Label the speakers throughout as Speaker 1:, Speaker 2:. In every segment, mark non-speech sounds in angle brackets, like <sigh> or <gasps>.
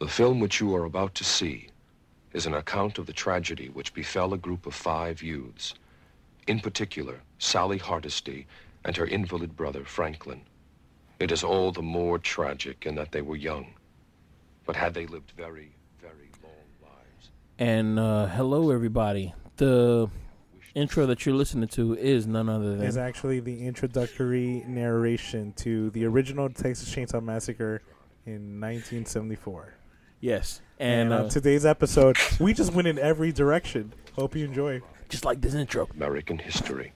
Speaker 1: The film which you are about to see is an account of the tragedy which befell a group of five youths, in particular Sally Hardesty and her invalid brother Franklin. It is all the more tragic in that they were young, but had they lived very, very long lives.
Speaker 2: And uh, hello, everybody. The intro that you're listening to is none other than
Speaker 3: is actually the introductory narration to the original Texas Chainsaw Massacre in 1974.
Speaker 2: yes,
Speaker 3: And
Speaker 2: and,
Speaker 3: on
Speaker 2: uh,
Speaker 3: today's episode, we just went in every direction. Hope you enjoy.
Speaker 2: just like this intro.
Speaker 1: American history.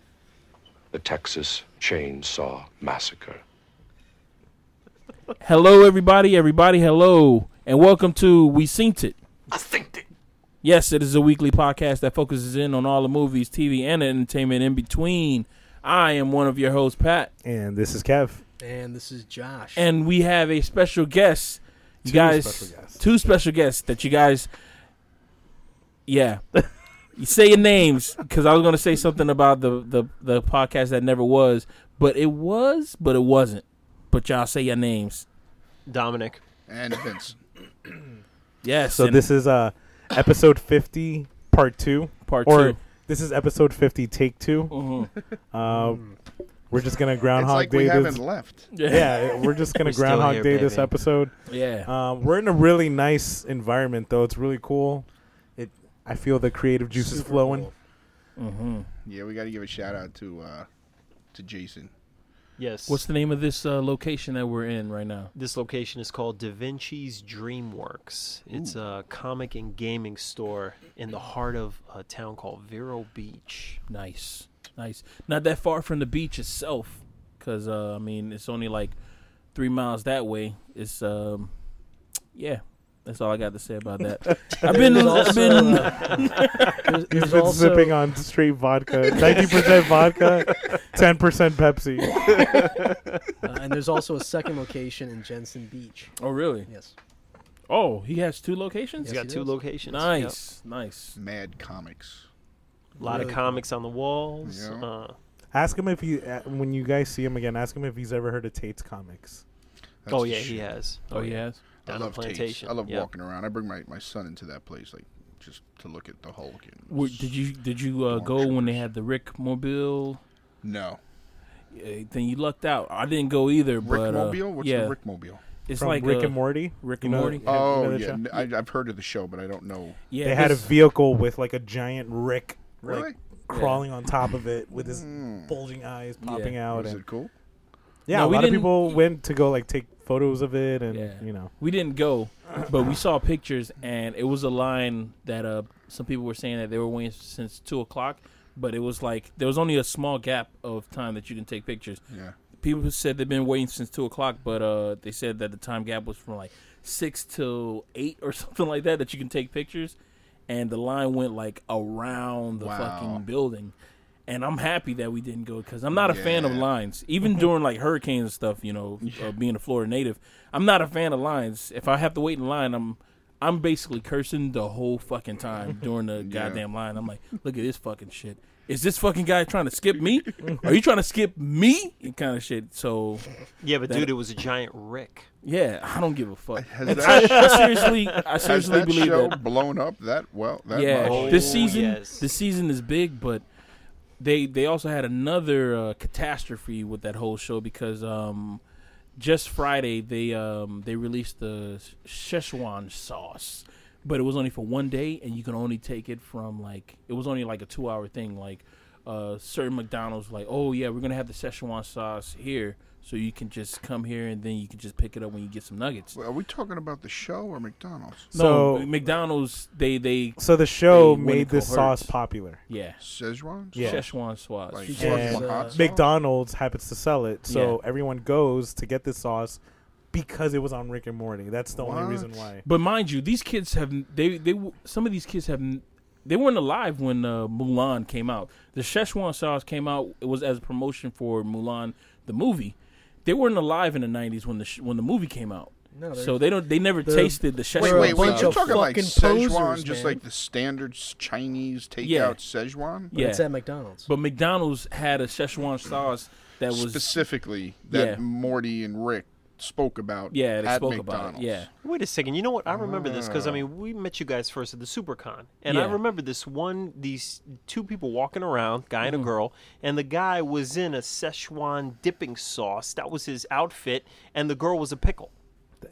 Speaker 1: The Texas Chainsaw Massacre.
Speaker 2: Hello, everybody. Everybody, hello, and welcome to We Synced It.
Speaker 4: I synced it.
Speaker 2: Yes, it is a weekly podcast that focuses in on all the movies, TV, and the entertainment in between. I am one of your hosts, Pat,
Speaker 3: And this is Kev.
Speaker 4: And this is Josh.
Speaker 2: and we have a special guest. You guys,
Speaker 4: special guests.
Speaker 2: two special guests that you guys, yeah. you say your names because I was going to say something about the, the the podcast that never was, but it was, but it wasn't. But y'all say your names.
Speaker 5: Dominic.
Speaker 6: and Vince.
Speaker 2: <clears throat> Yes.
Speaker 3: So
Speaker 2: and
Speaker 3: this is uh episode 50, part two.
Speaker 2: part
Speaker 3: or
Speaker 2: two.
Speaker 3: this is episode 50, take two.
Speaker 2: Mhm.
Speaker 3: Uh, we're just gonna
Speaker 6: It's
Speaker 3: groundhog
Speaker 6: like
Speaker 3: day.
Speaker 6: we haven't
Speaker 3: this,
Speaker 6: left.
Speaker 3: yeah, we're just gonna
Speaker 5: We're still
Speaker 3: groundhog
Speaker 5: here,
Speaker 3: day this
Speaker 5: baby.
Speaker 3: episode.
Speaker 2: Yeah.
Speaker 3: Um, we're in a really nice environment though. It's really cool. It I feel the creative juices
Speaker 6: Super
Speaker 3: flowing.
Speaker 6: <laughs> cool.
Speaker 2: hmm
Speaker 6: Yeah, we got to give a shout out to uh, to Jason.
Speaker 5: Yes.
Speaker 2: What's the name of this uh, location that we're in right now?
Speaker 5: this location is called Da Vinci's DreamWorks. It's a comic and gaming store in the heart of a town called Vero Beach.
Speaker 2: Nice, nice. Not that far from the beach itself, because uh, I mean it's only like three miles that way. It's um, yeah. That's all I got to say about
Speaker 4: <laughs>
Speaker 2: that. I've been,
Speaker 4: There's
Speaker 2: I've
Speaker 4: also,
Speaker 2: been.
Speaker 4: uh, there's,
Speaker 3: He's
Speaker 4: there's
Speaker 3: been
Speaker 4: also-
Speaker 3: sipping on straight
Speaker 6: <laughs>
Speaker 3: vodka. Ninety percent vodka, ten percent Pepsi.
Speaker 4: uh, and there's also a second location in Jensen Beach.
Speaker 2: Oh really?
Speaker 4: Yes.
Speaker 2: Oh, he has two locations.
Speaker 5: It's
Speaker 4: Yes,
Speaker 5: got
Speaker 4: it
Speaker 5: two
Speaker 4: is.
Speaker 5: locations.
Speaker 2: Nice, nice.
Speaker 6: Mad Comics.
Speaker 5: Yep. A lot
Speaker 4: Really
Speaker 5: of comics on the walls.
Speaker 6: Yeah.
Speaker 5: Uh,
Speaker 3: Ask him if you uh, when you guys see him again. Ask him if he's ever heard of Tate's comics.
Speaker 6: That's
Speaker 5: oh
Speaker 6: the
Speaker 5: yeah,
Speaker 6: shit.
Speaker 5: he has.
Speaker 2: Oh, he has.
Speaker 6: I
Speaker 5: Down
Speaker 6: love
Speaker 5: the
Speaker 6: Tate's.
Speaker 5: plantation.
Speaker 6: I love
Speaker 5: yeah.
Speaker 6: walking around. I bring my, my son into that place like just to look at the Hulk. And
Speaker 2: Where, did you did you uh, go when they had the Rick Mobile?
Speaker 6: No,
Speaker 2: Uh, then you lucked out. I didn't go either.
Speaker 6: Rick
Speaker 2: but, uh,
Speaker 6: Mobile. What's
Speaker 2: yeah,
Speaker 6: the Rick Mobile?
Speaker 2: it's
Speaker 3: From
Speaker 2: like
Speaker 3: Rick
Speaker 2: uh,
Speaker 3: and Morty.
Speaker 2: Rick
Speaker 3: You
Speaker 2: and
Speaker 3: know-
Speaker 2: Morty.
Speaker 3: Have you
Speaker 6: Oh
Speaker 3: heard of the
Speaker 6: yeah,
Speaker 3: show?
Speaker 6: N- I, have heard of the show, but I don't know.
Speaker 2: Yeah,
Speaker 3: they had a
Speaker 2: this-
Speaker 3: vehicle with like a giant Rick like,
Speaker 6: Really?
Speaker 3: crawling on top of it with his
Speaker 6: Mm.
Speaker 3: bulging eyes
Speaker 2: Yeah.
Speaker 3: popping out.
Speaker 6: Is
Speaker 3: And,
Speaker 6: it cool?
Speaker 3: yeah,
Speaker 2: No,
Speaker 3: a
Speaker 2: we
Speaker 3: lot of
Speaker 2: didn't-
Speaker 3: people went to go like take photos of it, and
Speaker 2: Yeah.
Speaker 3: you know,
Speaker 2: We didn't go, but we saw pictures, and it was a line that uh, some people were saying that they were waiting since two o'clock, but it was like there was only a small gap of time that you can take pictures.
Speaker 6: Yeah.
Speaker 2: People said they've been waiting since two o'clock, but uh, they said that the time gap was from like six till eight or <laughs> something like that that you can take pictures, and the line went like around the
Speaker 6: Wow.
Speaker 2: fucking building. And I'm happy that we didn't go because I'm not a fan of
Speaker 6: Yeah.
Speaker 2: lines,
Speaker 6: Mm-hmm.
Speaker 2: even during like hurricanes and stuff. You know, uh, being a Florida native, I'm not a fan of lines. If I have to wait in line, I'm I'm basically cursing the whole fucking time during the
Speaker 6: <laughs> Yeah.
Speaker 2: goddamn line. I'm like, look at this fucking shit. Is this fucking guy trying to skip me? Are you trying to skip me? And kind of shit. So
Speaker 5: Yeah, but
Speaker 2: That-
Speaker 5: dude, it was a giant Rick.
Speaker 2: yeah, I don't give a fuck.
Speaker 6: Has
Speaker 2: I,
Speaker 6: that,
Speaker 2: I seriously, I
Speaker 6: has
Speaker 2: seriously
Speaker 6: that
Speaker 2: believe
Speaker 6: show
Speaker 2: that.
Speaker 6: blown up that well? That
Speaker 2: Yeah,
Speaker 6: much?
Speaker 5: Oh,
Speaker 2: this season,
Speaker 5: yes.
Speaker 2: this season is big, but they they also had another uh, catastrophe with that whole show because um, just Friday they um, they released the Szechuan sauce, but it was only for one day, and you can only take it from like it was only like a two hour thing. Like uh, certain McDonald's, were like oh yeah, we're gonna have the Szechuan sauce here, so you can just come here and then you can just pick it up when you get some nuggets.
Speaker 6: Are we talking about the show or McDonald's?
Speaker 2: No,
Speaker 3: So-
Speaker 2: McDonald's they they
Speaker 3: so the show
Speaker 2: They wouldn't
Speaker 3: made this
Speaker 2: cohort.
Speaker 3: sauce popular.
Speaker 2: yeah.
Speaker 6: Szechuan?
Speaker 3: Yeah.
Speaker 2: Szechuan sauce.
Speaker 6: Like,
Speaker 4: Szechuan
Speaker 6: fucking
Speaker 3: And
Speaker 6: hot sauce?
Speaker 3: McDonald's happens to sell it, so everyone goes to get this sauce because it was on Rick and Morty. That's the only
Speaker 6: What?
Speaker 3: reason why.
Speaker 2: But mind you, these kids have they they w- some of these kids have n- they weren't alive when uh, Mulan came out. The Szechuan sauce came out. It was as a promotion for Mulan the movie. They weren't alive in the '90s when the sh- when the movie came out.
Speaker 4: No,
Speaker 2: so they don't they never
Speaker 4: they're-
Speaker 2: tasted the
Speaker 6: Wait,
Speaker 2: Szechuan.
Speaker 4: They're a
Speaker 6: wait, wait.
Speaker 4: bunch
Speaker 6: You're
Speaker 4: of
Speaker 6: talking like
Speaker 4: fucking
Speaker 6: Szechuan,
Speaker 4: posers,
Speaker 6: just
Speaker 4: man.
Speaker 6: like the standard Chinese takeout
Speaker 2: Yeah.
Speaker 6: Szechuan?
Speaker 4: But It's
Speaker 2: Yeah.
Speaker 4: at McDonald's.
Speaker 2: But McDonald's had a Szechuan sauce that was
Speaker 6: Specifically, that
Speaker 2: Yeah.
Speaker 6: Morty and Rick spoke about
Speaker 2: Yeah, they
Speaker 6: at
Speaker 2: spoke
Speaker 6: McDonald's.
Speaker 2: about it. Yeah.
Speaker 5: Wait a second. You know what? I remember this because I
Speaker 6: Ah.
Speaker 5: mean, we met you guys first at the SuperCon, and I
Speaker 2: Yeah.
Speaker 5: remember this one. These two people walking around, guy
Speaker 6: Mm-hmm.
Speaker 5: and a girl, and the guy was in a Szechuan dipping sauce. That was his outfit, and the girl was a pickle.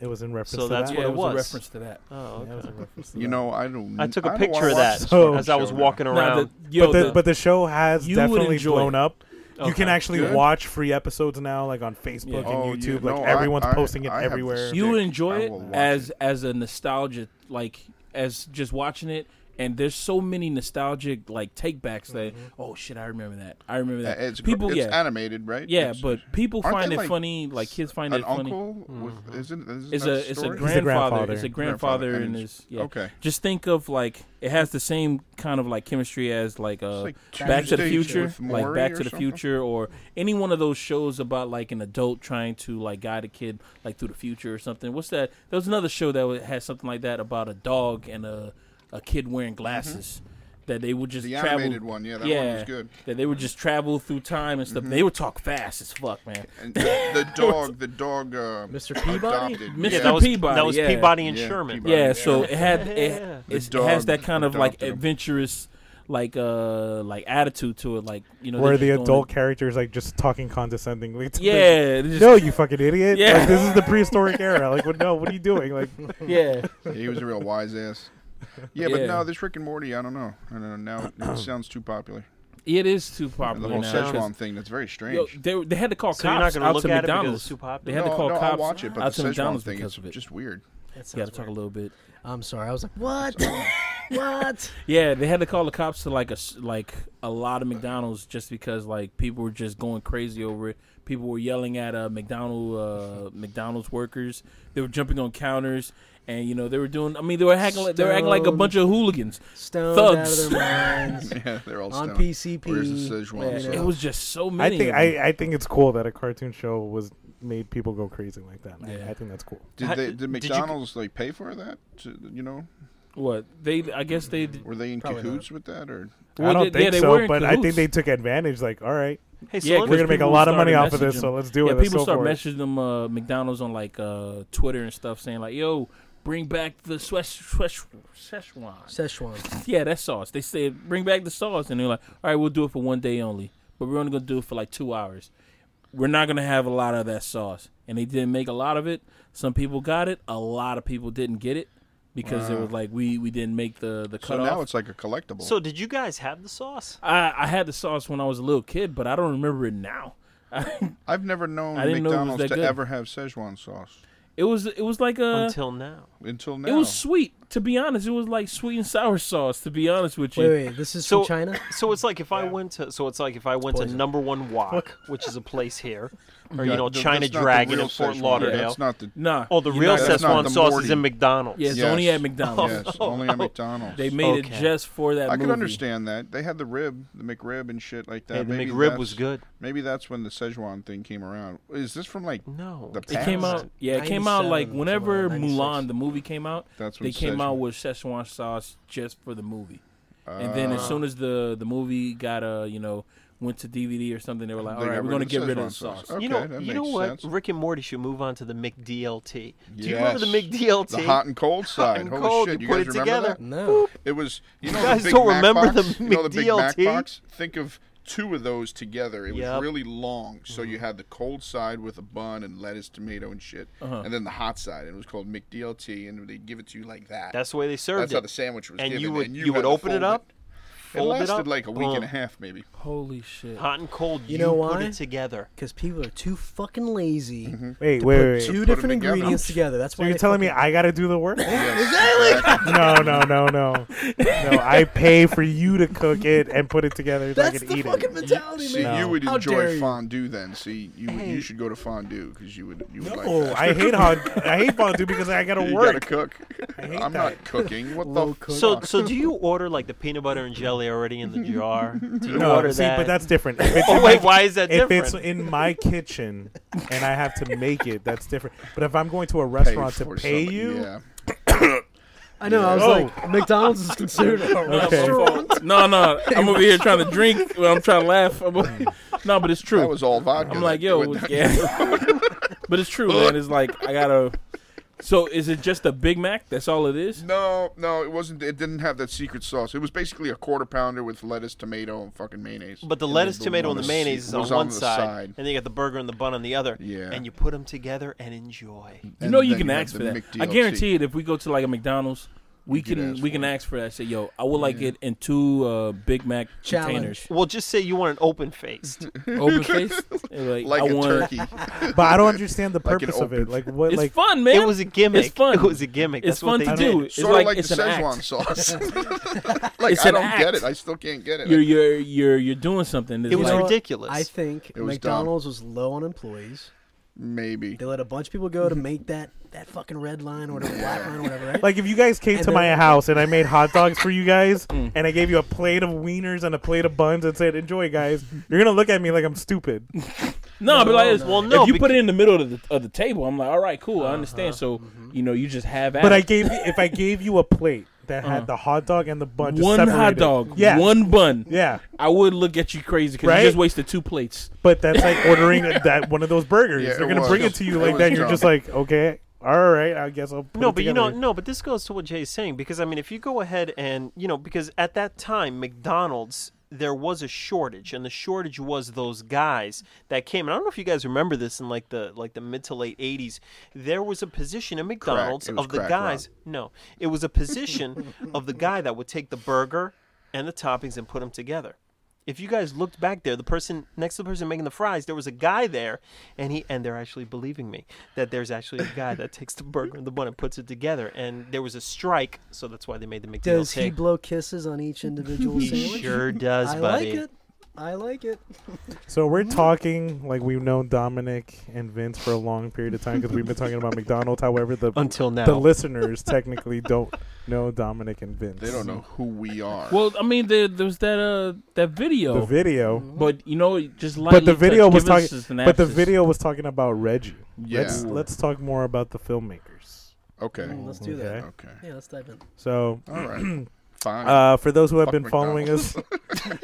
Speaker 3: It was in reference
Speaker 5: So
Speaker 3: to
Speaker 5: that's
Speaker 3: that.
Speaker 5: what
Speaker 2: Yeah,
Speaker 5: it
Speaker 2: it was
Speaker 5: was.
Speaker 2: a reference to that.
Speaker 5: Oh,
Speaker 3: Yeah, it was in reference to
Speaker 6: You
Speaker 3: that.
Speaker 6: know, Mm, I don't.
Speaker 5: I took a
Speaker 6: don't
Speaker 5: picture
Speaker 6: wanna
Speaker 5: of
Speaker 6: watch
Speaker 5: that
Speaker 6: this
Speaker 3: So-
Speaker 5: <laughs>
Speaker 6: fucking
Speaker 5: as I was
Speaker 6: show now.
Speaker 5: walking
Speaker 2: Now,
Speaker 5: around.
Speaker 2: the, yo,
Speaker 3: but the,
Speaker 2: the-
Speaker 3: but the show has
Speaker 2: You would
Speaker 3: definitely
Speaker 2: enjoy
Speaker 3: blown
Speaker 2: it.
Speaker 3: up. You can
Speaker 5: Okay.
Speaker 3: actually
Speaker 6: Good.
Speaker 3: watch free episodes now, like on Facebook and
Speaker 6: Oh, yeah,
Speaker 3: YouTube.
Speaker 6: no,
Speaker 3: like
Speaker 6: I-
Speaker 3: everyone's
Speaker 6: I-
Speaker 3: posting it
Speaker 6: I have the
Speaker 3: everywhere.
Speaker 6: shit.
Speaker 2: you would
Speaker 6: Dick,
Speaker 2: enjoy
Speaker 6: I
Speaker 2: it
Speaker 6: will watch
Speaker 2: as
Speaker 6: it.
Speaker 2: as a nostalgia like as just watching it and there's so many nostalgic like takebacks that oh shit I remember that I remember that
Speaker 6: Uh, Mm-hmm. It's
Speaker 2: people
Speaker 6: people. It's
Speaker 2: yeah
Speaker 6: animated, right?
Speaker 2: yeah
Speaker 6: It's-
Speaker 2: but people
Speaker 6: aren't
Speaker 2: find
Speaker 6: they,
Speaker 2: it
Speaker 6: like,
Speaker 2: funny like kids find
Speaker 6: an
Speaker 2: it funny
Speaker 6: uncle with
Speaker 5: Mm-hmm.
Speaker 6: isn't, isn't
Speaker 2: it's
Speaker 6: that
Speaker 2: a it's a
Speaker 6: story?
Speaker 3: grand-
Speaker 2: grandfather it's a grandfather
Speaker 3: grandfather.
Speaker 6: Grandfather,
Speaker 2: and
Speaker 6: and
Speaker 2: his yeah
Speaker 6: okay.
Speaker 2: just think of like it has the same kind of like chemistry as like uh
Speaker 6: like
Speaker 2: Back to the
Speaker 6: Tuesdays
Speaker 2: Future,
Speaker 6: with
Speaker 2: like
Speaker 6: Maury
Speaker 2: Back
Speaker 6: or
Speaker 2: to the
Speaker 6: something?
Speaker 2: Future, or any one of those shows about like an adult trying to like guide a kid like through the future or something. What's that? There was another show that wa- had something like that about a dog and a a kid wearing glasses that they would just
Speaker 6: Mm-hmm. The
Speaker 2: travel.
Speaker 6: animated one, yeah, that one was good. Mm-hmm.
Speaker 2: That they would just travel through time and stuff. They would talk fast as fuck, man.
Speaker 6: And the
Speaker 2: <laughs>
Speaker 6: the dog, the dog, uh,
Speaker 4: Mr. Peabody?
Speaker 6: adopted-
Speaker 2: Mr.
Speaker 5: yeah,
Speaker 6: Yeah,
Speaker 5: that was
Speaker 2: Peabody,
Speaker 5: that was
Speaker 2: yeah.
Speaker 5: Peabody and
Speaker 6: Yeah,
Speaker 5: Sherman.
Speaker 6: Peabody.
Speaker 2: Yeah, so it
Speaker 5: <laughs>
Speaker 2: had it, it's- it has
Speaker 6: dog
Speaker 2: that kind of like
Speaker 6: adopted him.
Speaker 2: adventurous, like uh, like attitude to it, like you know, they're
Speaker 3: Where
Speaker 2: just
Speaker 3: the
Speaker 2: going-
Speaker 3: adult characters like just talking condescendingly. To the-
Speaker 2: Yeah, they just-
Speaker 3: No, you fucking idiot!
Speaker 2: Yeah.
Speaker 3: Like, this is
Speaker 2: <laughs>
Speaker 3: the prehistoric era. Like, what? No, what are you doing? Like,
Speaker 2: yeah.
Speaker 6: Yeah, he was a real wise ass. Yeah, but
Speaker 2: Yeah.
Speaker 6: no, this Rick and Morty, I don't know. I don't know. Now it- it sounds too popular.
Speaker 2: It is too
Speaker 6: The
Speaker 2: popular
Speaker 6: whole
Speaker 2: now. 'cause-
Speaker 6: Szechuan thing, that's very strange.
Speaker 2: Yo, they, they had to call
Speaker 5: So you're not
Speaker 2: cops
Speaker 5: going to
Speaker 2: out
Speaker 5: look
Speaker 2: to
Speaker 5: at it because it's
Speaker 2: McDonald's.
Speaker 5: too
Speaker 2: They
Speaker 5: popular.
Speaker 2: had to
Speaker 6: No,
Speaker 2: call
Speaker 6: no, I'll
Speaker 2: cops
Speaker 6: watch it, but
Speaker 2: out
Speaker 6: the
Speaker 2: to
Speaker 6: Szechuan
Speaker 2: McDonald's
Speaker 6: thing
Speaker 2: because
Speaker 6: is
Speaker 2: of it.
Speaker 6: just weird. <laughs>
Speaker 4: That sounds
Speaker 2: You gotta talk a
Speaker 4: weird.
Speaker 2: little bit.
Speaker 4: I'm sorry. I was like, what? <laughs> what?
Speaker 2: Yeah, they had to call the cops to like a s- like a lot of McDonald's just because like people were just going crazy over it. People were yelling at uh, McDonald uh, McDonald's workers. They were jumping on counters, and you know they were doing. I mean, they were acting like, they were acting like a
Speaker 4: Stoned.
Speaker 2: bunch of hooligans.
Speaker 4: Stoned out
Speaker 2: Thugs.
Speaker 4: of their minds.
Speaker 6: Yeah, they're all
Speaker 4: on
Speaker 6: <laughs> stoned.
Speaker 4: PCP.
Speaker 6: Where's the Szechuan
Speaker 4: Man,
Speaker 6: sauce?
Speaker 2: It was just so
Speaker 3: I
Speaker 2: many.
Speaker 3: think
Speaker 2: of them.
Speaker 3: I, I think it's cool that a cartoon show was made people go crazy like that. I-
Speaker 2: Yeah.
Speaker 3: I, think that's cool.
Speaker 5: How-
Speaker 6: Did, they,
Speaker 5: did you-
Speaker 6: did McDonald's like pay for that? To, you know,
Speaker 2: what they I guess they d-
Speaker 6: were they in
Speaker 4: Probably not.
Speaker 6: cahoots with that, or
Speaker 2: Well,
Speaker 3: I don't
Speaker 2: they-
Speaker 3: think
Speaker 2: yeah, they were
Speaker 3: so,
Speaker 2: in
Speaker 3: but I think
Speaker 2: cahoots.
Speaker 3: they took advantage. Like, all right,
Speaker 5: Hey, so
Speaker 2: Yeah,
Speaker 5: let me-
Speaker 3: we're gonna make a
Speaker 2: people
Speaker 3: lot of
Speaker 2: started
Speaker 3: money off of this,
Speaker 2: messaging.
Speaker 3: so let's do
Speaker 2: yeah,
Speaker 3: it. Let's
Speaker 2: people
Speaker 3: go
Speaker 2: start
Speaker 3: for it.
Speaker 2: messaging them uh, McDonald's on like uh, Twitter and stuff, saying like, "Yo, bring back the Szechuan." Szechuan. Szechuan.
Speaker 4: Szechuan.
Speaker 2: Yeah, that sauce. They said bring back the sauce, and they're like, "All right, we'll do it for one day only, but we're only gonna do it for like two hours. We're not gonna have a lot of that sauce." And they didn't make a lot of it. Some people got it. A lot of people didn't get it because it
Speaker 6: Wow.
Speaker 2: was like we we didn't make the the
Speaker 6: so
Speaker 2: cutoff.
Speaker 6: now it's like a collectible.
Speaker 5: So did you guys have the sauce?
Speaker 2: I, I had the sauce when I was a little kid, but I don't remember it now.
Speaker 6: I've never known
Speaker 2: I didn't know it was
Speaker 6: McDonald's
Speaker 2: that
Speaker 6: to
Speaker 2: good.
Speaker 6: ever have Szechuan sauce
Speaker 2: It was it was like a
Speaker 5: Until now.
Speaker 6: until now.
Speaker 2: It was sweet. To be honest, it was like sweet and sour sauce. To be honest with you,
Speaker 4: Wait, wait. This is
Speaker 5: So
Speaker 4: from China.
Speaker 5: So it's like if I went to so it's like if I went to
Speaker 4: poison.
Speaker 5: number one wok, which is a place here, or
Speaker 6: Yeah,
Speaker 5: you know
Speaker 6: th-
Speaker 5: China
Speaker 6: that's not the
Speaker 5: Dragon
Speaker 6: real
Speaker 5: in Fort
Speaker 6: Szechuan.
Speaker 5: Lauderdale.
Speaker 6: That's not the.
Speaker 2: nah.
Speaker 5: oh, the
Speaker 2: you're
Speaker 5: real
Speaker 2: not gonna-
Speaker 6: That's not
Speaker 5: Szechuan
Speaker 6: the
Speaker 5: sauce is
Speaker 6: Morty.
Speaker 5: in McDonald's.
Speaker 2: Yeah, it's
Speaker 6: Yes.
Speaker 2: only at McDonald's. Oh.
Speaker 6: Yes, only
Speaker 2: <laughs>
Speaker 6: at McDonald's.
Speaker 2: They made it
Speaker 5: Okay.
Speaker 2: just for that.
Speaker 6: I could
Speaker 2: movie.
Speaker 6: understand that. They had the rib, the McRib, and shit like that.
Speaker 5: Hey, the
Speaker 6: Maybe
Speaker 5: McRib was
Speaker 6: that's-
Speaker 5: good.
Speaker 6: Maybe that's when the Szechuan thing came around. Is this from like
Speaker 5: No,
Speaker 6: The
Speaker 5: it's
Speaker 2: It came
Speaker 5: not.
Speaker 2: out. Yeah, it came out like
Speaker 4: 97,
Speaker 2: whenever
Speaker 4: something like that,
Speaker 2: Mulan the movie came out.
Speaker 6: That's when
Speaker 2: they came
Speaker 6: Szechuan-
Speaker 2: out with Szechuan sauce just for the movie. And then
Speaker 6: Ah.
Speaker 2: as soon as the the movie got uh you know went to DVD or something, they were like,
Speaker 6: They
Speaker 2: all right,
Speaker 6: got
Speaker 2: we're
Speaker 6: rid
Speaker 2: gonna
Speaker 6: of
Speaker 2: get rid of
Speaker 6: Szechuan
Speaker 2: the sauce.
Speaker 6: sauce.
Speaker 5: you
Speaker 6: Okay,
Speaker 5: know,
Speaker 6: that
Speaker 5: you know
Speaker 6: makes
Speaker 5: what?
Speaker 6: sense.
Speaker 5: Rick and Morty should move on to the McDLT. Do you remember the
Speaker 6: Yes.
Speaker 5: McDLT?
Speaker 6: the hot and cold
Speaker 5: Hot
Speaker 6: side.
Speaker 5: and
Speaker 6: Holy
Speaker 5: cold,
Speaker 6: shit!
Speaker 5: you
Speaker 6: You,
Speaker 5: put
Speaker 6: guys
Speaker 5: it
Speaker 6: remember
Speaker 5: together.
Speaker 6: that?
Speaker 4: No.
Speaker 6: It was you know
Speaker 5: guys
Speaker 6: the Big
Speaker 5: don't
Speaker 6: Mac
Speaker 5: remember the
Speaker 6: box? you know the Big Mac
Speaker 5: McDLT?
Speaker 6: box. Think of two of those together. It
Speaker 5: Yep. Mm-hmm.
Speaker 6: was really long, so you had the cold side with a bun and lettuce, tomato, and shit,
Speaker 5: Uh-huh.
Speaker 6: and then the hot side. It was called McDLT, and they would give it to you like that.
Speaker 5: That's the way they served
Speaker 6: That's
Speaker 5: it.
Speaker 6: how the sandwich was
Speaker 5: and
Speaker 6: given.
Speaker 5: you would
Speaker 6: and
Speaker 5: you,
Speaker 6: you, had
Speaker 5: would
Speaker 6: to
Speaker 5: open
Speaker 6: fold
Speaker 5: it up,
Speaker 6: It
Speaker 5: fold it,
Speaker 6: lasted
Speaker 5: up,
Speaker 6: like a week
Speaker 5: boom.
Speaker 6: and a half,
Speaker 5: <laughs>
Speaker 6: maybe.
Speaker 2: Holy shit!
Speaker 6: <laughs>
Speaker 5: Hot and cold. You,
Speaker 4: know
Speaker 5: Put
Speaker 4: why?
Speaker 5: it together.
Speaker 4: Because people are too fucking lazy.
Speaker 3: Wait, wait,
Speaker 4: Put
Speaker 3: wait.
Speaker 6: Mm-hmm.
Speaker 4: two
Speaker 6: put 'em
Speaker 4: different
Speaker 6: together.
Speaker 4: ingredients together. That's
Speaker 3: so
Speaker 4: why
Speaker 3: you're
Speaker 4: they
Speaker 3: telling me
Speaker 4: fucking-
Speaker 3: I got to do
Speaker 2: <laughs>
Speaker 3: the work?
Speaker 6: <laughs> Exactly.
Speaker 3: no, no, no, no, no. I pay for you to cook it and put it together so I
Speaker 4: That's
Speaker 3: can
Speaker 4: the
Speaker 3: eat
Speaker 4: fucking
Speaker 3: it.
Speaker 4: mentality,
Speaker 6: See,
Speaker 4: man.
Speaker 6: you would
Speaker 4: How dare
Speaker 6: enjoy
Speaker 4: you.
Speaker 6: fondue then. See, you you should go to fondue because you would you would like
Speaker 3: Oh,
Speaker 6: that.
Speaker 3: I hate hon- I hate fondue because I gotta
Speaker 6: <laughs> you gotta
Speaker 3: work.
Speaker 6: cook.
Speaker 3: hate
Speaker 6: I'm not cooking. What the?
Speaker 4: Low
Speaker 6: F-
Speaker 4: cook.
Speaker 5: So so do you order like the peanut butter and jelly already in the jar? Do you
Speaker 3: no,
Speaker 5: order
Speaker 3: see,
Speaker 5: that?
Speaker 3: but that's different. If it's
Speaker 5: oh
Speaker 3: in
Speaker 5: wait,
Speaker 3: my-
Speaker 5: why is that
Speaker 3: if
Speaker 5: different?
Speaker 3: it's in my kitchen and I have to make it, that's different. But if I'm going to a restaurant to
Speaker 6: for
Speaker 3: pay
Speaker 6: something,
Speaker 3: you,
Speaker 6: Yeah.
Speaker 4: I know. I was
Speaker 3: Oh.
Speaker 6: <laughs>
Speaker 4: like, McDonald's is considered
Speaker 2: Oh,
Speaker 4: a
Speaker 3: Okay.
Speaker 2: <laughs>
Speaker 4: restaurant.
Speaker 2: No, no, I'm over here trying to
Speaker 6: Mm.
Speaker 2: drink. Well, <laughs> I'm trying to laugh. I'm over- <laughs> no, but it's true.
Speaker 6: That was all vodka.
Speaker 2: I'm like, yo,
Speaker 6: that-
Speaker 2: yeah. But it's true, man. It's like I gotta. So is it just a Big Mac? That's all it is.
Speaker 6: <laughs> No, no, it wasn't. It didn't have that secret sauce. It was basically a quarter pounder with lettuce, tomato, and fucking mayonnaise.
Speaker 5: But the
Speaker 6: And
Speaker 5: lettuce, tomato, and the
Speaker 6: was-
Speaker 5: mayonnaise is on
Speaker 6: was
Speaker 5: one
Speaker 6: the
Speaker 5: side, and then you got the burger and the bun on the other.
Speaker 6: Yeah.
Speaker 5: And you put them together and enjoy.
Speaker 2: You
Speaker 6: And
Speaker 2: know you
Speaker 6: then
Speaker 2: can
Speaker 6: have
Speaker 2: ask for
Speaker 6: the
Speaker 2: that.
Speaker 6: McDLT.
Speaker 2: I guarantee it. If we go to like a McDonald's, we
Speaker 6: could
Speaker 2: can
Speaker 6: ask
Speaker 2: we
Speaker 6: for
Speaker 2: can
Speaker 6: it.
Speaker 2: ask for that. Say, yo, I would like it in two uh, Big Mac
Speaker 4: Challenge.
Speaker 2: containers,
Speaker 5: <laughs> Well, just say you want an open faced.
Speaker 2: open <laughs> face. Like,
Speaker 6: like
Speaker 2: I
Speaker 6: a
Speaker 2: want.
Speaker 6: turkey.
Speaker 3: But I don't understand the
Speaker 6: Like an
Speaker 3: purpose of
Speaker 6: open
Speaker 3: it. Like what?
Speaker 2: It's
Speaker 3: like
Speaker 2: fun, man.
Speaker 5: <laughs> it was a gimmick.
Speaker 2: It's fun.
Speaker 5: <laughs> It was a gimmick.
Speaker 2: It's
Speaker 5: That's what
Speaker 2: fun to
Speaker 5: they did.
Speaker 2: do. <laughs> It's
Speaker 6: sort of
Speaker 2: like,
Speaker 6: like,
Speaker 2: it's
Speaker 6: the
Speaker 2: an act.
Speaker 6: Szechuan sauce.
Speaker 2: <laughs>
Speaker 6: like
Speaker 2: It's
Speaker 6: I
Speaker 2: an
Speaker 6: don't
Speaker 2: act.
Speaker 6: get it. I still can't get it.
Speaker 2: You're you're you're you're doing something. It's
Speaker 5: It was
Speaker 2: like,
Speaker 5: ridiculous.
Speaker 4: I think
Speaker 6: It was dumb.
Speaker 4: McDonald's was low on employees.
Speaker 6: Maybe.
Speaker 4: They let a bunch of people go to
Speaker 2: Mm-hmm.
Speaker 4: make that that fucking red line
Speaker 6: <laughs>
Speaker 4: or whatever, black line or whatever. Right?
Speaker 3: Like if you guys came
Speaker 4: And
Speaker 3: to my
Speaker 4: then-
Speaker 3: house and I
Speaker 2: <laughs>
Speaker 3: made hot dogs for you guys
Speaker 2: Mm.
Speaker 3: and I gave you a plate of wieners and a plate of buns and said, "Enjoy, guys," you're gonna look at me like I'm stupid.
Speaker 2: No, but like, it's-
Speaker 5: Well, no, Uh-huh,
Speaker 2: if you put
Speaker 5: becau-
Speaker 2: it in the middle of the, of the table, I'm like, all right, cool, I understand. So
Speaker 5: mm-hmm.
Speaker 2: you know, you just have at
Speaker 3: But I
Speaker 2: it.
Speaker 3: gave if I gave you a plate that had the hot dog and the bun, just
Speaker 2: Uh-huh. one hot
Speaker 3: separated-
Speaker 2: dog,
Speaker 3: yeah,
Speaker 2: one bun.
Speaker 3: yeah.
Speaker 2: I would look at you crazy because
Speaker 3: Right?
Speaker 2: you just wasted two plates.
Speaker 3: But that's like ordering a- that one of those burgers.
Speaker 6: Yeah,
Speaker 3: They're
Speaker 6: it
Speaker 3: gonna
Speaker 6: was.
Speaker 3: bring it to you
Speaker 6: It
Speaker 3: like
Speaker 6: was
Speaker 3: that. and You're
Speaker 6: dumb.
Speaker 3: just like, okay, all right, I guess I'll. Put
Speaker 5: no,
Speaker 3: it
Speaker 5: but you know,
Speaker 3: together."
Speaker 5: no, but this goes to what Jay is saying because I mean, if you go ahead and you know, because at that time McDonald's there was a shortage, and the shortage was those guys that came. And I don't know if you guys remember this in like the like the mid to late '80s. There was a position in McDonald's
Speaker 6: It was
Speaker 5: of the
Speaker 6: crack
Speaker 5: guys. No, it was a position of the guy that would take the burger and the toppings and put them together. If you guys looked back there, the person next to the person making the fries, there was a guy there, and he and they're actually believing me that there's actually a guy that takes the burger and the bun and puts it together. And there was a strike, so that's why they made the McDonald's.
Speaker 4: Does he blow kisses on each
Speaker 2: <laughs>
Speaker 4: individual sandwich?
Speaker 5: sure does,
Speaker 4: I
Speaker 5: buddy.
Speaker 4: like it. I like it. Mm,
Speaker 3: So we're
Speaker 2: mm-hmm.
Speaker 3: talking like we've known Dominic and Vince for a long period of time because we've been talking
Speaker 6: <laughs>
Speaker 3: about McDonald's. However, the
Speaker 5: Until now,
Speaker 3: the listeners technically don't know Dominic and Vince.
Speaker 6: They
Speaker 2: <laughs>
Speaker 6: don't know who we are.
Speaker 2: Well, I mean, there, there was that uh that video,
Speaker 3: the
Speaker 6: Mm-hmm.
Speaker 3: video,
Speaker 2: but you know, just lightly
Speaker 3: but the video
Speaker 2: touch-
Speaker 3: was
Speaker 2: give us
Speaker 3: talking.
Speaker 2: a
Speaker 3: But the
Speaker 2: synopsis.
Speaker 3: video was talking about Reggie.
Speaker 6: Yeah.
Speaker 3: Let's let's talk more about the filmmakers.
Speaker 6: okay.
Speaker 4: Let's do
Speaker 3: Okay.
Speaker 4: that.
Speaker 6: Okay.
Speaker 4: Yeah, let's dive in.
Speaker 3: So
Speaker 6: All
Speaker 2: <clears throat>
Speaker 6: right. Fine.
Speaker 3: Uh, for those who have
Speaker 6: Fuck
Speaker 3: been following us,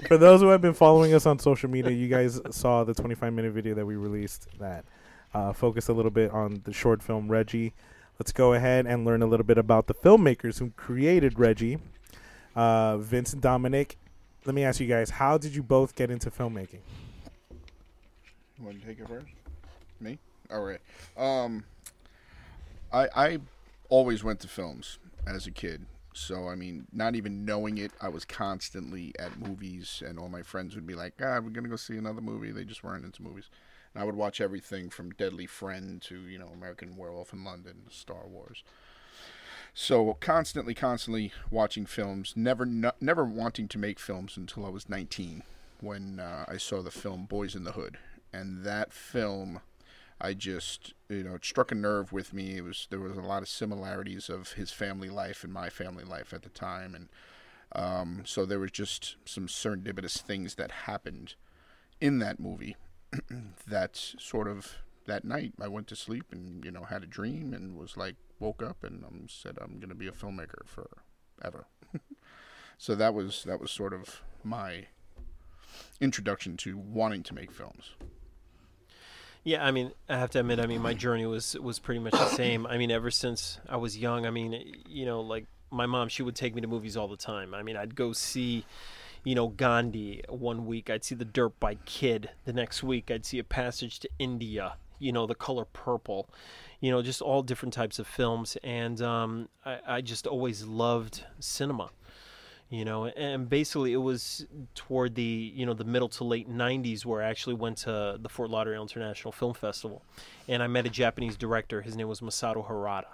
Speaker 3: for those who have been following us on social media, you guys saw the 25 minute video that we released that uh, focused a little bit on the short film Reggie. Let's go ahead and learn a little bit about the filmmakers who created Reggie, uh, Vince and Dominic. Let me ask you guys: How did you both get into filmmaking?
Speaker 6: You want to take it first? Me? All right. Um, I I always went to films as a kid. So I mean, not even knowing it, I was constantly at movies, and all my friends would be like, "God, we're gonna go see another movie." They just weren't into movies, and I would watch everything from Deadly Friend to you know American Werewolf in London, Star Wars. So constantly, constantly watching films, never, no, never wanting to make films until I was 19, when uh, I saw the film Boys in the Hood, and that film, I just, you know, it struck a nerve with me. It was there was a lot of similarities of his family life and my family life at the time, and um, so there was just some serendipitous things that happened in that movie that sort of that night I went to sleep and you know had a dream and was like woke up and um, said I'm gonna be a filmmaker forever. <laughs> so that was that was sort of my introduction to wanting to make films.
Speaker 5: Yeah, I mean, I have to admit, I mean, my journey was was pretty much the same. I mean, ever since I was young, I mean, you know, like my mom, she would take me to movies all the time. I mean, I'd go see, you know, Gandhi one week, I'd see The Dirt by Kid. The next week, I'd see A Passage to India. You know, The Color Purple. You know, just all different types of films, and um, I, I just always loved cinema you know and basically it was toward the you know the middle to late 90s where i actually went to the fort lauderdale international film festival and i met a japanese director his name was masato harada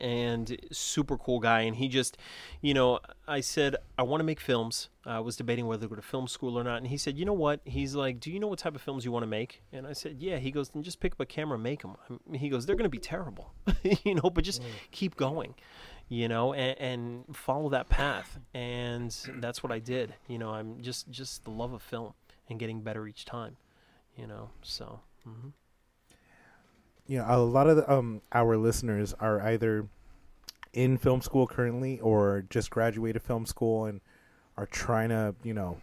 Speaker 5: and super cool guy and he just you know i said i want to make films i was debating whether to go to film school or not and he said you know what he's like do you know what type of films you want to make and i said yeah he goes then just pick up a camera and make them he goes they're going to be terrible <laughs> you know but just keep going you know and, and follow that path and that's what i did you know i'm just just the love of film and getting better each time you know so mhm.
Speaker 3: You know, a lot of the, um, our listeners are either in film school currently or just graduated film school and are trying to, you know,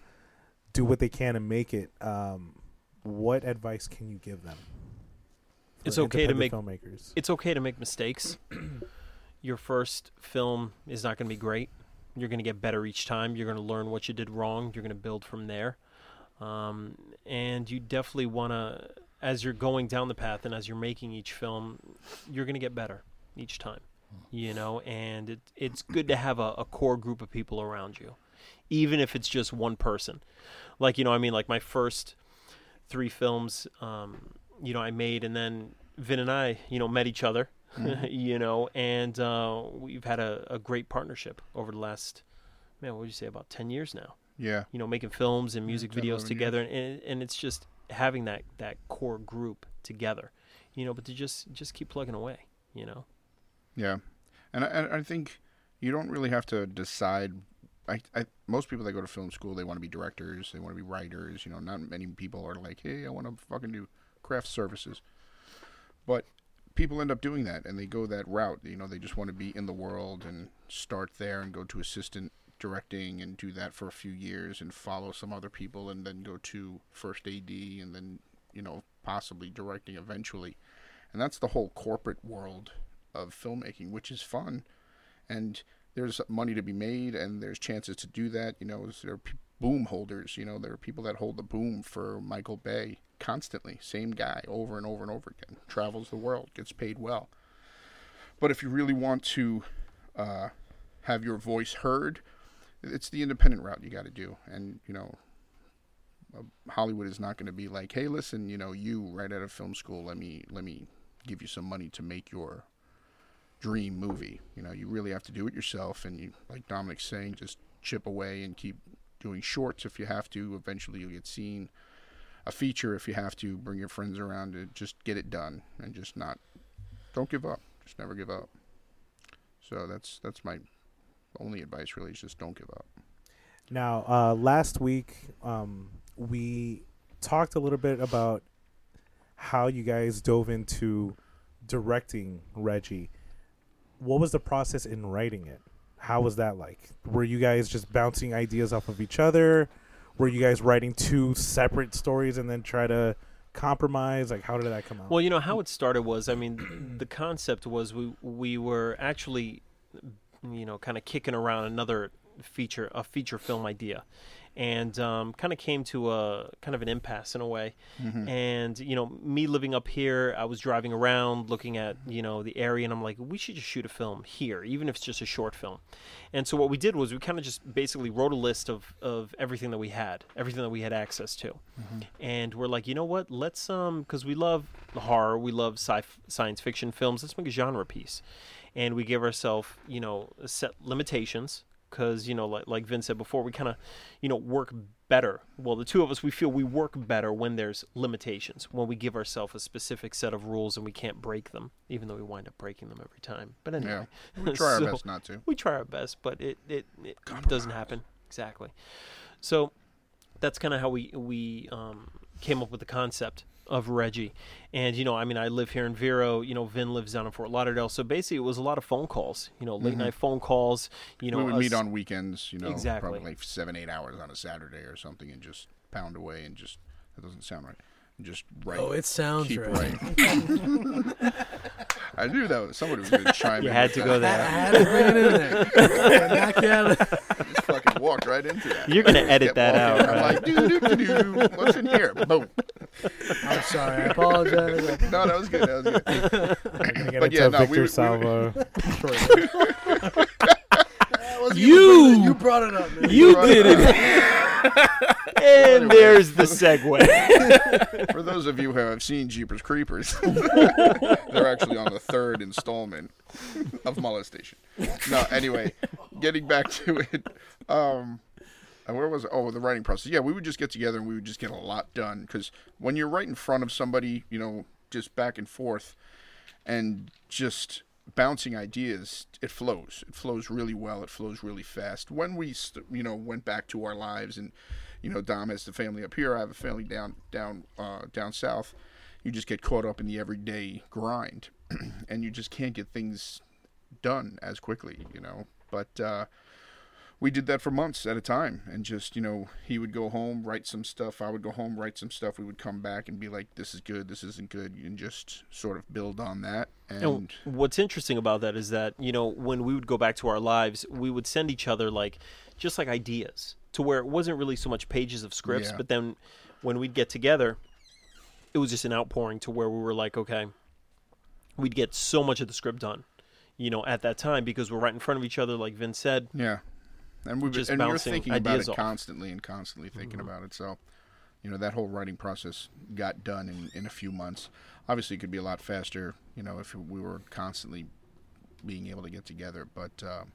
Speaker 3: do what they can and make it. Um, what advice can you give them?
Speaker 5: It's okay to
Speaker 3: independent
Speaker 5: make-
Speaker 3: filmmakers.
Speaker 5: it's okay to make mistakes. <clears throat> Your first film is not going to be great. You're going to get better each time. You're going to learn what you did wrong. You're going to build from there. Um, and you definitely want to, as you're going down the path and as you're making each film, you're going to get better each time. You know, and it, it's good to have a, a core group of people around you, even if it's just one person. Like, you know, I mean, like my first three films, um, you know, I made, and then Vin and I, you know, met each other, <laughs> you know, and uh, we've had a, a great partnership over the last, man, what would you say, about 10 years now?
Speaker 6: Yeah.
Speaker 5: You know, making films and music
Speaker 6: 10,
Speaker 5: videos
Speaker 6: 11
Speaker 5: together, and, and it's just having that, that core group together, you know, but to just, just keep plugging away, you know.
Speaker 6: Yeah, and I- I, I think you don't really have to decide. I, I most people that go to film school, they want to be directors, they want to be writers. You know, not many people are like, hey, I want to fucking do craft services. But people end up doing that, and they go that route. You know, they just want to be in the world and start there and go to assistant directing and do that for a few years and follow some other people and then go to first AD and then you know possibly directing eventually. And that's the whole corporate world of filmmaking, which is fun. And there's money to be made, and there's chances to do that. You know, there are p- boom holders. You know, there are people that hold the boom for Michael Bay constantly. Same guy over and over and over again. Travels the world, gets paid well. But if you really want to uh, have your voice heard, it's the independent route you got to do. And, you know, uh, Hollywood is not going to be like, hey, listen, you know, you right out of film school, let me let me give you some money to make your dream movie. You know, you really have to do it yourself, and you, like Dominic's saying, just chip away and keep doing shorts if you have to. Eventually, you'll get seen. A feature if you have to. Bring your friends around to just get it done, and just not don't give up. Just never give up. So that's that's my only advice really is just don't give up.
Speaker 3: Now, uh, last week um, we talked a little bit about how you guys dove into directing Reggie. What was the process in writing it? How was that like? Were you guys just bouncing ideas off of each other? Were you guys writing two separate stories and then try to compromise? Like, how did that come out?
Speaker 5: Well, you know how it started was, I mean, the concept was we we were actually, you know, kind of kicking around another feature, a feature film idea, and um, kind of came to a kind of an impasse in a way. And you know, me living up here, I was driving around looking at you know the area, and I'm like, we should just shoot a film here, even if it's just a short film. And so what we did was we kind of just basically wrote a list of of everything that we had, everything that we had access to
Speaker 6: Mm-hmm.
Speaker 5: and we're like, you know what? Let's um, because we love horror, we love sci- science fiction films. Let's make a genre piece, and we give ourselves, you know, set limitations because you know, like like Vin said before, we kind of, you know, work better. Well, the two of us, we feel we work better when there's limitations, when we give ourselves a specific set of rules and we can't break them, even though we wind up breaking them every time. But anyway,
Speaker 6: We
Speaker 5: <laughs>
Speaker 6: try
Speaker 5: so-
Speaker 6: our best not to.
Speaker 5: we try our best, but it it, it doesn't happen exactly. So that's kind of how we we um, came up with the concept of Reggie. And you know, I mean, I live here in Vero. You know, Vin lives down in Fort Lauderdale. So basically, it was a lot of phone calls. You know, late night phone calls. You know,
Speaker 6: Mm-hmm. we would meet
Speaker 5: us-
Speaker 6: on weekends, you know,
Speaker 5: Exactly.
Speaker 6: probably like seven, eight hours on a Saturday or something, and just pound away and just that doesn't sound right. And just write.
Speaker 4: Oh, it sounds
Speaker 6: keep
Speaker 4: right.
Speaker 6: writing. <laughs> I knew that was, somebody was
Speaker 5: <laughs>
Speaker 6: going to chime
Speaker 5: You
Speaker 6: in.
Speaker 5: had
Speaker 6: with
Speaker 5: to
Speaker 6: that.
Speaker 5: go
Speaker 4: I
Speaker 5: there.
Speaker 4: had to bring it in
Speaker 2: <laughs>
Speaker 4: there. Knock you out of-
Speaker 6: Just fucking walked right into that.
Speaker 5: You're gonna edit
Speaker 6: Kept
Speaker 5: that
Speaker 6: walking,
Speaker 5: out.
Speaker 6: I'm
Speaker 5: Right?
Speaker 6: like, doo doo doo doo. What's
Speaker 5: <laughs>
Speaker 6: in here? Boom.
Speaker 4: I'm sorry. I apologize.
Speaker 6: No, that was good. That was good.
Speaker 5: <laughs>
Speaker 3: We're gonna get
Speaker 6: but
Speaker 3: into
Speaker 6: yeah,
Speaker 3: a
Speaker 6: no, we
Speaker 3: Victor
Speaker 6: would- we <laughs>
Speaker 3: Salvo. <laughs>
Speaker 2: You-
Speaker 4: you brought it up, man.
Speaker 2: You did it.
Speaker 5: and there's the
Speaker 6: <laughs>
Speaker 5: segue.
Speaker 6: For those of you who have seen Jeepers Creepers, <laughs> they're actually on the third installment of Molestation. No, anyway, getting back to it. Um, and where was it? Oh, the writing process. Yeah, we would just get together and we would just get a lot done because when you're right in front of somebody, you know, just back and forth and just bouncing ideas, it flows. It flows really well. It flows really fast. When we, st- you know, went back to our lives and, you know, Dom has the family up here. I have a family down, down, uh, down south. You just get caught up in the everyday grind, <clears throat> and you just can't get things done as quickly, you know. But uh, we did that for months at a time and just you know he would go home write some stuff i would go home write some stuff we would come back and be like this is good this isn't good and just sort of build on that and
Speaker 5: And what's interesting about that is that you know when we would go back to our lives, we would send each other like just like ideas to where it wasn't really so much pages of scripts,
Speaker 6: Yeah.
Speaker 5: but then when we'd get together, it was just an outpouring to where we were like, okay, we'd get so much of the script done, you know, at that time because we're right in front of each other, like Vin said.
Speaker 6: yeah and we
Speaker 5: Just
Speaker 6: and we were
Speaker 5: bouncing
Speaker 6: thinking about
Speaker 5: ideas
Speaker 6: it
Speaker 5: off. Mm-hmm.
Speaker 6: constantly and constantly thinking about it so you know that whole writing process got done in, in a few months obviously it could be a lot faster you know if we were constantly being able to get together but um,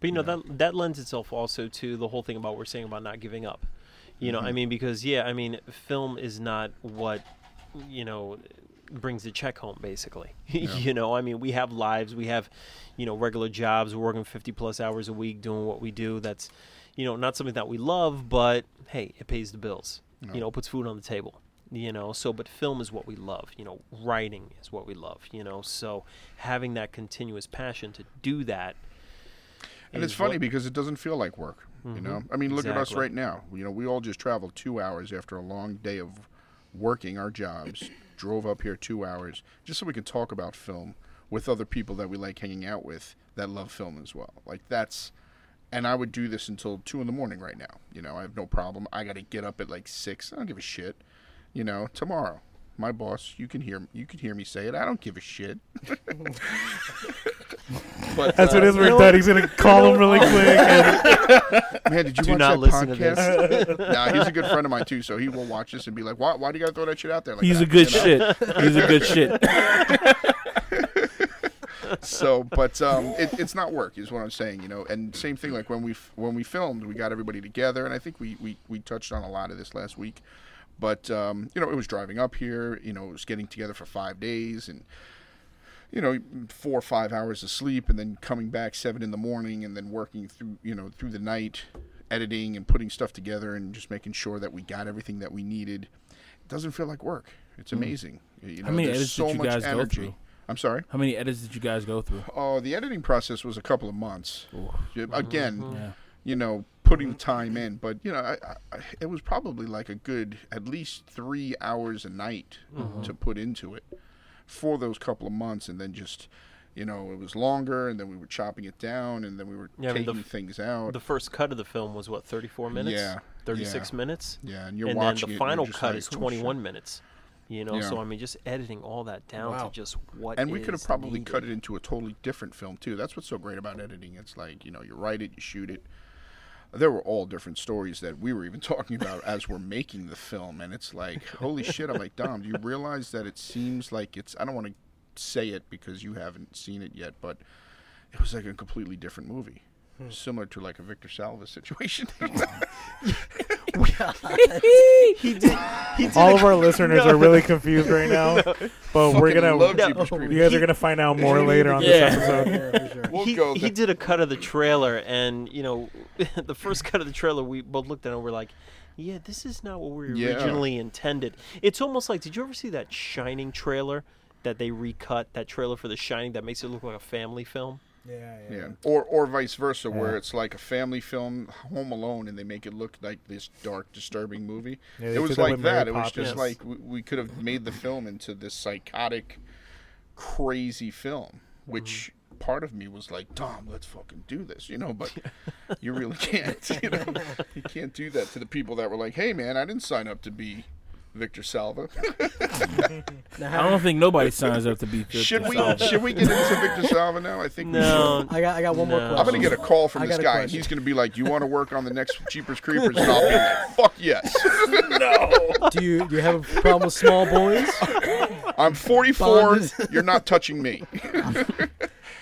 Speaker 5: But you know that that lends itself also to the whole thing about what we're saying about not giving up. You know, I mean, because yeah, I mean, film is not what you know brings the check home basically. <laughs> you know, I mean, we have lives, we have you know regular jobs, we're working fifty plus hours a week doing what we do. That's you know not something that we love, but hey, it pays the bills. You know, it puts food on the table. You know, so but film is what we love. You know, writing is what we love. You know, so having that continuous passion to do that
Speaker 6: And it's
Speaker 5: is
Speaker 6: funny
Speaker 5: what-
Speaker 6: because it doesn't feel like work. You know, I mean, look at us
Speaker 5: Exactly.
Speaker 6: right now. You know, we all just traveled two hours after a long day of working our jobs, drove up here two hours just so we could talk about film with other people that we like hanging out with that love film as well. Like that's, and I would do this until two in the morning right now. You know, I have no problem. I got to get up at like six. I don't give a shit. You know, tomorrow. My boss, you can hear you can hear me say it. I don't give a shit. but
Speaker 3: That's what it is. We're done. He's gonna call him
Speaker 6: <laughs>
Speaker 3: really quick. And
Speaker 6: Man, did
Speaker 5: <laughs>
Speaker 6: you
Speaker 5: Do
Speaker 6: watch
Speaker 5: not
Speaker 6: that
Speaker 5: listen to
Speaker 2: <laughs>
Speaker 6: podcast? nah, he's a good friend of mine too, so he will watch this and be like, "Why? Why do you gotta throw that shit out there?" Like
Speaker 2: He's
Speaker 6: that,
Speaker 2: a good
Speaker 6: you know?
Speaker 2: shit. He's a good shit.
Speaker 6: So, but um, it, it's not work, is what I'm saying, you know. And same thing, like when we f- when we filmed, we got everybody together, and I think we we, we touched on a lot of this last week. But um, you know, it was driving up here. You know, it was getting together for five days, and you know four or five hours of sleep and then coming back seven in the morning and then working through you know through the night editing and putting stuff together and just making sure that we got everything that we needed it doesn't feel like work it's
Speaker 2: Hmm.
Speaker 6: amazing you know
Speaker 2: many
Speaker 6: there's
Speaker 2: edits
Speaker 6: so
Speaker 2: did you
Speaker 6: much
Speaker 2: guys go
Speaker 6: energy
Speaker 2: through?
Speaker 6: i'm sorry
Speaker 2: <coughs> How many edits did you guys go through?
Speaker 6: oh the editing process was a couple of months Yeah, again
Speaker 2: Yeah.
Speaker 6: you know putting the time in but you know I, I, it was probably like a good at least three hours a night to put into it for those couple of months and then just you know it was longer and then we were chopping it down and then we were
Speaker 5: Yeah, I mean,
Speaker 6: taking
Speaker 5: the f-
Speaker 6: things out
Speaker 5: the first cut of the film was what 34 minutes
Speaker 6: Oh. Yeah,
Speaker 5: 36
Speaker 6: yeah.
Speaker 5: minutes
Speaker 6: yeah and you're
Speaker 5: and then
Speaker 6: watching
Speaker 5: the
Speaker 6: it,
Speaker 5: final
Speaker 6: you're just
Speaker 5: cut
Speaker 6: like,
Speaker 5: is
Speaker 6: "Oh, shit."
Speaker 5: 21 minutes you know
Speaker 6: Yeah.
Speaker 5: so i mean just editing all that down
Speaker 4: Wow.
Speaker 5: to just what
Speaker 6: and we could have
Speaker 5: is
Speaker 6: probably cut it
Speaker 5: needed.
Speaker 6: into a totally different film too that's what's so great about editing it's like you know you write it you shoot it there were all different stories that we were even <laughs> talking about as we're making the film and it's like holy shit i'm like dom do you realize that it seems like it's i don't want to say it because you haven't seen it yet but it was like a completely different movie
Speaker 5: Hmm.
Speaker 6: similar to like a victor salva situation <laughs>
Speaker 3: all of our listeners are really confused right
Speaker 6: <laughs>
Speaker 3: now, but we're
Speaker 6: Fucking
Speaker 3: gonna.
Speaker 6: love
Speaker 5: No.
Speaker 6: Jeepers Creepers.
Speaker 3: You guys are gonna find out more
Speaker 2: <laughs>
Speaker 3: later on
Speaker 2: Yeah. <laughs>
Speaker 3: this episode.
Speaker 4: yeah, for sure.
Speaker 6: we'll
Speaker 5: he,
Speaker 6: go
Speaker 5: he
Speaker 6: there.
Speaker 5: did a cut of the trailer and you know <laughs> the first cut of the trailer we both looked at it and we're like yeah this is not what we
Speaker 6: Yeah.
Speaker 5: originally intended it's almost like did you ever see that shining trailer that they recut that trailer for the shining that makes it look like a family film
Speaker 4: Yeah, yeah.
Speaker 6: Yeah, or or vice versa, where it's like a family film, Home Alone, and they make it look like this dark, disturbing movie.
Speaker 3: Yeah, they
Speaker 6: it
Speaker 3: did
Speaker 6: was
Speaker 3: that
Speaker 6: like
Speaker 3: with Mary
Speaker 6: that. It was just
Speaker 5: Poppins.
Speaker 6: like we, we could have made the film into this psychotic, crazy film. Which
Speaker 3: Mm-hmm.
Speaker 6: part of me was like, Tom, let's fucking do this, you
Speaker 3: <laughs>
Speaker 6: know? But you really can't. <laughs> You know, you can't do that to the people that were like, Hey, man, I didn't sign up to be Victor Salva.
Speaker 4: Now,
Speaker 2: I
Speaker 4: how,
Speaker 2: don't think nobody signs up to be. Fifty
Speaker 6: <laughs> should we
Speaker 2: Salva.
Speaker 6: should we get into Victor Salva now? <laughs> I think we should.
Speaker 5: no
Speaker 4: I got, I got one
Speaker 5: No.
Speaker 4: more question.
Speaker 6: I'm gonna get a call from
Speaker 4: I
Speaker 6: this
Speaker 4: got a
Speaker 6: guy, and
Speaker 4: question.
Speaker 6: he's gonna be like, "You want to work on the next
Speaker 4: <laughs>
Speaker 6: Jeepers Creepers?" And I'll be like, "Fuck yes, no,
Speaker 4: do you do you have a problem with small
Speaker 6: <laughs>
Speaker 4: boys?
Speaker 6: I'm 44.
Speaker 4: Bond is-
Speaker 6: You're not touching me."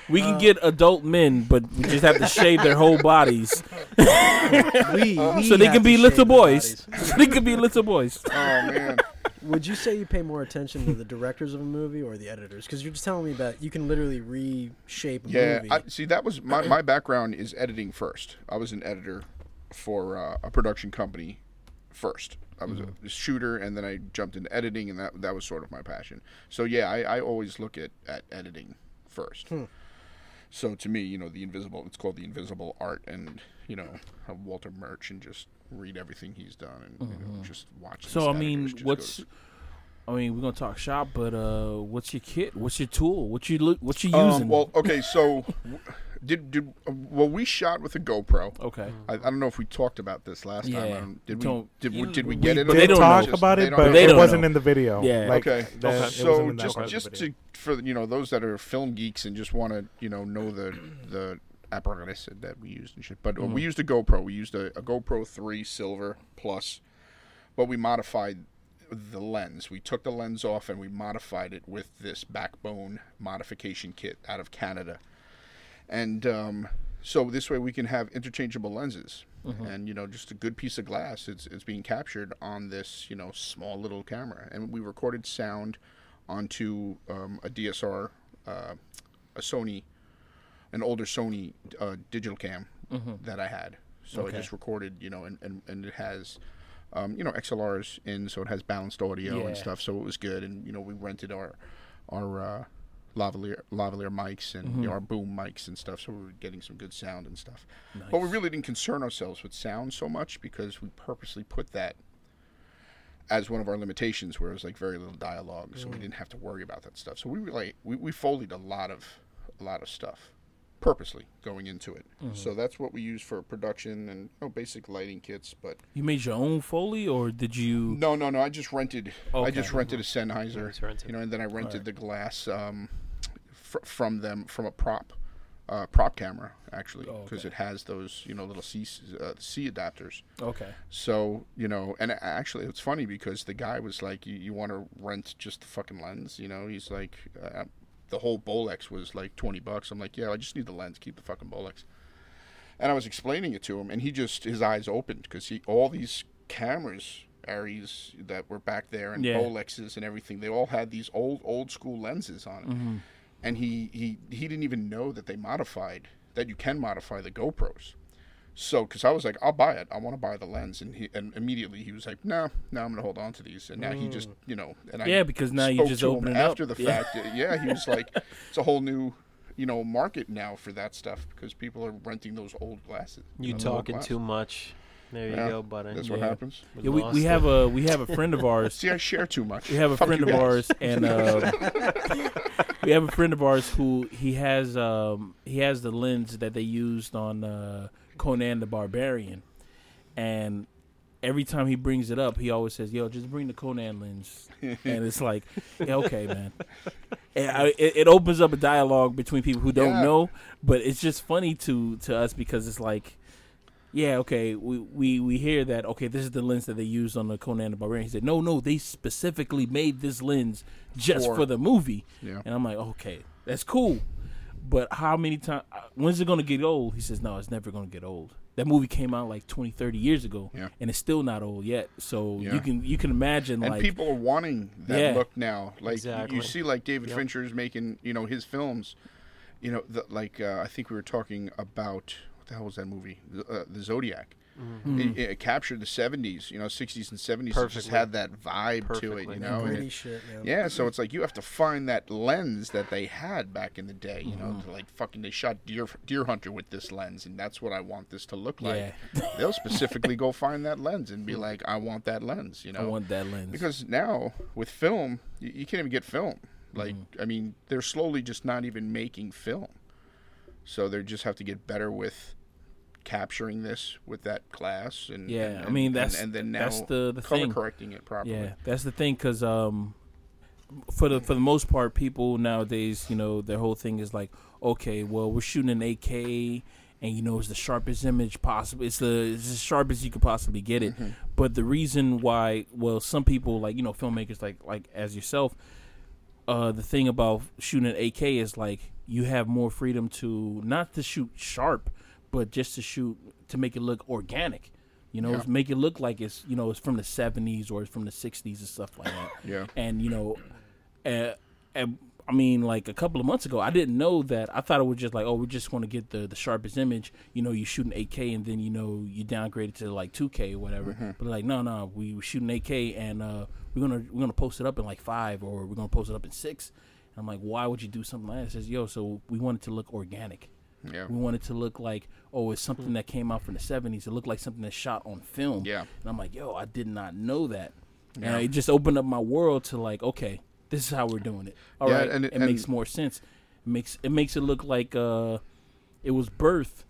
Speaker 2: We can get adult men, but we just have to shave their whole bodies
Speaker 4: We, we
Speaker 2: Uh, so they can
Speaker 4: have to
Speaker 2: be
Speaker 4: shave
Speaker 2: little
Speaker 4: their
Speaker 2: boys.
Speaker 4: bodies.
Speaker 2: <laughs> So they can be little
Speaker 4: <laughs>
Speaker 2: boys.
Speaker 6: Oh man,
Speaker 4: Would you say you pay more attention to the directors of a movie or the editors? Because you're just telling me that you can literally reshape a
Speaker 6: yeah.
Speaker 4: movie.
Speaker 6: I, see, that was my my background is editing first. I was an editor for uh, a production company first. I was
Speaker 2: Mm-hmm.
Speaker 6: a shooter, and then I jumped into editing, and that
Speaker 2: Hmm.
Speaker 6: that was sort of my passion. So yeah, I, I always look at at editing first. So to me, you know, the invisible, it's called the invisible art, and you know, have Walter Murch and just read everything he's done and you know, just watch. the
Speaker 2: Mm-hmm. So I mean,
Speaker 6: Statagers just go
Speaker 2: what's
Speaker 6: to-
Speaker 2: I mean, we're gonna talk shop, but uh, what's your kit? What's your tool? What you look? What you using?
Speaker 6: um, well, okay, so did did uh, well we shot with a GoPro.
Speaker 2: okay,
Speaker 6: I, I don't know if we talked about this last time.
Speaker 2: Yeah.
Speaker 6: I don't- did we
Speaker 2: Don't-
Speaker 6: did, we
Speaker 2: you-
Speaker 6: did we
Speaker 2: we
Speaker 6: get it?
Speaker 2: did
Speaker 3: they
Speaker 2: don't
Speaker 3: talk
Speaker 2: know.
Speaker 3: about
Speaker 6: They
Speaker 3: it,
Speaker 6: don't
Speaker 3: but
Speaker 6: know.
Speaker 2: They
Speaker 3: it
Speaker 2: don't
Speaker 3: wasn't
Speaker 2: know.
Speaker 3: in the video.
Speaker 2: Yeah.
Speaker 3: Like,
Speaker 6: okay.
Speaker 3: that- it wasn't
Speaker 6: So
Speaker 3: in that
Speaker 6: just
Speaker 3: part of the
Speaker 6: just
Speaker 3: video.
Speaker 6: to for you know those that are film geeks and just want to you know know the the apparatus that we used and shit. But
Speaker 3: Mm-hmm.
Speaker 6: uh, we used a GoPro. We used a, a GoPro three silver plus, but we modified the lens. We took the lens off and we modified it with this backbone modification kit out of Canada and um, so this way we can have interchangeable lenses and you know just a good piece of glass it's, it's being captured on this you know small little camera and we recorded sound onto um, a dsr uh, a sony an older sony uh, digital cam that i had so
Speaker 2: Mm-hmm. Okay.
Speaker 6: i just recorded you know and, and, and it has um, you know xlrs in so it has balanced audio and
Speaker 2: Yeah.
Speaker 6: stuff so it was good and you know we rented our our uh, lavalier lavalier mics and
Speaker 2: Mm-hmm.
Speaker 6: you know, our boom mics and stuff so we were getting some good sound and stuff but we really didn't concern ourselves with sound so much because we purposely put that as one of our limitations where it was like very little dialogue so we didn't have to worry about that stuff so we were like we, we folied a lot of a lot of stuff purposely going into it so that's what we use for production and you know, basic lighting kits but
Speaker 2: you made your own foley, or did you?
Speaker 6: no, no, no. I just rented. I
Speaker 2: Okay.
Speaker 6: just rented a Sennheiser.
Speaker 5: It's rented.
Speaker 6: You know, and then I rented the glass um, fr- from them from a prop uh, prop camera actually because it has those you know little C uh, C adapters.
Speaker 2: Okay,
Speaker 6: So you know, and a- actually, it's funny because the guy was like, "You, you want to rent just the fucking lens?" You know, he's like, uh, "The whole Bolex was like twenty bucks." I'm like, "Yeah, I just need the lens. Keep the fucking Bolex." And I was explaining it to him, and he just his eyes opened because he all these cameras. Aries that were back there and
Speaker 2: Yeah.
Speaker 6: Bolexes and everything. They all had these old old school lenses on it, and he, he he didn't even know that they modified that you can modify the GoPros. So, because I was like, I'll buy it. I want to buy the lens, and he and immediately he was like, No, no, I'm gonna hold on to these. And now he just, you know, and I
Speaker 2: Mm. Yeah, because now you
Speaker 6: spoke
Speaker 2: just
Speaker 6: to him
Speaker 2: open it up.
Speaker 6: after the
Speaker 2: Yeah.
Speaker 6: fact. yeah, he
Speaker 2: <laughs>
Speaker 6: was like, It's a whole new, you know, market now for that stuff because people are renting those old glasses.
Speaker 5: You
Speaker 6: know, the old
Speaker 5: talking
Speaker 6: glass.
Speaker 5: too much. There you
Speaker 6: Yeah,
Speaker 5: go, buddy.
Speaker 6: That's what
Speaker 2: Yeah.
Speaker 6: happens.
Speaker 5: We
Speaker 2: yeah, we,
Speaker 5: lost
Speaker 2: we have
Speaker 5: it.
Speaker 2: a we have a friend of ours.
Speaker 6: See, I share too much.
Speaker 2: We have a
Speaker 6: <laughs> Fuck
Speaker 2: friend
Speaker 6: you
Speaker 2: of
Speaker 6: guys.
Speaker 2: ours,
Speaker 6: <laughs>
Speaker 2: and uh, <laughs> we have a friend of ours who he has um, he has the lens that they used on uh, Conan the Barbarian, and every time he brings it up, he always says, "Yo, just bring the Conan lens," and it's like, yeah, "Okay, man." And I, it, it opens up a dialogue between people who don't
Speaker 6: Yeah.
Speaker 2: know, but it's just funny to to us because it's like. Yeah, okay. We, we we hear that. Okay, this is the lens that they used on the Conan the Barbarian. He said, "No, no, they specifically made this lens just
Speaker 6: For-
Speaker 2: for the movie."
Speaker 6: Yeah.
Speaker 2: And I'm like, "Okay, that's cool." But how many times when's it going to get old? He says, "No, it's never going to get old." That movie came out like 20, 30 years ago
Speaker 6: Yeah.
Speaker 2: and it's still not old yet. So
Speaker 6: Yeah.
Speaker 2: you can you can imagine
Speaker 6: And
Speaker 2: like
Speaker 6: people are wanting that
Speaker 2: Yeah.
Speaker 6: look now. Like you-
Speaker 5: Exactly.
Speaker 6: you see, like David
Speaker 5: Yep.
Speaker 6: Fincher's making, you know, his films. You know, the, like uh, I think we were talking about what the hell was that movie? The, uh, the Zodiac. It, it captured the '70s, you know, '60s and '70s. It just
Speaker 5: Perfectly.
Speaker 6: had that vibe to it,
Speaker 5: Perfectly.
Speaker 6: you know. and
Speaker 4: Gritty
Speaker 6: it-
Speaker 4: shit, man.
Speaker 6: yeah, so it's like you have to find that lens that they had back in the day. You know, to, like fucking they shot deer deer hunter with this lens, and that's what I want this to look like. They'll specifically go find that lens and be like, I want that lens. You know,
Speaker 2: I want that lens.
Speaker 6: because now with film, you, you can't even get film. Like,
Speaker 2: Mm-hmm.
Speaker 6: I mean, they're slowly just not even making film. So they just have to get better with capturing this with that glass and
Speaker 2: Yeah,
Speaker 6: and-
Speaker 2: I mean,
Speaker 6: and-
Speaker 2: that's-
Speaker 6: and, then now
Speaker 2: that's the- the
Speaker 6: color
Speaker 2: thing.
Speaker 6: correcting it properly.
Speaker 2: Yeah, that's the thing, because um, for the for the most part, people nowadays, you know, their whole thing is like, okay, well, we're shooting an AK, and you know, it's the sharpest image possible. It's the it's as sharp as you could possibly get it. But the reason why, well, some people like you know filmmakers like like as yourself, uh, the thing about shooting an AK is like you have more freedom to not to shoot sharp, but just to shoot to make it look organic. You know, make it look like it's you know it's from the '70s or it's from the '60s and stuff like that.
Speaker 6: Yeah.
Speaker 2: And you know, uh, uh, I mean, like a couple of months ago, I didn't know that. I thought it was just like, oh, we just want to get the the sharpest image. You know, you shoot an 8K and then you know you downgrade it to like 2K or whatever.
Speaker 6: Mm-hmm.
Speaker 2: But like, no, no, we were shooting 8K and uh, we're gonna we're gonna post it up in like five or we're gonna post it up in six. And I'm like, why would you do something like that? It says, yo, so we want it to look organic.
Speaker 6: Yeah.
Speaker 2: We want it to look like, oh, it's something that came out from the 70s. It looked like something that's shot on film.
Speaker 6: Yeah.
Speaker 2: And I'm like, yo, I did not know that.
Speaker 6: Yeah.
Speaker 2: And it just opened up my world to like, okay, this is how we're doing it. All
Speaker 6: Yeah,
Speaker 2: right,
Speaker 6: and-
Speaker 2: it
Speaker 6: and-
Speaker 2: makes more sense. It makes it makes it look like uh, it was birth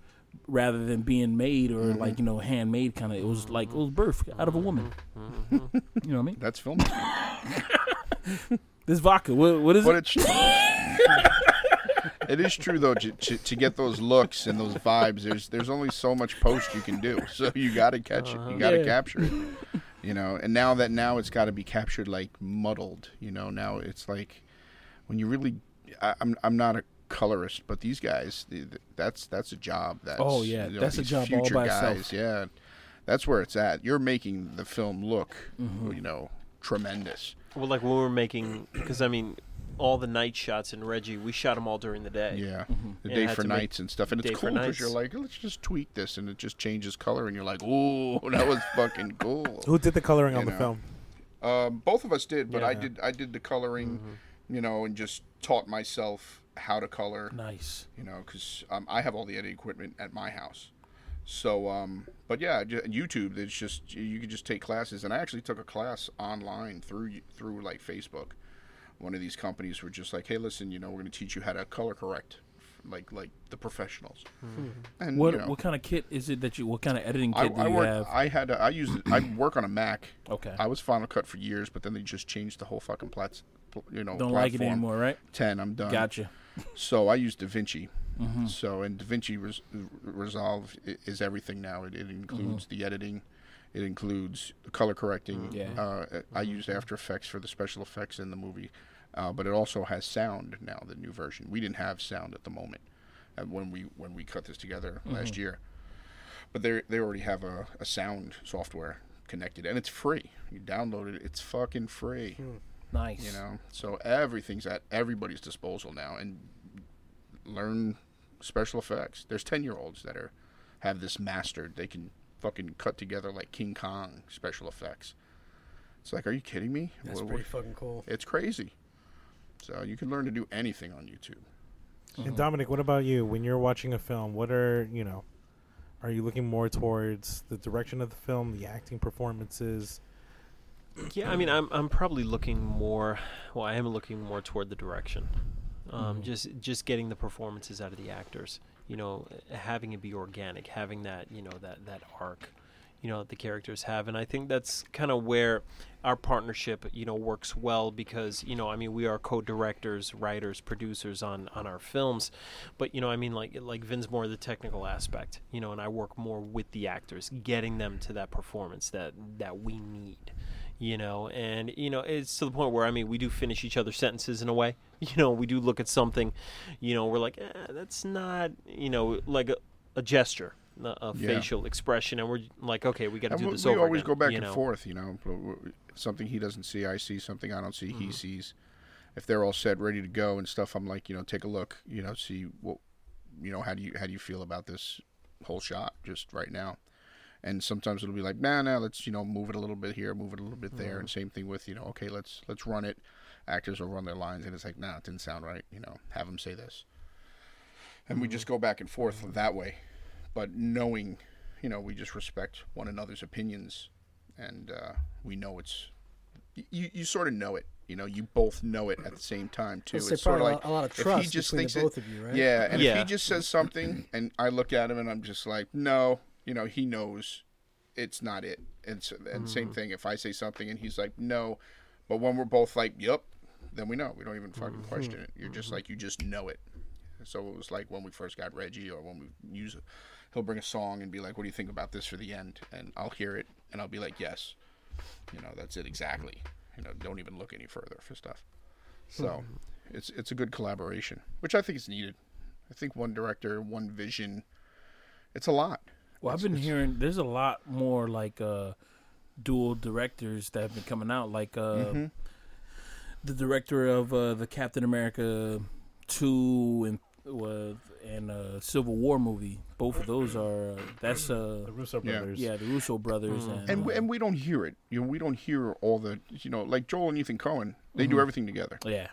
Speaker 2: rather than being made or
Speaker 6: Mm-hmm.
Speaker 2: like you know handmade kind of. It was like it was birth out of a woman. <laughs> you know what I mean?
Speaker 6: That's filming.
Speaker 2: This vodka. What, what is
Speaker 6: But
Speaker 2: it?
Speaker 6: it's it is true though to, to, to get those looks and those vibes. There's there's only so much post you can do, so you got to catch it. You got to
Speaker 2: Uh-huh. Yeah.
Speaker 6: capture it. You know, and now that now it's got to be captured like muddled. You know, now it's like when you really, I, I'm I'm not a colorist, but these guys, the, the- that's that's a job. That's
Speaker 2: Oh, yeah,
Speaker 6: you know,
Speaker 2: that's a
Speaker 6: these
Speaker 2: job all
Speaker 6: future
Speaker 2: by itself.
Speaker 6: guys, Yeah, that's where it's at. You're making the film look,
Speaker 2: Mm-hmm.
Speaker 6: you know, tremendous.
Speaker 5: Well, like when we were making, because I mean, all the night shots in Reggie, we shot them all during the day.
Speaker 6: Yeah, the
Speaker 5: Mm-hmm. Yeah,
Speaker 6: day
Speaker 5: had
Speaker 6: for
Speaker 5: to make
Speaker 6: nights and stuff, and
Speaker 5: day
Speaker 6: it's
Speaker 5: for
Speaker 6: cool because
Speaker 5: nights.
Speaker 6: you're like, let's just tweak this, and it just changes color, and you're like, ooh, <laughs> that was fucking cool.
Speaker 5: <laughs>
Speaker 3: Who did the coloring on
Speaker 6: You
Speaker 3: the
Speaker 6: know.
Speaker 3: film?
Speaker 6: Um, both of us did, but I
Speaker 5: Yeah. Mm-hmm.
Speaker 6: did, I did the coloring, you know, and just taught myself how to color,
Speaker 2: Nice.
Speaker 6: you know, because um, I have all the editing equipment at my house. So, um, but yeah, ju- YouTube. It's just you can just take classes, and I actually took a class online through through like Facebook. One of these companies were just like, "Hey, listen, you know, we're going to teach you how to color correct, like like the professionals." And
Speaker 2: What
Speaker 6: you know,
Speaker 2: what kind of kit is it that you? What kind of editing
Speaker 6: I,
Speaker 2: kit do
Speaker 6: I
Speaker 2: you
Speaker 6: worked,
Speaker 2: have?
Speaker 6: I had. A, I used. I work on a Mac.
Speaker 2: okay.
Speaker 6: I was Final Cut for years, but then they just changed the whole fucking plat. pl- You know,
Speaker 2: Don't like it
Speaker 6: platform.
Speaker 2: anymore, right?
Speaker 6: Ten. I'm done.
Speaker 2: Gotcha. Mm-hmm.
Speaker 6: So I used DaVinci. So and DaVinci Res- Resolve i- is everything now. It, it includes
Speaker 2: Mm-hmm.
Speaker 6: the editing. It includes the color correcting.
Speaker 2: Yeah.
Speaker 6: Uh, I used After Effects for the special effects in the movie, uh, but it also has sound now. The new version. We didn't have sound at the moment, uh, when we when we cut this together last
Speaker 2: Mm-hmm.
Speaker 6: year. But they they already have a, a sound software connected, and it's free. You download it. It's fucking free.
Speaker 2: Nice.
Speaker 6: You know, so everything's at everybody's disposal now, and learn special effects. There's ten year olds that are have this mastered. They can fucking cut together like King Kong special effects. It's like, are you kidding me?
Speaker 4: That's
Speaker 6: What-
Speaker 4: pretty
Speaker 6: what-
Speaker 4: fucking cool.
Speaker 6: it's crazy. So you can learn to do anything on YouTube. Uh-huh.
Speaker 3: And Dominic, what about you? When you're watching a film, what are you know? Are you looking more towards the direction of the film, the acting performances?
Speaker 5: Yeah, I mean, I'm I'm probably looking more. Well, I am looking more toward the direction. Um, Just just getting the performances out of the actors. You know, having it be organic, having that you know that that arc. You know that the characters have, and I think that's kind of where our partnership, you know, works well because you know, I mean, we are co-directors, writers, producers on on our films, but you know, I mean, like like Vin's more the technical aspect, you know, and I work more with the actors, getting them to that performance that that we need you know and you know it's to the point where i mean we do finish each other's sentences in a way <laughs> you know we do look at something you know we're like eh, that's not you know like a, a gesture a, a
Speaker 6: Yeah.
Speaker 5: facial expression and we're like okay we got to
Speaker 6: And
Speaker 5: do
Speaker 6: we,
Speaker 5: this
Speaker 6: we
Speaker 5: over
Speaker 6: always
Speaker 5: again,
Speaker 6: go back
Speaker 5: you
Speaker 6: and
Speaker 5: know?
Speaker 6: forth, you know. but we- Something he doesn't see, I see. Something I don't see,
Speaker 5: Mm-hmm.
Speaker 6: he sees. If they're all set, ready to go, and stuff, I'm like, you know, take a look, you know, see what, you know, how do you how do you feel about this whole shot just right now? And sometimes it'll be like, nah, nah, let's you know move it a little bit here, move it a little bit
Speaker 5: Mm-hmm.
Speaker 6: there, and same thing with you know, okay, let's let's run it. Actors will run their lines, and it's like, nah, it didn't sound right, you know, have them say this, and we just go back and forth that way but knowing, you know, we just respect one another's opinions, and uh, we know it's y- you. You sort of know it. You know, you both know it at the same time too.
Speaker 4: I'd say
Speaker 6: It's sort of
Speaker 4: probably a
Speaker 6: like
Speaker 4: lot- a lot of
Speaker 6: if he
Speaker 4: trust
Speaker 6: just
Speaker 4: between the
Speaker 6: thinks it-
Speaker 4: both of you, right?
Speaker 6: Yeah, and if
Speaker 5: Yeah.
Speaker 6: he just says something, and I look at him, and I'm just like, no, you know, he knows it's not it. And so, and same thing, if I say something and he's like, no, but when we're both like, yep, then we know. We don't even fucking question it. You're just like, you just know it. So it was like when we first got Reggie, or when we use, he'll bring a song and be like, "What do you think about this for the end?" And I'll hear it and I'll be like, "Yes," you know, that's it exactly. You know, don't even look any further for stuff. So
Speaker 2: Hmm.
Speaker 6: it's it's a good collaboration, which I think is needed. I think one director, one vision, it's a lot.
Speaker 2: Well, I've
Speaker 6: It's-
Speaker 2: been
Speaker 6: it's-
Speaker 2: hearing there's a lot more like uh, dual directors that have been coming out, like uh,
Speaker 6: Mm-hmm.
Speaker 2: the director of uh, the Captain America two and was and uh, Civil War movie. Both of those are uh, that's uh,
Speaker 3: The Russo
Speaker 6: Yeah.
Speaker 3: brothers.
Speaker 2: yeah the Russo brothers and,
Speaker 6: Mm. and we,
Speaker 2: uh,
Speaker 6: and we don't hear it. You know,
Speaker 2: Mm-hmm.
Speaker 6: we don't hear all the you know, like Joel and Ethan Cohen. They do everything together,
Speaker 2: yeah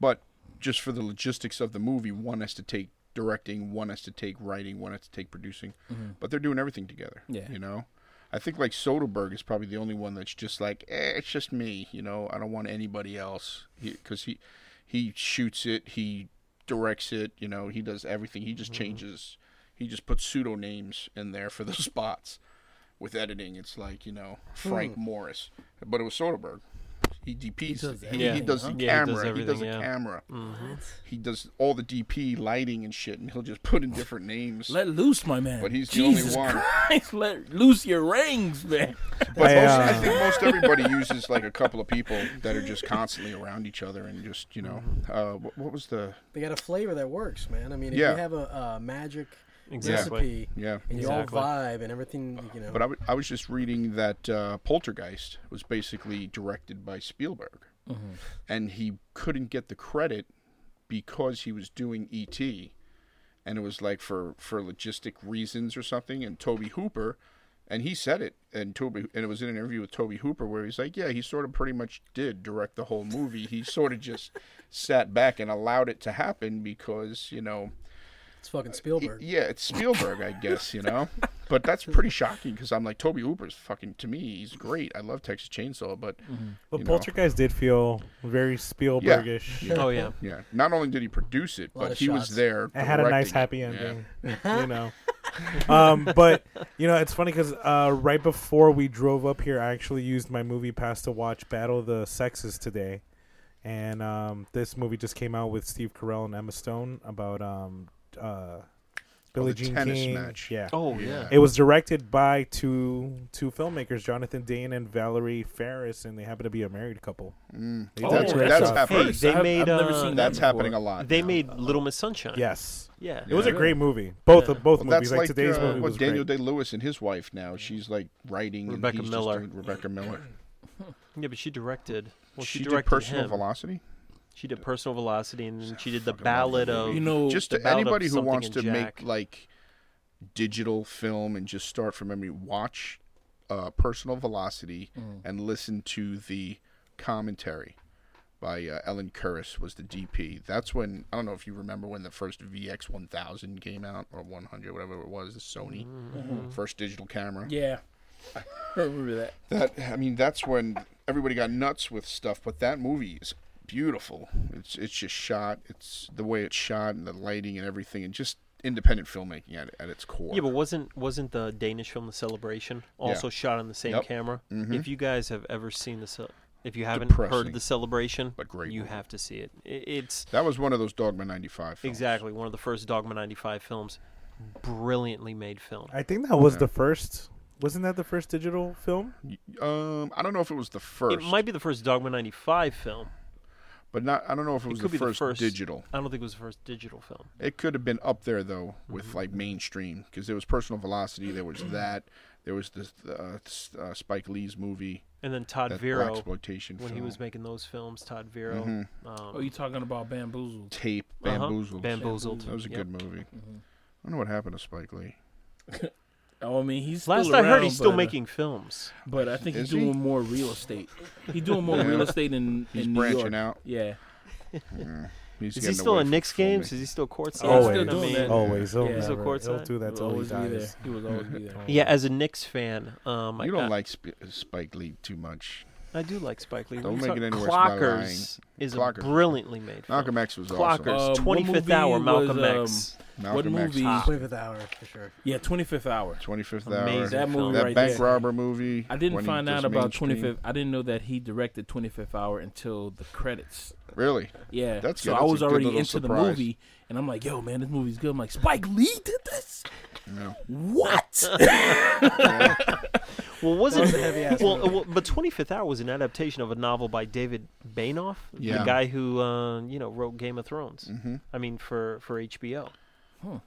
Speaker 6: but just for the logistics of the movie, one has to take directing, one has to take writing, one has to take producing, but they're doing everything together.
Speaker 2: Yeah.
Speaker 6: you know. I think like Soderbergh is probably the only one that's just like, eh, it's just me, you know. I don't want anybody else because he, he shoots it, he directs it, you know. He does everything. He just changes. He just puts pseudo names in there for the <laughs> spots. With editing, it's like you know Frank Morris, but it was Soderbergh. He DPs.
Speaker 4: He does
Speaker 6: He, he
Speaker 5: everything,
Speaker 6: does
Speaker 5: huh?
Speaker 6: the
Speaker 5: Yeah, he does
Speaker 6: camera. he does
Speaker 5: everything,
Speaker 6: the
Speaker 5: yeah.
Speaker 6: camera
Speaker 4: What?
Speaker 6: he does all the DP lighting and shit, and he'll just put in different names.
Speaker 2: Let loose, my man.
Speaker 6: But he's the only
Speaker 2: Jesus
Speaker 6: one.
Speaker 2: Christ, <laughs> let loose your rings, man.
Speaker 6: but
Speaker 3: I,
Speaker 6: most, I
Speaker 3: uh,
Speaker 6: think most everybody uses like a couple of people that are just constantly around each other and just you know, uh, what, what was the
Speaker 4: They got a flavor that works, man. I mean, if
Speaker 6: Yeah.
Speaker 4: you have a, a magic
Speaker 5: Exactly.
Speaker 4: recipe
Speaker 6: yeah.
Speaker 4: and
Speaker 5: Exactly.
Speaker 4: you all vibe and everything, you know.
Speaker 6: But I wa- I was just reading that uh, Poltergeist was basically directed by Spielberg, and he couldn't get the credit because he was doing ET, and it was like for for logistic reasons or something. And Toby Hooper, and he said it, and Toby, and it was in an interview with Toby Hooper where he's like, yeah, he sort of pretty much did direct the whole movie. He sort of just <laughs> sat back and allowed it to happen because you know
Speaker 4: it's fucking Spielberg.
Speaker 6: yeah, it's Spielberg, I guess, you know. But that's pretty shocking because I'm like Toby Hooper's fucking to me, he's great. I love Texas Chainsaw, but
Speaker 3: But
Speaker 6: You know.
Speaker 3: Poltergeist did feel very Spielbergish.
Speaker 5: Oh yeah.
Speaker 6: yeah, not only did he produce it,
Speaker 4: Lot
Speaker 6: but
Speaker 4: of
Speaker 6: he was
Speaker 4: shots.
Speaker 6: there.
Speaker 3: It had a nice
Speaker 6: directing it.
Speaker 3: happy
Speaker 6: Yeah.
Speaker 3: ending. You know. um, but you know it's funny because uh, right before we drove up here, I actually used my movie pass to watch Battle of the Sexes today, and um, this movie just came out with Steve Carell and Emma Stone about um, uh, Billie
Speaker 6: Oh, the
Speaker 3: Jean
Speaker 6: tennis
Speaker 3: King.
Speaker 6: match.
Speaker 3: Yeah,
Speaker 5: <laughs> Oh yeah.
Speaker 3: It was directed by two two filmmakers, Jonathan Dane and Valerie Ferris, and they happen to be a married couple. They
Speaker 6: Mm.
Speaker 2: Oh,
Speaker 3: did
Speaker 6: <laughs> that's
Speaker 3: great
Speaker 6: that's
Speaker 3: stuff.
Speaker 5: Hey,
Speaker 6: happening.
Speaker 5: they
Speaker 2: I've-
Speaker 5: made.
Speaker 2: I've never
Speaker 5: uh,
Speaker 2: seen that.
Speaker 6: that's
Speaker 2: before.
Speaker 6: happening a lot.
Speaker 5: They
Speaker 6: now.
Speaker 5: made Little Miss Sunshine.
Speaker 3: Yes,
Speaker 5: Yeah.
Speaker 3: it was a
Speaker 6: Yeah.
Speaker 3: great movie. Both
Speaker 5: Yeah.
Speaker 3: of both
Speaker 6: Well,
Speaker 3: movies,
Speaker 6: that's
Speaker 3: like,
Speaker 6: like,
Speaker 3: today's
Speaker 6: uh,
Speaker 3: movie
Speaker 6: what
Speaker 3: was
Speaker 6: Daniel
Speaker 3: great.
Speaker 6: Day Lewis and his wife now. She's like writing and
Speaker 5: Rebecca
Speaker 6: he's just
Speaker 5: Miller.
Speaker 6: doing Rebecca Miller.
Speaker 5: Yeah, but she directed. Well, she,
Speaker 6: she did
Speaker 5: directed
Speaker 6: Personal
Speaker 5: him.
Speaker 6: Velocity.
Speaker 5: She did Personal Velocity, and then she did the
Speaker 6: Fucking
Speaker 5: Ballad
Speaker 6: wonderful
Speaker 5: of.
Speaker 2: You know,
Speaker 6: just
Speaker 5: the
Speaker 6: to
Speaker 5: Ballad of
Speaker 6: anybody who
Speaker 5: Something
Speaker 6: wants
Speaker 5: and
Speaker 6: to
Speaker 5: Jack.
Speaker 6: make like digital film and just start from memory watch uh, personal velocity and listen to the commentary by uh, ellen curris was the dp that's when i don't know if you remember when the first vx1000 came out or 100 whatever it was the sony first digital camera
Speaker 2: yeah. <laughs> I remember that.
Speaker 6: that i mean that's when everybody got nuts with stuff but that movie is beautiful it's it's just shot it's the way it's shot and the lighting and everything and just independent filmmaking at, at its core
Speaker 5: Yeah, but wasn't wasn't the Danish film The Celebration also shot on the same
Speaker 6: Yep. Mm-hmm.
Speaker 5: camera? If you guys have ever seen the, Cel- if you haven't heard
Speaker 6: Depressing,
Speaker 5: of The Celebration,
Speaker 6: but great
Speaker 5: you
Speaker 6: movie.
Speaker 5: have to see it. it it's
Speaker 6: that was one of those dogma 95 films.
Speaker 5: exactly one of the first Dogma '95 films. Brilliantly made film.
Speaker 3: I think that was the first. Wasn't that the first digital film?
Speaker 6: um i don't know if it was the first
Speaker 5: It might be the first Dogma '95 film.
Speaker 6: but not i don't know if it was
Speaker 5: it could be
Speaker 6: the, first
Speaker 5: the first
Speaker 6: digital
Speaker 5: I don't think it was the first digital film.
Speaker 6: it could have been up there though with
Speaker 5: Mm-hmm.
Speaker 6: like mainstream because there was personal velocity there was that there was this uh, s- uh, spike lee's movie
Speaker 5: And then Todd
Speaker 6: that black
Speaker 5: Vero,
Speaker 6: exploitation
Speaker 5: when
Speaker 6: film Mm-hmm.
Speaker 5: he was making those films, Todd Vero, um,
Speaker 2: Oh, you talking about bamboozled?
Speaker 6: tape
Speaker 5: uh-huh,
Speaker 6: bamboozled
Speaker 5: Bamboozled.
Speaker 6: That was a
Speaker 5: Yep.
Speaker 6: good movie.
Speaker 2: Mm-hmm.
Speaker 6: I don't know what happened to Spike Lee.
Speaker 2: Oh, I mean, he's still
Speaker 5: Last I heard,
Speaker 2: around,
Speaker 5: he's still
Speaker 2: but, uh,
Speaker 5: making films.
Speaker 2: But I think he's
Speaker 6: Is he?
Speaker 2: doing more real estate. He's doing more real estate in
Speaker 6: He's
Speaker 2: in New
Speaker 6: branching
Speaker 2: York.
Speaker 6: out. Mm,
Speaker 2: Yeah, <laughs>
Speaker 6: He's
Speaker 5: Is he
Speaker 6: getting
Speaker 5: still
Speaker 6: away
Speaker 5: in
Speaker 6: from
Speaker 5: Knicks
Speaker 6: filming.
Speaker 5: games? Is he still
Speaker 4: Oh,
Speaker 5: courtside?
Speaker 2: Yeah, he's still
Speaker 3: Always.
Speaker 2: doing that.
Speaker 3: Always, he'll
Speaker 2: Yeah.
Speaker 5: He's a
Speaker 3: never- he'll
Speaker 5: courtside.
Speaker 3: do that
Speaker 2: He'll
Speaker 3: till he
Speaker 2: always be there.
Speaker 3: dies.
Speaker 2: He was always
Speaker 6: <laughs>
Speaker 2: be there.
Speaker 5: Yeah, as a Knicks fan,
Speaker 2: Oh
Speaker 5: um, I,
Speaker 6: You don't
Speaker 5: I-
Speaker 6: like Sp- Spike Lee too much.
Speaker 5: I do like Spike Lee.
Speaker 6: Don't
Speaker 5: We
Speaker 6: make
Speaker 5: talk-
Speaker 6: it any worse by
Speaker 5: Clockers is
Speaker 6: Clockers.
Speaker 5: a brilliantly made. Film.
Speaker 6: Malcolm X was
Speaker 5: Clockers,
Speaker 4: Uh,
Speaker 6: awesome.
Speaker 2: Um, what
Speaker 5: Twenty Fifth
Speaker 2: movie
Speaker 5: Hour,
Speaker 2: was,
Speaker 5: Malcolm
Speaker 2: um,
Speaker 5: X.
Speaker 6: Malcolm
Speaker 2: what
Speaker 6: X.
Speaker 5: Ah.
Speaker 6: Ah.
Speaker 2: movie?
Speaker 4: Play with hour for sure.
Speaker 2: Yeah, 25th hour.
Speaker 6: 25th Hour.
Speaker 5: Amazing.
Speaker 6: That,
Speaker 2: That movie
Speaker 5: film.
Speaker 2: right
Speaker 6: bank
Speaker 2: there.
Speaker 6: robber movie.
Speaker 2: I didn't
Speaker 6: when he
Speaker 2: find out
Speaker 6: just
Speaker 2: about
Speaker 6: mainstream.
Speaker 2: 25th. I didn't know that he directed 25th Hour until the credits.
Speaker 6: Really?
Speaker 2: Yeah,
Speaker 6: That's
Speaker 2: so
Speaker 6: good.
Speaker 2: I
Speaker 6: That's a
Speaker 2: was
Speaker 6: good
Speaker 2: already
Speaker 6: little
Speaker 2: into the
Speaker 6: surprise.
Speaker 2: movie, and I'm like, "Yo, man, this movie's good." I'm like, "Spike Lee did this?
Speaker 6: No.
Speaker 2: What?"
Speaker 5: <laughs>
Speaker 2: <laughs>
Speaker 5: Well, wasn't
Speaker 4: was a heavy-ass
Speaker 5: well,
Speaker 4: movie.
Speaker 5: well, but Twenty Fifth Hour was an adaptation of a novel by David Bainoff,
Speaker 6: Yeah. Mm-hmm.
Speaker 5: the guy who uh, you know wrote Game of Thrones. I mean, for for HBO.
Speaker 4: I'm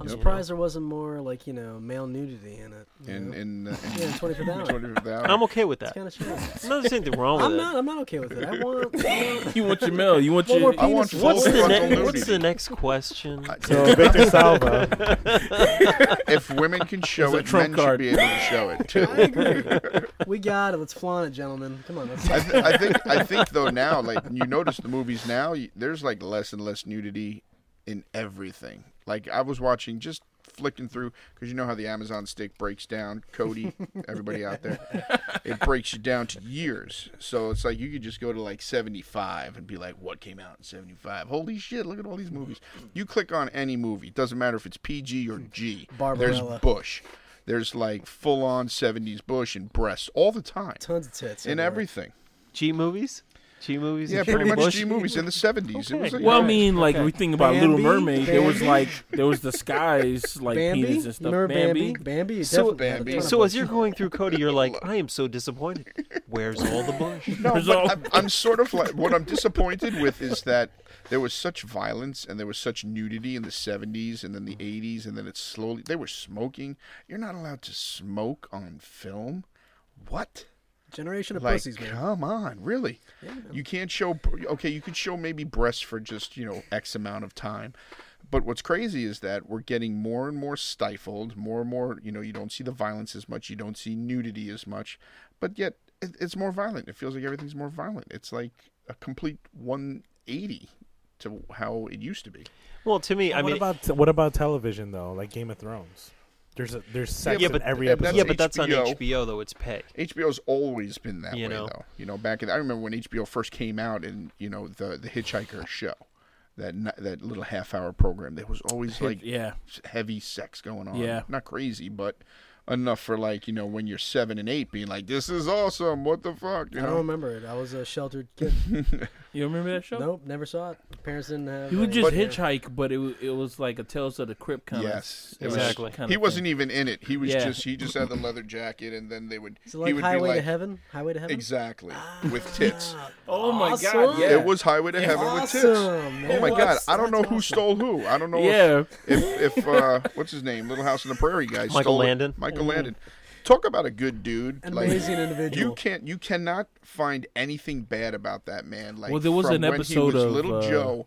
Speaker 6: Yep.
Speaker 4: surprised there wasn't more like you know male nudity in it. you
Speaker 6: in
Speaker 4: know?
Speaker 6: in, uh, in
Speaker 4: yeah,
Speaker 6: <laughs>
Speaker 4: 25th hour.
Speaker 6: 25th hour.
Speaker 5: I'm okay with
Speaker 4: it's
Speaker 5: that.
Speaker 4: kind of shit.
Speaker 5: No, there's anything wrong with
Speaker 4: I'm
Speaker 5: that.
Speaker 4: not. I'm not okay with it. I
Speaker 5: <laughs>
Speaker 4: want. I want
Speaker 2: You want your mail? You want
Speaker 4: One more
Speaker 2: your?
Speaker 6: I want
Speaker 4: Penis-
Speaker 6: full
Speaker 5: What's the,
Speaker 6: frontal
Speaker 5: ne-
Speaker 6: nudity.
Speaker 5: what's the next question?
Speaker 6: I-
Speaker 2: <laughs>
Speaker 3: So <laughs> Victor Salva,
Speaker 6: if women can show
Speaker 2: a
Speaker 6: it,
Speaker 2: trump
Speaker 6: men
Speaker 2: card.
Speaker 6: should be able to show
Speaker 2: <laughs>
Speaker 6: it too.
Speaker 4: I agree. <laughs> we got it. Let's flaunt it, gentlemen. Come on. Let's,
Speaker 6: I, th- I think I think though now, like you notice the movies now, you, there's like less and less nudity in everything. Like I was watching just flicking through because you know how the Amazon stick breaks down Cody, everybody out there, it breaks you down to years. So it's like you could just go to like 75 and be like, what came out in 75? Holy shit! Look at all these movies. You click on any movie, it doesn't matter if it's PG or G. There's
Speaker 4: Barbarella.
Speaker 6: Bush. There's like full on 70s Bush and breasts all the time
Speaker 4: tons of tits.
Speaker 6: in
Speaker 4: everywhere.
Speaker 6: everything.
Speaker 5: G movies? G movies?
Speaker 6: Yeah,
Speaker 5: and
Speaker 6: pretty much
Speaker 5: Bush?
Speaker 6: G movies in the seventies. It was like,
Speaker 2: Well, I mean, like we think about Little
Speaker 4: Bambi?
Speaker 2: Mermaid. There was
Speaker 4: Bambi?
Speaker 2: like there was the
Speaker 4: <laughs>
Speaker 2: skies, like
Speaker 4: Bambi,
Speaker 2: penis and stuff.
Speaker 4: Remember
Speaker 2: Bambi.
Speaker 4: Bambi, Bambi. you
Speaker 5: So,
Speaker 4: definitely had a
Speaker 6: Bambi.
Speaker 4: ton of
Speaker 5: so as
Speaker 4: bush.
Speaker 5: you're going through Cody, you're like, I am so disappointed. Where's all the Bush?
Speaker 3: <laughs>
Speaker 6: no,
Speaker 2: There's
Speaker 6: but
Speaker 2: all-
Speaker 6: I'm, I'm sort of like what I'm disappointed with is that there was such violence and there was such nudity in the seventies and then the eighties and then it's slowly they were smoking. You're not allowed to smoke on film. What?
Speaker 4: generation of
Speaker 6: Like,
Speaker 4: pussies, man.
Speaker 6: come on, really? You can't show. Okay, you could show maybe breasts for just you know X amount of time, but what's crazy is that we're getting more and more stifled. More and more, you know, you don't see the violence as much. You don't see nudity as much, but yet it, it's more violent. It feels like everything's more violent. It's like a complete 180 to how it used to be.
Speaker 5: Well, to me, I
Speaker 3: what
Speaker 5: mean,
Speaker 3: about what about television though? Like Game of Thrones. There's a, there's sex
Speaker 5: yeah, but
Speaker 3: in every
Speaker 6: th- that's
Speaker 3: episode.
Speaker 5: yeah, but that's on
Speaker 6: HBO.
Speaker 5: HBO though. It's pay.
Speaker 6: HBO's always been that
Speaker 5: You
Speaker 6: way,
Speaker 5: know.
Speaker 6: though. You know, back in I remember when HBO first came out, and you know the the Hitchhiker show, that ni- that little half hour program. There was
Speaker 2: <laughs>
Speaker 6: always like
Speaker 2: yeah.
Speaker 6: s- heavy sex going on.
Speaker 2: Yeah.
Speaker 6: not crazy, but enough for like you know when you're seven and eight, being like, "This is awesome! What the fuck?" You
Speaker 4: I don't
Speaker 6: know.
Speaker 4: remember it. I was a sheltered
Speaker 6: <laughs>
Speaker 4: kid.
Speaker 2: You remember that show?
Speaker 4: nope, never saw it. Parents didn't have.
Speaker 2: You would
Speaker 4: any-
Speaker 2: just hitchhike, but it wa- it was like a Tales of the Crypt kind
Speaker 6: Yes,
Speaker 2: of
Speaker 6: it was-
Speaker 5: Exactly.
Speaker 2: kind
Speaker 6: He wasn't even in it. He was
Speaker 2: Yeah.
Speaker 6: just he just had the leather jacket, and then they would
Speaker 4: Is it like
Speaker 6: he would
Speaker 4: Highway
Speaker 6: be like
Speaker 4: to Heaven? Ah, Highway to Heaven.
Speaker 6: exactly with tits.
Speaker 2: Oh my god!
Speaker 4: Awesome.
Speaker 2: Yeah.
Speaker 6: It was Highway to Heaven with tits.
Speaker 4: Awesome.
Speaker 6: Oh
Speaker 4: man.
Speaker 6: my god!
Speaker 4: That's-
Speaker 6: I don't know
Speaker 4: that's
Speaker 6: who
Speaker 4: awesome.
Speaker 6: stole who. I don't know. if-
Speaker 2: yeah.
Speaker 6: if if uh, <laughs> what's his name, Little House on the Prairie guy,
Speaker 5: Michael
Speaker 6: stole it-
Speaker 5: Landon.
Speaker 6: Michael Landon, talk about a good dude,
Speaker 4: An
Speaker 6: Like,
Speaker 4: Mm-hmm. amazing individual.
Speaker 6: You can't, you cannot find anything bad about that man. Like,
Speaker 2: Well, there was
Speaker 6: from
Speaker 2: an
Speaker 6: when
Speaker 2: episode
Speaker 6: he was
Speaker 2: of,
Speaker 6: Little
Speaker 2: uh, Uh-huh.
Speaker 6: Joe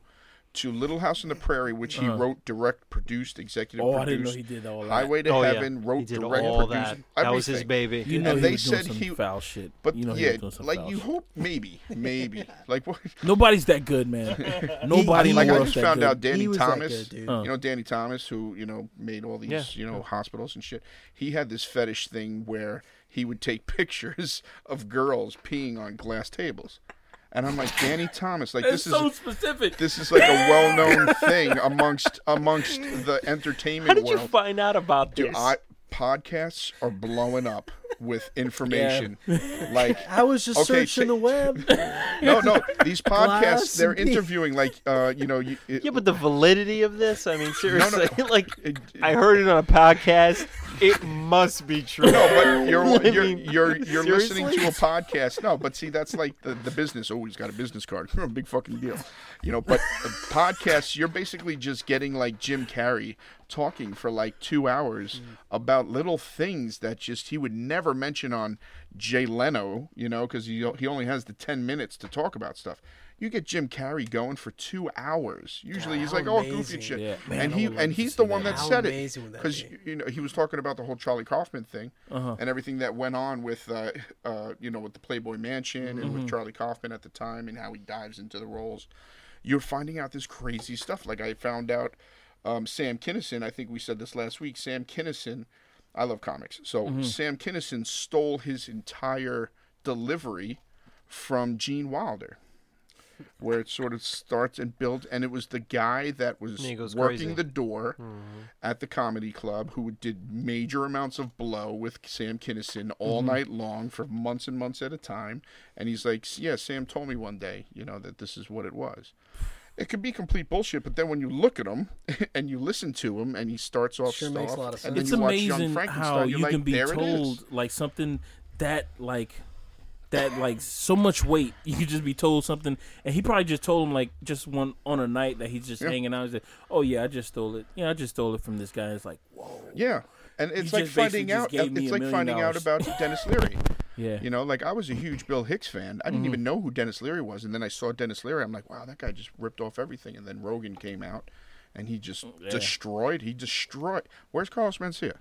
Speaker 6: to Little House on the Prairie, which he wrote, direct, produced, executive.
Speaker 2: Oh, I
Speaker 6: produced,
Speaker 2: didn't know he did all that.
Speaker 6: Highway to
Speaker 5: oh
Speaker 6: Heaven
Speaker 5: yeah,
Speaker 6: wrote,
Speaker 5: he did
Speaker 6: direct,
Speaker 5: all
Speaker 6: produced.
Speaker 5: that. That was his
Speaker 6: everything.
Speaker 5: baby.
Speaker 2: You know
Speaker 6: And
Speaker 2: he
Speaker 6: they
Speaker 2: was doing
Speaker 6: said
Speaker 2: some
Speaker 6: he-
Speaker 2: foul shit.
Speaker 6: But
Speaker 2: you know he
Speaker 6: yeah,
Speaker 2: was doing some
Speaker 6: like
Speaker 2: foul
Speaker 6: you <laughs>
Speaker 2: shit.
Speaker 6: hope maybe,
Speaker 4: <laughs>
Speaker 6: maybe like what?
Speaker 2: Nobody's that good,
Speaker 6: <laughs>
Speaker 2: man. Nobody in the
Speaker 6: like I
Speaker 2: world's
Speaker 6: just
Speaker 2: that
Speaker 6: found
Speaker 2: good.
Speaker 6: out Danny
Speaker 4: He was that
Speaker 6: Thomas,
Speaker 4: good, dude.
Speaker 2: Uh.
Speaker 6: you know Danny Thomas, who you know made all these
Speaker 5: Oh. Yeah.
Speaker 6: you know hospitals and shit. He had this fetish thing where he would take <laughs> pictures of girls peeing on glass tables, and I'm like Danny Thomas, like
Speaker 2: It's
Speaker 6: this is
Speaker 2: so specific.
Speaker 6: this is like a well-known thing amongst amongst the entertainment
Speaker 5: How did you
Speaker 6: world.
Speaker 5: find out about
Speaker 6: Dude,
Speaker 5: this?
Speaker 6: I, podcasts are blowing up
Speaker 5: <laughs>
Speaker 6: with information, like
Speaker 4: I was just
Speaker 6: Okay,
Speaker 4: searching
Speaker 6: ta- <laughs>
Speaker 4: the web.
Speaker 6: no, no. These podcasts,
Speaker 4: Glass
Speaker 6: they're
Speaker 4: and-
Speaker 6: interviewing like, uh, you know, you,
Speaker 5: <laughs>
Speaker 6: it-
Speaker 5: Yeah, but the validity of this, I mean, seriously, <laughs> like,
Speaker 6: it-
Speaker 5: I heard it on a podcast. It must be true.
Speaker 6: No, but
Speaker 4: <laughs>
Speaker 6: you're
Speaker 5: I
Speaker 6: you're
Speaker 5: mean,
Speaker 6: you're, you're listening to a
Speaker 5: seriously?
Speaker 6: podcast. No, but see, that's like the, the business. Oh, he's got a business card. <laughs> Big fucking deal, you know. But uh, podcasts, you're basically just getting like Jim Carrey talking for like two hours
Speaker 4: Mm.
Speaker 6: about little things that just he would never mention on Jay Leno, you know, because he he only has the ten minutes to talk about stuff. You get Jim Carrey going for two hours. Usually
Speaker 4: God,
Speaker 6: he's
Speaker 4: how
Speaker 6: like, "Oh, goofy
Speaker 4: amazing.
Speaker 6: and shit,"
Speaker 2: Yeah.
Speaker 6: and
Speaker 4: Man, I
Speaker 6: he
Speaker 4: would love
Speaker 6: and
Speaker 4: to
Speaker 6: he's
Speaker 4: see
Speaker 6: the one that,
Speaker 4: that. How
Speaker 6: said it
Speaker 4: amazing would that
Speaker 6: because
Speaker 4: be?
Speaker 6: you know he was talking about the whole Charlie Kaufman thing and everything that went on with uh, uh, you know with the Playboy Mansion and with Charlie Kaufman at the time and how he dives into the roles. You're finding out this crazy stuff. Like I found out um, Sam Kinison. I think we said this last week. Sam Kinison. I love comics. So Sam Kinison stole his entire delivery from Gene Wilder. Where it sort of starts and builds, and it was the guy that was
Speaker 5: he goes
Speaker 6: working
Speaker 5: crazy.
Speaker 6: the door
Speaker 4: Mm-hmm.
Speaker 6: at the comedy club who did major amounts of blow with Sam Kinison
Speaker 4: Mm-hmm.
Speaker 6: all night long for months and months at a time. And he's like, Yeah, Sam told me one day, you know, that this is what it was. It could be complete bullshit, but then when you look at him <laughs> and you listen to him and he starts off
Speaker 4: Sure
Speaker 6: stuff,
Speaker 4: makes a lot of
Speaker 6: and then
Speaker 2: it's
Speaker 4: sense.
Speaker 6: you watch Young
Speaker 2: amazing
Speaker 6: Frankenstein,
Speaker 2: how
Speaker 6: you're
Speaker 2: you
Speaker 6: like,
Speaker 2: can be
Speaker 6: "There it is."
Speaker 2: told like something that like that like so much weight. You could just be told something, and he probably just told him like just one on a night that he's just
Speaker 6: Yeah.
Speaker 2: hanging out. He's like, "Oh yeah, I just stole it. Yeah, I just stole it from this guy." It's like, whoa,
Speaker 6: Yeah, and it's like
Speaker 2: just basically
Speaker 6: finding
Speaker 2: just
Speaker 6: out.
Speaker 2: gave me
Speaker 6: It's
Speaker 2: a
Speaker 6: like
Speaker 2: million
Speaker 6: finding out
Speaker 2: dollars.
Speaker 6: about
Speaker 2: <laughs>
Speaker 6: Dennis Leary.
Speaker 2: yeah, Mm-hmm.
Speaker 6: You know, like I was a huge Bill Hicks fan. I didn't even know who Dennis Leary was, and then I saw Dennis Leary. I'm like, wow, that guy just ripped off everything. And then Rogan came out, and he just destroyed. He destroyed. Where's Carlos Mencia?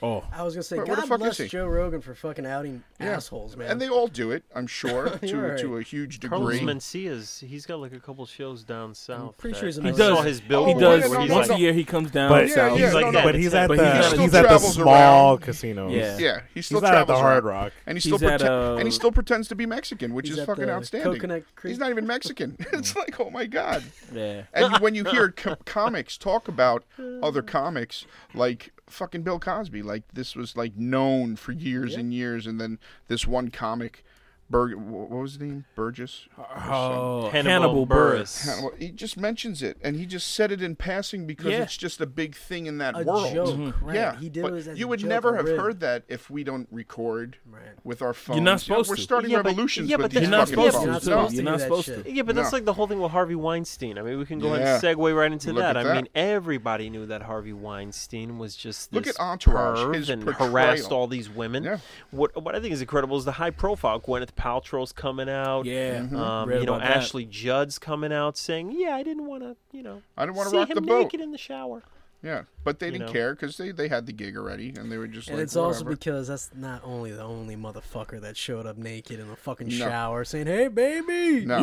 Speaker 2: oh,
Speaker 4: I was gonna say,
Speaker 6: Where- where the
Speaker 4: God
Speaker 6: fuck is
Speaker 4: bless
Speaker 6: he?
Speaker 4: Joe Rogan for fucking outing assholes, man.
Speaker 6: And they all do it, I'm
Speaker 4: <laughs>
Speaker 6: sure, to
Speaker 4: You're right.
Speaker 6: to a huge
Speaker 5: Carlos
Speaker 6: degree.
Speaker 5: Mencia's he's got like a couple shows down south.
Speaker 4: pretty
Speaker 5: that-
Speaker 4: sure he's in
Speaker 5: I
Speaker 4: Illinois.
Speaker 5: saw his
Speaker 2: he
Speaker 5: billboard.
Speaker 2: does
Speaker 6: no,
Speaker 5: where he's
Speaker 6: no,
Speaker 2: once
Speaker 5: like,
Speaker 6: no.
Speaker 2: a year. He comes down
Speaker 3: But- Yeah,
Speaker 2: south.
Speaker 6: yeah,
Speaker 5: He's like
Speaker 6: no,
Speaker 5: that.
Speaker 3: but
Speaker 5: it's
Speaker 3: he's
Speaker 5: that-
Speaker 3: at
Speaker 2: But he
Speaker 3: the
Speaker 2: still
Speaker 3: he's at the
Speaker 6: travels
Speaker 3: small
Speaker 6: around.
Speaker 3: casinos.
Speaker 2: Yeah.
Speaker 6: yeah, he still
Speaker 3: He's not at the
Speaker 6: travels
Speaker 3: Hard
Speaker 6: around.
Speaker 3: Rock.
Speaker 6: and he still
Speaker 2: He's at,
Speaker 6: prete- and
Speaker 2: uh,
Speaker 6: he still pretends to be Mexican, which
Speaker 4: he's
Speaker 6: is
Speaker 4: at
Speaker 6: fucking
Speaker 4: the
Speaker 6: outstanding.
Speaker 4: Coconut
Speaker 6: He's
Speaker 4: Creek.
Speaker 6: not even Mexican. <laughs> it's like, oh my god.
Speaker 2: yeah.
Speaker 6: And you- when you
Speaker 2: <laughs>
Speaker 6: hear co- comics talk about other comics, like fucking Bill Cosby, like this was like known for years and years, and then this one comic, Bur- what was his name, Burgess?
Speaker 2: Oh,
Speaker 5: Hannibal, Buress.
Speaker 6: Hannibal, He just mentions it, and he just said it in passing because
Speaker 2: Yeah. Mm-hmm.
Speaker 6: it's just a big thing in that
Speaker 4: a
Speaker 6: world.
Speaker 4: joke, right?
Speaker 6: Yeah,
Speaker 4: He did
Speaker 6: but
Speaker 4: it as a
Speaker 6: you would
Speaker 4: joke
Speaker 6: never have
Speaker 4: with-
Speaker 6: heard that if we don't record
Speaker 4: Right.
Speaker 6: with our phones.
Speaker 2: not supposed
Speaker 6: We're
Speaker 2: to.
Speaker 6: starting
Speaker 5: Yeah, but-
Speaker 6: revolutions
Speaker 5: yeah,
Speaker 6: with
Speaker 5: but the-
Speaker 6: these
Speaker 2: You're not
Speaker 6: fucking
Speaker 2: supposed
Speaker 6: phones.
Speaker 2: to.
Speaker 4: Not
Speaker 6: No.
Speaker 4: supposed
Speaker 2: You're
Speaker 4: to
Speaker 2: not
Speaker 4: do that
Speaker 2: supposed
Speaker 4: shit.
Speaker 2: to.
Speaker 5: Yeah, but that's
Speaker 6: No.
Speaker 5: like the whole thing with Harvey Weinstein. I mean, we can go
Speaker 6: Yeah.
Speaker 5: ahead and segue right into
Speaker 6: Look
Speaker 5: that.
Speaker 6: at
Speaker 5: I mean,
Speaker 6: that.
Speaker 5: everybody knew that Harvey Weinstein was just this
Speaker 6: Look at Entourage,
Speaker 5: perv
Speaker 6: his
Speaker 5: and
Speaker 6: portrayal.
Speaker 5: harassed all these women.
Speaker 6: Yeah.
Speaker 5: What what I think is incredible is the high profile Gwyneth Paltrow's coming out.
Speaker 2: Yeah,
Speaker 6: Mm-hmm.
Speaker 2: Mhm.
Speaker 5: um,
Speaker 2: read
Speaker 5: you know
Speaker 2: about that.
Speaker 5: Ashley Judd's coming out saying, "Yeah, I didn't want to, you know,
Speaker 6: I didn't wanna
Speaker 5: see
Speaker 6: rock
Speaker 5: him
Speaker 6: the boat."
Speaker 5: naked in the shower."
Speaker 6: Yeah, but they
Speaker 5: You
Speaker 6: didn't 'cause
Speaker 5: know.
Speaker 6: care because they, they had the gig already, and they were just
Speaker 4: And
Speaker 6: like,
Speaker 4: it's also
Speaker 6: whatever.
Speaker 4: because that's not only the only motherfucker that showed up naked in the fucking
Speaker 6: No.
Speaker 4: shower saying, "Hey, baby, <laughs>
Speaker 6: No.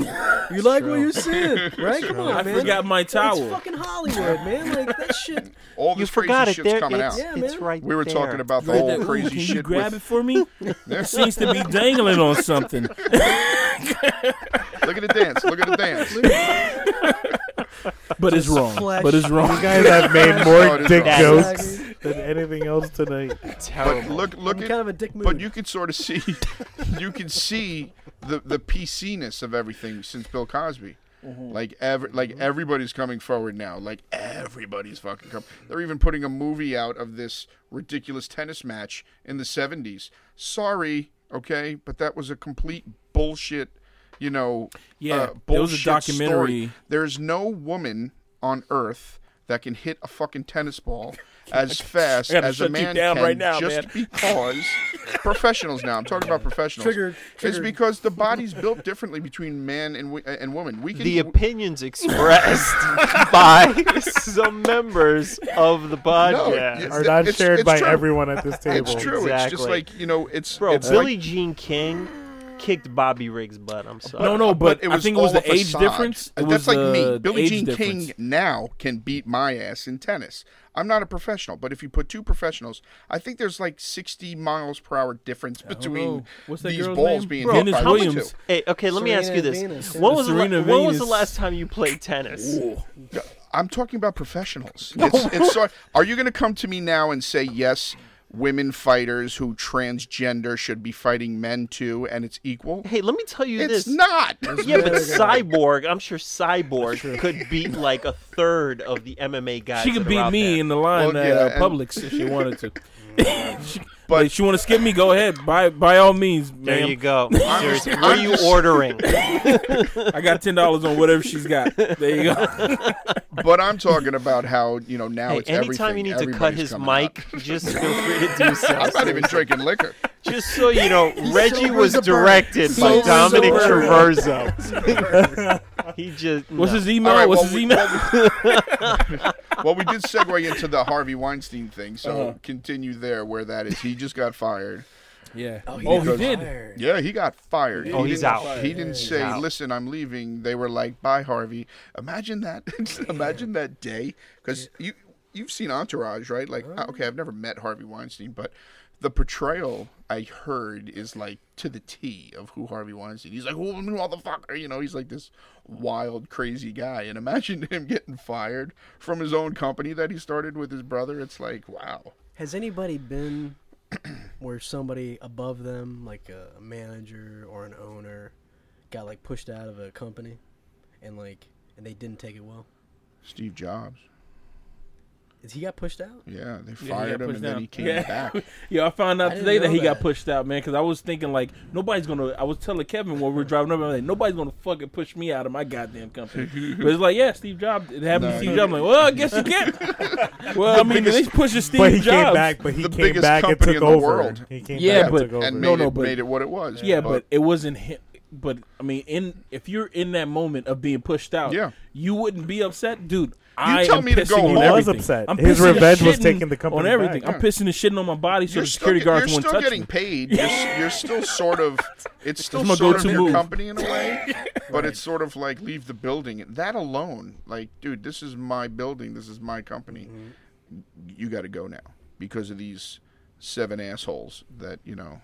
Speaker 4: you like what
Speaker 2: <laughs>
Speaker 4: you seen, right? Come on,
Speaker 2: I
Speaker 4: man.
Speaker 2: forgot my
Speaker 4: It's
Speaker 2: towel.
Speaker 4: fucking Hollywood, man. Like that
Speaker 2: <laughs>
Speaker 4: shit.
Speaker 6: all this
Speaker 5: You forgot
Speaker 6: crazy
Speaker 5: it.
Speaker 6: shit's
Speaker 5: There,
Speaker 6: coming
Speaker 5: it's,
Speaker 6: out.
Speaker 4: Yeah,
Speaker 5: it's
Speaker 4: man.
Speaker 5: right
Speaker 6: We were
Speaker 5: there.
Speaker 6: talking about the
Speaker 2: Like
Speaker 6: whole
Speaker 2: that, "Ooh,
Speaker 6: crazy
Speaker 2: can you
Speaker 6: shit
Speaker 2: grab
Speaker 6: with
Speaker 2: it for
Speaker 6: <laughs>
Speaker 2: me? it seems to be dangling on something.
Speaker 6: Look at the dance. Look at
Speaker 5: <laughs>
Speaker 6: the dance.
Speaker 2: But it's wrong.
Speaker 4: flesh.
Speaker 2: But it's wrong.
Speaker 3: You guys have
Speaker 6: <laughs>
Speaker 3: made more
Speaker 6: it is
Speaker 3: dick
Speaker 6: wrong.
Speaker 3: jokes than anything else tonight.
Speaker 6: but look, look
Speaker 4: I'm
Speaker 6: at.
Speaker 4: kind of a dick move.
Speaker 6: but you can sort of see, <laughs> you can see the the PC-ness of everything since Bill Cosby.
Speaker 4: Mm-hmm.
Speaker 6: Like ever, like everybody's coming forward now. Like everybody's fucking coming. They're even putting a movie out of this ridiculous tennis match in the '70s. Sorry, okay, but that was a complete bullshit. You know,
Speaker 2: Yeah,
Speaker 6: uh,
Speaker 2: there was a
Speaker 6: bullshit
Speaker 2: documentary.
Speaker 6: Story. There's no woman on earth that can hit a fucking tennis ball as fast
Speaker 2: gotta
Speaker 6: as
Speaker 2: shut
Speaker 6: a
Speaker 2: you
Speaker 6: man
Speaker 2: down
Speaker 6: can
Speaker 2: right now,
Speaker 6: just
Speaker 2: man.
Speaker 6: because professionals now. I'm talking about professionals.
Speaker 4: Triggered-
Speaker 6: It's
Speaker 4: triggered.
Speaker 6: because the body's built differently between man and wo- and woman. We can
Speaker 5: the opinions <laughs>
Speaker 6: <laughs>
Speaker 5: expressed by <laughs> some members of the podcast.
Speaker 6: it's-
Speaker 3: Are not
Speaker 6: it's-
Speaker 3: shared
Speaker 6: it's
Speaker 3: by
Speaker 6: true.
Speaker 3: everyone at this table.
Speaker 6: It's true. It's just
Speaker 5: Exactly.
Speaker 6: like you know. It's
Speaker 5: Bro,
Speaker 6: it's
Speaker 5: Billie
Speaker 6: like-
Speaker 5: Jean King kicked Bobby Riggs' butt. I'm sorry.
Speaker 2: No, no, but,
Speaker 6: it
Speaker 2: I
Speaker 6: was
Speaker 2: think it was
Speaker 6: all a
Speaker 2: the age
Speaker 6: facade.
Speaker 2: difference. It
Speaker 6: That's
Speaker 2: was
Speaker 6: like
Speaker 2: the,
Speaker 6: me.
Speaker 2: the
Speaker 6: Billie
Speaker 2: age
Speaker 6: Jean
Speaker 2: difference.
Speaker 6: King now can beat my ass in tennis. I'm not a professional, but if you put two professionals, I think there's like 60 miles per hour difference between
Speaker 2: know. What's that
Speaker 6: these
Speaker 2: girl's
Speaker 6: balls
Speaker 2: name?
Speaker 6: being
Speaker 2: Bro,
Speaker 6: hit
Speaker 2: Venus
Speaker 6: by the
Speaker 2: Williams.
Speaker 6: two.
Speaker 5: Hey, okay, let me
Speaker 4: Serena
Speaker 5: ask you this.
Speaker 4: Venus, yeah.
Speaker 5: When was, the, la-
Speaker 2: Serena
Speaker 5: when was the
Speaker 2: Venus.
Speaker 5: last time you played tennis?
Speaker 6: I'm talking about professionals. It's, it's sort- are you going to come to me now and say yes? Women fighters who transgender should be fighting men too, and it's equal.
Speaker 5: Hey, let me tell you
Speaker 6: It's
Speaker 5: this.
Speaker 6: not.
Speaker 5: yeah, but Cyborg, I'm sure Cyborg could beat like a third of the MMA guys.
Speaker 2: She
Speaker 5: that
Speaker 2: could
Speaker 5: are
Speaker 2: beat
Speaker 5: out
Speaker 2: me
Speaker 5: there.
Speaker 2: in the line
Speaker 6: Well,
Speaker 2: at
Speaker 6: yeah,
Speaker 2: uh,
Speaker 6: and-
Speaker 2: Publix if she wanted to. she,
Speaker 6: <laughs> But-
Speaker 2: but like, she want to skip me? Go ahead. By by all means,
Speaker 5: There
Speaker 2: man. <laughs>
Speaker 5: you go. Seriously, what are you ordering?
Speaker 2: I got ten dollars on whatever she's got. There you
Speaker 6: <laughs>
Speaker 2: go.
Speaker 6: But I'm talking about how you know now
Speaker 5: Hey,
Speaker 6: it's
Speaker 5: anytime
Speaker 6: everything.
Speaker 5: you need to cut
Speaker 6: Everybody's
Speaker 5: his
Speaker 6: coming out.
Speaker 5: mic, just feel free to do so.
Speaker 6: <laughs>
Speaker 5: <laughs>
Speaker 6: I'm not even drinking liquor.
Speaker 5: Just so you know, Reggie
Speaker 4: sober
Speaker 5: was
Speaker 4: as a bird.
Speaker 5: directed by
Speaker 4: Sober as a
Speaker 5: Dominic
Speaker 4: bird.
Speaker 5: Traverso.
Speaker 6: <laughs>
Speaker 5: he just
Speaker 2: What's
Speaker 5: no.
Speaker 2: his email?
Speaker 6: All right,
Speaker 2: What's
Speaker 6: well,
Speaker 2: his
Speaker 6: we-
Speaker 2: email?
Speaker 6: well, we did segue into the Harvey Weinstein thing, so continue there where that is. He just got fired.
Speaker 2: <laughs> yeah. Oh, he,
Speaker 6: because-
Speaker 2: did.
Speaker 6: Yeah, he got fired.
Speaker 5: Oh,
Speaker 6: he
Speaker 5: he's
Speaker 6: didn't-
Speaker 5: out.
Speaker 6: He didn't say,
Speaker 5: out.
Speaker 6: "Listen, I'm leaving." They were like, "Bye, Harvey." Imagine that. <laughs> Imagine that day, because you you've seen Entourage, right? Like, uh, okay, I've never met Harvey Weinstein, but the portrayal I heard is like to the T of who Harvey Weinstein. He's like, "Who motherfucker?" You know, he's like this wild, crazy guy. And imagine <laughs> him getting fired from his own company that he started with his brother. It's like, wow.
Speaker 4: Has anybody been where somebody above them, like a manager or an owner, got like pushed out of a company, and like and they didn't take it well?
Speaker 6: Steve Jobs.
Speaker 4: Is he got pushed out?
Speaker 6: Yeah, they
Speaker 2: Yeah, he got
Speaker 6: fired him
Speaker 2: pushed
Speaker 6: and then
Speaker 2: out.
Speaker 6: he came
Speaker 2: yeah.
Speaker 6: back.
Speaker 2: <laughs> Yo, I found
Speaker 4: I
Speaker 2: out
Speaker 4: didn't
Speaker 2: today that
Speaker 4: know
Speaker 2: he got
Speaker 4: that.
Speaker 2: pushed out, man, because I was thinking like nobody's gonna. I was telling Kevin while we were driving up, I'm like nobody's gonna fucking push me out of my goddamn
Speaker 6: <laughs>
Speaker 2: company. but it's like, yeah, Steve Jobs. It happened
Speaker 6: No.
Speaker 2: to Steve Jobs. I'm like, well, I guess you can't. <laughs>
Speaker 6: <laughs>
Speaker 2: well, I mean,
Speaker 6: biggest-
Speaker 2: they pushed
Speaker 6: <laughs>
Speaker 2: Steve
Speaker 3: but he
Speaker 2: Jobs.
Speaker 3: came back. But he
Speaker 6: The
Speaker 3: came
Speaker 6: biggest
Speaker 3: back and
Speaker 6: company
Speaker 3: took
Speaker 6: in the
Speaker 3: over.
Speaker 6: world.
Speaker 3: He came
Speaker 2: Yeah,
Speaker 3: back
Speaker 2: but-
Speaker 3: and took over.
Speaker 6: And made,
Speaker 2: No, no,
Speaker 6: it,
Speaker 2: but-
Speaker 6: made it what it was.
Speaker 2: Yeah, but it wasn't him. But I mean, in if you're in that moment of being pushed out,
Speaker 6: Yeah.
Speaker 2: you wouldn't be upset, dude. I
Speaker 6: tell
Speaker 2: am
Speaker 6: me to
Speaker 2: pissing
Speaker 6: go
Speaker 2: on
Speaker 6: home. He
Speaker 2: everything.
Speaker 6: was
Speaker 3: upset.
Speaker 2: I'm
Speaker 3: His
Speaker 2: pissing and
Speaker 3: revenge was
Speaker 2: shitting
Speaker 3: taking the company
Speaker 2: on everything.
Speaker 3: back.
Speaker 2: I'm pissing and shitting on my body so
Speaker 6: you're
Speaker 2: the
Speaker 6: still,
Speaker 2: security
Speaker 6: get- you're
Speaker 2: guards won't
Speaker 6: still
Speaker 2: touch
Speaker 6: getting
Speaker 2: me.
Speaker 6: paid. You're, s- you're still sort of. It's still
Speaker 2: my
Speaker 6: sort of
Speaker 2: go-to
Speaker 6: your
Speaker 2: move.
Speaker 6: company in a way, but it's sort of like leave the building. That alone, like, dude, this is my building. This is my company. You got to go now because of these seven assholes that you know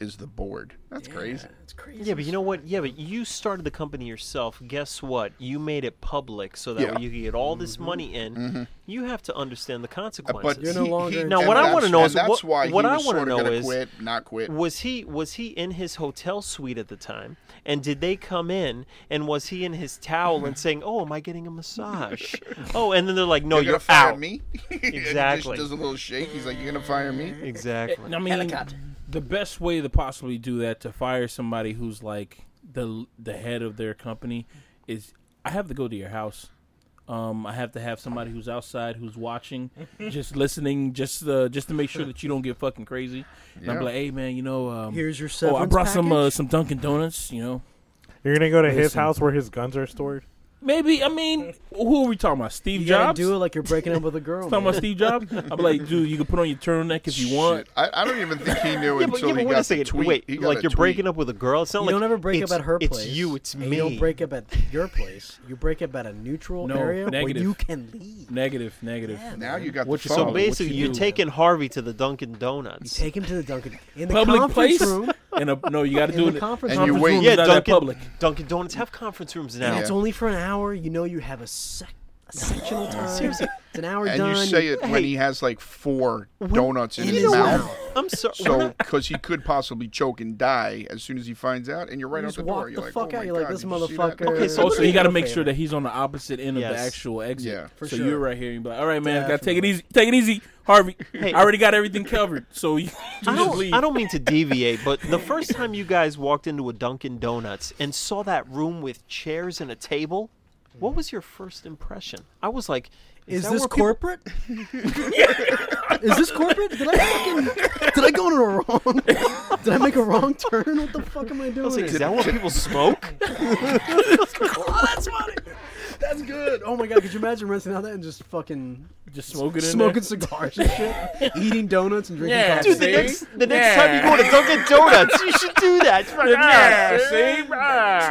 Speaker 6: is the board. That's crazy.
Speaker 4: That's crazy.
Speaker 5: Yeah, but you know what? Yeah, but you started the company yourself. Guess what? You made it public so that
Speaker 6: Yeah. Mm-hmm. Uh,
Speaker 5: way you could get all this
Speaker 4: Mm-hmm.
Speaker 5: money in. You have to understand the consequences.
Speaker 6: But
Speaker 4: You're
Speaker 6: he,
Speaker 4: no longer
Speaker 6: he-
Speaker 4: Now,
Speaker 6: and
Speaker 5: what I
Speaker 6: that's-
Speaker 5: wanna know
Speaker 6: and
Speaker 5: is
Speaker 6: that's
Speaker 5: what-
Speaker 6: why he
Speaker 5: what I
Speaker 6: was
Speaker 5: wanna
Speaker 6: sort of
Speaker 5: know
Speaker 6: gonna
Speaker 5: is-
Speaker 6: quit, not quit.
Speaker 5: was he was he in his hotel suite at the time? And did they come in? And was he in his towel and saying, "Oh, am I getting a
Speaker 6: <laughs>
Speaker 5: massage?" oh, and then they're like, "No,
Speaker 6: You're
Speaker 5: you're,
Speaker 6: gonna fire
Speaker 5: out."
Speaker 6: me? <laughs> And
Speaker 5: <laughs>
Speaker 6: he just
Speaker 5: Exactly.
Speaker 6: does a little shake. He's like, "You're gonna fire me?"
Speaker 5: Exactly.
Speaker 2: I mean,
Speaker 4: Helicopter.
Speaker 2: the best way to possibly do that to fire somebody who's like the the head of their company is I have to go to your house. Um, I have to have somebody who's outside, who's
Speaker 4: <laughs>
Speaker 2: watching, just listening, just uh, just to make sure that you don't get fucking crazy. And I'm
Speaker 6: Yeah.
Speaker 2: like, hey man, you know, um,
Speaker 4: Here's your
Speaker 2: oh, I
Speaker 4: severance
Speaker 2: brought some uh,
Speaker 4: package?
Speaker 2: some Dunkin' Donuts, you know.
Speaker 3: You're gonna go to his
Speaker 2: Listen.
Speaker 3: house where his guns are stored.
Speaker 2: Maybe I mean, who are we talking about? Steve
Speaker 4: You gotta
Speaker 2: Jobs.
Speaker 4: do it like you're breaking up with a girl.
Speaker 2: Talking about
Speaker 4: man.
Speaker 2: Steve Jobs. I'm like, dude, you can put on your turtleneck
Speaker 4: <laughs>
Speaker 2: if you want.
Speaker 6: Shit. I, I don't even think he
Speaker 5: <laughs>
Speaker 6: knew
Speaker 5: Yeah, but,
Speaker 6: until
Speaker 5: yeah, but
Speaker 6: he
Speaker 5: wait a
Speaker 6: got the
Speaker 5: second.
Speaker 6: tweet.
Speaker 5: Wait,
Speaker 6: He got
Speaker 5: like
Speaker 6: a
Speaker 5: you're
Speaker 6: tweet.
Speaker 5: breaking up with a girl. It's not
Speaker 4: You
Speaker 5: like
Speaker 4: don't ever break up
Speaker 5: it's-
Speaker 4: at her
Speaker 5: It's
Speaker 4: place.
Speaker 5: you. It's
Speaker 4: and
Speaker 5: me.
Speaker 4: You don't break up at your place. You break up at a neutral
Speaker 2: No,
Speaker 4: area
Speaker 2: negative.
Speaker 4: where you can leave.
Speaker 2: Negative, negative.
Speaker 4: Yeah,
Speaker 6: Now
Speaker 4: man.
Speaker 6: you got
Speaker 2: What
Speaker 6: the
Speaker 2: you- so
Speaker 5: So
Speaker 2: Oh,
Speaker 6: phone.
Speaker 2: what you
Speaker 5: basically, you are
Speaker 2: do?
Speaker 5: taking Harvey to the Dunkin'
Speaker 4: You
Speaker 5: Donuts.
Speaker 4: take him to the Dunkin' in the
Speaker 2: public
Speaker 4: conference
Speaker 2: place <laughs>
Speaker 4: room.
Speaker 2: and a, no, you got to
Speaker 4: In
Speaker 2: do
Speaker 4: the
Speaker 2: it.
Speaker 4: conference
Speaker 6: And you room. wait.
Speaker 2: rooms
Speaker 5: yeah,
Speaker 2: is not that
Speaker 5: Dunkin',
Speaker 2: public.
Speaker 5: Dunkin' Donuts have conference rooms now.
Speaker 6: Yeah.
Speaker 4: It's only for an hour. You know you have a, sec- a
Speaker 6: <laughs>
Speaker 4: sectional time. Seriously, it's an hour
Speaker 6: and
Speaker 4: done.
Speaker 6: you say it when
Speaker 5: Hey.
Speaker 6: he has like four donuts in
Speaker 4: you
Speaker 6: his
Speaker 4: know
Speaker 6: mouth.
Speaker 4: what?
Speaker 5: I'm sorry. <laughs>
Speaker 6: So, because he could possibly choke and die as soon as he finds out, and you're right
Speaker 4: You
Speaker 6: out
Speaker 4: just
Speaker 6: the door.
Speaker 4: walk
Speaker 6: You're
Speaker 4: the
Speaker 6: like,
Speaker 4: fuck
Speaker 6: oh
Speaker 4: out,
Speaker 6: my
Speaker 4: you're like,
Speaker 6: God,
Speaker 4: this
Speaker 6: did you see
Speaker 4: motherfucker-
Speaker 6: that?
Speaker 5: Okay, so
Speaker 2: Also,
Speaker 5: what
Speaker 2: you
Speaker 5: are
Speaker 2: got to
Speaker 4: you
Speaker 2: make
Speaker 4: doing?
Speaker 2: sure that he's on the opposite end of
Speaker 5: Yes.
Speaker 2: the actual exit.
Speaker 6: Yeah.
Speaker 4: For
Speaker 2: so
Speaker 4: sure.
Speaker 2: you're right here. You're like, all right, man, I gotta take it
Speaker 4: Definitely.
Speaker 2: easy. Take it easy, Harvey.
Speaker 5: Hey.
Speaker 2: I already got everything covered. So <laughs> you, you
Speaker 5: I
Speaker 2: just
Speaker 5: don't,
Speaker 2: leave.
Speaker 5: I don't mean to deviate, but the first time you guys walked into a Dunkin' Donuts and saw that room with chairs and a table, what was your first impression? I was like,
Speaker 4: Is
Speaker 5: that
Speaker 4: this
Speaker 5: where people-
Speaker 4: corporate? <laughs>
Speaker 6: <laughs>
Speaker 4: Is this corporate? Did I fucking did I <laughs> go in a wrong? <laughs> Did I make a wrong turn? What the fuck am I
Speaker 5: I was
Speaker 4: doing?
Speaker 5: like, is that where people
Speaker 6: <laughs>
Speaker 5: smoke?
Speaker 4: oh, that's funny. That's good. Oh my god, could you imagine renting out that and just fucking
Speaker 2: just smoking it.
Speaker 4: smoking cigars and shit, eating donuts and drinking
Speaker 2: Yeah,
Speaker 4: coffee?
Speaker 5: Dude, the
Speaker 2: See?
Speaker 5: next, the next time you go to Dunkin' Donuts, you should do that. It's like,
Speaker 2: Yeah,
Speaker 5: "Ah,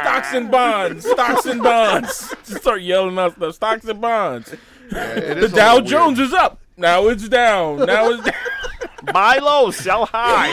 Speaker 2: see? Stocks and bonds. Stocks and bonds. <laughs> Just start yelling out stuff. Stocks and bonds.
Speaker 6: Yeah,
Speaker 5: <laughs>
Speaker 6: it
Speaker 2: The
Speaker 6: is a
Speaker 2: Dow
Speaker 6: little
Speaker 2: Jones
Speaker 6: weird.
Speaker 2: is up. Now it's down. Now it's down.
Speaker 5: Buy low, sell high.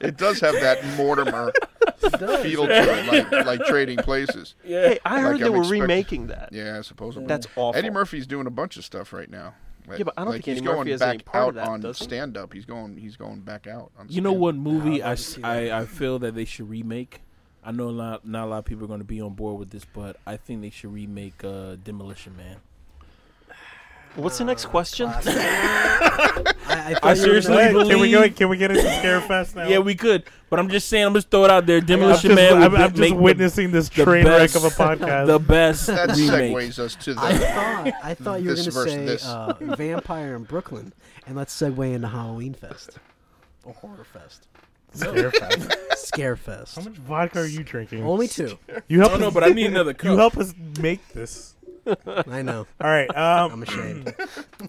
Speaker 6: It does have that
Speaker 5: <laughs>
Speaker 6: Mortimer
Speaker 4: does.
Speaker 6: feel to it, like, like
Speaker 5: <laughs>
Speaker 6: trading places.
Speaker 5: Hey, I heard
Speaker 6: Like
Speaker 5: they
Speaker 6: I'm
Speaker 5: were
Speaker 6: expecting-
Speaker 5: remaking that.
Speaker 6: Yeah, supposedly.
Speaker 5: That's awful.
Speaker 6: Eddie Murphy's doing a bunch of stuff right now. Like,
Speaker 5: Yeah, but I don't
Speaker 6: like
Speaker 5: think
Speaker 6: he's
Speaker 5: Eddie Murphy
Speaker 6: going
Speaker 5: has
Speaker 6: back
Speaker 5: any part of
Speaker 6: out
Speaker 5: that,
Speaker 6: on
Speaker 5: does he?
Speaker 6: stand up. He's going he's going back out on
Speaker 2: You know
Speaker 6: stand-up.
Speaker 2: what movie
Speaker 4: Nah, I'd
Speaker 2: I,
Speaker 4: love to see
Speaker 2: I, I feel that they should remake? I know a lot, not a lot of people are going to be on board with this, but I think they should remake uh, Demolition Man.
Speaker 5: What's the next question?
Speaker 4: I, I, thought
Speaker 2: I
Speaker 4: you
Speaker 3: <laughs>
Speaker 4: were
Speaker 2: seriously
Speaker 4: gonna-
Speaker 3: Wait, can we go?
Speaker 2: believe-
Speaker 3: Can we get into scare fest now?
Speaker 2: Yeah, we could, but I'm just saying, I'm just throw it out there.
Speaker 3: I'm
Speaker 2: Demolition
Speaker 3: just,
Speaker 2: Man would
Speaker 3: I'm,
Speaker 2: be-
Speaker 3: I'm just
Speaker 2: make the-
Speaker 3: witnessing
Speaker 2: <laughs>
Speaker 3: this
Speaker 2: the
Speaker 3: train wreck
Speaker 2: best-
Speaker 3: of a podcast.
Speaker 2: the best
Speaker 6: <laughs> That
Speaker 2: remake.
Speaker 6: segues us to
Speaker 4: I
Speaker 6: the.
Speaker 4: thought I thought you were
Speaker 6: This
Speaker 4: gonna
Speaker 6: versus
Speaker 4: say
Speaker 6: this.
Speaker 4: uh, vampire in Brooklyn, and let's segue into Halloween Fest or Horror Fest,
Speaker 3: scare fest.
Speaker 4: Scare
Speaker 3: How
Speaker 4: Fest.
Speaker 3: much vodka are you drinking?
Speaker 4: Only two.
Speaker 3: you help
Speaker 2: Oh
Speaker 3: us.
Speaker 2: no, but I need another
Speaker 3: you
Speaker 2: cup.
Speaker 3: help us make this.
Speaker 4: I know.
Speaker 3: All
Speaker 2: <laughs>
Speaker 3: right. Um,
Speaker 4: I'm ashamed.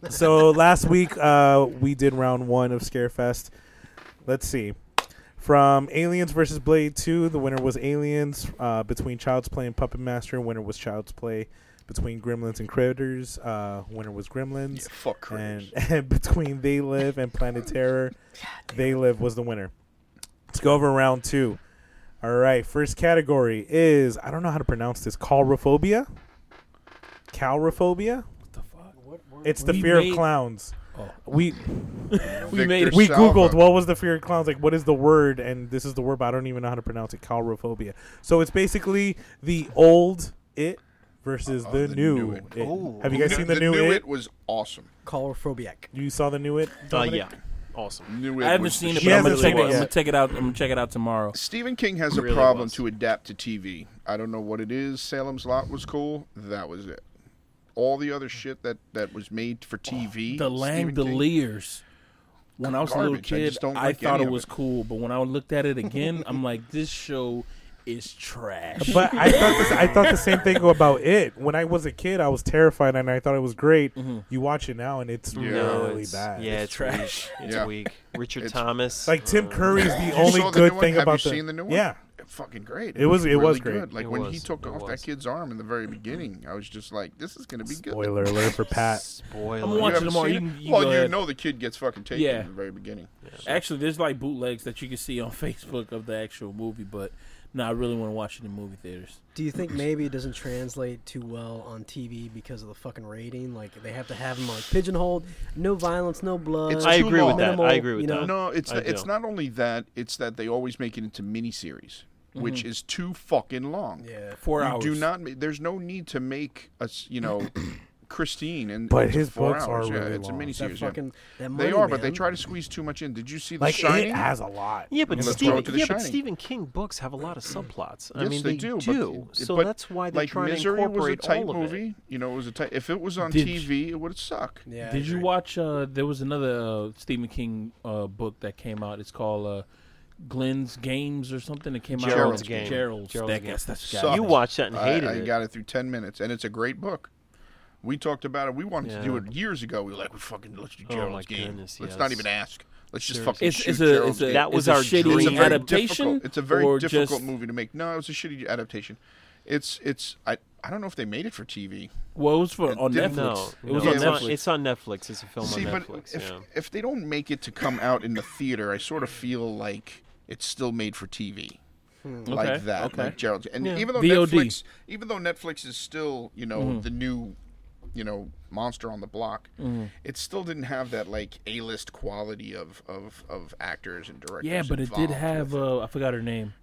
Speaker 3: so last week uh, we did round one of Scarefest. Let's see. From Aliens versus Blade 2, the winner was Aliens. Uh, between Child's Play and Puppet Master, winner was Child's Play. Between Gremlins and Critters, uh, winner was Gremlins.
Speaker 6: <laughs> Yeah, fuck Critters.
Speaker 3: and, <laughs> and between They Live and Planet Terror, They Live was the winner. Let's go over round two. All right, first category is I don't know how to pronounce this. Calrophobia. Calrophobia.
Speaker 2: What the fuck?
Speaker 3: It's the
Speaker 2: We
Speaker 3: fear of
Speaker 2: made-
Speaker 3: clowns.
Speaker 2: Oh.
Speaker 3: We
Speaker 2: We made
Speaker 6: Victor
Speaker 2: it.
Speaker 3: we
Speaker 6: Salva.
Speaker 3: googled what was the fear of clowns like. What is the word? And this is the word, but I don't even know how to pronounce it. Calrophobia. So it's basically the old it versus
Speaker 6: Uh,
Speaker 3: the,
Speaker 6: the
Speaker 3: new.
Speaker 6: new
Speaker 3: it.
Speaker 6: It.
Speaker 5: Oh.
Speaker 3: Have you guys seen the, new,
Speaker 6: new
Speaker 3: it?
Speaker 6: it was awesome.
Speaker 4: Colorophobiac.
Speaker 3: You saw the
Speaker 5: <laughs>
Speaker 3: new it?
Speaker 5: <laughs> Uh,
Speaker 3: Dominic?
Speaker 5: yeah, awesome.
Speaker 6: New it.
Speaker 2: I haven't
Speaker 6: was the
Speaker 2: seen it,
Speaker 3: She
Speaker 2: but I'm
Speaker 5: shit.
Speaker 2: gonna, check it,
Speaker 3: hasn't seen it
Speaker 2: I'm gonna
Speaker 3: yet.
Speaker 2: check it out. I'm gonna check it out tomorrow.
Speaker 6: Stephen King has a
Speaker 5: Really
Speaker 6: problem
Speaker 5: was.
Speaker 6: to adapt to TV. I don't know what it is. Salem's Lot was cool. That was it. All the other shit that, that was made for TV.
Speaker 2: The
Speaker 6: Stephen King-
Speaker 2: Langdeliers. When I was a little
Speaker 6: Garbage. I
Speaker 2: kid,
Speaker 6: just don't
Speaker 2: I,
Speaker 6: like
Speaker 2: thought
Speaker 6: any
Speaker 2: it
Speaker 6: of
Speaker 2: was
Speaker 6: it.
Speaker 2: cool, but when I looked at it again, I'm like, this show is
Speaker 3: <laughs>
Speaker 2: trash.
Speaker 3: But I thought this, I thought the same thing about it. When I was a kid, I was terrified and I thought it was great. You watch it now and it's
Speaker 6: Yeah.
Speaker 5: Mm-hmm. No,
Speaker 3: really
Speaker 5: it's,
Speaker 3: bad.
Speaker 5: Yeah, it's,
Speaker 2: trash.
Speaker 5: Weak. It's
Speaker 6: Yeah.
Speaker 5: weak. Richard
Speaker 6: It's-
Speaker 5: Thomas.
Speaker 3: Like Tim
Speaker 5: uh,
Speaker 3: Curry's the
Speaker 6: You
Speaker 3: only
Speaker 6: saw the
Speaker 3: good
Speaker 6: new one?
Speaker 3: thing
Speaker 6: Have you
Speaker 3: about
Speaker 6: seen the new one?
Speaker 3: Yeah,
Speaker 6: Fucking great.
Speaker 3: It was- it
Speaker 6: really
Speaker 3: was great.
Speaker 6: Good. Like
Speaker 5: It
Speaker 6: when he
Speaker 5: was.
Speaker 6: took
Speaker 5: It
Speaker 6: off
Speaker 5: was.
Speaker 6: that kid's arm in the very beginning, I was just like, this is going to be good.
Speaker 3: spoiler alert for
Speaker 6: <laughs>
Speaker 3: Pat.
Speaker 5: Spoiler.
Speaker 2: I'm
Speaker 6: You
Speaker 2: watching
Speaker 6: haven't
Speaker 2: tomorrow.
Speaker 6: seen
Speaker 2: You
Speaker 6: it?
Speaker 2: can- you go
Speaker 6: well, you
Speaker 2: ahead.
Speaker 6: know the kid gets fucking taken
Speaker 2: Yeah.
Speaker 6: in the very beginning.
Speaker 2: Actually, there's like bootlegs that you can see on <laughs> Facebook of the actual movie, but no, I really want to watch it in movie theaters.
Speaker 4: Do
Speaker 6: <clears throat>
Speaker 4: you think maybe it doesn't translate too well on TV because of the fucking rating? Like they have to have him like pigeonholed. No violence, no blood.
Speaker 6: It's
Speaker 5: I
Speaker 6: too
Speaker 5: agree with
Speaker 6: long.
Speaker 5: that.
Speaker 4: Minimal,
Speaker 5: I agree with
Speaker 4: you know?
Speaker 5: that.
Speaker 6: No, it's
Speaker 5: I
Speaker 6: th- it's
Speaker 5: do.
Speaker 6: not only that. It's that they always make it into miniseries, which is too fucking long.
Speaker 4: yeah.
Speaker 2: Four
Speaker 6: you
Speaker 2: hours.
Speaker 6: do not. ma- There's no need to make us. You know, Christine and
Speaker 3: But
Speaker 6: it's
Speaker 3: his
Speaker 6: four
Speaker 3: books are
Speaker 6: hours. yeah,
Speaker 3: really
Speaker 6: It's a
Speaker 3: long.
Speaker 4: That
Speaker 6: miniseries. yeah.
Speaker 4: fucking that money,
Speaker 6: They are, but they
Speaker 4: man.
Speaker 6: try to squeeze too much in. Did you see
Speaker 3: Like
Speaker 6: The
Speaker 3: it
Speaker 6: Shining?
Speaker 3: has a lot.
Speaker 5: Yeah, but
Speaker 6: Let's go
Speaker 5: Stephen,
Speaker 6: to The
Speaker 5: yeah, but
Speaker 6: Shining.
Speaker 5: Stephen King books have a lot of subplots. I
Speaker 6: Yes,
Speaker 5: mean,
Speaker 6: they, do. but-
Speaker 5: so
Speaker 6: but,
Speaker 5: that's why they're
Speaker 6: like
Speaker 5: trying
Speaker 6: Misery
Speaker 5: to incorporate
Speaker 6: was a tight
Speaker 5: all of
Speaker 6: movie.
Speaker 5: it.
Speaker 6: You know, it was a tight. If it was on
Speaker 2: Did-
Speaker 6: TV, it would suck.
Speaker 4: Yeah. I
Speaker 2: Did you
Speaker 4: agree.
Speaker 2: watch? Uh, there was another uh, Stephen King uh, book that came out. It's called uh, Glenn's Games or something. It came out.
Speaker 6: Gerald's
Speaker 5: Game.
Speaker 2: Gerald's.
Speaker 5: Gerald's
Speaker 2: that,
Speaker 5: Game.
Speaker 2: That's, that's
Speaker 6: Sucked.
Speaker 5: You watched that and
Speaker 6: I,
Speaker 5: hated
Speaker 6: I
Speaker 5: it.
Speaker 6: got it through ten minutes, and it's a great book. We talked about it. We wanted to do
Speaker 5: Yeah.
Speaker 6: it years ago. We were like, we fucking let's do
Speaker 5: Oh,
Speaker 6: Gerald's
Speaker 5: my
Speaker 6: game.
Speaker 5: goodness,
Speaker 6: let's
Speaker 5: yes.
Speaker 6: not even ask. Let's just
Speaker 5: Seriously.
Speaker 6: fucking
Speaker 2: It's,
Speaker 6: shoot
Speaker 2: it's a,
Speaker 6: Gerald's
Speaker 2: it's a,
Speaker 6: game.
Speaker 5: That
Speaker 2: it's
Speaker 5: was
Speaker 2: a
Speaker 5: our
Speaker 2: shitty
Speaker 5: dream.
Speaker 6: it's a very
Speaker 2: adaptation.
Speaker 6: difficult- It's a very
Speaker 2: or
Speaker 6: difficult
Speaker 2: just,
Speaker 6: movie to make. No, it was a shitty adaptation. It's it's I I don't know if they made it for TV.
Speaker 2: Well, it was for on
Speaker 6: didn't-
Speaker 2: Netflix.
Speaker 5: No,
Speaker 2: it was
Speaker 5: no,
Speaker 2: on
Speaker 5: it's
Speaker 2: Netflix.
Speaker 5: It's on Netflix. It's a film
Speaker 6: See,
Speaker 5: on
Speaker 6: but
Speaker 5: Netflix.
Speaker 6: if
Speaker 5: yeah.
Speaker 6: <clears throat> if they don't make it to come out in the theater, I sort of feel like it's still made for TV.
Speaker 2: Hmm. Okay,
Speaker 6: Like that,
Speaker 2: okay.
Speaker 6: like Gerald, and
Speaker 5: Yeah.
Speaker 6: even though
Speaker 2: VOD.
Speaker 6: Netflix, even though Netflix is still, you know,
Speaker 2: Hmm.
Speaker 6: the new, you know, monster on the block,
Speaker 2: Hmm.
Speaker 6: it still didn't have that like A list quality of, of of actors and directors.
Speaker 2: yeah, but it did
Speaker 6: involved
Speaker 2: have.
Speaker 6: with
Speaker 2: Uh, I forgot her name.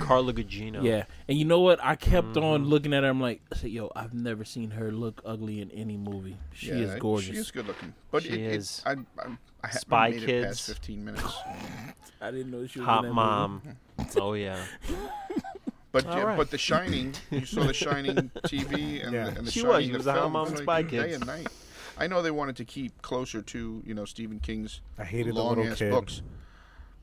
Speaker 5: Carla Gugino.
Speaker 2: Yeah, and you know what? I kept on looking at her. I'm like, I said, yo, I've never seen her look ugly in any movie. She
Speaker 6: Yeah,
Speaker 2: is gorgeous.
Speaker 6: She is good looking, but
Speaker 5: She
Speaker 6: it, it-
Speaker 5: is.
Speaker 6: I, I, I haven't
Speaker 5: Spy
Speaker 6: made it
Speaker 5: Kids.
Speaker 6: past
Speaker 2: <gasps>
Speaker 6: fifteen minutes. <laughs>
Speaker 2: I didn't know she was in
Speaker 5: Hot
Speaker 2: that
Speaker 5: <laughs> mom. oh yeah.
Speaker 6: But
Speaker 5: All
Speaker 6: yeah,
Speaker 5: right.
Speaker 6: but The Shining, you saw
Speaker 5: <laughs>
Speaker 6: The Shining TV and,
Speaker 3: Yeah.
Speaker 6: the, and The
Speaker 5: She
Speaker 6: Shining
Speaker 5: was. She
Speaker 6: the
Speaker 5: was a hot
Speaker 6: film,
Speaker 5: mom
Speaker 6: it's
Speaker 5: and Spy
Speaker 6: like Day
Speaker 5: Kids.
Speaker 6: and night. I know they wanted to keep closer to you know Stephen King's
Speaker 3: I hated the
Speaker 6: long
Speaker 3: little
Speaker 6: ass
Speaker 3: kid.
Speaker 6: books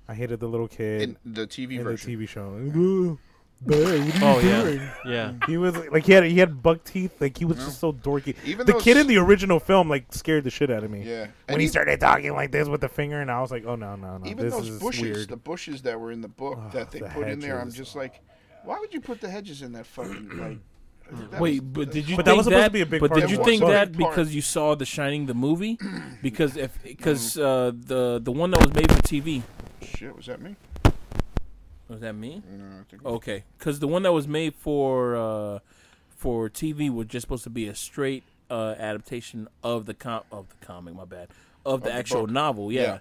Speaker 3: I hated the little kid
Speaker 6: in the TV
Speaker 3: in the
Speaker 6: version.
Speaker 3: TV show. Ugh, Bud, what are
Speaker 5: Oh
Speaker 3: you
Speaker 5: yeah.
Speaker 3: doing?
Speaker 5: Yeah.
Speaker 3: He was like he had he had buck teeth. Like he was just so dorky.
Speaker 6: Even
Speaker 3: the
Speaker 6: though
Speaker 3: kid
Speaker 6: s-
Speaker 3: in the original film like scared the shit out of me.
Speaker 6: Yeah,
Speaker 3: When
Speaker 6: And
Speaker 3: he
Speaker 6: e-
Speaker 3: started talking like this with the finger, and I was like, oh no no no,
Speaker 6: even
Speaker 3: this
Speaker 6: those
Speaker 3: is
Speaker 6: bushes,
Speaker 3: weird.
Speaker 6: the bushes that were in the book
Speaker 3: Ugh,
Speaker 6: that they
Speaker 3: the
Speaker 6: put in there, I'm
Speaker 3: hedges.
Speaker 6: just like, why would you put the hedges in that
Speaker 3: <clears throat>
Speaker 6: fucking like? that
Speaker 2: Wait,
Speaker 6: was-
Speaker 2: but did you
Speaker 3: But that
Speaker 2: think
Speaker 3: was supposed to be a big
Speaker 2: But
Speaker 3: part
Speaker 2: did
Speaker 6: of
Speaker 2: you
Speaker 6: it.
Speaker 2: think
Speaker 6: It was a
Speaker 2: that
Speaker 6: big part.
Speaker 2: because you saw The Shining the movie? Because if because uh, the the one that was made for TV
Speaker 6: shit? Was that me?
Speaker 2: was that me?
Speaker 6: No, I think
Speaker 2: Okay, because the one that was made for uh, for TV was just supposed to be a straight uh, adaptation of the com- of the comic. My bad, of the
Speaker 6: the
Speaker 2: actual
Speaker 6: book.
Speaker 2: novel. Yeah,
Speaker 6: Yeah.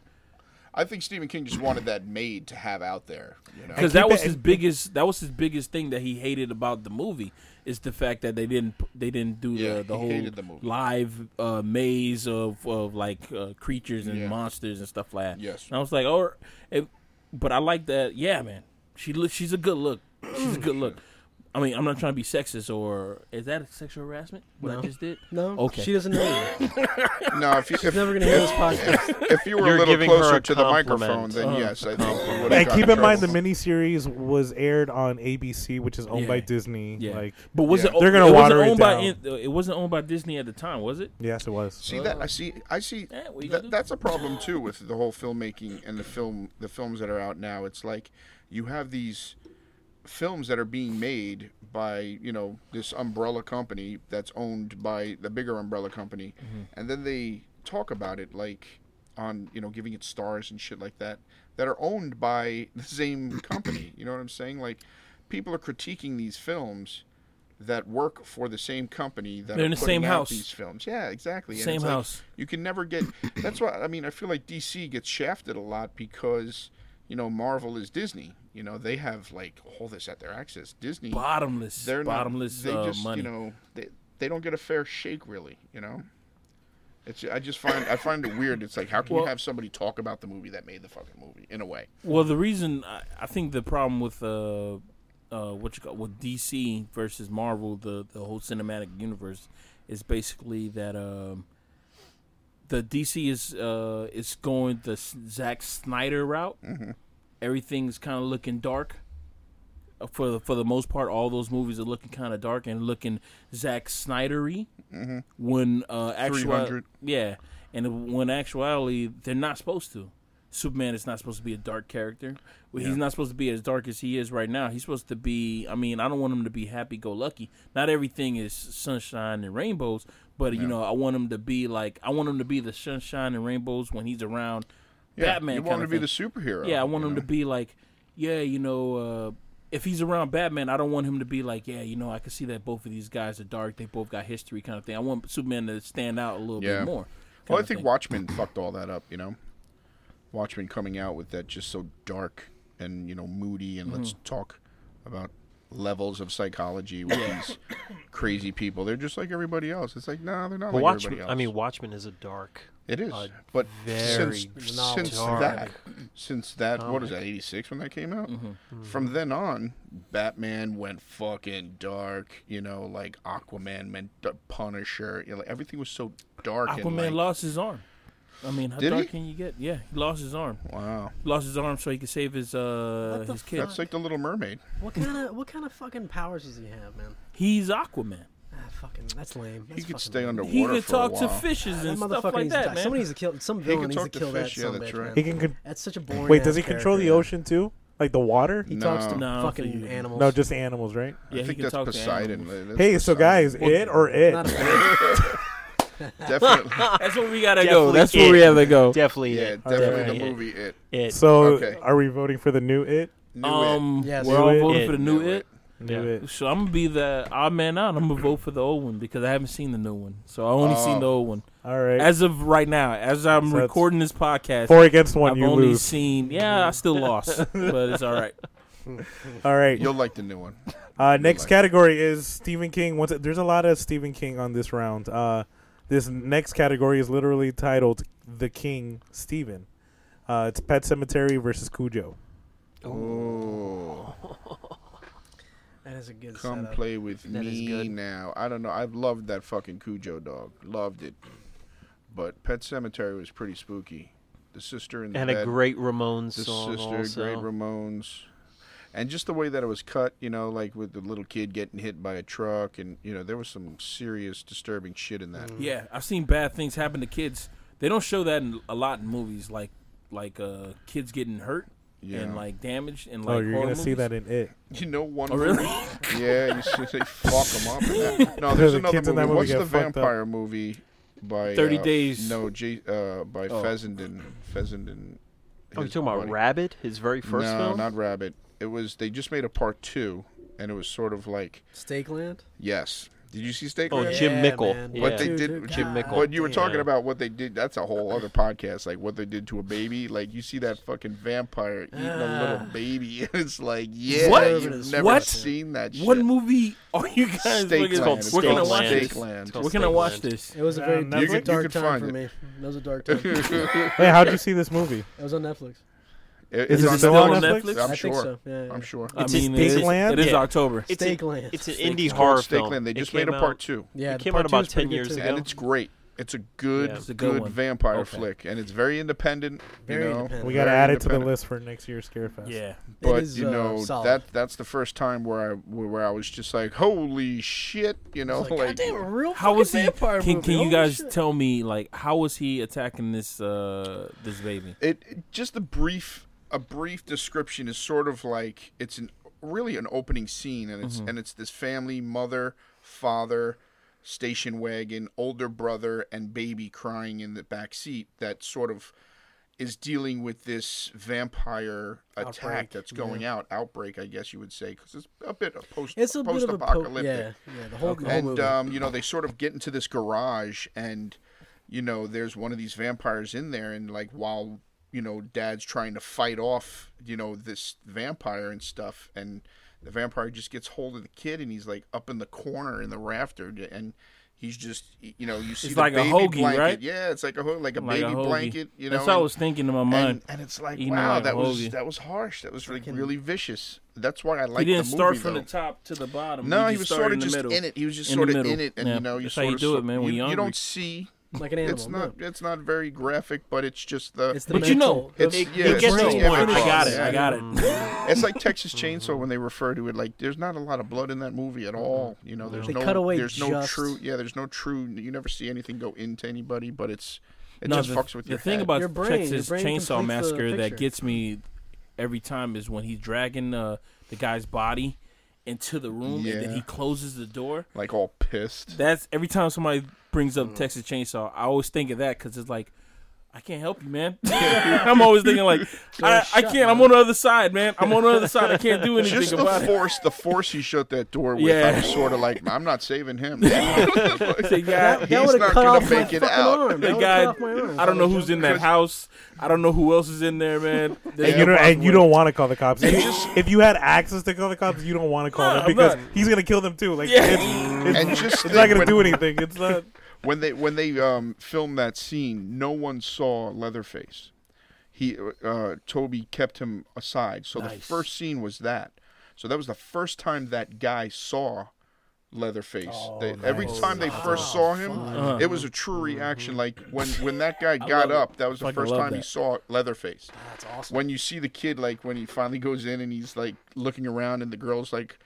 Speaker 6: I think Stephen King just wanted that made to have out there. You know?
Speaker 2: because that
Speaker 3: keep
Speaker 2: was
Speaker 3: it-
Speaker 2: his
Speaker 3: and-
Speaker 2: biggest that was his biggest thing that he hated about the movie is the fact that they didn't they didn't do
Speaker 6: Yeah,
Speaker 2: the the
Speaker 6: he
Speaker 2: whole
Speaker 6: hated the movie.
Speaker 2: live uh, maze of of like uh, creatures and
Speaker 6: Yeah.
Speaker 2: monsters and stuff like that.
Speaker 6: Yes.
Speaker 2: and I was like, oh, it, but I like that. Yeah, man, she look she's a good look. She's a good
Speaker 6: <clears throat>
Speaker 2: look. I mean, I'm not trying to be sexist or is that sexual harassment? What I
Speaker 4: No.
Speaker 2: just did?
Speaker 4: No.
Speaker 2: Okay.
Speaker 4: She doesn't know. you.
Speaker 6: No, if you, if,
Speaker 4: She's never
Speaker 6: <laughs>
Speaker 4: gonna hear this podcast.
Speaker 6: if you were
Speaker 5: You're
Speaker 6: a little
Speaker 5: giving her
Speaker 6: closer
Speaker 5: a
Speaker 6: to the microphone,
Speaker 5: compliment.
Speaker 6: then
Speaker 2: Uh,
Speaker 6: yes, I think. we would've
Speaker 3: and
Speaker 6: gotten
Speaker 3: keep in mind the
Speaker 6: trouble.
Speaker 3: miniseries was aired on ABC, which is owned
Speaker 2: Yeah.
Speaker 3: by Disney.
Speaker 2: Yeah,
Speaker 3: Like
Speaker 2: but was
Speaker 6: Yeah.
Speaker 2: it? o-
Speaker 3: They're gonna
Speaker 2: it
Speaker 3: water it
Speaker 2: wasn't owned by
Speaker 3: down.
Speaker 2: in- it wasn't owned by Disney at the time, was it?
Speaker 3: yes, it was.
Speaker 6: See that I see I see
Speaker 2: Yeah, what you gonna do?
Speaker 6: that, that's a problem too with the whole filmmaking and the film the films that are out now. It's like you have these films that are being made by, you know, this umbrella company that's owned by the bigger umbrella company and then they talk about it like on, you know, giving it stars and shit like that that are owned by <laughs> the same company. You know what I'm saying? Like people are critiquing these films that work for the same company that
Speaker 2: They're
Speaker 6: are
Speaker 2: in the
Speaker 6: putting
Speaker 2: same
Speaker 6: out
Speaker 2: house.
Speaker 6: these films. Yeah, exactly. And
Speaker 2: Same
Speaker 6: it's like,
Speaker 2: house.
Speaker 6: you can never get. That's why I mean. I feel like DC gets shafted a lot because you know Marvel is Disney. You know, they have like all this at their access. Disney,
Speaker 2: Bottomless,
Speaker 6: they're not-
Speaker 2: bottomless
Speaker 6: they
Speaker 2: uh,
Speaker 6: just,
Speaker 2: money.
Speaker 6: you know, they they don't get a fair shake really. You know, it's I just find I find it weird. It's like how can
Speaker 2: Well-
Speaker 6: you have somebody talk about the movie that made the fucking movie in a way?
Speaker 2: Well, the reason I, I think the problem with uh, uh, what you call with DC versus Marvel, the the whole cinematic universe, is basically that um, the DC is uh is going the S- Zack Snyder route. Everything's kind of looking dark. Uh, For the for the most part, all those movies are looking kind of dark and looking Zack Snydery.
Speaker 6: Mm-hmm.
Speaker 2: When uh, actually,
Speaker 6: 300.
Speaker 2: yeah, and when actuality they're not supposed to. Superman is not supposed to be a dark character. Well, He's not supposed to be as dark as he is right now. He's supposed to be. I mean, I don't want him to be happy go lucky. Not everything is sunshine and rainbows, but you know, I want him to be like I want him to be the sunshine and rainbows when he's around
Speaker 6: Yeah,
Speaker 2: Batman.
Speaker 6: you want
Speaker 2: kinda
Speaker 6: him to be the
Speaker 2: thing.
Speaker 6: superhero.
Speaker 2: Yeah, I want
Speaker 6: you
Speaker 2: him
Speaker 6: know?
Speaker 2: to be like, yeah, you know, uh, if he's around Batman, I don't want him to be like, yeah, you know, I can see that both of these guys are dark. They both got history, kind of thing. I want Superman to stand out a little
Speaker 6: Yeah.
Speaker 2: bit more.
Speaker 6: Well, I
Speaker 2: kinda
Speaker 6: think
Speaker 2: thing.
Speaker 6: Watchmen fucked all that up, you know. Watchmen coming out with that just so dark and you know moody, and let's
Speaker 2: Mm-hmm.
Speaker 6: talk about levels of psychology with these <coughs> crazy people. They're just like everybody else. It's like nah, they're not
Speaker 5: But
Speaker 6: like
Speaker 5: Watchmen.
Speaker 6: everybody else.
Speaker 5: I mean, Watchmen is a dark.
Speaker 6: it is,
Speaker 5: a
Speaker 6: but
Speaker 5: very
Speaker 6: since
Speaker 5: novel
Speaker 6: since
Speaker 5: dark
Speaker 6: that since that what is that eighty six when that came out?
Speaker 2: Mm-hmm.
Speaker 6: From then on, Batman went fucking dark. You know, like Aquaman meant Punisher. You know, like, everything was so dark. and,
Speaker 2: Aquaman
Speaker 6: like,
Speaker 2: lost his arm. I mean, how
Speaker 6: Did
Speaker 2: dark
Speaker 6: he?
Speaker 2: can you get? Yeah, he lost his arm.
Speaker 6: Wow,
Speaker 2: Lost his arm so he could save his uh
Speaker 4: What the
Speaker 2: his kid.
Speaker 6: that's like the Little Mermaid.
Speaker 4: What kind of what kind of fucking powers does he have, man?
Speaker 2: He's Aquaman.
Speaker 4: Ah, fucking, that's lame.
Speaker 6: He
Speaker 4: That's
Speaker 6: could
Speaker 4: fucking
Speaker 6: stay
Speaker 4: lame.
Speaker 6: underwater
Speaker 2: He could
Speaker 6: for a
Speaker 2: talk
Speaker 6: while.
Speaker 2: to fishes
Speaker 4: That
Speaker 2: and
Speaker 4: motherfucker
Speaker 2: stuff like
Speaker 4: needs to
Speaker 2: that,
Speaker 4: die.
Speaker 2: man.
Speaker 4: Somebody needs to kill some villain
Speaker 6: can
Speaker 4: needs
Speaker 6: talk
Speaker 4: to
Speaker 6: to
Speaker 4: kill that
Speaker 6: fish, yeah, that's
Speaker 4: sumbitch,
Speaker 6: right.
Speaker 4: man.
Speaker 3: He can. Con-
Speaker 4: That's such a boring.
Speaker 3: wait, does
Speaker 4: ass
Speaker 3: he control the
Speaker 4: character.
Speaker 3: ocean too? Like the water?
Speaker 4: He talks to
Speaker 2: No, I don't think
Speaker 4: fucking
Speaker 2: he-
Speaker 4: animals.
Speaker 3: No, just animals, right?
Speaker 2: yeah,
Speaker 6: Oh. I
Speaker 2: he
Speaker 6: think
Speaker 2: can
Speaker 6: that's
Speaker 2: talk to
Speaker 6: Poseidon.
Speaker 2: animals.
Speaker 6: That's
Speaker 3: Hey, so
Speaker 6: Poseidon.
Speaker 3: guys, it or
Speaker 4: Not
Speaker 3: <laughs> it?
Speaker 4: a-
Speaker 6: <laughs> definitely,
Speaker 2: That's where we gotta
Speaker 5: Definitely
Speaker 2: go. That's where we
Speaker 5: it.
Speaker 2: have to go.
Speaker 5: Definitely.
Speaker 6: yeah,
Speaker 5: it.
Speaker 6: definitely
Speaker 5: Alright.
Speaker 6: the movie. It,
Speaker 5: It.
Speaker 3: So,
Speaker 6: Okay.
Speaker 3: are we voting for the new it?
Speaker 6: knew
Speaker 2: Um,
Speaker 4: Yes.
Speaker 2: we're all
Speaker 3: New It.
Speaker 2: voting
Speaker 5: It.
Speaker 2: for the new
Speaker 6: New
Speaker 2: it.
Speaker 3: New
Speaker 5: Yeah.
Speaker 3: it.
Speaker 2: So I'm gonna be the odd man out. I'm gonna vote for the old one because I haven't seen the new one. So I only seen
Speaker 6: Oh.
Speaker 2: the old one
Speaker 3: All right.
Speaker 2: as of right now. As I'm
Speaker 3: So that's
Speaker 2: recording this podcast,
Speaker 3: Four against one,
Speaker 2: I've
Speaker 3: you
Speaker 2: only
Speaker 3: lose.
Speaker 2: seen. Yeah, I still
Speaker 3: <laughs>
Speaker 2: lost, but it's all right.
Speaker 3: All
Speaker 6: it.
Speaker 3: right.
Speaker 6: You'll like the new one.
Speaker 3: Uh, next
Speaker 6: like-
Speaker 3: category is Stephen King. Once there's a lot of Stephen King on this round. Uh, this next category is literally titled "The King Stephen." Uh, it's Pet Cemetery versus Cujo.
Speaker 6: Oh,
Speaker 4: That is a good
Speaker 6: come
Speaker 4: setup.
Speaker 6: play with
Speaker 5: That is
Speaker 6: me
Speaker 5: good.
Speaker 6: now. I don't know. I loved that fucking Cujo dog. Loved it, but Pet Cemetery was pretty spooky. The sister in the
Speaker 5: And
Speaker 6: bed,
Speaker 5: a great Ramones
Speaker 6: the
Speaker 5: song
Speaker 6: sister,
Speaker 5: also.
Speaker 6: great Ramones, and just the way that it was cut. You know, like with the little kid getting hit by a truck, and you know there was some serious disturbing shit in that.
Speaker 2: Yeah, I've seen bad things happen to kids. They don't show that in, a lot in movies, like like uh, kids getting hurt
Speaker 6: Yeah.
Speaker 2: and like damaged and like.
Speaker 3: Oh, you're
Speaker 2: horror
Speaker 3: gonna see
Speaker 2: movies.
Speaker 3: that in it.
Speaker 6: You know one.
Speaker 2: Oh, really?
Speaker 6: movie-
Speaker 3: <laughs>
Speaker 6: Yeah, you should say fuck them up. in that. No, there's
Speaker 3: The
Speaker 6: another
Speaker 3: kids in that
Speaker 6: movie.
Speaker 3: movie
Speaker 6: What's
Speaker 3: get
Speaker 6: the
Speaker 3: fucked up.
Speaker 6: vampire movie by
Speaker 2: 30
Speaker 6: uh,
Speaker 2: Days.
Speaker 6: No, J, uh, by
Speaker 2: Oh.
Speaker 6: Fessenden. Fessenden.
Speaker 5: Oh, you
Speaker 6: his
Speaker 5: talking about
Speaker 6: buddy.
Speaker 5: Rabbit? His very first
Speaker 6: no,
Speaker 5: film.
Speaker 6: not Rabbit. It was they just made a part two, and it was sort of like
Speaker 4: Stakeland.
Speaker 6: yes. Did you see Steak?
Speaker 5: Oh,
Speaker 6: Land?
Speaker 5: Jim
Speaker 4: Yeah,
Speaker 5: Mickle.
Speaker 4: man.
Speaker 6: What
Speaker 5: Yeah.
Speaker 6: they
Speaker 4: Dude,
Speaker 6: did,
Speaker 4: dude,
Speaker 5: Jim
Speaker 4: God
Speaker 5: Mickle.
Speaker 6: But you were
Speaker 4: damn.
Speaker 6: talking
Speaker 5: Yeah.
Speaker 6: about what they did. That's a whole other podcast. Like what they did to a baby. Like you see that fucking vampire eating a little
Speaker 4: Ah.
Speaker 6: baby, <laughs> and it's like, yeah,
Speaker 2: What?
Speaker 6: you've never
Speaker 2: What?
Speaker 6: seen that shit.
Speaker 2: What movie are you guys?
Speaker 6: Steak
Speaker 2: looking-
Speaker 6: Land. It's
Speaker 2: We're gonna
Speaker 6: called
Speaker 2: watch
Speaker 6: Steak
Speaker 2: this.
Speaker 6: Land.
Speaker 2: We're gonna watch this.
Speaker 4: It was a
Speaker 3: Yeah,
Speaker 4: very
Speaker 3: on
Speaker 4: it was
Speaker 3: Netflix?
Speaker 4: a
Speaker 3: You
Speaker 4: dark
Speaker 6: can
Speaker 4: time
Speaker 6: find
Speaker 4: for
Speaker 6: it.
Speaker 4: me. That was a dark time.
Speaker 6: <laughs>
Speaker 4: it
Speaker 6: It-
Speaker 3: Wait, how'd you see this
Speaker 6: <laughs>
Speaker 3: movie?
Speaker 4: was on Netflix.
Speaker 3: Is
Speaker 6: it's
Speaker 3: it
Speaker 6: on
Speaker 3: still
Speaker 6: Netflix?
Speaker 3: on Netflix?
Speaker 6: I'm
Speaker 4: I
Speaker 6: sure.
Speaker 4: think so. Yeah, yeah.
Speaker 6: I'm sure.
Speaker 2: I
Speaker 5: It's
Speaker 2: mean,
Speaker 5: Steak
Speaker 2: it is,
Speaker 3: Land?
Speaker 2: it is
Speaker 5: Yeah.
Speaker 2: October.
Speaker 5: It's,
Speaker 4: Steak
Speaker 5: an,
Speaker 4: Land.
Speaker 5: it's an
Speaker 4: Steak
Speaker 5: indie
Speaker 6: It's
Speaker 5: horror
Speaker 6: called Steak
Speaker 5: film.
Speaker 6: Land. They
Speaker 5: It
Speaker 6: just made a
Speaker 5: came
Speaker 6: part
Speaker 5: out-
Speaker 6: two,
Speaker 4: yeah,
Speaker 5: It
Speaker 4: the
Speaker 5: came
Speaker 4: part
Speaker 5: out
Speaker 4: two
Speaker 5: about
Speaker 4: was pretty
Speaker 5: 10
Speaker 4: good,
Speaker 5: years
Speaker 4: too.
Speaker 5: ago.
Speaker 6: and it's great. It's a good,
Speaker 5: Yeah. It's
Speaker 2: a good
Speaker 6: good,
Speaker 2: one.
Speaker 6: vampire
Speaker 2: Okay.
Speaker 6: flick, and it's very independent.
Speaker 4: Very
Speaker 6: you know,
Speaker 4: independent.
Speaker 3: We
Speaker 6: very
Speaker 3: gotta add it to the
Speaker 6: independent.
Speaker 3: list for next year's Scarefest.
Speaker 2: yeah.
Speaker 4: It
Speaker 6: But
Speaker 4: is,
Speaker 6: you
Speaker 4: uh,
Speaker 6: know
Speaker 4: solid.
Speaker 6: that that's the first time where I where I was just like, holy shit, you know,
Speaker 4: It's
Speaker 6: <laughs>
Speaker 4: like,
Speaker 6: like,
Speaker 4: goddamn, a real
Speaker 2: How
Speaker 4: fucking
Speaker 2: was he?
Speaker 4: vampire
Speaker 2: Can,
Speaker 4: movie.
Speaker 2: can you
Speaker 4: Holy
Speaker 2: guys
Speaker 4: shit.
Speaker 2: tell me like how was he attacking this uh this baby?
Speaker 6: it, it- just a brief a brief description is sort of like it's an really an opening scene and
Speaker 4: Mm-hmm.
Speaker 6: it's and it's this family mother father station wagon older brother and baby crying in the back seat that sort of is dealing with this vampire attack
Speaker 4: Outbreak,
Speaker 6: that's going out outbreak i guess you would say because it's a bit of post
Speaker 4: It's a bit of a po-
Speaker 6: post-apocalyptic
Speaker 4: yeah, yeah. The whole, the whole
Speaker 6: and
Speaker 4: movie.
Speaker 6: um, you know they sort of get into this garage and you know there's one of these vampires in there and like while you know, dad's trying to fight off, you know, this vampire and stuff, and the vampire just gets hold of the kid, and he's like up in the corner in the rafter, and he's just, you know, you see
Speaker 2: It's
Speaker 6: the
Speaker 2: like a
Speaker 6: baby
Speaker 2: hoagie,
Speaker 6: blanket,
Speaker 2: right?
Speaker 6: yeah, it's like a ho- like a
Speaker 2: Like a
Speaker 6: baby
Speaker 2: hoagie.
Speaker 6: blanket, you know,
Speaker 2: That's what I
Speaker 6: and-
Speaker 2: was thinking in my mind.
Speaker 6: and, and it's like,
Speaker 2: eating
Speaker 6: wow,
Speaker 2: like a
Speaker 6: that was
Speaker 2: hoagie.
Speaker 6: that was harsh. That was like really vicious. That's why I like.
Speaker 2: he didn't
Speaker 6: the movie,
Speaker 2: start from
Speaker 6: though.
Speaker 2: the top to the bottom.
Speaker 6: No, he
Speaker 2: just
Speaker 6: was
Speaker 2: started in
Speaker 6: sort of
Speaker 2: the
Speaker 6: just
Speaker 2: middle.
Speaker 6: in it. He was just
Speaker 2: In the
Speaker 6: sort of in
Speaker 2: middle.
Speaker 6: it, and
Speaker 2: Yeah,
Speaker 6: you know, you
Speaker 2: that's how you
Speaker 6: sorta
Speaker 2: do
Speaker 6: saw-
Speaker 2: it, man, when
Speaker 6: you,
Speaker 2: you're
Speaker 6: you
Speaker 2: hungry.
Speaker 6: don't see.
Speaker 4: like an animal.
Speaker 6: It's
Speaker 4: no.
Speaker 6: not. It's not very graphic, but it's just the.
Speaker 4: It's the
Speaker 2: But you know,
Speaker 4: mental-
Speaker 6: It's-
Speaker 2: it,
Speaker 6: yeah,
Speaker 2: it
Speaker 6: it's
Speaker 2: gets
Speaker 6: the
Speaker 2: to a point. I
Speaker 6: brain
Speaker 2: got
Speaker 6: process.
Speaker 2: it. I got
Speaker 6: Mm-hmm.
Speaker 2: it.
Speaker 6: It's like
Speaker 2: <laughs>
Speaker 6: Texas Chainsaw when they refer to it. Like, there's not a lot of blood in that movie at all. You know, there's
Speaker 4: They
Speaker 6: no.
Speaker 4: cut away
Speaker 6: there's no
Speaker 4: just-
Speaker 6: true. Yeah, there's no true. You never see anything go into anybody, but it's. It
Speaker 2: No,
Speaker 6: just
Speaker 2: the,
Speaker 6: fucks with
Speaker 2: the
Speaker 6: your
Speaker 2: thing
Speaker 6: head.
Speaker 2: about
Speaker 4: Your brain- your
Speaker 2: Texas
Speaker 4: brain completes
Speaker 2: Chainsaw
Speaker 4: the
Speaker 2: Massacre
Speaker 4: picture.
Speaker 2: that gets me every time is when he's dragging uh, the guy's body into the room and then
Speaker 6: Yeah.
Speaker 2: he closes the door.
Speaker 6: like all pissed.
Speaker 2: That's every time somebody brings
Speaker 6: Mm-hmm.
Speaker 2: up Texas Chainsaw, I always think of that because it's like, I can't help you, man. <laughs> I'm always thinking like, I, I
Speaker 4: shut,
Speaker 2: can't. I'm on the other side, man. I'm on the other side. I can't do anything
Speaker 6: Just the
Speaker 2: about it.
Speaker 6: force, the force he shut that door with.
Speaker 2: Yeah.
Speaker 6: I'm sort of like, I'm not
Speaker 2: <laughs>
Speaker 6: saving him. <laughs>
Speaker 2: The guy-
Speaker 6: He's
Speaker 4: that
Speaker 6: not
Speaker 4: would have cut
Speaker 6: gonna
Speaker 4: off my
Speaker 6: make it
Speaker 4: fucking
Speaker 6: out.
Speaker 4: arm.
Speaker 2: the
Speaker 4: That would've
Speaker 2: guy.
Speaker 4: cut off my arm.
Speaker 2: I don't know who's in that house. I don't know who else is in there,
Speaker 6: <laughs>
Speaker 2: man. There's
Speaker 3: And you
Speaker 2: no
Speaker 3: don't, and you
Speaker 2: possible-
Speaker 3: don't want to call the cops. If
Speaker 6: And
Speaker 3: you,
Speaker 6: just-
Speaker 3: if you had access to call the cops, you don't want to call
Speaker 2: No,
Speaker 3: them
Speaker 2: I'm
Speaker 3: because
Speaker 2: not.
Speaker 3: he's gonna kill them too. Like
Speaker 2: Yeah.
Speaker 3: it's, it's,
Speaker 6: And
Speaker 3: it's
Speaker 6: just
Speaker 3: not
Speaker 6: think
Speaker 3: gonna
Speaker 6: when-
Speaker 3: do anything. It's
Speaker 6: <laughs>
Speaker 3: not.
Speaker 6: when they when they um, filmed that scene, no one saw Leatherface. He uh, Toby kept him aside, so the
Speaker 2: Nice.
Speaker 6: first scene was that. So that was the first time that guy saw Leatherface.
Speaker 2: Oh,
Speaker 6: They- Every time they first saw him, it was a true reaction. Like when when
Speaker 2: <laughs>
Speaker 6: that guy got up, that was the
Speaker 2: Fucking
Speaker 6: first
Speaker 2: Uh-huh. Mm-hmm. love
Speaker 6: time he
Speaker 2: that.
Speaker 6: saw Leatherface.
Speaker 4: That's awesome.
Speaker 6: When you see the kid, like when he finally goes in and he's like looking around, and the girl's like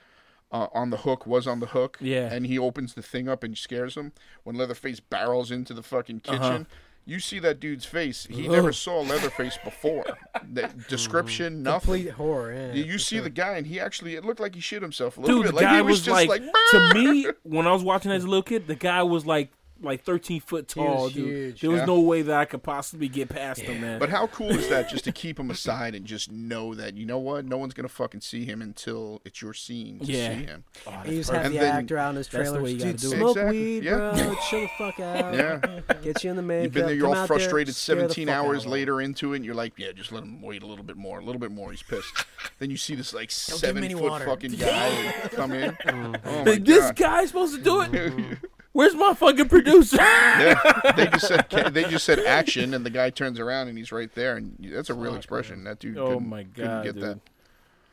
Speaker 6: uh, on the hook, was on the hook,
Speaker 2: Yeah.
Speaker 6: and he opens the thing up and scares him. When Leatherface barrels into the fucking kitchen, you see that dude's face. He never saw Leatherface before. <laughs> that description, nothing.
Speaker 4: Complete horror. Yeah.
Speaker 6: You- You see the guy, and he actually it looked like he shit himself a little
Speaker 2: Dude, the
Speaker 6: bit. Like
Speaker 2: guy
Speaker 6: he was,
Speaker 2: was, like,
Speaker 6: just like,
Speaker 2: to me when I was watching as a little kid, the guy was like like 13 foot tall,
Speaker 4: was
Speaker 2: dude.
Speaker 4: huge.
Speaker 2: There was
Speaker 6: Yeah.
Speaker 2: no way that I could possibly get past him, man.
Speaker 6: But how cool is that just to keep him aside and just know that, you know what, no one's going to fucking see him until it's your scene to
Speaker 2: Yeah.
Speaker 6: see him.
Speaker 4: He just have
Speaker 6: And
Speaker 4: the
Speaker 6: then-
Speaker 4: actor out in his
Speaker 2: That's the
Speaker 4: trailer.
Speaker 2: way you
Speaker 4: Dude,
Speaker 2: gotta do it.
Speaker 4: smoke
Speaker 6: Exactly,
Speaker 4: weed,
Speaker 6: yeah.
Speaker 4: bro. Chill the fuck out.
Speaker 6: Yeah.
Speaker 4: Get you in the makeup.
Speaker 6: You've been there,
Speaker 4: come
Speaker 6: you're all
Speaker 4: out there,
Speaker 6: frustrated
Speaker 4: scare the
Speaker 6: 17
Speaker 4: fuck out
Speaker 6: hours
Speaker 4: of 'em.
Speaker 6: later into it, and you're like, yeah, just let him wait a little bit more, a little bit more. He's
Speaker 4: <laughs>
Speaker 6: pissed. then you see this, like,
Speaker 4: give him
Speaker 6: 70
Speaker 4: any
Speaker 6: foot
Speaker 4: water. <laughs>
Speaker 6: fucking guy come in. Oh, my
Speaker 2: Like, this
Speaker 6: God. Mm-hmm.
Speaker 2: guy's supposed to do it. Where's my fucking producer?
Speaker 6: <laughs> Yeah. <laughs> They just said ca- they just said action, and the guy turns around and he's right there, and that's a real expression. That dude.
Speaker 2: Oh
Speaker 6: couldn't-
Speaker 2: my
Speaker 6: couldn't
Speaker 2: god,
Speaker 6: get
Speaker 2: dude.
Speaker 6: that.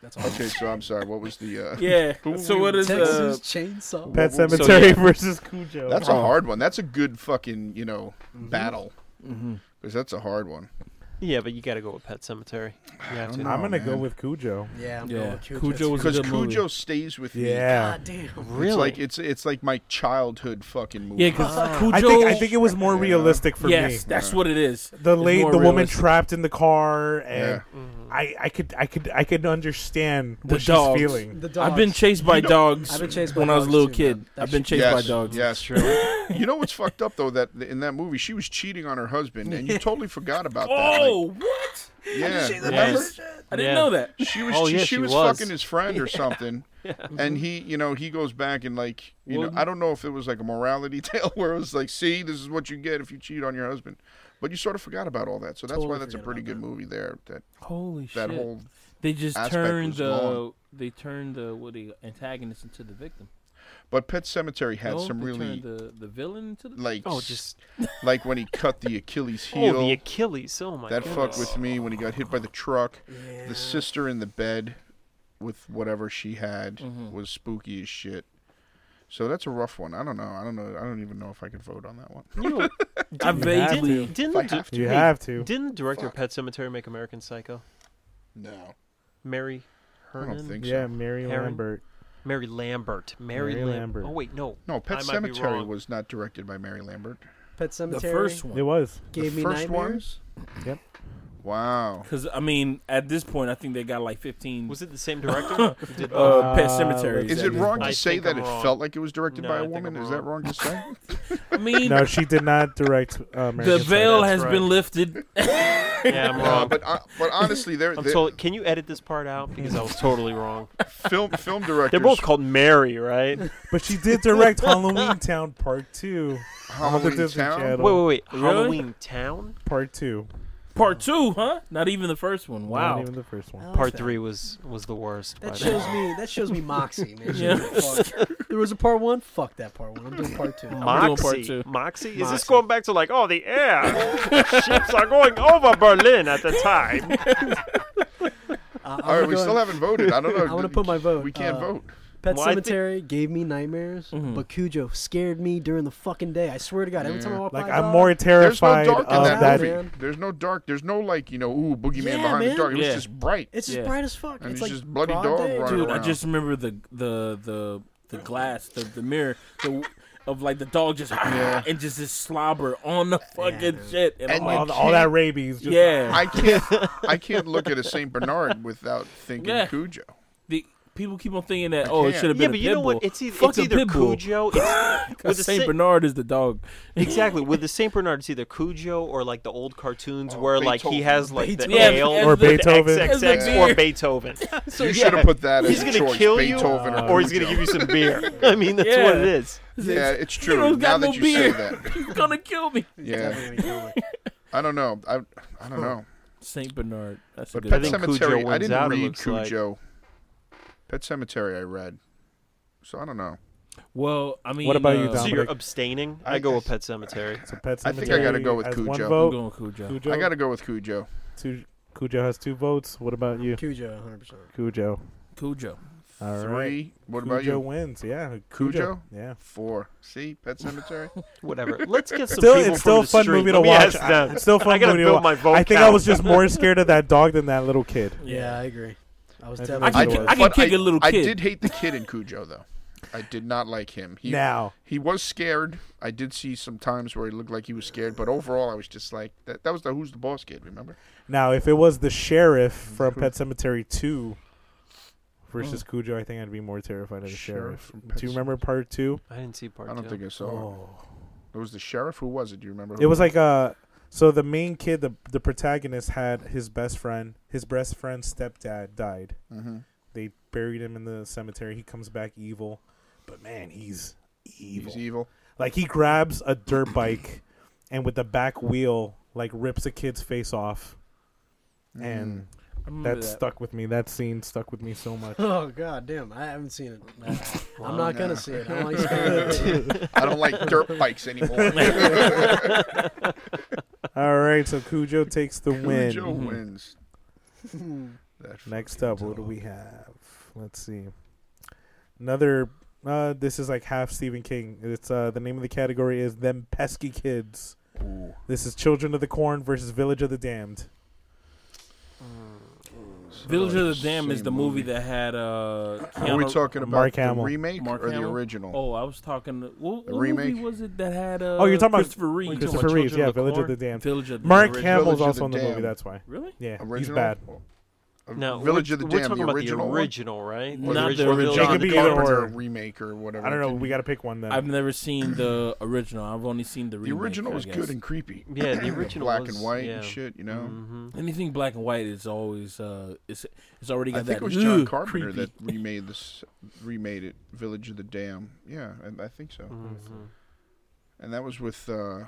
Speaker 4: That's awesome.
Speaker 6: Okay, so I'm sorry. What was the?
Speaker 4: <laughs>
Speaker 6: Uh,
Speaker 2: Yeah. So what is uh,
Speaker 4: Texas Chainsaw.
Speaker 3: Pet
Speaker 6: So,
Speaker 3: Cemetery versus Cujo.
Speaker 6: That's a hard one. That's a good fucking you know
Speaker 4: Mm-hmm.
Speaker 6: battle because that's a hard one.
Speaker 5: Yeah, but you got to go with Pet Cemetery. You have
Speaker 6: don't
Speaker 5: to.
Speaker 6: know.
Speaker 3: I'm gonna go
Speaker 6: man.
Speaker 3: with Cujo.
Speaker 4: Yeah, I'm going
Speaker 2: yeah,
Speaker 4: with Cujo.
Speaker 2: Cujo was a
Speaker 6: Because
Speaker 2: good
Speaker 6: Cujo
Speaker 2: movie.
Speaker 6: stays with me.
Speaker 3: Yeah.
Speaker 4: God damn.
Speaker 6: It's like it's it's like my childhood fucking movie.
Speaker 2: Yeah, because Cujo.
Speaker 3: I think I think it was more
Speaker 6: Yeah.
Speaker 3: realistic for
Speaker 2: yes,
Speaker 3: me.
Speaker 2: that's what it is.
Speaker 3: The
Speaker 2: It's
Speaker 3: late the
Speaker 2: more
Speaker 3: woman
Speaker 2: realistic. Mm-hmm.
Speaker 3: trapped in the car and
Speaker 6: Yeah.
Speaker 3: I, I could I could I could understand
Speaker 2: The
Speaker 3: what she's
Speaker 2: dogs.
Speaker 3: feeling.
Speaker 4: The
Speaker 2: I've been
Speaker 4: dogs.
Speaker 2: chased by dogs
Speaker 4: I've been chased by
Speaker 2: when I was a
Speaker 4: dogs
Speaker 2: little
Speaker 4: too,
Speaker 2: kid.
Speaker 4: man. That
Speaker 2: I've been
Speaker 4: shit-
Speaker 2: chased
Speaker 6: yes,
Speaker 2: by dogs.
Speaker 6: Yes,
Speaker 5: true.
Speaker 6: You know what's fucked up though that in that movie she was cheating on her husband and you totally forgot about that. like,
Speaker 2: Oh, what?
Speaker 6: yeah, remember?
Speaker 5: Yes.
Speaker 2: I didn't
Speaker 5: Yeah.
Speaker 2: know that.
Speaker 6: She was
Speaker 5: Oh,
Speaker 6: she,
Speaker 5: yeah,
Speaker 6: she
Speaker 5: she
Speaker 6: was,
Speaker 5: was.
Speaker 6: fucking his friend or something, and he you know he goes back and like you know
Speaker 2: Well-
Speaker 6: I don't know if it was like a morality <laughs> tale where it was like see this is what you get if you cheat on your husband, but you sort of forgot about all that so that's why
Speaker 4: Totally
Speaker 6: that's a
Speaker 4: forgot
Speaker 6: pretty good
Speaker 4: about
Speaker 6: movie there that
Speaker 2: Holy shit.
Speaker 6: that whole
Speaker 2: They just
Speaker 6: aspect
Speaker 2: turned
Speaker 6: was
Speaker 2: the
Speaker 6: gone.
Speaker 2: they turned the what the antagonist into the victim.
Speaker 6: but Pet Cemetery had
Speaker 2: No,
Speaker 6: some
Speaker 2: they
Speaker 6: really
Speaker 2: turned the the villain into the
Speaker 6: like
Speaker 5: Oh,
Speaker 6: s-
Speaker 5: just
Speaker 6: like when he cut the Achilles
Speaker 5: oh,
Speaker 6: heel.
Speaker 5: the Achilles. Oh my
Speaker 6: that fucked
Speaker 5: goodness.
Speaker 6: with me when he got hit by the truck.
Speaker 4: Yeah.
Speaker 6: The sister in the bed with whatever she had
Speaker 5: Mm-hmm.
Speaker 6: was spooky as shit. So that's a rough one. I don't know. I don't know. I don't even know if I could vote on that one.
Speaker 2: I
Speaker 3: have
Speaker 2: vaguely
Speaker 5: Didn't
Speaker 6: If I
Speaker 5: the di-
Speaker 6: have to.
Speaker 3: You
Speaker 5: hey,
Speaker 3: have to.
Speaker 5: Didn't the director
Speaker 6: Fuck.
Speaker 5: of Pet Cemetery make American Psycho?
Speaker 6: No,
Speaker 5: Mary
Speaker 6: I
Speaker 5: Herman.
Speaker 6: don't think so.
Speaker 3: Yeah, Mary
Speaker 5: Heron.
Speaker 3: Lambert.
Speaker 5: Mary Lambert. Mary,
Speaker 3: Mary
Speaker 5: Lam-
Speaker 3: Lambert.
Speaker 5: Oh wait, no.
Speaker 6: No, Pet
Speaker 5: I might be
Speaker 6: Cemetery
Speaker 5: wrong.
Speaker 6: was not directed by Mary Lambert.
Speaker 4: Pet
Speaker 2: the
Speaker 4: Cemetery.
Speaker 2: first
Speaker 3: It
Speaker 2: one.
Speaker 3: was.
Speaker 4: gave
Speaker 6: the
Speaker 4: me
Speaker 6: first
Speaker 4: nightmares.
Speaker 6: ones?
Speaker 3: Yep.
Speaker 6: Wow.
Speaker 2: Because I mean, at this point, I think they got like fifteen.
Speaker 5: Was it the same director? who did
Speaker 2: uh,
Speaker 5: the-
Speaker 2: Pet
Speaker 3: Uh,
Speaker 2: Cemetery?
Speaker 6: Is it
Speaker 3: Exactly.
Speaker 6: wrong to
Speaker 5: I
Speaker 6: say
Speaker 5: think
Speaker 6: that
Speaker 5: I'm
Speaker 6: it
Speaker 5: wrong.
Speaker 6: felt like it was directed
Speaker 5: No,
Speaker 6: by
Speaker 5: I
Speaker 6: a
Speaker 5: think
Speaker 6: woman?
Speaker 5: I'm
Speaker 6: Is
Speaker 5: <laughs>
Speaker 6: that
Speaker 5: wrong.
Speaker 6: wrong to say?
Speaker 2: I mean, <laughs>
Speaker 3: No, she did not direct
Speaker 2: the
Speaker 3: uh, American
Speaker 2: veil
Speaker 5: that's
Speaker 2: has
Speaker 5: right.
Speaker 2: been lifted.
Speaker 5: yeah, I'm
Speaker 6: no,
Speaker 5: wrong.
Speaker 6: but uh, but honestly, they're,
Speaker 5: I'm
Speaker 6: they're-
Speaker 5: totally. Can you edit this part out because I was totally wrong.
Speaker 6: film film
Speaker 5: <laughs>
Speaker 6: directors.
Speaker 5: They're both called Mary, right? wait,
Speaker 3: But she did
Speaker 6: <laughs>
Speaker 3: direct Halloween Town Part Two. On the
Speaker 6: Halloween
Speaker 3: Disney
Speaker 6: Town?
Speaker 3: Channel.
Speaker 5: wait, wait.
Speaker 2: Really?
Speaker 5: Halloween Town.
Speaker 3: Part Two.
Speaker 2: Part two, huh? Not even the first one. Wow.
Speaker 3: Not even the first
Speaker 6: Oh
Speaker 3: one.
Speaker 4: I like
Speaker 5: Part
Speaker 4: that.
Speaker 5: three was was the worst.
Speaker 4: Oh, That
Speaker 5: but-
Speaker 4: shows me. That shows me moxie,
Speaker 2: <laughs>
Speaker 4: man.
Speaker 2: Yeah.
Speaker 4: Fuck. There was a part one. Fuck that part one. I'm doing part two.
Speaker 2: Mo- I'm doing
Speaker 5: Moxie.
Speaker 2: part two.
Speaker 5: Moxie? Is this
Speaker 4: Moxie.
Speaker 5: going back to like, oh, the
Speaker 2: <laughs>
Speaker 5: air ships are going over Berlin at the time?
Speaker 4: Uh,
Speaker 6: All right, we still haven't voted. I
Speaker 4: <laughs>
Speaker 6: don't know.
Speaker 4: I wanna put my
Speaker 6: <laughs>
Speaker 4: vote.
Speaker 6: We can't
Speaker 4: Uh,
Speaker 6: vote.
Speaker 4: Pet
Speaker 5: Well, I think-
Speaker 4: Cemetery gave me nightmares,
Speaker 2: Mm-hmm.
Speaker 4: but Cujo scared me during the fucking day. I swear to God, every time I walk
Speaker 3: Like
Speaker 4: by,
Speaker 3: I'm
Speaker 4: dog,
Speaker 3: more
Speaker 6: There's no
Speaker 3: terrified
Speaker 6: dark in
Speaker 4: Oh,
Speaker 3: of
Speaker 6: that,
Speaker 4: that-
Speaker 6: movie.
Speaker 4: Man.
Speaker 6: There's no dark. There's no like you know, ooh, boogeyman
Speaker 4: Yeah,
Speaker 6: behind
Speaker 4: man.
Speaker 6: the dark. It was
Speaker 2: Yeah.
Speaker 6: just bright.
Speaker 4: It's just
Speaker 2: Yeah.
Speaker 4: bright as fuck.
Speaker 6: And
Speaker 4: it's
Speaker 6: it's
Speaker 4: like
Speaker 6: just bloody
Speaker 4: broad
Speaker 6: dog
Speaker 4: day,
Speaker 6: running
Speaker 4: dude.
Speaker 2: Dude, I
Speaker 6: around.
Speaker 2: just remember the the the the glass, the the mirror, the of like the dog just and just this slobber on the fucking
Speaker 4: dude.
Speaker 2: shit and,
Speaker 6: And
Speaker 2: I'm
Speaker 6: you
Speaker 3: all,
Speaker 2: like,
Speaker 3: all that rabies. Just,
Speaker 2: yeah. <laughs>
Speaker 6: I can't. I can't look at a Saint Bernard without thinking
Speaker 2: Yeah.
Speaker 6: Cujo.
Speaker 2: the, people keep on thinking that oh it
Speaker 6: can't.
Speaker 2: should have
Speaker 5: yeah,
Speaker 2: been
Speaker 5: but
Speaker 2: a
Speaker 5: you
Speaker 2: pit
Speaker 5: know
Speaker 2: bull.
Speaker 5: what? It's, e- it's
Speaker 2: Fucking
Speaker 5: either
Speaker 2: pit bull.
Speaker 5: Cujo.
Speaker 2: <laughs>
Speaker 5: It's, with the
Speaker 2: Saint
Speaker 5: Saint-
Speaker 2: Bernard is the dog.
Speaker 5: Exactly. With the Saint Bernard, it's either Cujo or like the old cartoons where like he
Speaker 6: Beethoven.
Speaker 5: has
Speaker 2: <laughs>
Speaker 5: like the
Speaker 2: Beethoven. Yeah,
Speaker 5: ale
Speaker 2: as
Speaker 3: Or
Speaker 2: the-
Speaker 3: Beethoven.
Speaker 5: XXX
Speaker 2: As the
Speaker 5: or
Speaker 2: beer. <laughs>
Speaker 5: Beethoven. So,
Speaker 6: you
Speaker 5: yeah,
Speaker 6: should have put that
Speaker 5: He's
Speaker 6: as
Speaker 5: gonna
Speaker 6: a choice.
Speaker 5: kill you, uh,
Speaker 6: Beethoven or,
Speaker 5: or he's gonna
Speaker 6: Cujo.
Speaker 5: give you some beer. <laughs> I mean, that's
Speaker 2: Oh Yeah.
Speaker 5: what it is.
Speaker 6: Yeah, it's
Speaker 2: You
Speaker 6: true.
Speaker 2: don't
Speaker 6: Now
Speaker 2: got
Speaker 6: that
Speaker 2: no
Speaker 6: you
Speaker 2: beer.
Speaker 6: say that,
Speaker 2: He's gonna kill me.
Speaker 6: yeah,
Speaker 4: Definitely gonna kill it.
Speaker 6: I don't know. I I don't know.
Speaker 2: Saint Bernard. That's a
Speaker 6: But
Speaker 2: good.
Speaker 6: Pet
Speaker 5: think
Speaker 2: dog.
Speaker 5: Cujo
Speaker 6: Cemetery, I
Speaker 5: wins
Speaker 6: didn't
Speaker 5: out, it
Speaker 6: read
Speaker 5: looks like.
Speaker 6: Cujo. Pet Cemetery, I read. So I don't know.
Speaker 2: Well, I mean,
Speaker 3: What about you,
Speaker 2: uh,
Speaker 3: Dom?
Speaker 5: So
Speaker 3: I'm
Speaker 5: you're
Speaker 3: gonna-
Speaker 5: abstaining.
Speaker 6: I
Speaker 5: I go with
Speaker 6: guess.
Speaker 5: Pet Cemetery.
Speaker 3: So Pet
Speaker 6: I think I gotta go
Speaker 3: Sematary
Speaker 6: with
Speaker 3: has one
Speaker 6: Cujo.
Speaker 2: I'm
Speaker 3: vote.
Speaker 2: going Cujo.
Speaker 3: Cujo.
Speaker 6: I got to go with Cujo.
Speaker 3: Two- Cujo has two votes. What about you,
Speaker 4: Cujo, 100. percent
Speaker 3: Cujo?
Speaker 2: Cujo.
Speaker 3: All right.
Speaker 6: Three. What
Speaker 3: Cujo
Speaker 6: about you?
Speaker 3: wins. Yeah.
Speaker 6: Cujo?
Speaker 3: Yeah.
Speaker 6: Four. See,
Speaker 3: <sighs>
Speaker 6: Pet Cemetery.
Speaker 5: Whatever. Let's get some
Speaker 3: Still,
Speaker 5: people
Speaker 3: it's still a
Speaker 5: from the
Speaker 3: fun
Speaker 5: street.
Speaker 3: movie to
Speaker 5: Let me
Speaker 3: watch.
Speaker 5: ask them.
Speaker 3: It's still a fun
Speaker 5: <laughs> I gotta
Speaker 3: movie to watch.
Speaker 5: build my vote
Speaker 3: I think I
Speaker 5: count.
Speaker 3: was just more scared of that dog than that little kid.
Speaker 4: Yeah, I agree. I was
Speaker 3: I
Speaker 4: definitely.
Speaker 3: think
Speaker 2: I
Speaker 3: it
Speaker 2: can,
Speaker 3: was.
Speaker 2: I can
Speaker 6: But
Speaker 2: kick a little
Speaker 6: I
Speaker 2: kid.
Speaker 6: did hate the kid in Cujo though. I did not like him. He
Speaker 3: Now,
Speaker 6: he was scared. I did see some times where he looked like he was scared, but overall I was just like that. That was the Who's the Boss kid. Remember?
Speaker 3: now, if it was the sheriff
Speaker 6: Mm,
Speaker 3: from Pet Cemetery Two versus Cujo, I think I'd be more terrified of the
Speaker 6: Sheriff
Speaker 3: sheriff.
Speaker 6: from Pet Oh.
Speaker 3: Do you remember part two?
Speaker 5: I didn't see part
Speaker 6: I don't
Speaker 5: two.
Speaker 6: think I saw. him. It was the sheriff. Who was it? Do you remember? Who
Speaker 3: Oh. It was like uh so the main kid, the the protagonist had his best friend, his best friend's stepdad died.
Speaker 6: Mhm.
Speaker 3: They buried him in the cemetery. He comes back evil, but man, he's evil.
Speaker 6: He's evil.
Speaker 3: Like he grabs a dirt bike and with the back wheel like rips a kid's face off.
Speaker 6: Mm. Mm-hmm.
Speaker 3: And
Speaker 2: I remember
Speaker 3: that
Speaker 2: that.
Speaker 3: stuck with me. That scene stuck with me so much.
Speaker 4: Oh god damn! I haven't
Speaker 6: <laughs>
Speaker 4: seen it. I- I'm not
Speaker 6: no.
Speaker 4: gonna see it. I
Speaker 6: <laughs>
Speaker 4: don't like scary.
Speaker 6: I don't like
Speaker 3: <laughs>
Speaker 6: dirt bikes anymore.
Speaker 3: All right, so Cujo takes the win.
Speaker 6: <laughs>
Speaker 3: Mm-hmm.
Speaker 6: Cujo wins. That
Speaker 3: Next
Speaker 6: fucking
Speaker 3: up, what do
Speaker 6: dog.
Speaker 3: we have? Let's see. Another. Uh, this is like half Stephen King. It's uh, the name of the category is "Them Pesky Kids."
Speaker 6: Ooh.
Speaker 3: This is "Children of the Corn" versus "Village of the Damned."
Speaker 2: Village of the Dam is
Speaker 6: Same
Speaker 2: the movie, that had uh.
Speaker 6: Are we
Speaker 2: Keanu-
Speaker 6: talking about
Speaker 3: Mark
Speaker 6: the
Speaker 3: Hamill.
Speaker 6: remake
Speaker 2: Mark
Speaker 6: or the
Speaker 2: Hamill?
Speaker 6: original?
Speaker 2: Oh, I was talking. What,
Speaker 6: The
Speaker 2: what
Speaker 6: remake?
Speaker 2: movie was it that had? Uh,
Speaker 3: Oh, you're talking about
Speaker 2: Christopher Reeve.
Speaker 5: Wait,
Speaker 3: Christopher
Speaker 5: about
Speaker 3: Reeve,
Speaker 5: Children
Speaker 3: yeah,
Speaker 5: of the
Speaker 3: Village of
Speaker 5: Corn?
Speaker 3: the Damned.
Speaker 2: Village of the
Speaker 3: Mark
Speaker 2: Damned.
Speaker 6: Village
Speaker 3: Hamill's
Speaker 6: of
Speaker 3: also
Speaker 6: the
Speaker 3: in the movie.
Speaker 6: Damned.
Speaker 3: That's why.
Speaker 2: Really?
Speaker 3: Yeah, he's
Speaker 6: Original? Oh.
Speaker 3: bad.
Speaker 5: No,
Speaker 6: Village
Speaker 5: we're,
Speaker 6: of the
Speaker 5: we're
Speaker 6: Damned,
Speaker 5: talking
Speaker 6: the
Speaker 5: about
Speaker 6: original
Speaker 5: Uh, the
Speaker 6: one?
Speaker 5: original, right?
Speaker 2: Not the
Speaker 5: original.
Speaker 2: original.
Speaker 5: Village
Speaker 2: It
Speaker 5: of
Speaker 3: could
Speaker 5: the
Speaker 6: John
Speaker 3: be
Speaker 5: Damned.
Speaker 3: either
Speaker 6: Carpenter
Speaker 3: or.
Speaker 6: remake or whatever.
Speaker 3: I don't
Speaker 6: it
Speaker 3: know.
Speaker 6: could
Speaker 3: We
Speaker 6: be.
Speaker 3: got to pick one then.
Speaker 2: I've never seen the original. I've only seen the
Speaker 6: The
Speaker 2: remake.
Speaker 6: original
Speaker 2: I
Speaker 6: was
Speaker 2: guess.
Speaker 6: good and creepy.
Speaker 5: Yeah,
Speaker 6: <laughs>
Speaker 5: the original
Speaker 6: black
Speaker 5: was-
Speaker 6: and white
Speaker 5: yeah.
Speaker 6: and shit. You know,
Speaker 5: Mhm.
Speaker 2: Anything black and white is always uh, it's it's already
Speaker 6: I
Speaker 2: got
Speaker 6: think
Speaker 2: that.
Speaker 6: it was John
Speaker 2: "Ugh,
Speaker 6: Carpenter
Speaker 2: creepy."
Speaker 6: that
Speaker 2: <laughs>
Speaker 6: remade this, remade it. Village of the Dam. Yeah, I, I think so.
Speaker 5: Mhm.
Speaker 6: And that was with, uh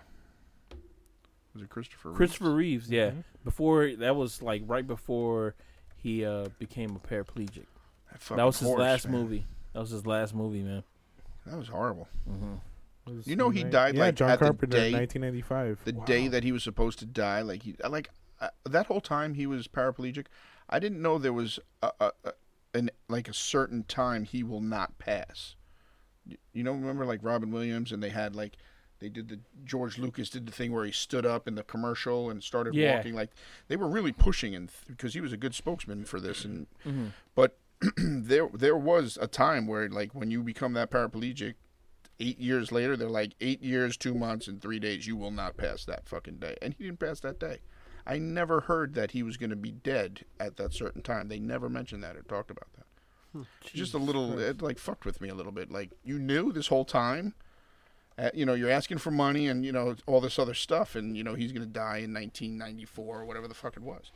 Speaker 6: was it Christopher? Reeve?
Speaker 2: Christopher Reeves. Yeah,
Speaker 3: Mhm.
Speaker 2: before that was like right before he uh became a paraplegic.
Speaker 6: fucking
Speaker 2: that was his
Speaker 6: horse,
Speaker 2: last
Speaker 6: man.
Speaker 2: movie. That was his last movie, man.
Speaker 6: That was horrible.
Speaker 2: hmm
Speaker 6: You know he died,
Speaker 3: yeah,
Speaker 6: like,
Speaker 3: John
Speaker 6: at the
Speaker 3: Carpenter,
Speaker 6: day-
Speaker 3: 1995.
Speaker 6: the
Speaker 3: Wow.
Speaker 6: day that he was supposed to die like he like uh, that whole time he was paraplegic i didn't know there was a, a, a an like a certain time he will not pass Y- you know remember like robin williams and they had like they did the george lucas did the thing where he stood up in the commercial and started
Speaker 2: Yeah.
Speaker 6: walking like they were really pushing and because he was a good spokesman for this and but <clears throat> there there was a time where like when you become that paraplegic eight years later, they're like eight years, two months, and three days. You will not pass that fucking day, and he didn't pass that day. I never heard that he was going to be dead at that certain time. They never mentioned that or talked about that. Just a little, it like fucked with me a little bit. Like you knew this whole time, uh, you know, you're asking for money and you know all this other stuff, and you know he's going to die in 1994 or whatever the fuck it was.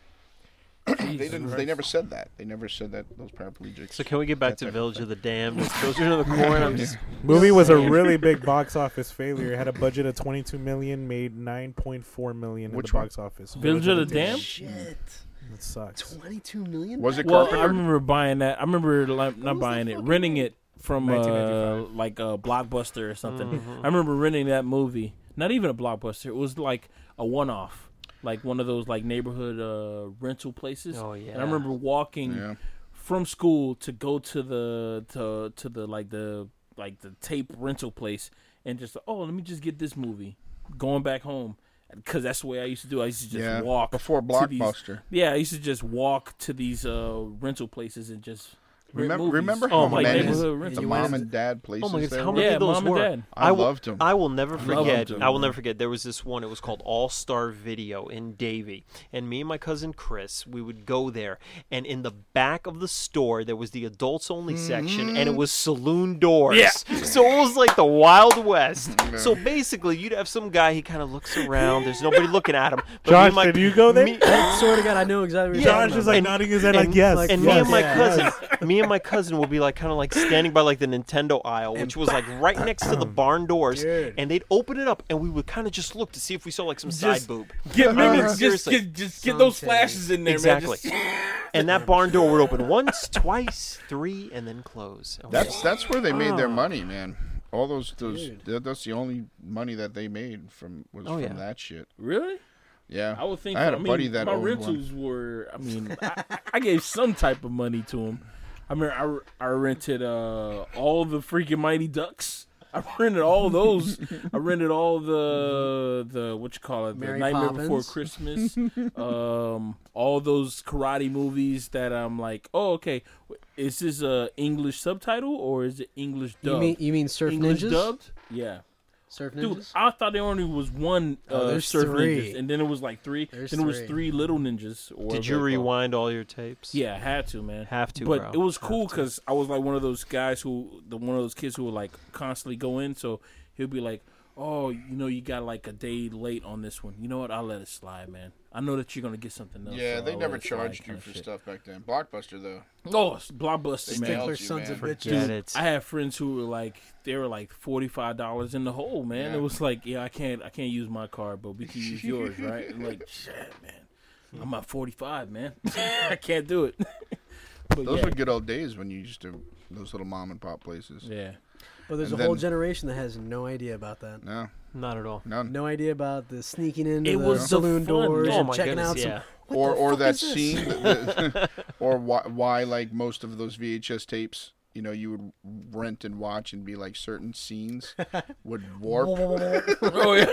Speaker 6: they
Speaker 2: Jesus
Speaker 6: didn't. They
Speaker 2: Christ.
Speaker 6: never said that. They never said that those paraplegics.
Speaker 5: So can we get back
Speaker 6: That's
Speaker 5: to
Speaker 6: our-
Speaker 5: Village of the Damned? with Children of the Corn.
Speaker 6: <laughs>
Speaker 5: I'm just
Speaker 3: Movie was a really
Speaker 2: <laughs>
Speaker 3: big box office failure. It had a budget of 22 million, made 9.4 million in
Speaker 6: Which
Speaker 3: the
Speaker 6: one?
Speaker 3: box office.
Speaker 2: Village of the Damned?
Speaker 4: Shit.
Speaker 3: It sucks.
Speaker 4: Twenty-two million.
Speaker 6: Was it
Speaker 2: Well, I
Speaker 6: Carpenter?
Speaker 2: remember buying that. I remember like, not buying it, renting it from uh,
Speaker 3: 1995.
Speaker 2: like a blockbuster or something. I remember renting that movie. Not even a blockbuster. It was like a one-off, like one of those like neighborhood uh, rental places.
Speaker 5: Oh,
Speaker 2: And
Speaker 5: yeah.
Speaker 2: I remember walking
Speaker 6: Yeah.
Speaker 2: from school to go to the to to the like the like the tape rental place and just oh let me just get this movie. Going back home because that's the way I used to do. I used to just
Speaker 6: Yeah.
Speaker 2: walk
Speaker 6: Before
Speaker 2: to these-
Speaker 6: Blockbuster.
Speaker 2: yeah, I used to just walk to these uh, rental places and just rent
Speaker 6: Remember,
Speaker 2: movies.
Speaker 6: remember
Speaker 5: Oh
Speaker 6: how
Speaker 5: my
Speaker 6: many
Speaker 5: goodness.
Speaker 2: neighborhood rental
Speaker 6: the
Speaker 4: You
Speaker 6: mom
Speaker 4: went-
Speaker 6: and dad places
Speaker 5: Oh my goodness,
Speaker 6: there
Speaker 5: how
Speaker 6: were?
Speaker 5: many
Speaker 2: Yeah,
Speaker 5: of those
Speaker 2: Mom and
Speaker 5: were?
Speaker 2: Dad.
Speaker 6: I
Speaker 5: will-
Speaker 6: loved 'em.
Speaker 5: I will never forget.
Speaker 6: 'em.
Speaker 5: I will never forget. There was this one. It was called All Star Video in Davie, and me and my cousin Chris, we would go there. And in the back of the store, there was the adults only section, and it was saloon doors. So it was like the Wild West. So basically, you'd have some guy. He kind of looks around. There's nobody looking at him. But me
Speaker 3: Josh,
Speaker 5: and my-
Speaker 3: did you go there?
Speaker 5: me- <laughs>
Speaker 4: I swear to God, I know exactly. What you're
Speaker 5: Yeah.
Speaker 4: talking
Speaker 3: Josh is
Speaker 4: about.
Speaker 3: like
Speaker 5: And-
Speaker 3: nodding his head
Speaker 5: and,
Speaker 3: like yes.
Speaker 4: like,
Speaker 5: and
Speaker 3: yes.
Speaker 5: me and my
Speaker 4: yes.
Speaker 5: cousin, me and my cousin will be like kind of like standing by like the Nintendo aisle, which was like right next to the barn doors,
Speaker 4: Dude.
Speaker 5: and they'd open it up, and we would kind of just look to see if we saw like some side
Speaker 2: Just
Speaker 5: boob.
Speaker 6: <laughs>
Speaker 2: Get
Speaker 5: mean,
Speaker 6: Uh-huh.
Speaker 2: minutes, just
Speaker 5: seriously.
Speaker 2: get, just get those
Speaker 4: Something.
Speaker 2: flashes in there,
Speaker 5: Exactly.
Speaker 2: <laughs> man.
Speaker 5: and that barn door would open once, twice, three, and then close. And we'd
Speaker 6: That's
Speaker 5: just-
Speaker 6: that's where they made
Speaker 5: Ah.
Speaker 6: their money, man. All those those
Speaker 4: Dude.
Speaker 6: that, that's the only money that they made from was
Speaker 5: Oh,
Speaker 6: from
Speaker 5: yeah.
Speaker 6: that shit.
Speaker 2: Really?
Speaker 6: Yeah,
Speaker 2: I would think.
Speaker 6: I had
Speaker 2: so.
Speaker 6: a
Speaker 2: mean,
Speaker 6: buddy that
Speaker 2: my
Speaker 6: owned one.
Speaker 2: rentals were. I mean, I, I gave some type of money to him. I mean, I, I rented uh, all the freaking Mighty Ducks. I <laughs> rented all those. I rented all the the what you call it, the
Speaker 4: Mary
Speaker 2: Nightmare Before
Speaker 4: Poppins.
Speaker 2: Christmas. um, all those karate movies that I'm like, oh okay, is this a English subtitle or is it English dubbed?
Speaker 4: You mean you mean surf
Speaker 2: English
Speaker 4: ninjas?
Speaker 2: dubbed? Yeah.
Speaker 4: Surf ninjas.
Speaker 2: Dude, I thought there only was one uh,
Speaker 4: Oh, there's
Speaker 2: surf
Speaker 4: three.
Speaker 2: ninjas, and then it was like three.
Speaker 4: There's
Speaker 2: then it was
Speaker 4: three.
Speaker 2: three little ninjas. Or whatever
Speaker 5: Did you
Speaker 2: they're called.
Speaker 5: rewind all your tapes?
Speaker 2: Yeah, I had to, man.
Speaker 5: Have to,
Speaker 2: But
Speaker 5: bro.
Speaker 2: it was
Speaker 5: Have
Speaker 2: cool
Speaker 5: to.
Speaker 2: because I was like one of those guys who, the one of those kids who would like constantly go in. So he'll be like, "Oh, you know, you got like a day late on this one. You know what? I'll let it slide, man. I know that you're gonna get something else.
Speaker 6: Yeah,
Speaker 2: so
Speaker 6: they
Speaker 2: I'll
Speaker 6: never
Speaker 2: let it slide,"
Speaker 6: charged you
Speaker 2: kinda
Speaker 6: for
Speaker 2: shit.
Speaker 6: stuff back then. Blockbuster though.
Speaker 2: Oh, it's blockbuster,
Speaker 6: Stick
Speaker 2: man.
Speaker 6: Nailed
Speaker 4: Stickler
Speaker 6: you,
Speaker 4: sons
Speaker 6: man.
Speaker 4: of
Speaker 5: Forget
Speaker 4: bitches.
Speaker 5: it.
Speaker 2: I had friends who were like they were like forty five dollars in the hole, man.
Speaker 6: Yeah.
Speaker 2: It was like, yeah, I can't I can't use my card, but we can use
Speaker 5: <laughs>
Speaker 2: yours, right? And like, shit, man.
Speaker 5: Hmm.
Speaker 2: I'm at forty five, man. <laughs> I can't do it. <laughs> but
Speaker 6: Those
Speaker 2: yeah,
Speaker 6: were good old days when you used to those little mom and pop places.
Speaker 2: yeah.
Speaker 4: But there's
Speaker 6: And
Speaker 4: a whole
Speaker 6: then- Mm.
Speaker 4: generation that has no idea about that.
Speaker 6: No,
Speaker 5: Not at all.
Speaker 6: none.
Speaker 4: No idea about the sneaking into
Speaker 2: It
Speaker 4: the
Speaker 2: was so
Speaker 4: saloon
Speaker 2: fun.
Speaker 4: doors
Speaker 2: Oh
Speaker 4: and
Speaker 5: my
Speaker 4: checking
Speaker 5: goodness,
Speaker 4: out some.
Speaker 5: yeah.
Speaker 4: What
Speaker 6: or
Speaker 4: the
Speaker 6: or
Speaker 4: fuck
Speaker 6: that
Speaker 4: is this? <laughs>
Speaker 6: scene, that- <laughs>
Speaker 2: <laughs>
Speaker 6: or why why like most of those VHS tapes. You know, you would rent and watch, and be like
Speaker 2: <laughs>
Speaker 6: certain scenes would warp.
Speaker 2: Oh yeah.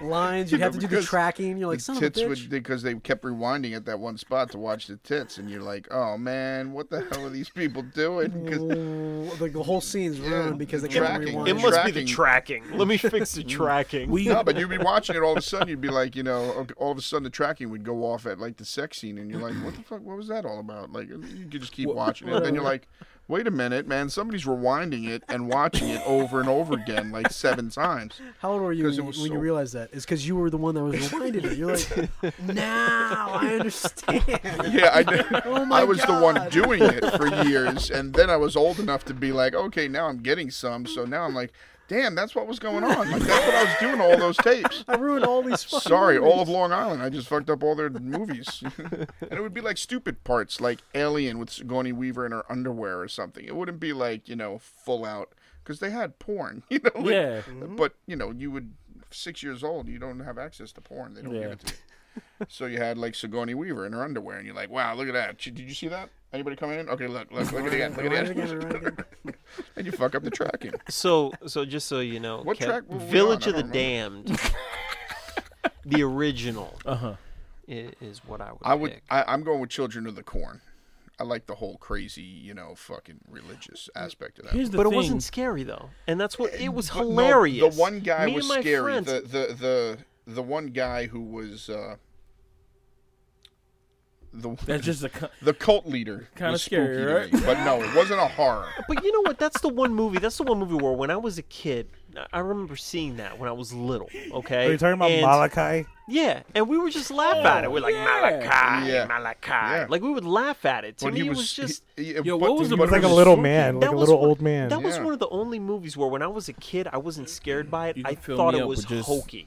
Speaker 4: lines. You'd have to do the
Speaker 6: Because
Speaker 4: tracking. You're like,
Speaker 6: the
Speaker 4: son of a
Speaker 6: tits <laughs>
Speaker 4: bitch.
Speaker 6: would because they kept rewinding at that one spot to watch the tits, and you're like, "Oh man, what the hell are these people doing?" Because
Speaker 4: Ooh, like the whole scene's ruined because they can't
Speaker 6: tracking.
Speaker 4: rewind.
Speaker 5: It must be the
Speaker 6: Tracking.
Speaker 5: tracking. Mm. Let me fix <laughs> the tracking.
Speaker 2: We
Speaker 6: no, but you'd be watching it all of a sudden. You'd be like, you know, okay, all of a sudden the tracking would go off at like the sex scene, and you're like, "What the fuck? What was that all about?" Like you could just keep watching it, and then you're like. Wait a minute, man! Somebody's rewinding it and watching it over and over again, like seven times.
Speaker 4: How old were you when,
Speaker 6: 'Cause it
Speaker 4: you,
Speaker 6: was
Speaker 4: when you
Speaker 6: so-
Speaker 4: realized that? It's because you were the one that
Speaker 6: <laughs>
Speaker 4: was reminded it. You're like, now I
Speaker 6: <laughs>
Speaker 4: understand.
Speaker 6: Yeah, I did.
Speaker 4: Oh my
Speaker 6: I was the one
Speaker 4: God.
Speaker 6: doing it for years, and then I was old enough to be like, okay, now I'm getting some. So now I'm like, damn, that's what was going on. Like that's what I was doing all those tapes.
Speaker 4: I ruined all these.
Speaker 6: <laughs>
Speaker 4: <laughs> Fucking
Speaker 6: Sorry,
Speaker 4: movies.
Speaker 6: all of Long Island. I just fucked up all their movies, and it would be like stupid parts, like Alien with Sigourney Weaver in her underwear or something. It wouldn't be like you know full out because they had porn, <laughs> you know. like-
Speaker 2: Yeah.
Speaker 6: But you know, you would six years old, you don't have access to porn. They don't give
Speaker 2: Yeah.
Speaker 6: it to you. So you had like Sigourney Weaver in her underwear, and you're like, wow, look at that. Did you see that? Anybody coming in? Okay, look, look, look at it again, look
Speaker 4: Rewind
Speaker 6: at
Speaker 4: it
Speaker 6: it
Speaker 4: again,
Speaker 6: again.
Speaker 4: rewind it again.
Speaker 6: <laughs> And you fuck up the tracking.
Speaker 5: So, so just so you know,
Speaker 6: What
Speaker 5: Kev,
Speaker 6: track were we
Speaker 5: Village
Speaker 6: on?
Speaker 5: of the
Speaker 6: I don't
Speaker 5: Damned, the original
Speaker 2: Uh-huh.
Speaker 5: i- is what I would.
Speaker 6: I would.
Speaker 5: pick.
Speaker 6: I, I'm going with Children of the Corn. I like the whole crazy, you know, fucking religious aspect of that.
Speaker 2: Here's the
Speaker 5: but
Speaker 2: thing.
Speaker 5: it wasn't scary though, and that's what it was
Speaker 6: Eh, But no,
Speaker 5: hilarious.
Speaker 6: the one guy
Speaker 5: Me
Speaker 6: was
Speaker 5: and my
Speaker 6: scary.
Speaker 5: friends-
Speaker 6: The the the the one guy who was uh, the
Speaker 2: That's just a co-
Speaker 6: <laughs> the
Speaker 5: <laughs>
Speaker 6: cult leader.
Speaker 2: Kinda
Speaker 6: was
Speaker 2: scary,
Speaker 6: spooky to
Speaker 2: right?
Speaker 6: me, But no, it wasn't a horror.
Speaker 5: But you know what? That's the one movie. That's the one movie where when I was a kid, I- I remember seeing that when I was little. Okay.
Speaker 3: Are you talking about
Speaker 5: And-
Speaker 3: Malachi?
Speaker 5: Yeah, and we would just laugh at it. We're like Malachi,
Speaker 6: Oh, Yeah.
Speaker 5: Malachi.
Speaker 6: Yeah.
Speaker 5: Like we would laugh at it. To me, it was just.
Speaker 6: he-
Speaker 2: Yo,
Speaker 6: but
Speaker 2: what was
Speaker 6: to-
Speaker 2: the
Speaker 6: but
Speaker 3: It's like a
Speaker 6: it was
Speaker 3: little
Speaker 6: spooky.
Speaker 3: man, like a
Speaker 5: that was
Speaker 3: little
Speaker 5: one-
Speaker 3: old man.
Speaker 5: That was
Speaker 6: Yeah.
Speaker 5: one of the only movies where, when I was a kid, I wasn't scared by it.
Speaker 2: You can
Speaker 5: I
Speaker 2: fill
Speaker 5: thought
Speaker 2: me
Speaker 5: it
Speaker 2: up
Speaker 5: was
Speaker 2: with just-
Speaker 5: hokey,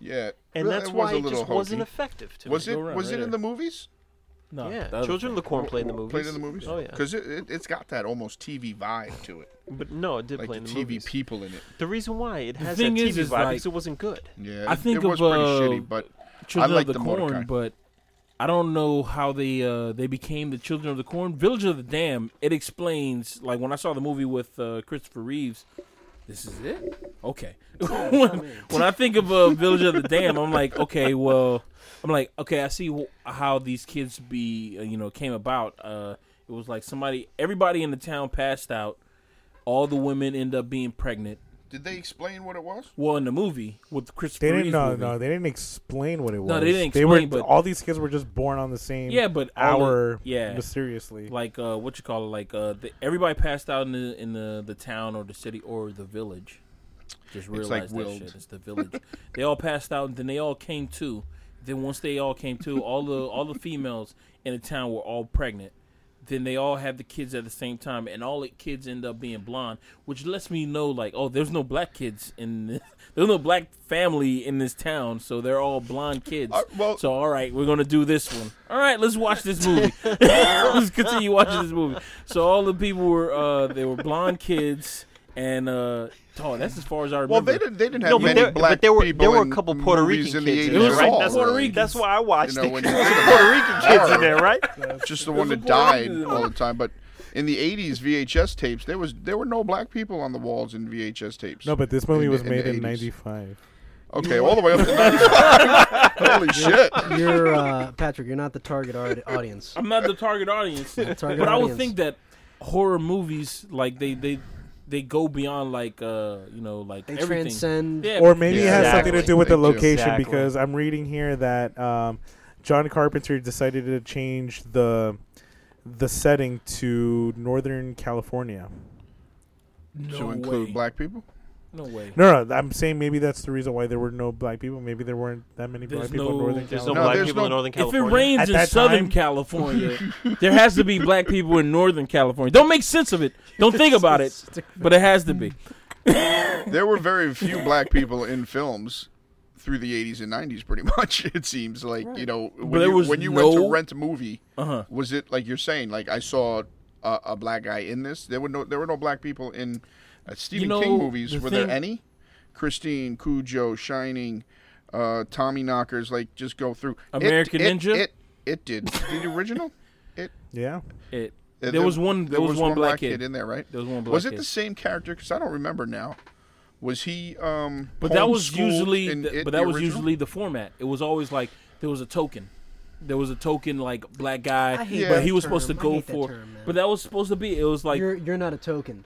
Speaker 6: Yeah,
Speaker 5: and
Speaker 6: really,
Speaker 5: that's
Speaker 6: it
Speaker 5: why
Speaker 6: was a
Speaker 5: it just
Speaker 6: little
Speaker 5: wasn't
Speaker 6: hokey.
Speaker 5: effective to
Speaker 6: Was
Speaker 5: me.
Speaker 6: it
Speaker 2: Go around
Speaker 6: was
Speaker 2: right
Speaker 6: it
Speaker 2: there.
Speaker 6: in the movies?
Speaker 2: no,
Speaker 5: Yeah,
Speaker 2: the other
Speaker 5: Children of the Corn played in the movies.
Speaker 6: Played in the movies.
Speaker 5: Oh yeah,
Speaker 6: because it, it it's got that almost TV vibe to it,
Speaker 5: but no, it did
Speaker 6: like
Speaker 5: play
Speaker 6: the,
Speaker 5: in the
Speaker 6: TV
Speaker 5: movies.
Speaker 6: people in it.
Speaker 5: The reason why it has
Speaker 2: thing
Speaker 5: that TV
Speaker 2: is, is
Speaker 5: vibe
Speaker 2: like-
Speaker 5: is it wasn't good.
Speaker 6: Yeah,
Speaker 2: I
Speaker 6: it-
Speaker 2: think
Speaker 6: it was
Speaker 2: of,
Speaker 6: pretty
Speaker 2: uh,
Speaker 6: shitty, but
Speaker 2: Children
Speaker 6: I like
Speaker 2: of the,
Speaker 6: the
Speaker 2: Corn,
Speaker 6: Mordecai.
Speaker 2: but I don't know how they uh, they became the Children of the Corn. Village of the Dam. It explains like when I saw the movie with uh, Christopher Reeves. This is it. Okay. <laughs> when, when I think of uh, Village of the Dam, I'm like, okay, well, I'm like, okay, I see wh- how these kids be, uh, you know, came about. Uh, it was like somebody, everybody in the town passed out. All the women end up being pregnant.
Speaker 6: did they explain what it was?
Speaker 2: Well, in the movie with Christopher
Speaker 3: They didn't
Speaker 2: Reeves
Speaker 3: no
Speaker 2: movie.
Speaker 3: no. They didn't explain what it was.
Speaker 2: No, they didn't
Speaker 3: were
Speaker 2: explain, but-
Speaker 3: all these kids were just born on the same
Speaker 2: Yeah, but all
Speaker 3: hour.
Speaker 2: the- yeah.
Speaker 3: mysteriously.
Speaker 2: like uh, what you call it, like uh, the, everybody passed out in the in the, the town or the city or the village. Just realized
Speaker 6: like
Speaker 2: that
Speaker 6: willed.
Speaker 2: shit. It's the
Speaker 6: <laughs>
Speaker 2: village. they all passed out, and then they all came to. Then once they all came to, all the all the females in the town were all pregnant. Then they all had the kids at the same time, and all the kids end up being blonde, which lets me know like, oh, there's no black kids in <laughs> this, there's no black family in this town, so they're all blonde kids.
Speaker 6: Uh, well-
Speaker 2: so all right, we're gonna do this one. All right, let's watch this movie. <laughs> let's continue watching this movie. So all the people were uh, they were blonde kids, and uh, oh, that's as far as I remember.
Speaker 6: Well, they didn't. They didn't have
Speaker 5: No, but
Speaker 6: many
Speaker 5: there,
Speaker 6: black
Speaker 5: but there were
Speaker 6: people
Speaker 5: there were a
Speaker 6: in
Speaker 5: couple Puerto
Speaker 6: movies
Speaker 5: Rican
Speaker 6: in the
Speaker 5: kids,
Speaker 6: 80s
Speaker 2: It was
Speaker 6: at
Speaker 2: right,
Speaker 6: all,
Speaker 5: That's,
Speaker 2: Puerto
Speaker 6: really.
Speaker 2: Rican.
Speaker 5: that's why I watched
Speaker 6: You know,
Speaker 5: it.
Speaker 6: when you
Speaker 5: There was
Speaker 6: think
Speaker 5: some Puerto Rican
Speaker 6: about
Speaker 5: kids in
Speaker 6: horror.
Speaker 5: there, right?
Speaker 6: just the one
Speaker 2: There's
Speaker 6: that
Speaker 2: a blonde
Speaker 6: died
Speaker 2: in it.
Speaker 6: all the time. But in the '80s VHS tapes, there was there were no black people on the walls in VHS tapes.
Speaker 3: no, but this movie
Speaker 6: in the-
Speaker 3: was
Speaker 6: in the
Speaker 3: made in
Speaker 6: 80s.
Speaker 3: '95.
Speaker 6: Okay, all the way up to <laughs> 95. <laughs> Holy shit!
Speaker 4: You're uh, Patrick. You're not the target art- audience.
Speaker 2: I'm not the target audience,
Speaker 4: Not the target
Speaker 2: but I would
Speaker 4: audience.
Speaker 2: think that horror movies like they they they go beyond like uh you know like
Speaker 4: They
Speaker 2: everything.
Speaker 4: transcend.
Speaker 2: Yeah,
Speaker 3: Or maybe it has
Speaker 5: Exactly.
Speaker 3: something to do with the
Speaker 6: They do.
Speaker 3: location
Speaker 5: Exactly.
Speaker 3: because I'm reading here that um, John Carpenter decided to change the the setting to Northern California.
Speaker 2: no
Speaker 6: to include
Speaker 2: way.
Speaker 6: black people.
Speaker 2: No way.
Speaker 3: No, no, I'm saying maybe that's the reason why there were no black people. Maybe there weren't that many
Speaker 2: There's
Speaker 3: black people in
Speaker 2: no-
Speaker 3: Northern
Speaker 5: There's
Speaker 3: California.
Speaker 5: no
Speaker 6: No,
Speaker 5: black
Speaker 6: there's
Speaker 5: people in
Speaker 6: no-
Speaker 5: Northern
Speaker 2: If
Speaker 5: California.
Speaker 2: it rains
Speaker 3: At
Speaker 2: in
Speaker 3: that
Speaker 2: Southern
Speaker 3: time?
Speaker 2: California, there has to be black people in Northern California. Don't make sense of it. Don't think about it. But it has to be.
Speaker 6: <laughs> There were very few black people in films through the 80s and 90s. Pretty <laughs> much, it seems like you know when
Speaker 2: there
Speaker 6: you,
Speaker 2: was
Speaker 6: when you went to
Speaker 2: no-
Speaker 6: rent a movie,
Speaker 2: Uh-huh.
Speaker 6: was it like you're saying? Like I saw a, a black guy in this. There were no there were no black people in uh, Stephen
Speaker 2: know,
Speaker 6: King movies.
Speaker 2: the
Speaker 6: Were
Speaker 2: thing-
Speaker 6: there any? Christine, Cujo, Shining, uh, Tommy Knockers. Like just go through It-
Speaker 2: American
Speaker 6: it,
Speaker 2: Ninja?
Speaker 6: It it did the
Speaker 2: <laughs>
Speaker 6: original. It
Speaker 3: Yeah.
Speaker 2: It,
Speaker 6: uh,
Speaker 2: there, was one. There, was, one, black kid.
Speaker 6: in there, right?
Speaker 2: There was one black
Speaker 6: was it
Speaker 2: kid.
Speaker 6: the same character? Because I don't remember now. Was he? um
Speaker 2: But that was
Speaker 6: homeschooled
Speaker 2: usually,
Speaker 6: in
Speaker 2: th-
Speaker 6: It,
Speaker 2: but
Speaker 6: the
Speaker 2: that was
Speaker 6: original?
Speaker 2: usually the format. It was always like there was a token, there was a token like black guy,
Speaker 4: I hate
Speaker 2: but
Speaker 6: that
Speaker 2: he was supposed to
Speaker 4: term. I
Speaker 2: go
Speaker 4: hate that
Speaker 2: for.
Speaker 4: term, man.
Speaker 2: but that was supposed to be. It was like
Speaker 4: you're you're not a token.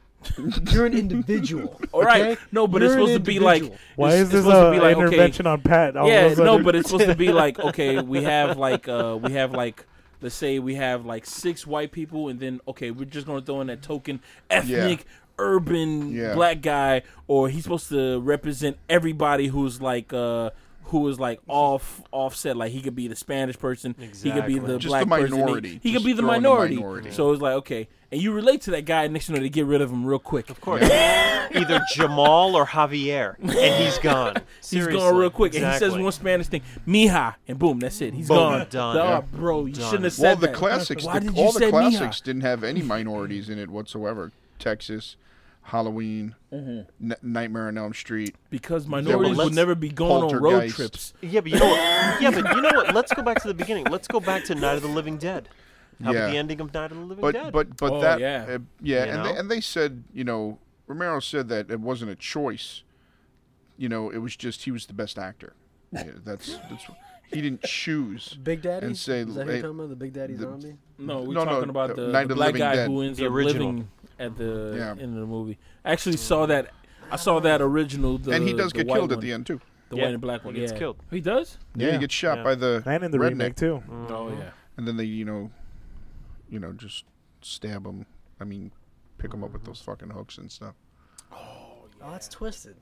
Speaker 4: You're an
Speaker 6: <laughs>
Speaker 4: individual.
Speaker 2: all right,
Speaker 4: okay?
Speaker 2: no, but
Speaker 4: You're
Speaker 2: it's
Speaker 4: an
Speaker 2: supposed to be like.
Speaker 4: individual.
Speaker 3: Why
Speaker 2: it's-
Speaker 3: is
Speaker 2: it's
Speaker 3: this
Speaker 2: supposed to
Speaker 3: a
Speaker 2: be like, okay,
Speaker 3: intervention on Pat? all of
Speaker 2: yeah,
Speaker 3: a
Speaker 2: no,
Speaker 3: sudden?
Speaker 2: but it's supposed to
Speaker 6: <laughs>
Speaker 2: be like okay, we have like uh we have like let's say we have like six white people, and then okay, we're just gonna throw in that token ethnic. Urban
Speaker 6: Yeah.
Speaker 2: black guy, or he's supposed to represent everybody who's like, uh, who is like off offset. Like he could be the Spanish person, he could be the
Speaker 5: Exactly.
Speaker 6: Just
Speaker 2: black
Speaker 6: the
Speaker 2: person, he-
Speaker 6: minority.
Speaker 2: he, could
Speaker 6: Just
Speaker 2: be the
Speaker 6: throw in the
Speaker 2: minority.
Speaker 6: minority.
Speaker 2: So it's like okay, and you relate to that guy. Next, you know they get rid of him real quick.
Speaker 5: Of course. Either Jamal or Javier, and he's gone.
Speaker 2: He's
Speaker 5: Seriously.
Speaker 2: gone real quick,
Speaker 5: Exactly.
Speaker 2: and he says one Spanish thing, "Mija," and boom, that's it. He's
Speaker 5: Boom.
Speaker 2: gone.
Speaker 5: Done.
Speaker 2: Oh,
Speaker 5: Yeah.
Speaker 2: bro, you
Speaker 5: Done.
Speaker 2: shouldn't have said
Speaker 6: Well, the
Speaker 2: that.
Speaker 6: classics,
Speaker 2: Why
Speaker 6: the,
Speaker 2: did you
Speaker 6: all the
Speaker 2: say
Speaker 6: classics
Speaker 2: Mija?
Speaker 6: didn't have any minorities in it whatsoever. Texas, Halloween,
Speaker 5: Mm-hmm.
Speaker 6: N- Nightmare on Elm Street.
Speaker 2: Because
Speaker 6: well,
Speaker 2: minorities will
Speaker 6: let's-
Speaker 2: never be going on road
Speaker 6: Poltergeist.
Speaker 2: trips.
Speaker 5: Yeah, but you know what? Yeah, but you know what? Let's go back to the beginning. Let's go back to Night of the Living Dead. How
Speaker 6: Yeah.
Speaker 5: about the ending of Night of the Living
Speaker 6: But
Speaker 5: Dead?
Speaker 6: but but
Speaker 2: Oh,
Speaker 6: that
Speaker 2: yeah.
Speaker 6: uh, yeah,
Speaker 5: You
Speaker 6: and they,
Speaker 5: know?
Speaker 6: and they said you know Romero said that it wasn't a choice. You know, it was just he was the best actor. Yeah, that's that's he didn't choose.
Speaker 4: Big Daddy.
Speaker 6: And say,
Speaker 4: is that who you're
Speaker 6: hey,
Speaker 4: talking about? The Big Daddy
Speaker 6: the-
Speaker 4: zombie.
Speaker 2: No, we're
Speaker 6: No, no,
Speaker 2: talking about the,
Speaker 6: Night of
Speaker 2: the
Speaker 6: the
Speaker 2: black
Speaker 6: Living
Speaker 2: guy
Speaker 6: Dead.
Speaker 2: who ends
Speaker 5: The
Speaker 2: up
Speaker 5: original.
Speaker 2: living at the
Speaker 6: Yeah.
Speaker 2: end of the movie. I actually saw that. I saw that original. The,
Speaker 6: and he does
Speaker 2: the
Speaker 6: get
Speaker 2: white
Speaker 6: killed
Speaker 2: one,
Speaker 6: at the end too.
Speaker 2: The
Speaker 5: Yeah,
Speaker 2: white and black
Speaker 5: he
Speaker 2: one.
Speaker 5: gets
Speaker 2: yeah.
Speaker 5: killed.
Speaker 2: He does.
Speaker 6: Yeah,
Speaker 3: Yeah.
Speaker 6: he gets shot
Speaker 5: Yeah.
Speaker 6: by the
Speaker 3: and in the
Speaker 6: redneck.
Speaker 5: Mm-hmm.
Speaker 3: remake too.
Speaker 2: Oh yeah.
Speaker 6: and then they you know, you know just stab them. I mean, pick them up with those fucking hooks and stuff.
Speaker 4: Oh, that's twisted.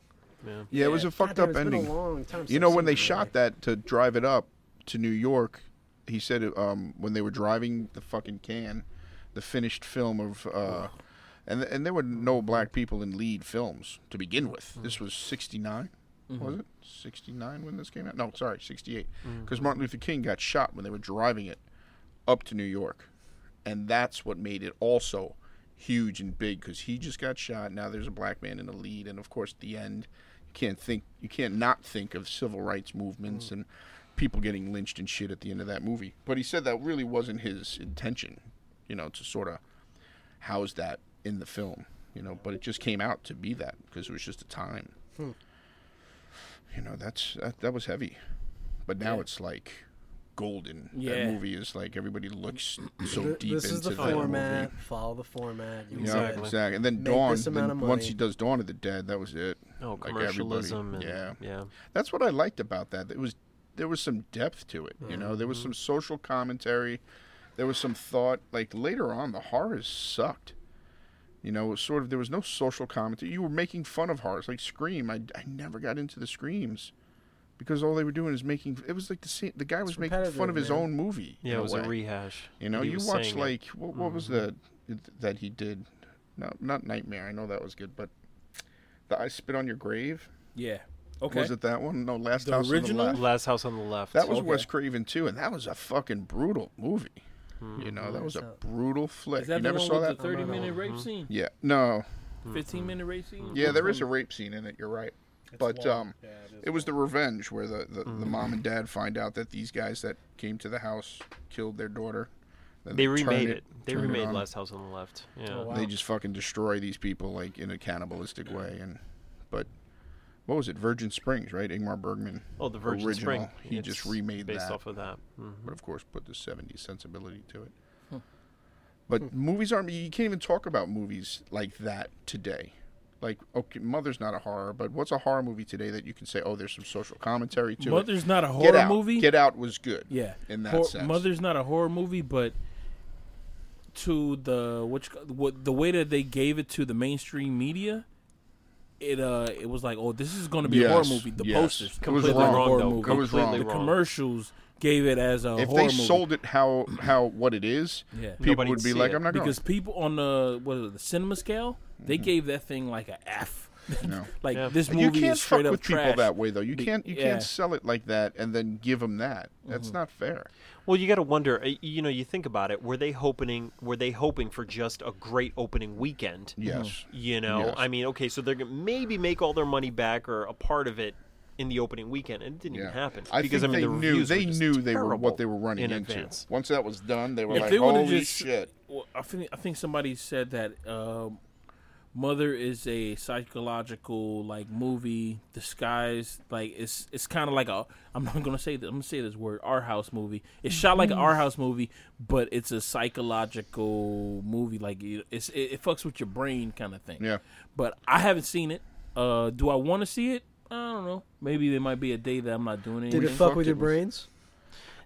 Speaker 5: Yeah.
Speaker 6: Yeah, it was a fucked
Speaker 4: Goddamn,
Speaker 6: up
Speaker 4: it's been a
Speaker 6: ending.
Speaker 4: long time
Speaker 6: You
Speaker 4: since
Speaker 6: know
Speaker 4: I've
Speaker 6: when they
Speaker 4: seen that,
Speaker 6: shot that to drive it up to New York, he said um, when they were driving the fucking can, the finished film of, uh, and and there were no black people in lead films to begin with. This was '69, was it '69 when this came out? No, sorry, '68, because Martin Luther King got shot when they were driving it up to New York, and that's what made it also huge and big because he just got shot. Now there's a black man in the lead, and of course the end. You can't think, you can't not think of civil rights movements and people getting lynched and shit at the end of that movie. But he said that really wasn't his intention, you know, to sort of house that in the film, you know. But it just came out to be that because it was just a time.
Speaker 4: Hmm.
Speaker 6: You know, that's that, that was heavy, but now it's like golden.
Speaker 2: Yeah.
Speaker 6: That movie is like everybody looks so
Speaker 4: Th-
Speaker 6: deep
Speaker 4: this
Speaker 6: into
Speaker 4: is the
Speaker 6: that
Speaker 4: format.
Speaker 6: movie.
Speaker 4: Follow the format. You
Speaker 6: Yeah,
Speaker 4: exactly.
Speaker 5: Exactly.
Speaker 6: exactly. And then
Speaker 4: Make
Speaker 6: Dawn.
Speaker 4: this amount
Speaker 6: then
Speaker 4: of
Speaker 6: Once
Speaker 4: money.
Speaker 6: he does Dawn of the Dead, that was it.
Speaker 5: Oh,
Speaker 6: Like everybody-
Speaker 5: commercialism. and,
Speaker 6: yeah.
Speaker 5: Yeah.
Speaker 6: That's what I liked about that. It was there was some depth to it. You know, there was
Speaker 4: Mm-hmm.
Speaker 6: some social commentary. There was some thought. Like later on, the horrors sucked. You know, it was sort of there was no social commentary. You were making fun of horrors, like Scream. I, I never got into the screams because all they were doing is making. It was like the same. The guy was making fun of
Speaker 4: repetitive,
Speaker 6: his
Speaker 4: man.
Speaker 6: own movie.
Speaker 5: Yeah,
Speaker 6: in
Speaker 5: it was a
Speaker 6: way.
Speaker 5: rehash.
Speaker 6: You know,
Speaker 5: He
Speaker 6: you
Speaker 5: was
Speaker 6: watch
Speaker 5: saying it.
Speaker 6: like what, what was
Speaker 4: Mm-hmm.
Speaker 6: the that he did? No, not Nightmare. I know that was good, but the I Spit on Your Grave
Speaker 2: Yeah. Okay.
Speaker 6: was it that one? No, Last
Speaker 2: The
Speaker 6: House
Speaker 2: original?
Speaker 6: on the Left.
Speaker 5: Last House on the Left.
Speaker 6: That was
Speaker 2: Okay.
Speaker 6: Wes Craven too, and that was a fucking brutal movie.
Speaker 5: Hmm.
Speaker 6: You know, that was a
Speaker 4: That's
Speaker 6: brutal flick.
Speaker 2: Is that
Speaker 6: you
Speaker 2: the
Speaker 6: never
Speaker 2: one
Speaker 6: saw
Speaker 2: with
Speaker 6: that?
Speaker 2: the 30 minute rape
Speaker 5: Mm-hmm.
Speaker 2: scene?
Speaker 6: Yeah, no,
Speaker 2: 15 minute rape scene?
Speaker 5: Hmm.
Speaker 6: yeah, there is a rape scene in it. You're right, but
Speaker 7: long.
Speaker 6: um,
Speaker 7: Yeah, it is
Speaker 6: it was the revenge where the the,
Speaker 5: Hmm.
Speaker 6: the mom and dad find out that these guys that came to the house killed their daughter. Then
Speaker 5: They
Speaker 6: turn
Speaker 5: remade it. They
Speaker 6: turn it
Speaker 5: remade
Speaker 6: on.
Speaker 5: Last House on the Left. Yeah.
Speaker 4: Oh, wow.
Speaker 6: They just fucking destroy these people like in a cannibalistic way. And but what was it? Virgin Springs, right? Ingmar Bergman.
Speaker 5: Oh, the Virgin
Speaker 6: Original.
Speaker 5: Spring.
Speaker 6: He just
Speaker 5: It's
Speaker 6: remade
Speaker 5: based
Speaker 6: that.
Speaker 5: off of that. Mm.
Speaker 6: but of course put the 70s sensibility to it. But
Speaker 2: Hmm.
Speaker 6: movies aren't, you can't even talk about movies like that today. Like, okay, Mother's not a horror, but what's a horror movie today that you can say, oh, there's some social commentary to it?
Speaker 2: Mother's not a
Speaker 6: Get
Speaker 2: horror
Speaker 6: Out.
Speaker 2: movie.
Speaker 6: Get Out was good.
Speaker 2: Yeah.
Speaker 6: In that
Speaker 2: Hor-
Speaker 6: sense.
Speaker 2: Mother's not a horror movie, but to the which what the way that they gave it to the mainstream media, it uh it was like, oh, this is going to be a horror
Speaker 6: Yes,
Speaker 2: movie. The
Speaker 6: yes.
Speaker 2: posters
Speaker 6: It was
Speaker 2: completely
Speaker 6: wrong,
Speaker 2: horror
Speaker 5: though.
Speaker 2: movie.
Speaker 6: It was wrong.
Speaker 2: The
Speaker 5: Completely wrong.
Speaker 2: commercials gave it as a
Speaker 6: if
Speaker 2: horror
Speaker 6: they
Speaker 2: movie
Speaker 6: sold it how how what it is,
Speaker 2: Yeah.
Speaker 6: people
Speaker 5: Nobody'd
Speaker 6: would be
Speaker 5: see
Speaker 6: like,
Speaker 5: it.
Speaker 6: I'm not going.
Speaker 2: because people on the what is it, the cinema scale, they gave that thing like a F.
Speaker 6: No.
Speaker 2: <laughs> like
Speaker 5: Yeah.
Speaker 2: this movie
Speaker 6: You can't
Speaker 2: is straight
Speaker 6: fuck
Speaker 2: up
Speaker 6: with people
Speaker 2: trash.
Speaker 6: that way, though. You
Speaker 2: Be-
Speaker 6: can't you
Speaker 2: yeah.
Speaker 6: can't sell it like that and then give them that. That's not fair.
Speaker 5: Well, you got to wonder. uh, You know, you think about it. Were they hoping? Were they hoping for just a great opening weekend?
Speaker 6: Yes.
Speaker 5: You know,
Speaker 6: Yes.
Speaker 5: I mean, okay, so they're gonna maybe make all their money back or a part of it in the opening weekend, and it didn't even happen
Speaker 6: I
Speaker 5: because I mean,
Speaker 6: think they
Speaker 5: the
Speaker 6: knew
Speaker 5: reviews
Speaker 6: they
Speaker 5: were just
Speaker 6: knew they were
Speaker 5: terrible
Speaker 6: what they were running
Speaker 5: in
Speaker 6: into.
Speaker 5: Advance.
Speaker 6: Once that was done, they were
Speaker 2: If
Speaker 6: like,
Speaker 2: they would
Speaker 6: "Holy
Speaker 2: have just,
Speaker 6: shit!"
Speaker 2: Well, I think I think somebody said that um, Mother is a psychological like movie disguised like it's it's kind of like a I'm not gonna say this, I'm gonna say this word our house movie. It's shot like an our house movie, but it's a psychological movie. Like it, it's it, it fucks with your brain kind of thing.
Speaker 6: Yeah.
Speaker 2: But I haven't seen it. Uh, do I want to see it? I don't know. Maybe there might be a day that I'm not doing anything.
Speaker 4: Did it
Speaker 6: fucked
Speaker 4: fuck with
Speaker 6: it
Speaker 4: your
Speaker 6: with-
Speaker 4: brains?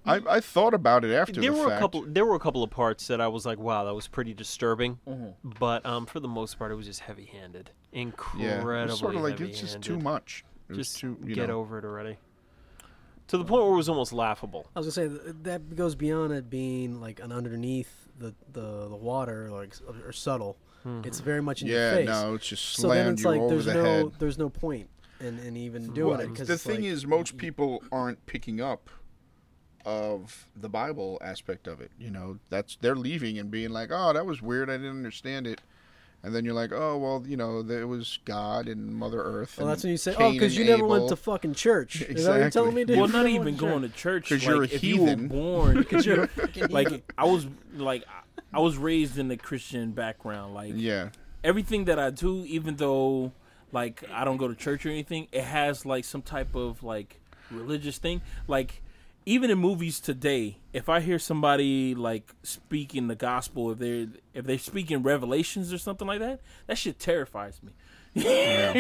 Speaker 6: I, I thought about it after
Speaker 5: there
Speaker 6: the
Speaker 5: were
Speaker 6: fact.
Speaker 5: a couple. There were a couple of parts that I was like, "Wow, that was pretty disturbing," but um, for the most part, it was just heavy-handed, incredibly
Speaker 6: Mm-hmm. yeah, it was sort of like
Speaker 5: heavy-handed.
Speaker 6: it's just too much. It was
Speaker 5: Just
Speaker 6: too, you
Speaker 5: get
Speaker 6: know,
Speaker 5: over it already. To the point where it was almost laughable.
Speaker 4: I was gonna say th- that goes beyond it being like an underneath the the, the water like s- or subtle.
Speaker 2: Mm-hmm.
Speaker 4: It's very much in your
Speaker 6: Yeah,
Speaker 4: face.
Speaker 6: no, it's just
Speaker 4: so
Speaker 6: slammed
Speaker 4: then it's
Speaker 6: you
Speaker 4: like
Speaker 6: over
Speaker 4: there's
Speaker 6: the
Speaker 4: no
Speaker 6: head.
Speaker 4: there's no point in, in even doing it
Speaker 6: Well,
Speaker 4: 'cause it
Speaker 6: the
Speaker 4: it's
Speaker 6: thing
Speaker 4: like,
Speaker 6: is, most people aren't picking up of the Bible aspect of it. You know, that's they're leaving and being like, "Oh, that was weird. I didn't understand it." And then you're like, "Oh, well, you know, there was God and Mother Earth."
Speaker 4: well,
Speaker 6: and
Speaker 4: that's what you say. oh,
Speaker 6: Cain
Speaker 4: because you
Speaker 6: and
Speaker 4: never went
Speaker 6: Abel."
Speaker 4: to fucking church. Is that what you're telling me,
Speaker 6: Exactly.
Speaker 4: dude?
Speaker 2: Well, not even going to church.
Speaker 6: 'Cause
Speaker 2: Like,
Speaker 6: you're a
Speaker 2: if
Speaker 6: heathen.
Speaker 2: you were born, <laughs> like I was, like I- I was raised in a Christian background. Like
Speaker 6: Yeah,
Speaker 2: everything that I do, even though like I don't go to church or anything, it has like some type of like religious thing. Like even in movies today, if I hear somebody like speaking the gospel, if they're if they're speaking revelations or something like that, that shit terrifies me. <laughs>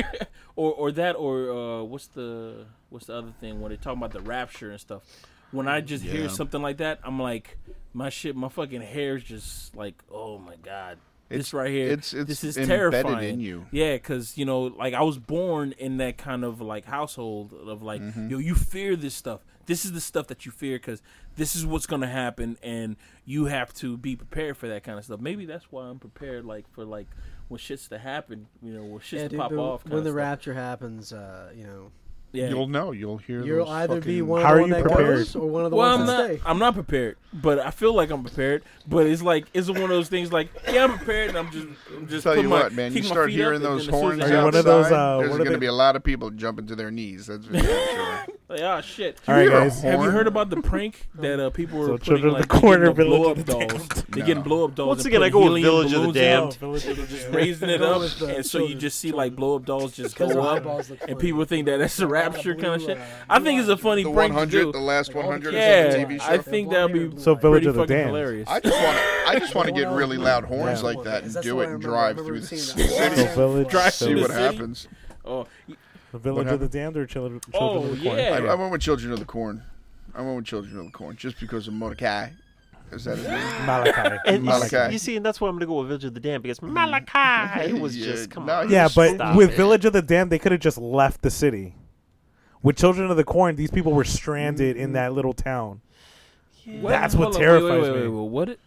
Speaker 2: or or that or uh, what's the what's the other thing when they're talking about the rapture and stuff. when I just
Speaker 6: Yeah.
Speaker 2: hear something like that, I'm like, my shit, my fucking hair's just like, oh my god,
Speaker 6: It's-
Speaker 2: this right here,
Speaker 6: it's- it's
Speaker 2: this is
Speaker 6: embedded in
Speaker 2: terrifying.
Speaker 6: you.
Speaker 2: Yeah, because you know, like I was born in that kind of like household of like,
Speaker 6: Mm-hmm.
Speaker 2: yo, you fear this stuff. This is the stuff that you fear because this is what's gonna happen, and you have to be prepared for that kind of stuff. Maybe that's why I'm prepared, like for like when shits to happen, you know, when shits
Speaker 4: Yeah,
Speaker 2: to
Speaker 4: dude,
Speaker 2: pop
Speaker 4: the-
Speaker 2: off.
Speaker 4: when
Speaker 2: kinda
Speaker 4: the
Speaker 2: stuff.
Speaker 4: rapture happens, uh, you know,
Speaker 2: yeah.
Speaker 6: You'll know. You'll hear.
Speaker 4: you'll
Speaker 6: those
Speaker 4: either be
Speaker 6: fucking-
Speaker 4: one
Speaker 3: How
Speaker 4: of
Speaker 3: are
Speaker 4: the one
Speaker 3: you
Speaker 4: that
Speaker 3: prepared?
Speaker 4: goes or one of the
Speaker 2: Well,
Speaker 4: ones
Speaker 2: I'm
Speaker 4: that
Speaker 2: not.
Speaker 4: stay.
Speaker 2: I'm not prepared, but I feel like I'm prepared. But it's like it's one of those things. Like, yeah, I'm prepared, and I'm just, I'm just.
Speaker 6: Tell
Speaker 2: put
Speaker 6: you
Speaker 2: my,
Speaker 6: what, man. You
Speaker 2: keep my
Speaker 6: start
Speaker 2: feet up,
Speaker 6: hearing
Speaker 2: and
Speaker 6: those
Speaker 2: then as soon as
Speaker 6: horns
Speaker 2: it
Speaker 3: Are you
Speaker 6: outside.
Speaker 3: one
Speaker 2: happens,
Speaker 3: of those, uh,
Speaker 6: there's
Speaker 3: what are
Speaker 6: going to
Speaker 3: they-
Speaker 6: be a lot of people jumping to their knees. That's
Speaker 2: <laughs>
Speaker 6: for damn sure.
Speaker 2: like, ah, shit.
Speaker 3: All right,
Speaker 6: Hear a
Speaker 3: guys.
Speaker 6: horn?
Speaker 2: Have you heard
Speaker 5: <laughs>
Speaker 2: about the prank that uh, people were
Speaker 3: So
Speaker 2: putting,
Speaker 3: Children of
Speaker 2: like,
Speaker 3: the
Speaker 2: they're getting
Speaker 3: Corner
Speaker 2: blow
Speaker 3: Village
Speaker 2: up
Speaker 3: of the
Speaker 2: dolls? They're getting blow up dolls.
Speaker 5: Once
Speaker 2: and
Speaker 5: again, I
Speaker 2: putting
Speaker 5: go
Speaker 2: helium
Speaker 5: with Village of the
Speaker 2: balloons
Speaker 5: Damned.
Speaker 2: out, just raising
Speaker 5: <laughs>
Speaker 2: it
Speaker 4: Go
Speaker 2: up,
Speaker 4: with the
Speaker 2: and so you
Speaker 4: children,
Speaker 2: just see like blow up dolls just go
Speaker 4: Because their
Speaker 2: up,
Speaker 4: eyeballs look
Speaker 2: and
Speaker 4: funny.
Speaker 2: people think that
Speaker 5: <laughs>
Speaker 2: that's a rapture kind of shit. I think it's a funny
Speaker 6: The
Speaker 2: prank to
Speaker 6: 100,
Speaker 2: do.
Speaker 6: the last
Speaker 4: Like all the
Speaker 6: 100
Speaker 2: Yeah,
Speaker 6: is a TV show.
Speaker 2: I think that'd be
Speaker 3: So Village
Speaker 2: pretty
Speaker 3: of the
Speaker 2: fucking
Speaker 3: Damned.
Speaker 2: hilarious.
Speaker 6: I just want to. I just want to get really loud horns
Speaker 3: Yeah.
Speaker 6: like that and
Speaker 4: That's
Speaker 6: do
Speaker 4: what
Speaker 6: it
Speaker 4: I
Speaker 6: and
Speaker 4: remember.
Speaker 6: drive
Speaker 4: I
Speaker 6: through the
Speaker 4: remember seeing
Speaker 6: city. <laughs>
Speaker 4: that.
Speaker 3: So village,
Speaker 2: Drive
Speaker 3: so
Speaker 6: See
Speaker 2: through
Speaker 6: what
Speaker 2: the city.
Speaker 6: happens.
Speaker 2: Oh,
Speaker 3: the village of the
Speaker 6: happened?
Speaker 3: damned or children, children
Speaker 2: Oh,
Speaker 3: of the corn.
Speaker 2: yeah.
Speaker 6: I, I went with Children of the Corn. I went with Children of the Corn just because of Mordecai. Is that his
Speaker 4: <laughs>
Speaker 6: name?
Speaker 3: Malachi.
Speaker 5: And you, s-
Speaker 6: Malachi.
Speaker 5: you see, and that's why I'm gonna go with Village of the Damned because Malachi
Speaker 6: <laughs>
Speaker 5: it was
Speaker 6: Mm. Yeah,
Speaker 5: just come
Speaker 6: no,
Speaker 5: on.
Speaker 6: you
Speaker 3: Yeah, but
Speaker 5: Stop
Speaker 3: with
Speaker 5: it.
Speaker 3: Village of the Damned, they could have just left the city. With Children of the Corn, these people were stranded in that little town. That's what
Speaker 2: hold on, wait,
Speaker 3: terrifies
Speaker 2: wait, wait, wait,
Speaker 3: me.
Speaker 2: wait, what? it-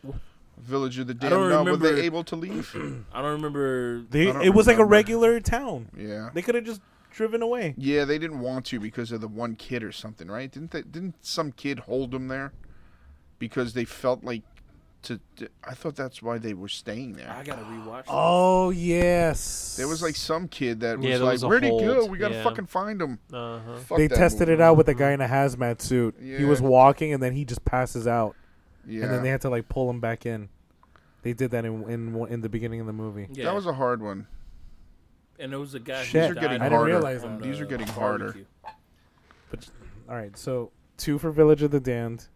Speaker 6: Village of the Damned.
Speaker 2: don't
Speaker 6: No, were
Speaker 2: remember-
Speaker 6: they able to leave?
Speaker 2: I don't remember.
Speaker 3: They,
Speaker 6: I don't
Speaker 3: it was like a
Speaker 6: remember.
Speaker 3: regular town.
Speaker 6: yeah.
Speaker 3: They could have just driven away.
Speaker 6: Yeah, they didn't want to because of the one kid or something, right? Didn't they, didn't some kid hold them there because they felt like to, to- I thought that's why they were staying
Speaker 2: I
Speaker 6: there.
Speaker 2: gotta rewatch. it.
Speaker 3: Oh yes,
Speaker 6: There was like some kid that was
Speaker 5: Yeah, there
Speaker 6: like,
Speaker 5: was a
Speaker 6: "Where'd he go?
Speaker 5: hold,
Speaker 6: We gotta
Speaker 5: yeah.
Speaker 6: fucking find him."
Speaker 5: Uh-huh.
Speaker 6: Fuck
Speaker 3: they
Speaker 6: that
Speaker 3: tested
Speaker 6: movie.
Speaker 3: it out with a guy in a hazmat suit. He was
Speaker 6: Yeah.
Speaker 3: walking, and then he just passes out,
Speaker 6: Yeah,
Speaker 3: and then they had to like pull him back in. They did that in in one- in the beginning of the movie.
Speaker 2: yeah.
Speaker 6: that was a hard one.
Speaker 2: and there was a guy.
Speaker 3: Shit,
Speaker 2: who died
Speaker 6: I didn't
Speaker 2: from the-
Speaker 3: realize
Speaker 2: from
Speaker 3: that.
Speaker 2: the
Speaker 6: These are getting
Speaker 2: barbecue.
Speaker 6: harder.
Speaker 3: All right, so two for Village of the Damned.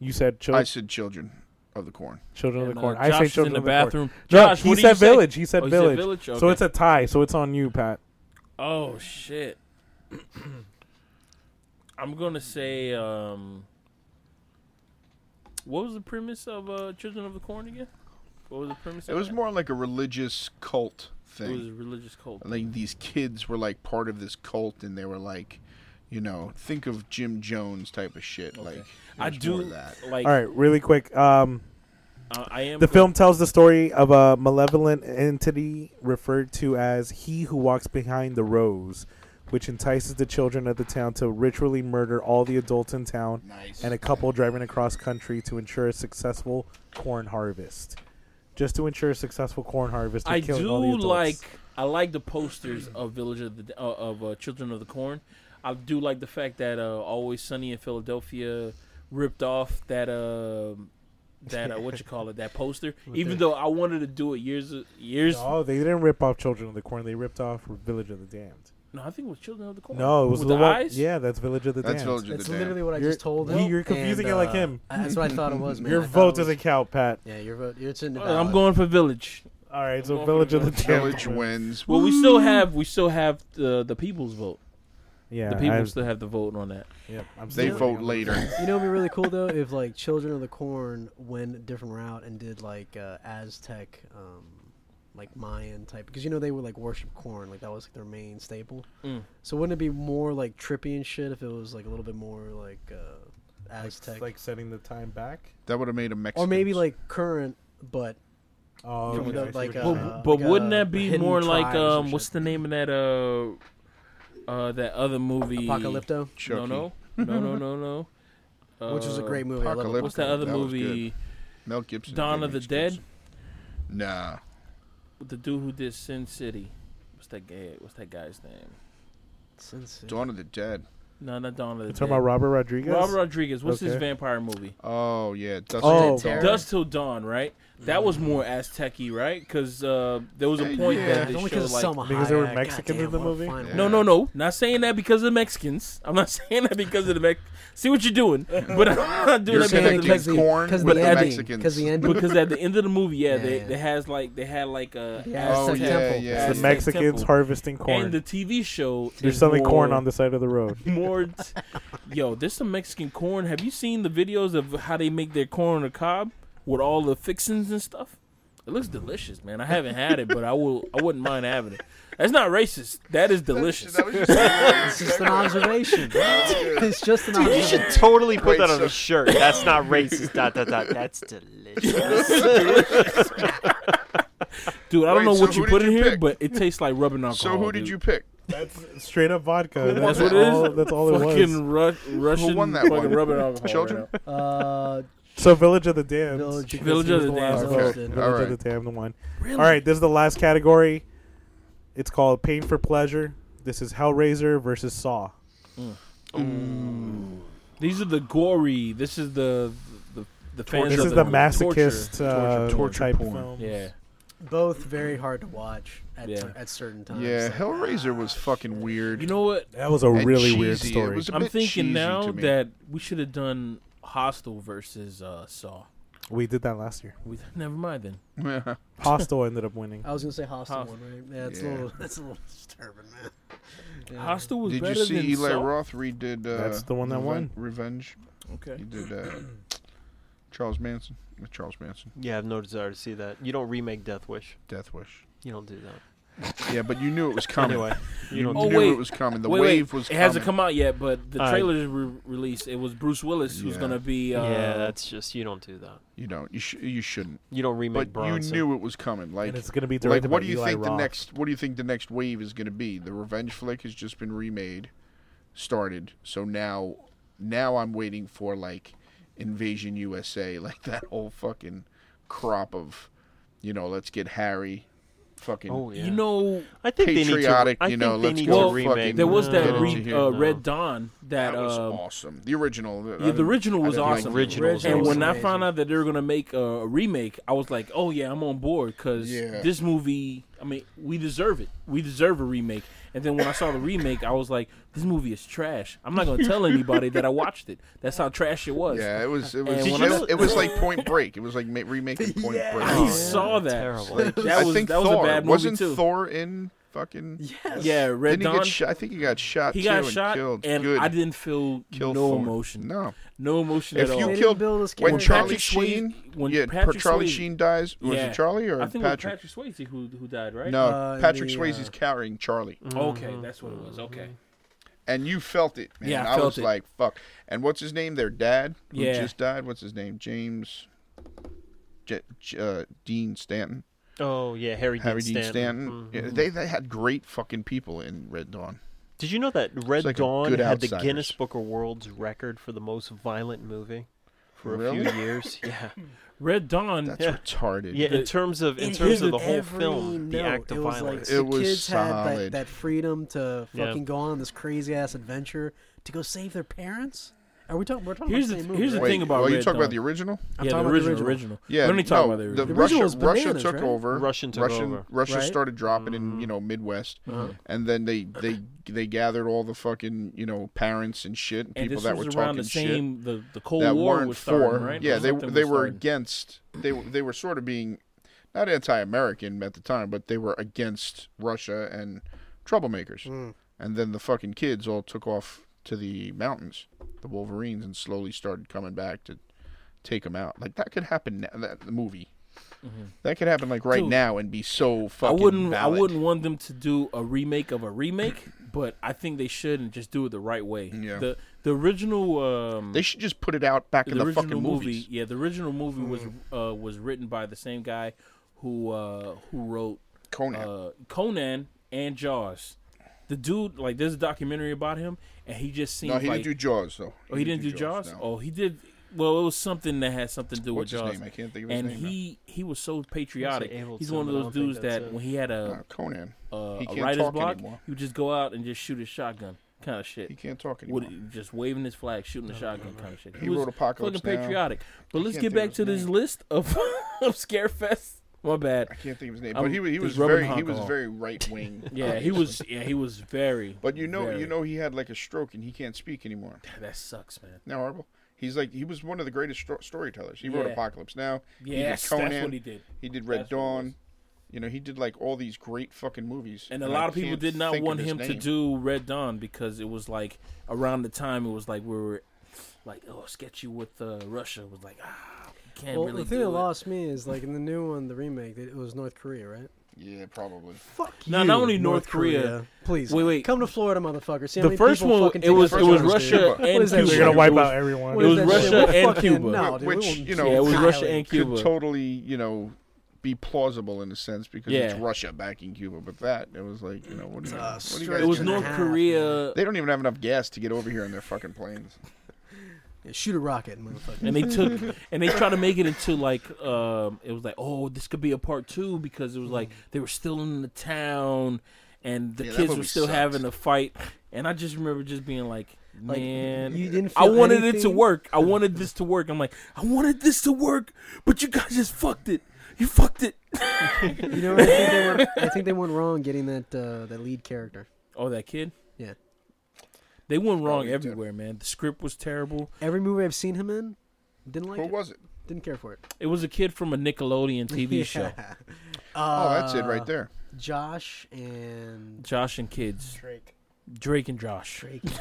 Speaker 3: You said Chil-
Speaker 6: I said Children of the Corn.
Speaker 3: Children of
Speaker 2: And,
Speaker 3: the
Speaker 2: uh,
Speaker 3: Corn.
Speaker 2: Josh
Speaker 3: I say
Speaker 2: is in
Speaker 3: Children
Speaker 2: the
Speaker 3: of the Corn.
Speaker 2: bathroom.
Speaker 3: No,
Speaker 2: Josh,
Speaker 3: he
Speaker 2: what did
Speaker 3: said
Speaker 2: you say?
Speaker 3: village. He said
Speaker 2: Oh, you said
Speaker 3: village.
Speaker 2: village?
Speaker 3: So
Speaker 2: Okay.
Speaker 3: it's a tie. So it's on you, Pat.
Speaker 2: Oh shit! <clears throat> I'm gonna say. um What was the premise of uh Children of the Corn again? What was the premise?
Speaker 6: It
Speaker 2: of
Speaker 6: was
Speaker 2: that?
Speaker 6: more like a religious cult
Speaker 2: It was
Speaker 6: thing.
Speaker 2: a religious cult.
Speaker 6: Like these kids were like part of this cult, and they were like, you know, think of Jim Jones type of shit. Like it
Speaker 2: I
Speaker 6: was
Speaker 2: do
Speaker 6: more of that.
Speaker 2: like.
Speaker 3: All right, really quick. Um,
Speaker 2: uh, I am
Speaker 3: the
Speaker 2: go-
Speaker 3: film tells the story of a malevolent entity referred to as "He Who Walks Behind the Rose," which entices the children of the town to ritually murder all the adults in town
Speaker 6: Nice.
Speaker 3: and a couple driving across country to ensure a successful corn harvest. Just to ensure a successful corn harvest, they're
Speaker 2: I
Speaker 3: killing all the
Speaker 2: do
Speaker 3: adults.
Speaker 2: like I like the posters of Village of the uh, of uh, Children of the Corn. I do like the fact that uh, Always Sunny in Philadelphia ripped off that uh, that uh, what you call it that
Speaker 3: <laughs>
Speaker 2: poster. Even though I wanted to do it years years. No,
Speaker 3: Oh, they didn't rip off Children of the Corn. They ripped off Village of the Damned.
Speaker 2: I think it was Children of the Corn.
Speaker 3: No, it was
Speaker 2: With
Speaker 3: the,
Speaker 2: the
Speaker 3: one-
Speaker 2: eyes.
Speaker 3: Yeah, that's Village of the
Speaker 6: That's
Speaker 3: Damned.
Speaker 6: Village of
Speaker 4: It's
Speaker 6: the Damned.
Speaker 4: literally what I
Speaker 3: You're-
Speaker 4: just told
Speaker 3: you-
Speaker 4: him.
Speaker 3: you're confusing
Speaker 4: and,
Speaker 3: it like
Speaker 4: uh,
Speaker 3: him.
Speaker 4: That's what I thought
Speaker 6: <laughs>
Speaker 4: it was, man.
Speaker 3: Your
Speaker 4: I thought
Speaker 3: vote
Speaker 4: it was-
Speaker 3: doesn't count, Pat.
Speaker 4: Yeah, your vote. Your it's in the
Speaker 2: Uh, I'm
Speaker 4: ballot.
Speaker 2: going for Village.
Speaker 3: All right,
Speaker 2: I'm
Speaker 3: so
Speaker 2: going
Speaker 3: Village
Speaker 2: for
Speaker 3: of the
Speaker 2: Village.
Speaker 3: Damned.
Speaker 6: Village wins.
Speaker 2: Well, we still have we still have the the people's vote.
Speaker 3: Yeah,
Speaker 2: the people
Speaker 3: I'm-
Speaker 2: still have the vote on that.
Speaker 3: yep, I'm
Speaker 6: They
Speaker 3: still
Speaker 6: vote
Speaker 3: waiting.
Speaker 4: <laughs>
Speaker 6: later.
Speaker 4: You know, it'd be really cool though if like Children of the Corn went a different route and did like uh, Aztec, um, like Mayan type, because you know they would like worship corn, like that was like their main staple.
Speaker 2: Mm.
Speaker 4: So wouldn't it be more like trippy and shit if it was like a little bit more like uh,
Speaker 3: Like,
Speaker 4: Aztec,
Speaker 3: like setting the time back.
Speaker 6: That would have made a Mexican.
Speaker 4: or maybe like current, but
Speaker 3: Oh,
Speaker 4: you
Speaker 3: okay,
Speaker 4: know,
Speaker 3: I see what
Speaker 4: like
Speaker 3: you're
Speaker 4: uh,
Speaker 2: But,
Speaker 3: saying.
Speaker 2: but
Speaker 4: like,
Speaker 2: wouldn't
Speaker 4: uh,
Speaker 2: that be
Speaker 4: hidden
Speaker 2: more like
Speaker 4: tribes or
Speaker 2: um
Speaker 4: shit.
Speaker 2: what's the name of that uh uh that other movie
Speaker 4: Apocalypto,
Speaker 6: Chucky.
Speaker 2: No, no, no, no, no, no. Uh,
Speaker 4: <laughs> which was a great movie. I love it.
Speaker 6: Apocalypse.
Speaker 2: What's that other
Speaker 6: That was
Speaker 2: movie?
Speaker 6: Mel Gibson.
Speaker 2: Dawn of the
Speaker 6: Mel
Speaker 2: Dead.
Speaker 6: Gibson. Nah.
Speaker 2: With the dude who did Sin City. What's that guy? What's that guy's name?
Speaker 4: Since it-
Speaker 6: Dawn of the Dead.
Speaker 2: No, not Dawn of the
Speaker 3: You're
Speaker 2: Dead.
Speaker 3: talking about Robert Rodriguez.
Speaker 2: Robert Rodriguez. What's his
Speaker 3: Okay.
Speaker 2: vampire movie?
Speaker 6: Oh yeah. Dust
Speaker 3: Oh,
Speaker 6: Till Dawn.
Speaker 4: Dust-
Speaker 2: Dusk Till Dawn, right? That
Speaker 4: Mm.
Speaker 2: was more Aztec-y, right? Because uh, there was a
Speaker 6: Yeah,
Speaker 2: point
Speaker 6: yeah.
Speaker 2: that they
Speaker 4: only
Speaker 2: showed
Speaker 4: because of
Speaker 2: like
Speaker 4: Selma
Speaker 3: Because they were
Speaker 4: Hayek.
Speaker 3: Mexicans in
Speaker 4: Goddamn,
Speaker 3: the
Speaker 4: what a
Speaker 3: movie?
Speaker 4: fine
Speaker 6: Yeah.
Speaker 4: woman.
Speaker 2: No, no, no. Not saying that because of the Mexicans. I'm not <laughs> saying that because of the Mex. See what you're doing, but I'm not doing
Speaker 6: You're
Speaker 2: that because of the
Speaker 6: connecting
Speaker 2: Mexicans.
Speaker 6: corn
Speaker 4: because
Speaker 6: with
Speaker 4: the
Speaker 6: the
Speaker 4: ending,
Speaker 6: Mexicans.
Speaker 4: because
Speaker 3: <laughs>
Speaker 4: the ending.
Speaker 2: because at the end of the movie, yeah,
Speaker 4: Yeah,
Speaker 2: they,
Speaker 4: yeah.
Speaker 2: they has like they had like a
Speaker 4: The
Speaker 2: Aztec
Speaker 6: Oh
Speaker 4: Aztec
Speaker 6: yeah,
Speaker 4: temple.
Speaker 3: the
Speaker 6: yeah.
Speaker 2: Aztec
Speaker 3: Mexicans
Speaker 2: temple.
Speaker 3: harvesting
Speaker 2: and
Speaker 3: corn.
Speaker 2: the TV show.
Speaker 3: They're
Speaker 2: is
Speaker 3: selling corn
Speaker 2: more- <laughs>
Speaker 3: on the side of the road.
Speaker 2: more corn. Yo, there's some Mexican corn. Have you seen the videos of how they make their corn on the cob with all the fixings and stuff? It looks delicious, man. I haven't had it, but I will. I wouldn't mind having it. That's not racist. That is <laughs> delicious.
Speaker 6: That was just a
Speaker 4: It's just an observation. it's just an
Speaker 5: You
Speaker 4: observation.
Speaker 5: should <laughs> totally put
Speaker 6: Wait,
Speaker 5: that on
Speaker 6: so-
Speaker 5: a shirt. That's
Speaker 6: <laughs>
Speaker 5: not racist. dot dot dot. That's delicious.
Speaker 2: Dude, I don't
Speaker 6: Wait,
Speaker 2: know
Speaker 6: so
Speaker 2: what you
Speaker 6: who
Speaker 2: put
Speaker 6: did
Speaker 2: in
Speaker 6: you
Speaker 2: here,
Speaker 6: pick?
Speaker 2: but it tastes like rubbing alcohol.
Speaker 6: So who did
Speaker 2: dude.
Speaker 6: you pick?
Speaker 3: Straight up vodka.
Speaker 2: That's what it is.
Speaker 3: all- That's all it
Speaker 2: fucking
Speaker 3: was.
Speaker 2: Ru- Russian
Speaker 6: won that
Speaker 2: fucking
Speaker 6: one? <laughs>
Speaker 2: rubbing alcohol.
Speaker 6: Children?
Speaker 2: right
Speaker 4: Uh,
Speaker 3: So Village of the Damned.
Speaker 4: Village,
Speaker 2: Village of the
Speaker 4: People
Speaker 2: Damned.
Speaker 4: Are
Speaker 6: Okay.
Speaker 4: Lost in.
Speaker 3: Village
Speaker 6: All right.
Speaker 3: of the Damned, the one.
Speaker 2: now. Really?
Speaker 3: All right, this is the last category. It's called Pain for Pleasure. This is Hellraiser versus Saw.
Speaker 2: These are the gory. This is the the the fans.
Speaker 3: This
Speaker 2: of
Speaker 3: is the
Speaker 2: torture.
Speaker 3: masochist uh,
Speaker 1: torture
Speaker 3: type
Speaker 1: porn.
Speaker 3: film.
Speaker 2: Yeah.
Speaker 4: Both very hard to watch at,
Speaker 2: Yeah.
Speaker 4: cer- at certain
Speaker 2: Oh,
Speaker 4: times.
Speaker 6: Yeah,
Speaker 4: Like,
Speaker 6: Hellraiser was fucking weird.
Speaker 2: You know what?
Speaker 3: That was a
Speaker 6: and
Speaker 3: really weird
Speaker 6: cheesy. It
Speaker 3: story.
Speaker 6: was a
Speaker 2: I'm
Speaker 6: bit cheesy
Speaker 2: thinking now
Speaker 6: to me.
Speaker 2: that we should have done Hostel versus uh, Saw.
Speaker 3: we did that last <laughs> year.
Speaker 2: We, <laughs> never mind then.
Speaker 6: Yeah.
Speaker 3: Hostel ended up <laughs> winning.
Speaker 4: I was gonna say hostile
Speaker 2: Hostile.
Speaker 4: one, right? Yeah, it's
Speaker 6: Yeah.
Speaker 4: a little, <laughs> that's a little disturbing, man. Yeah.
Speaker 2: Hostel was
Speaker 6: Did
Speaker 2: better
Speaker 6: you see
Speaker 2: than
Speaker 6: Eli
Speaker 2: Saw.
Speaker 6: Roth redid? Uh,
Speaker 3: That's the one that
Speaker 6: Reven-
Speaker 3: won.
Speaker 6: Revenge.
Speaker 2: Okay.
Speaker 6: He did uh, Charles Manson. With Charles Manson,
Speaker 5: <laughs> yeah, I have no desire to see that. You don't remake Death Wish.
Speaker 6: Death Wish.
Speaker 5: You don't do that.
Speaker 6: Yeah, but you knew it was coming.
Speaker 5: Anyway, you don't.
Speaker 2: Oh,
Speaker 6: knew
Speaker 2: wait.
Speaker 6: it was coming. The
Speaker 2: Wait, wait.
Speaker 6: wave was.
Speaker 2: It hasn't
Speaker 6: coming.
Speaker 2: come out yet, but the
Speaker 5: All right.
Speaker 2: trailer is re- released. It was Bruce Willis who's
Speaker 6: Yeah.
Speaker 2: gonna be. Uh,
Speaker 5: yeah, that's just you don't do that.
Speaker 6: You don't. You sh- You shouldn't.
Speaker 5: You don't remake
Speaker 6: But you
Speaker 5: Bronson.
Speaker 6: knew it was coming. Like,
Speaker 3: and it's going to be
Speaker 6: like
Speaker 3: directed
Speaker 6: what
Speaker 3: by
Speaker 6: do you
Speaker 3: Eli
Speaker 6: think the
Speaker 3: Roth.
Speaker 6: next? What do you think the next wave is going to be? The revenge flick has just been remade, started. So now, now I'm waiting for like Invasion USA, <laughs> like that whole fucking crop of, you know, let's get Harry, fucking.
Speaker 5: Oh yeah.
Speaker 2: You know,
Speaker 5: I think
Speaker 6: patriotic,
Speaker 5: They need to, I
Speaker 6: you know,
Speaker 5: think
Speaker 6: let's
Speaker 5: they need
Speaker 6: go
Speaker 5: to
Speaker 2: fucking-
Speaker 5: remake.
Speaker 2: there was
Speaker 6: No.
Speaker 2: that
Speaker 6: Get
Speaker 2: re-
Speaker 6: into here,
Speaker 2: uh,
Speaker 5: no.
Speaker 2: Red Dawn that,
Speaker 6: that was
Speaker 2: uh,
Speaker 6: awesome. The original. uh, I
Speaker 2: yeah, the
Speaker 6: didn't-
Speaker 2: original
Speaker 6: I
Speaker 2: was
Speaker 6: didn't
Speaker 2: awesome.
Speaker 6: the
Speaker 5: Original was
Speaker 2: And when I
Speaker 4: amazing.
Speaker 2: found out that they were gonna make a, a remake, I was like, "Oh yeah, I'm on board." Because
Speaker 6: Yeah.
Speaker 2: this movie, I mean, we deserve it. We deserve a remake. And then when I saw the remake, I was like, "This movie is trash. I'm not gonna tell anybody that I watched it. That's how trash it was."
Speaker 6: Yeah, it was. It was.
Speaker 2: And
Speaker 6: It,
Speaker 2: when I
Speaker 6: was-
Speaker 2: was-
Speaker 6: it was like Point Break. It was like ma- remaking Point
Speaker 2: <laughs>
Speaker 6: Break.
Speaker 2: I
Speaker 5: Oh,
Speaker 2: saw
Speaker 5: yeah,
Speaker 2: that.
Speaker 5: terrible.
Speaker 2: Like, <laughs> that
Speaker 6: I
Speaker 2: was
Speaker 6: think
Speaker 2: that was
Speaker 6: Thor
Speaker 2: a bad movie
Speaker 6: wasn't
Speaker 2: too.
Speaker 6: Thor in fucking.
Speaker 4: Yes.
Speaker 2: yeah, Red
Speaker 6: Didn't he
Speaker 2: Dawn.
Speaker 6: get shot? I think he got shot.
Speaker 2: he
Speaker 6: too
Speaker 2: got
Speaker 6: and
Speaker 2: shot,
Speaker 6: killed.
Speaker 2: and
Speaker 6: Good.
Speaker 2: I didn't feel
Speaker 6: Kill
Speaker 2: no
Speaker 6: Thor.
Speaker 2: emotion.
Speaker 6: No,
Speaker 2: No emotion
Speaker 6: If
Speaker 2: at
Speaker 6: you
Speaker 2: all.
Speaker 4: They
Speaker 6: killed-
Speaker 4: didn't build this
Speaker 6: when
Speaker 2: Patrick
Speaker 4: character.
Speaker 6: Charlie Sheen,
Speaker 2: Swayze- when
Speaker 6: yeah,
Speaker 2: Patrick
Speaker 6: Charlie
Speaker 2: Swayze-
Speaker 6: Sheen dies. Was
Speaker 2: Yeah.
Speaker 6: it Charlie or
Speaker 2: I think
Speaker 6: Patrick?
Speaker 2: it was Patrick Swayze who who died, right? Mm-hmm.
Speaker 6: No,
Speaker 4: Uh,
Speaker 6: Patrick
Speaker 4: the,
Speaker 6: Swayze's
Speaker 4: uh,
Speaker 6: carrying Charlie,
Speaker 2: Okay, that's what it was. Okay.
Speaker 6: and you felt it, man.
Speaker 2: Yeah, I
Speaker 6: I,
Speaker 2: felt
Speaker 6: was
Speaker 2: it.
Speaker 6: like, "Fuck!" And what's his name? Their dad, who
Speaker 2: Yeah.
Speaker 6: just died. What's his name? James, J- J- uh, Dean Stanton,
Speaker 5: Oh yeah, Harry,
Speaker 6: Harry
Speaker 5: Dean Stanton. Mhm.
Speaker 4: Mm-hmm.
Speaker 6: Yeah, they they had great fucking people in Red Dawn.
Speaker 5: Did you know that Red
Speaker 6: like a
Speaker 5: Dawn
Speaker 6: good
Speaker 5: had the
Speaker 6: outsiders.
Speaker 5: Guinness Book of World's record for the most violent movie for a
Speaker 6: Really?
Speaker 5: few
Speaker 6: <laughs>
Speaker 5: years? Yeah,
Speaker 2: Red Dawn.
Speaker 6: That's
Speaker 5: Yeah.
Speaker 6: retarded.
Speaker 5: yeah. In
Speaker 2: The-
Speaker 5: terms of in
Speaker 2: it
Speaker 5: terms
Speaker 2: hit
Speaker 5: of the whole
Speaker 4: Every
Speaker 5: film, the
Speaker 4: note,
Speaker 5: act of
Speaker 4: it was
Speaker 5: violence.
Speaker 4: Like,
Speaker 6: It was
Speaker 4: the kids had
Speaker 6: solid.
Speaker 4: that, that freedom to
Speaker 5: Yeah.
Speaker 4: fucking go on this crazy ass adventure to go save their parents. Are we talking? We're talking
Speaker 2: Here's
Speaker 4: about
Speaker 2: the-
Speaker 4: the same movie.
Speaker 2: here's the
Speaker 4: right?
Speaker 6: Wait,
Speaker 2: thing about
Speaker 6: well, you
Speaker 2: Red
Speaker 6: talking about
Speaker 2: Dawn.
Speaker 6: the original?
Speaker 4: I'm
Speaker 2: yeah, the
Speaker 4: talking about
Speaker 2: original, original.
Speaker 6: Yeah,
Speaker 2: We're only
Speaker 6: no,
Speaker 2: talking about the original.
Speaker 6: The
Speaker 4: The
Speaker 6: Russia,
Speaker 4: original was
Speaker 6: Russia
Speaker 4: bananas,
Speaker 6: took
Speaker 4: right?
Speaker 6: over.
Speaker 5: Russian took
Speaker 6: Russian,
Speaker 5: over. Mm.
Speaker 6: Russia
Speaker 4: Right?
Speaker 6: started dropping in you know Midwest,
Speaker 2: Uh-huh.
Speaker 6: and then they they they gathered all the fucking you know parents and shit, and
Speaker 2: and
Speaker 6: people
Speaker 2: this
Speaker 6: that
Speaker 2: was
Speaker 6: were
Speaker 2: around
Speaker 6: talking
Speaker 2: the
Speaker 6: shit
Speaker 2: same the, the Cold
Speaker 6: that
Speaker 2: War
Speaker 6: weren't
Speaker 2: was
Speaker 6: for.
Speaker 2: starting, right?
Speaker 6: Yeah, they
Speaker 2: Something
Speaker 6: they
Speaker 2: was
Speaker 6: were
Speaker 2: starting.
Speaker 6: against. They were- they were sort of being not anti-American at the time, but they were against Russia and troublemakers. And then the fucking kids all took off to the mountains, the Wolverines, and slowly started coming back to take them out. Like that could happen. Now, that the movie. That could happen like right
Speaker 2: Mm-hmm. Dude,
Speaker 6: now and be so
Speaker 2: I
Speaker 6: fucking.
Speaker 2: wouldn't
Speaker 6: valid.
Speaker 2: I wouldn't want them to do a remake of a remake, but I think they should and just do it the right way.
Speaker 6: Yeah.
Speaker 2: The the original um
Speaker 6: They should just put it out back in the fucking movies.
Speaker 2: yeah, the original movie was
Speaker 6: Mm.
Speaker 2: uh, was written by the same guy who uh, who wrote
Speaker 6: Conan.
Speaker 2: uh, Conan and Jaws. The dude, like, there's a documentary about him, and he just seemed
Speaker 6: no, he
Speaker 2: like
Speaker 6: didn't do Jaws though.
Speaker 2: oh, he didn't do Jaws.
Speaker 6: no.
Speaker 2: Oh, he did. Well, it was something that had something to do
Speaker 6: What's
Speaker 2: with
Speaker 6: his
Speaker 2: Jaws.
Speaker 6: name? I can't think of his
Speaker 2: And
Speaker 6: name. now.
Speaker 2: he he was so patriotic.
Speaker 5: Ableton,
Speaker 2: He's one of
Speaker 5: but I
Speaker 2: those
Speaker 5: don't think
Speaker 2: dudes
Speaker 5: that's
Speaker 2: that
Speaker 5: it.
Speaker 2: when he had
Speaker 6: Uh,
Speaker 2: a
Speaker 6: Conan.
Speaker 2: uh,
Speaker 6: he
Speaker 2: a
Speaker 6: can't
Speaker 2: writer's
Speaker 6: talk
Speaker 2: block,
Speaker 6: anymore.
Speaker 2: he would just go out and just shoot his shotgun kind of shit.
Speaker 6: He can't talk anymore.
Speaker 2: Would, just waving his flag, shooting the shotgun kind of shit.
Speaker 6: He
Speaker 2: was
Speaker 6: wrote Apocalypse
Speaker 2: fucking
Speaker 6: Now.
Speaker 2: patriotic. But let's
Speaker 6: can't
Speaker 2: get
Speaker 6: think of
Speaker 2: back
Speaker 6: his
Speaker 2: to this
Speaker 6: name.
Speaker 2: list of <laughs> of scarefest. My bad.
Speaker 6: I can't think of his name,
Speaker 2: I'm-
Speaker 6: but he was he
Speaker 2: it's
Speaker 6: was
Speaker 2: rubbing
Speaker 6: very he was
Speaker 2: alcohol.
Speaker 6: very right wing.
Speaker 2: <laughs> Yeah, he was. Yeah, he was very.
Speaker 6: But you know
Speaker 2: very-
Speaker 6: you know he had like a stroke and he can't speak anymore.
Speaker 2: that sucks, man.
Speaker 6: Now horrible. He's like he was one of the greatest stro- storytellers. He wrote
Speaker 2: Yeah.
Speaker 6: Apocalypse Now. he did
Speaker 2: Yes, that's
Speaker 6: Conan.
Speaker 2: what he did.
Speaker 6: He did Red
Speaker 2: That's what it
Speaker 6: Dawn. You know, he did like all these great fucking movies.
Speaker 2: And a
Speaker 6: I
Speaker 2: lot of people
Speaker 6: can't
Speaker 2: did not
Speaker 6: think of
Speaker 2: want
Speaker 6: his
Speaker 2: him to
Speaker 6: name.
Speaker 2: do Red Dawn because it was like around the time it was like we were like oh sketchy with uh, Russia was like ah we can't
Speaker 4: Well,
Speaker 2: really
Speaker 4: the thing
Speaker 2: do
Speaker 4: that
Speaker 2: it.
Speaker 4: lost me is like in the new one, the remake, it, it was North Korea, right?
Speaker 6: Yeah, probably.
Speaker 4: Fuck
Speaker 2: No,
Speaker 4: you,
Speaker 2: not only North Korea.
Speaker 4: Please,
Speaker 2: Wait, wait.
Speaker 4: Come to Florida, motherfucker. See how
Speaker 2: The
Speaker 4: many
Speaker 2: first
Speaker 4: people
Speaker 2: one,
Speaker 4: fucking
Speaker 2: it
Speaker 4: take
Speaker 2: was-
Speaker 4: that
Speaker 6: it was
Speaker 4: from us, dude.
Speaker 2: Russia
Speaker 4: What
Speaker 2: and
Speaker 4: is that
Speaker 2: Cuba.
Speaker 4: shit?
Speaker 3: They're gonna wipe
Speaker 2: It was-
Speaker 3: out everyone.
Speaker 4: What is
Speaker 2: was
Speaker 4: that shit?
Speaker 2: Russia
Speaker 4: We're
Speaker 2: and
Speaker 4: fucking-
Speaker 2: Cuba.
Speaker 4: No, dude, we
Speaker 6: Which,
Speaker 4: won't-
Speaker 6: you know,
Speaker 2: yeah it was
Speaker 4: Kylie
Speaker 2: Russia and Cuba
Speaker 6: Could totally, you know, be plausible in a sense because it's
Speaker 2: Yeah.
Speaker 6: Russia backing Cuba, but that it was like, you know, what, do you-
Speaker 4: Uh,
Speaker 6: what do you
Speaker 4: straight
Speaker 6: guys
Speaker 2: it was
Speaker 6: do?
Speaker 2: North
Speaker 4: half,
Speaker 2: Korea
Speaker 6: They don't even have enough gas to get over here on their fucking planes.
Speaker 4: Yeah, shoot a rocket, motherfucker.
Speaker 2: and they took and they tried to make it into like um it was like oh this could be a part two because it was like they were still in the town and the
Speaker 6: Yeah, that
Speaker 2: kids were
Speaker 6: movie
Speaker 2: still
Speaker 6: sucked.
Speaker 2: having a fight and I just remember just being like
Speaker 4: Like,
Speaker 2: man
Speaker 4: you didn't.
Speaker 2: I
Speaker 4: feel
Speaker 2: wanted it to
Speaker 4: anything?
Speaker 2: work. I wanted this to work. I'm like, I wanted this to work, but you guys just fucked it. You fucked it.
Speaker 4: You know, what I think they went. I
Speaker 2: <laughs>
Speaker 4: think they went wrong getting that uh, that lead character.
Speaker 2: Oh, that kid.
Speaker 4: Yeah.
Speaker 2: They went wrong
Speaker 6: yeah.
Speaker 2: everywhere, man. The script was terrible.
Speaker 4: Every movie I've seen him in, didn't like
Speaker 6: What
Speaker 4: it.
Speaker 6: was it?
Speaker 4: Didn't care for it.
Speaker 2: It was a kid from a Nickelodeon TV
Speaker 4: <laughs>
Speaker 2: show.
Speaker 4: Yeah.
Speaker 6: Oh, that's it right
Speaker 4: Uh,
Speaker 6: there.
Speaker 4: Josh and
Speaker 2: Josh and kids,
Speaker 4: Drake.
Speaker 2: Drake and Josh.
Speaker 4: Drake and Josh.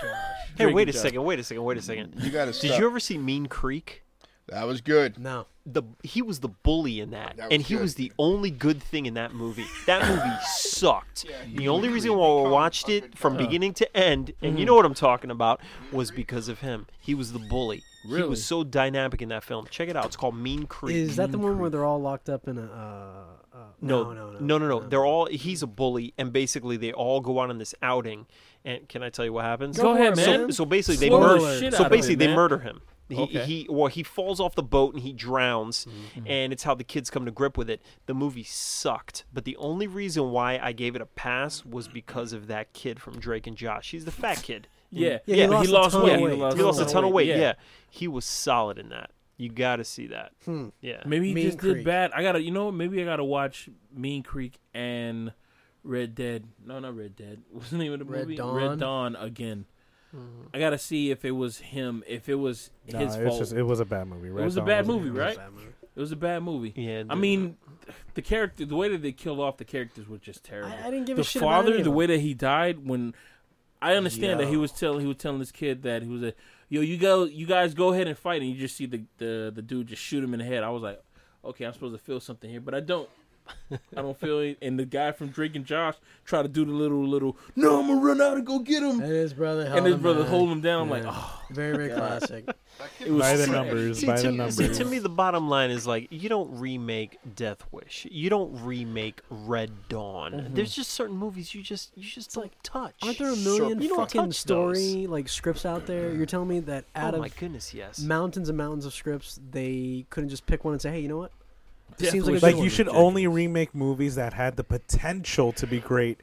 Speaker 5: Hey,
Speaker 2: Drake
Speaker 5: wait
Speaker 2: and
Speaker 5: a
Speaker 2: Josh.
Speaker 5: second, wait a second, wait a second.
Speaker 6: You got to
Speaker 5: Did
Speaker 6: stop.
Speaker 5: you ever see Mean Creek?
Speaker 6: That was good.
Speaker 4: No.
Speaker 5: The he was the bully in that,
Speaker 6: That
Speaker 5: and
Speaker 6: was
Speaker 5: he
Speaker 6: good.
Speaker 5: was the only good thing in that movie. That
Speaker 6: <laughs>
Speaker 5: movie sucked.
Speaker 6: he
Speaker 5: the only
Speaker 6: really
Speaker 5: reason why I
Speaker 6: become
Speaker 5: watched
Speaker 6: a
Speaker 5: it
Speaker 6: good
Speaker 5: from
Speaker 6: guy.
Speaker 5: beginning to end, and
Speaker 6: Mm.
Speaker 5: you know what I'm talking about, was because of him. He was the bully. He
Speaker 2: Really?
Speaker 5: was so dynamic in that film. Check it out. It's called Mean Creek.
Speaker 4: Is that the one where they're all locked up in a? Uh, uh,
Speaker 5: no,
Speaker 4: no, no,
Speaker 5: no, no, no. They're all he's a bully, and basically they all go out on this outing. And can I tell you what happens?
Speaker 2: Go ahead,
Speaker 5: So-
Speaker 2: man.
Speaker 5: So, basically, they
Speaker 2: Spoil the
Speaker 5: murder.
Speaker 2: shit
Speaker 5: So
Speaker 2: out of
Speaker 5: basically,
Speaker 2: it,
Speaker 5: they
Speaker 2: man.
Speaker 5: murder him. He,
Speaker 2: Okay. Mm-hmm.
Speaker 5: he well he falls off the boat and he drowns and it's how the kids come to grip with it the movie sucked but the only reason why i gave it a pass was because of that kid from drake and josh he's the fat kid
Speaker 2: Yeah,
Speaker 4: Yeah,
Speaker 5: he
Speaker 2: but
Speaker 4: lost a ton of
Speaker 2: weight.
Speaker 4: weight.
Speaker 5: he lost a ton of weight yeah.
Speaker 2: Yeah.
Speaker 5: he was solid in that you gotta see that
Speaker 4: Hmm.
Speaker 5: yeah
Speaker 2: Maybe he
Speaker 4: Mean
Speaker 2: just
Speaker 4: Creek.
Speaker 2: did bad. I gotta, you know, what? maybe I gotta watch Mean Creek and Red Dead. No, not Red Dead. <laughs> What's the name of the
Speaker 4: Red
Speaker 2: movie?
Speaker 4: Dawn.
Speaker 2: Red Dawn again. I gotta see if it was him, if it was
Speaker 3: Nah,
Speaker 2: his
Speaker 3: it's
Speaker 2: fault.
Speaker 3: just it was a bad movie. Red
Speaker 2: was a
Speaker 3: Dawn
Speaker 2: bad
Speaker 4: It
Speaker 2: movie,
Speaker 4: was
Speaker 2: right?
Speaker 4: a bad movie.
Speaker 2: It was a bad movie.
Speaker 5: yeah
Speaker 2: I
Speaker 5: dude.
Speaker 2: mean, the character, the way that they killed off the characters was just terrible.
Speaker 4: I, I didn't give
Speaker 2: the
Speaker 4: a shit. about
Speaker 2: father,
Speaker 4: any of
Speaker 2: the
Speaker 4: them.
Speaker 2: way that he died when I understand that he was telling he was telling this kid that he was a yo, you go you guys go ahead and fight and you just see the, the, the dude just shoot him in the head. I was like, Okay, I'm supposed to feel something here, but I
Speaker 3: <laughs>
Speaker 2: don't. I don't feel it. And the guy from Drake and Josh try to do the little little no, I'm gonna run out and go get him.
Speaker 4: And his brother held
Speaker 2: and his
Speaker 4: him
Speaker 2: brother
Speaker 4: in.
Speaker 2: hold him down. I'm
Speaker 4: Yeah.
Speaker 2: like, oh,
Speaker 4: Very, very classic.
Speaker 2: it was
Speaker 3: By the
Speaker 2: trash.
Speaker 3: numbers,
Speaker 5: See,
Speaker 3: by
Speaker 5: to,
Speaker 3: the
Speaker 5: me-
Speaker 3: numbers.
Speaker 5: see, to me, the bottom line is like you don't remake Death Wish, you don't remake Red Dawn. There's just certain movies you just you just don't touch.
Speaker 4: <laughs> Mm-hmm. Aren't there a
Speaker 6: Sure,
Speaker 4: million
Speaker 5: you don't
Speaker 4: fucking
Speaker 5: touch
Speaker 4: story
Speaker 5: those.
Speaker 4: like scripts out there? You're telling me that out
Speaker 5: oh
Speaker 4: of
Speaker 5: my goodness, yes.
Speaker 4: mountains and mountains of scripts, they couldn't just pick one and say, "Hey, you know what?
Speaker 2: Death
Speaker 4: seems like a
Speaker 2: Wish
Speaker 4: good
Speaker 3: Like
Speaker 2: was
Speaker 3: you
Speaker 4: one.
Speaker 3: should
Speaker 2: ridiculous.
Speaker 3: only remake movies that had the potential to be great,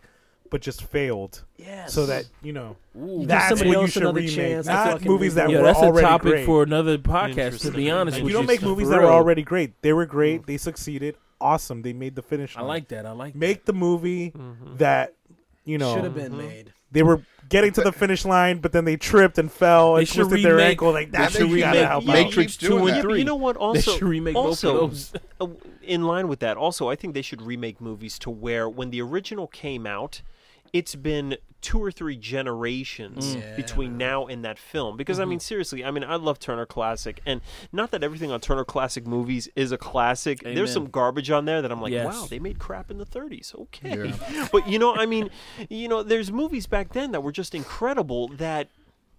Speaker 3: but just failed.
Speaker 4: Yes.
Speaker 3: So that you know
Speaker 2: Ooh.
Speaker 4: Give
Speaker 3: that's
Speaker 4: somebody
Speaker 3: what you
Speaker 4: else
Speaker 3: should
Speaker 4: another
Speaker 3: remake.
Speaker 4: chance to
Speaker 3: Not
Speaker 4: fucking
Speaker 3: movies that
Speaker 4: remake.
Speaker 2: yeah,
Speaker 3: were
Speaker 2: that's a
Speaker 3: already
Speaker 2: topic
Speaker 3: great.
Speaker 2: for another podcast. To be
Speaker 5: Interesting.
Speaker 2: honest,
Speaker 5: If
Speaker 3: If
Speaker 2: with
Speaker 3: you don't make
Speaker 2: so
Speaker 3: movies
Speaker 2: for
Speaker 3: that were
Speaker 2: real.
Speaker 3: already great. They were great. They succeeded. Awesome. They made the finish.
Speaker 2: I
Speaker 3: line.
Speaker 2: like that. I like
Speaker 3: make the movie
Speaker 5: Mhm.
Speaker 2: Mm-hmm.
Speaker 3: that you
Speaker 4: should have
Speaker 3: know
Speaker 4: been
Speaker 5: Mhm.
Speaker 4: made.
Speaker 3: they were getting to the finish line, but then they tripped and fell
Speaker 2: They
Speaker 3: and
Speaker 2: should
Speaker 3: twisted their
Speaker 2: remake-
Speaker 3: ankle. Like
Speaker 2: they
Speaker 3: that
Speaker 2: should
Speaker 3: you gotta
Speaker 2: remake
Speaker 3: help
Speaker 5: Yeah,
Speaker 3: out.
Speaker 5: Matrix
Speaker 6: Matrix
Speaker 2: two and
Speaker 5: Yeah, but you know
Speaker 2: <laughs>
Speaker 5: what? Also,
Speaker 2: should remake both
Speaker 5: also,
Speaker 2: of those.
Speaker 5: uh, in line with that, also, I think they should remake movies to where when the original came out, it's been two or three generations
Speaker 4: Mm. Yeah.
Speaker 5: between now and that film. Because
Speaker 2: Mm-hmm.
Speaker 5: I mean, seriously, I mean, I love Turner Classic, and not that everything on Turner Classic movies is a classic.
Speaker 2: Amen.
Speaker 5: There's some garbage on there that I'm like,
Speaker 2: Yes.
Speaker 5: wow, they made crap in the 30s. Okay, <laughs> but you know, I mean, you know, there's movies back then that were just incredible that.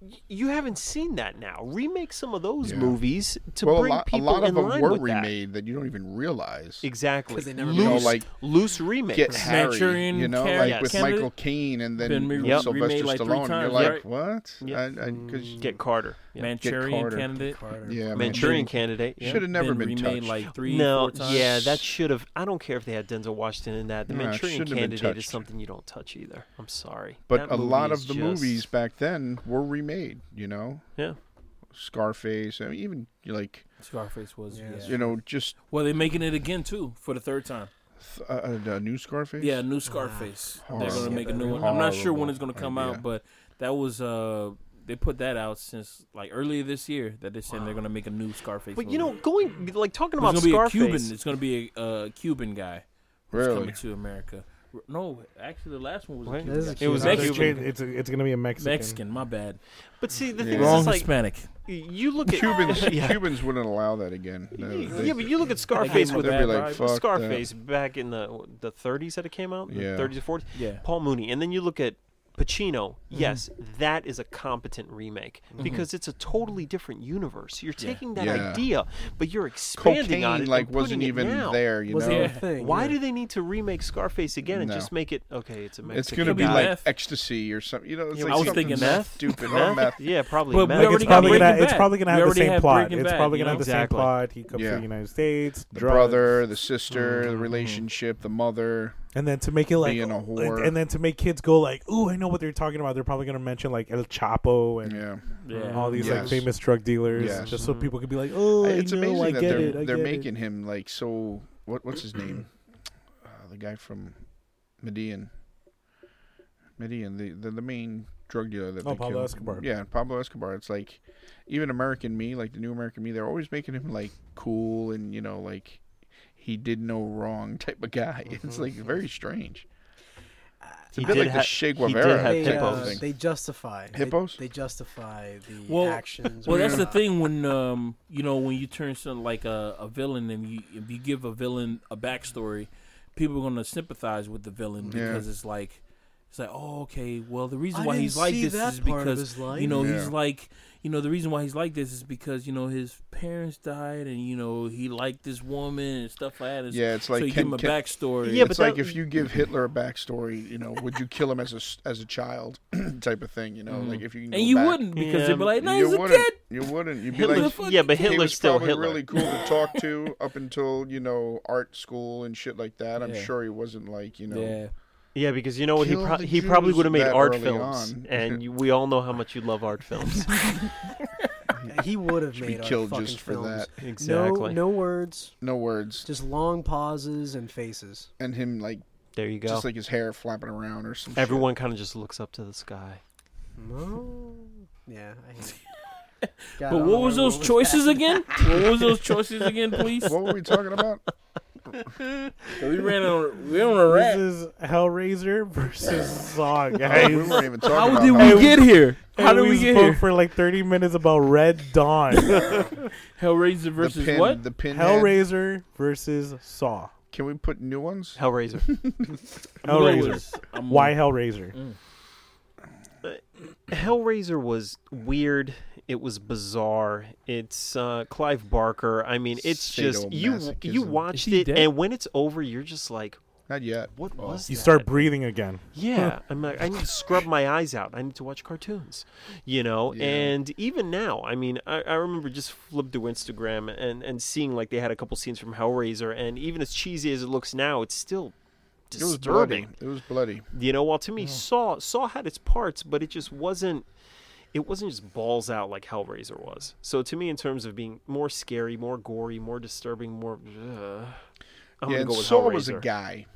Speaker 5: y- You haven't seen that now. Remake some of those
Speaker 6: Yeah.
Speaker 5: movies to
Speaker 6: well, a
Speaker 5: bring
Speaker 6: lot, a
Speaker 5: people
Speaker 6: lot
Speaker 5: in
Speaker 6: of them
Speaker 5: line
Speaker 6: were
Speaker 5: with that.
Speaker 6: remade that. you don't even realize.
Speaker 5: Exactly.
Speaker 4: 'Cause they never
Speaker 5: loose,
Speaker 4: You know,
Speaker 6: like,
Speaker 5: loose remakes.
Speaker 6: Get Harry,
Speaker 2: Manchurian
Speaker 6: you know,
Speaker 2: Candidate-
Speaker 6: like with
Speaker 2: Yes.
Speaker 6: Michael Caine and then
Speaker 2: Been re-
Speaker 6: with
Speaker 5: Yep.
Speaker 6: Sylvester
Speaker 2: remade, like, three
Speaker 6: Stallone. and
Speaker 2: times,
Speaker 6: You're like,
Speaker 2: right?
Speaker 6: what?
Speaker 5: Yep.
Speaker 6: I, I, cause,
Speaker 5: Get Carter. Yeah.
Speaker 2: <laughs> Manchurian
Speaker 6: Carter.
Speaker 2: Candidate.
Speaker 4: Carter.
Speaker 6: yeah,
Speaker 5: Manchurian Candidate. yeah.
Speaker 6: Should have never
Speaker 2: been
Speaker 6: been
Speaker 2: remade
Speaker 6: touched.
Speaker 2: like three,
Speaker 5: no,
Speaker 2: four times.
Speaker 5: yeah, that should have. I don't care if they had Denzel Washington in that. The
Speaker 6: No, it
Speaker 5: Manchurian
Speaker 6: shouldn't have been
Speaker 5: Candidate is
Speaker 6: touched.
Speaker 5: something you don't touch either. I'm sorry.
Speaker 6: But
Speaker 5: That
Speaker 6: a
Speaker 5: movie
Speaker 6: lot
Speaker 5: is
Speaker 6: of the
Speaker 5: just-
Speaker 6: movies back then were remade. You know,
Speaker 5: Yeah.
Speaker 6: Scarface. I mean, even like
Speaker 2: Scarface was.
Speaker 4: Yeah,
Speaker 2: Yeah.
Speaker 6: you know, just
Speaker 2: Well, they're making it again too for the third time.
Speaker 6: th- a, a, a new Scarface.
Speaker 2: Yeah, a new Scarface. they're gonna
Speaker 6: Horrible.
Speaker 2: make a new one. I'm not sure when
Speaker 6: Horrible
Speaker 2: it's gonna come
Speaker 6: idea.
Speaker 2: out, but that was uh they put that out since like earlier this year that they're saying they're gonna make a new Scarface.
Speaker 5: But you know,
Speaker 2: movie.
Speaker 5: going like
Speaker 2: it's
Speaker 5: talking about
Speaker 2: gonna be a
Speaker 5: Scarface.
Speaker 2: Cuban. It's gonna be a uh, Cuban guy that's
Speaker 6: Really?
Speaker 2: coming to America. R- No, actually, the last one was
Speaker 5: What?
Speaker 2: a
Speaker 4: That is
Speaker 2: Cuban.
Speaker 4: a
Speaker 2: guy.
Speaker 5: It was
Speaker 3: Uh,
Speaker 5: Mexican.
Speaker 3: cha- It's, it's going to be a Mexican.
Speaker 2: Mexican. My bad.
Speaker 5: But see, the
Speaker 6: Yeah.
Speaker 5: thing
Speaker 2: Wrong
Speaker 5: is, it's like
Speaker 2: Hispanic.
Speaker 5: you look at
Speaker 6: Cubans,
Speaker 5: <laughs> yeah.
Speaker 6: Cubans wouldn't allow that again. No, <laughs> they-
Speaker 5: yeah, but you look at
Speaker 2: gave
Speaker 5: Scarface
Speaker 2: him a
Speaker 5: with
Speaker 2: bad
Speaker 5: that,
Speaker 2: vibe.
Speaker 6: Fuck that.
Speaker 5: Scarface back in the the 30s that it came out,
Speaker 6: Yeah.
Speaker 5: the 30s or 40s.
Speaker 2: Yeah.
Speaker 5: Paul Mooney, and then you look at Pacino. Yes, that is a competent remake because it's a totally different universe. You're taking that
Speaker 6: Yeah.
Speaker 5: idea, but you're expanding on
Speaker 6: cocaine
Speaker 5: it.
Speaker 6: like
Speaker 5: and
Speaker 6: wasn't
Speaker 5: putting it
Speaker 6: even
Speaker 5: now.
Speaker 6: there. You
Speaker 4: Wasn't
Speaker 6: know,
Speaker 4: even
Speaker 2: Yeah.
Speaker 4: a thing.
Speaker 5: Why
Speaker 4: yeah.
Speaker 5: do they need to remake Scarface again and
Speaker 6: No.
Speaker 5: just make it okay? It's a Mexican.
Speaker 6: it's gonna
Speaker 2: Could
Speaker 6: be
Speaker 2: be
Speaker 6: like
Speaker 2: meth.
Speaker 6: ecstasy or something. You know, it's
Speaker 5: Yeah,
Speaker 6: like
Speaker 2: I was
Speaker 6: something
Speaker 2: thinking meth.
Speaker 6: stupid
Speaker 5: Meth?
Speaker 6: or meth.
Speaker 5: Yeah, probably.
Speaker 2: But we
Speaker 5: meth.
Speaker 2: already
Speaker 3: Like it's probably
Speaker 2: Breaking
Speaker 3: gonna it's
Speaker 2: Bad.
Speaker 3: probably gonna
Speaker 2: We
Speaker 3: have the
Speaker 2: already
Speaker 3: same
Speaker 2: have
Speaker 3: plot.
Speaker 2: Breaking
Speaker 3: It's
Speaker 2: Bad,
Speaker 3: probably
Speaker 2: you
Speaker 3: gonna
Speaker 2: know?
Speaker 3: have the same
Speaker 5: Exactly.
Speaker 3: plot. He comes to
Speaker 6: Yeah.
Speaker 3: the United States,
Speaker 6: The
Speaker 3: drugs.
Speaker 6: brother, the sister, the relationship, the mother.
Speaker 3: and then to make it like
Speaker 6: Being a whore.
Speaker 3: and then to make kids go like, "Ooh, I know what they're talking about." They're probably gonna mention like El Chapo and
Speaker 6: Yeah,
Speaker 2: Yeah. Mm-hmm.
Speaker 3: all these like
Speaker 6: Yes.
Speaker 3: famous drug dealers,
Speaker 6: Yes.
Speaker 3: just so people could be like, "Oh, I
Speaker 6: it's
Speaker 3: know,
Speaker 6: amazing
Speaker 3: I
Speaker 6: that
Speaker 3: get
Speaker 6: they're
Speaker 3: it, I
Speaker 6: they're
Speaker 3: get it."
Speaker 6: making him like so. What what's his name? <clears throat> Uh, the guy from Median. Median, the, the the main drug dealer that
Speaker 3: Oh,
Speaker 6: they
Speaker 3: Pablo
Speaker 6: killed.
Speaker 3: Escobar.
Speaker 6: Yeah, Pablo Escobar. It's like even American Me, like the new American Me, they're always making him like cool and you know like he did no wrong <laughs> type of guy.
Speaker 3: Mm-hmm.
Speaker 6: It's like very strange. It's a
Speaker 5: He
Speaker 6: bit
Speaker 5: did
Speaker 6: like the
Speaker 5: ha-
Speaker 6: Che
Speaker 5: he did
Speaker 6: Guevara
Speaker 5: have
Speaker 6: type
Speaker 4: They,
Speaker 5: hippos.
Speaker 6: of
Speaker 4: uh,
Speaker 6: thing.
Speaker 4: they justify they-
Speaker 6: Hippos?
Speaker 4: They, justify the
Speaker 2: Well-
Speaker 4: actions.
Speaker 2: Well,
Speaker 4: or
Speaker 2: that's the
Speaker 4: not.
Speaker 2: thing when um you know when you turn something like a, a villain and you if you give a villain a backstory, people are gonna sympathize with the villain
Speaker 6: Yeah.
Speaker 2: because it's like it's like oh okay well the reason
Speaker 4: I
Speaker 2: why
Speaker 4: didn't
Speaker 2: he's like
Speaker 4: see
Speaker 2: this
Speaker 4: that
Speaker 2: is
Speaker 4: part of
Speaker 2: because
Speaker 4: his life.
Speaker 2: you know he's
Speaker 6: Yeah.
Speaker 2: like you know the reason why he's like this is because you know his parents died and you know he liked this woman and stuff like that. It's-
Speaker 6: Yeah, it's like
Speaker 2: so you
Speaker 6: Ken-
Speaker 2: give him a
Speaker 6: Ken-
Speaker 2: backstory.
Speaker 5: Yeah,
Speaker 6: it's
Speaker 5: but
Speaker 6: like
Speaker 5: that-
Speaker 6: if you give Hitler a backstory, you know, would you kill him as a s- as a child, <clears throat> type of thing, you know,
Speaker 3: Mm-hmm.
Speaker 6: like if you can go
Speaker 2: and you
Speaker 6: back.
Speaker 2: wouldn't because
Speaker 5: Yeah,
Speaker 2: they'd be like no
Speaker 6: you
Speaker 2: he's a
Speaker 6: wouldn't.
Speaker 2: kid.
Speaker 6: You wouldn't. You'd be
Speaker 5: Hitler,
Speaker 6: like,
Speaker 5: yeah, but
Speaker 6: he
Speaker 5: Hitler's
Speaker 6: was
Speaker 5: still
Speaker 6: probably
Speaker 5: Hitler.
Speaker 6: really cool to talk to up until you know art school and shit like that. I'm
Speaker 2: Yeah.
Speaker 6: sure he wasn't like you know.
Speaker 2: Yeah.
Speaker 5: Yeah, because you know what? He,
Speaker 6: Kill
Speaker 5: pro-
Speaker 6: the
Speaker 5: he probably
Speaker 6: Jews
Speaker 5: would have made
Speaker 6: that
Speaker 5: art
Speaker 6: early
Speaker 5: films,
Speaker 6: on.
Speaker 5: <laughs> and
Speaker 6: <laughs>
Speaker 5: you, we all know how much you love art films.
Speaker 4: <laughs>
Speaker 5: <laughs>
Speaker 4: he would have
Speaker 6: Should
Speaker 4: made
Speaker 6: be
Speaker 4: our
Speaker 6: killed
Speaker 4: fucking
Speaker 6: just for
Speaker 4: films.
Speaker 6: that.
Speaker 5: exactly.
Speaker 4: No, no words,
Speaker 6: No words,
Speaker 4: just long pauses and faces.
Speaker 6: and him like
Speaker 5: there you go.
Speaker 6: just like his hair flapping around or some. shit.
Speaker 5: Everyone kind of just looks up to the sky.
Speaker 4: No. Yeah, I hate it. God, I
Speaker 2: But
Speaker 4: don't
Speaker 2: what was
Speaker 4: remember
Speaker 2: those choices
Speaker 6: <laughs>
Speaker 2: again? what was those choices again, please?
Speaker 6: What were we
Speaker 5: <laughs>
Speaker 6: talking about? Uh,
Speaker 2: We ran on we on a
Speaker 3: This
Speaker 2: rat.
Speaker 3: is Hellraiser versus Saw,
Speaker 6: Oh, we
Speaker 3: guys. <laughs>
Speaker 6: weren't even talking
Speaker 2: How
Speaker 6: about
Speaker 2: did
Speaker 6: that.
Speaker 2: we get
Speaker 6: <laughs>
Speaker 2: here? How
Speaker 3: And
Speaker 2: did we get
Speaker 3: spoke
Speaker 2: here?
Speaker 3: for like 30 minutes about Red Dawn?
Speaker 2: Hellraiser
Speaker 6: the
Speaker 2: versus
Speaker 6: pin,
Speaker 2: what?
Speaker 6: The pin.
Speaker 3: Hellraiser versus Saw.
Speaker 6: Can we put new ones?
Speaker 5: Hellraiser.
Speaker 6: <laughs>
Speaker 3: Hellraiser.
Speaker 2: Lois. I'm-
Speaker 3: Why Hellraiser?
Speaker 5: Hellraiser was weird. It was bizarre. It's uh, Clive Barker. I mean, it's just you. You
Speaker 6: Sadomasochism.
Speaker 5: watched
Speaker 2: Is he
Speaker 5: it,
Speaker 2: dead?
Speaker 5: and when it's over, you're just like,
Speaker 6: Not yet.
Speaker 5: "What
Speaker 6: Oh.
Speaker 5: was?"
Speaker 3: You
Speaker 5: that?
Speaker 3: start breathing again.
Speaker 5: Yeah, I'm like, I need to scrub my eyes out. I need to watch cartoons, you know.
Speaker 6: Yeah.
Speaker 5: And even now, I mean, I, I remember just flipped through Instagram and and seeing like they had a couple scenes from Hellraiser, and even as cheesy as it looks now, it's still
Speaker 6: It was bloody.
Speaker 5: disturbing.
Speaker 6: It was bloody.
Speaker 5: You know, while to me, Saw Saw had its parts, but it just wasn't. It wasn't just balls out like Hellraiser was. So to me, in terms of being more scary, more gory, more disturbing, more, uh, I'm
Speaker 6: yeah,
Speaker 5: gonna
Speaker 6: and
Speaker 5: go with
Speaker 6: Saw
Speaker 5: Hellraiser.
Speaker 6: was a guy.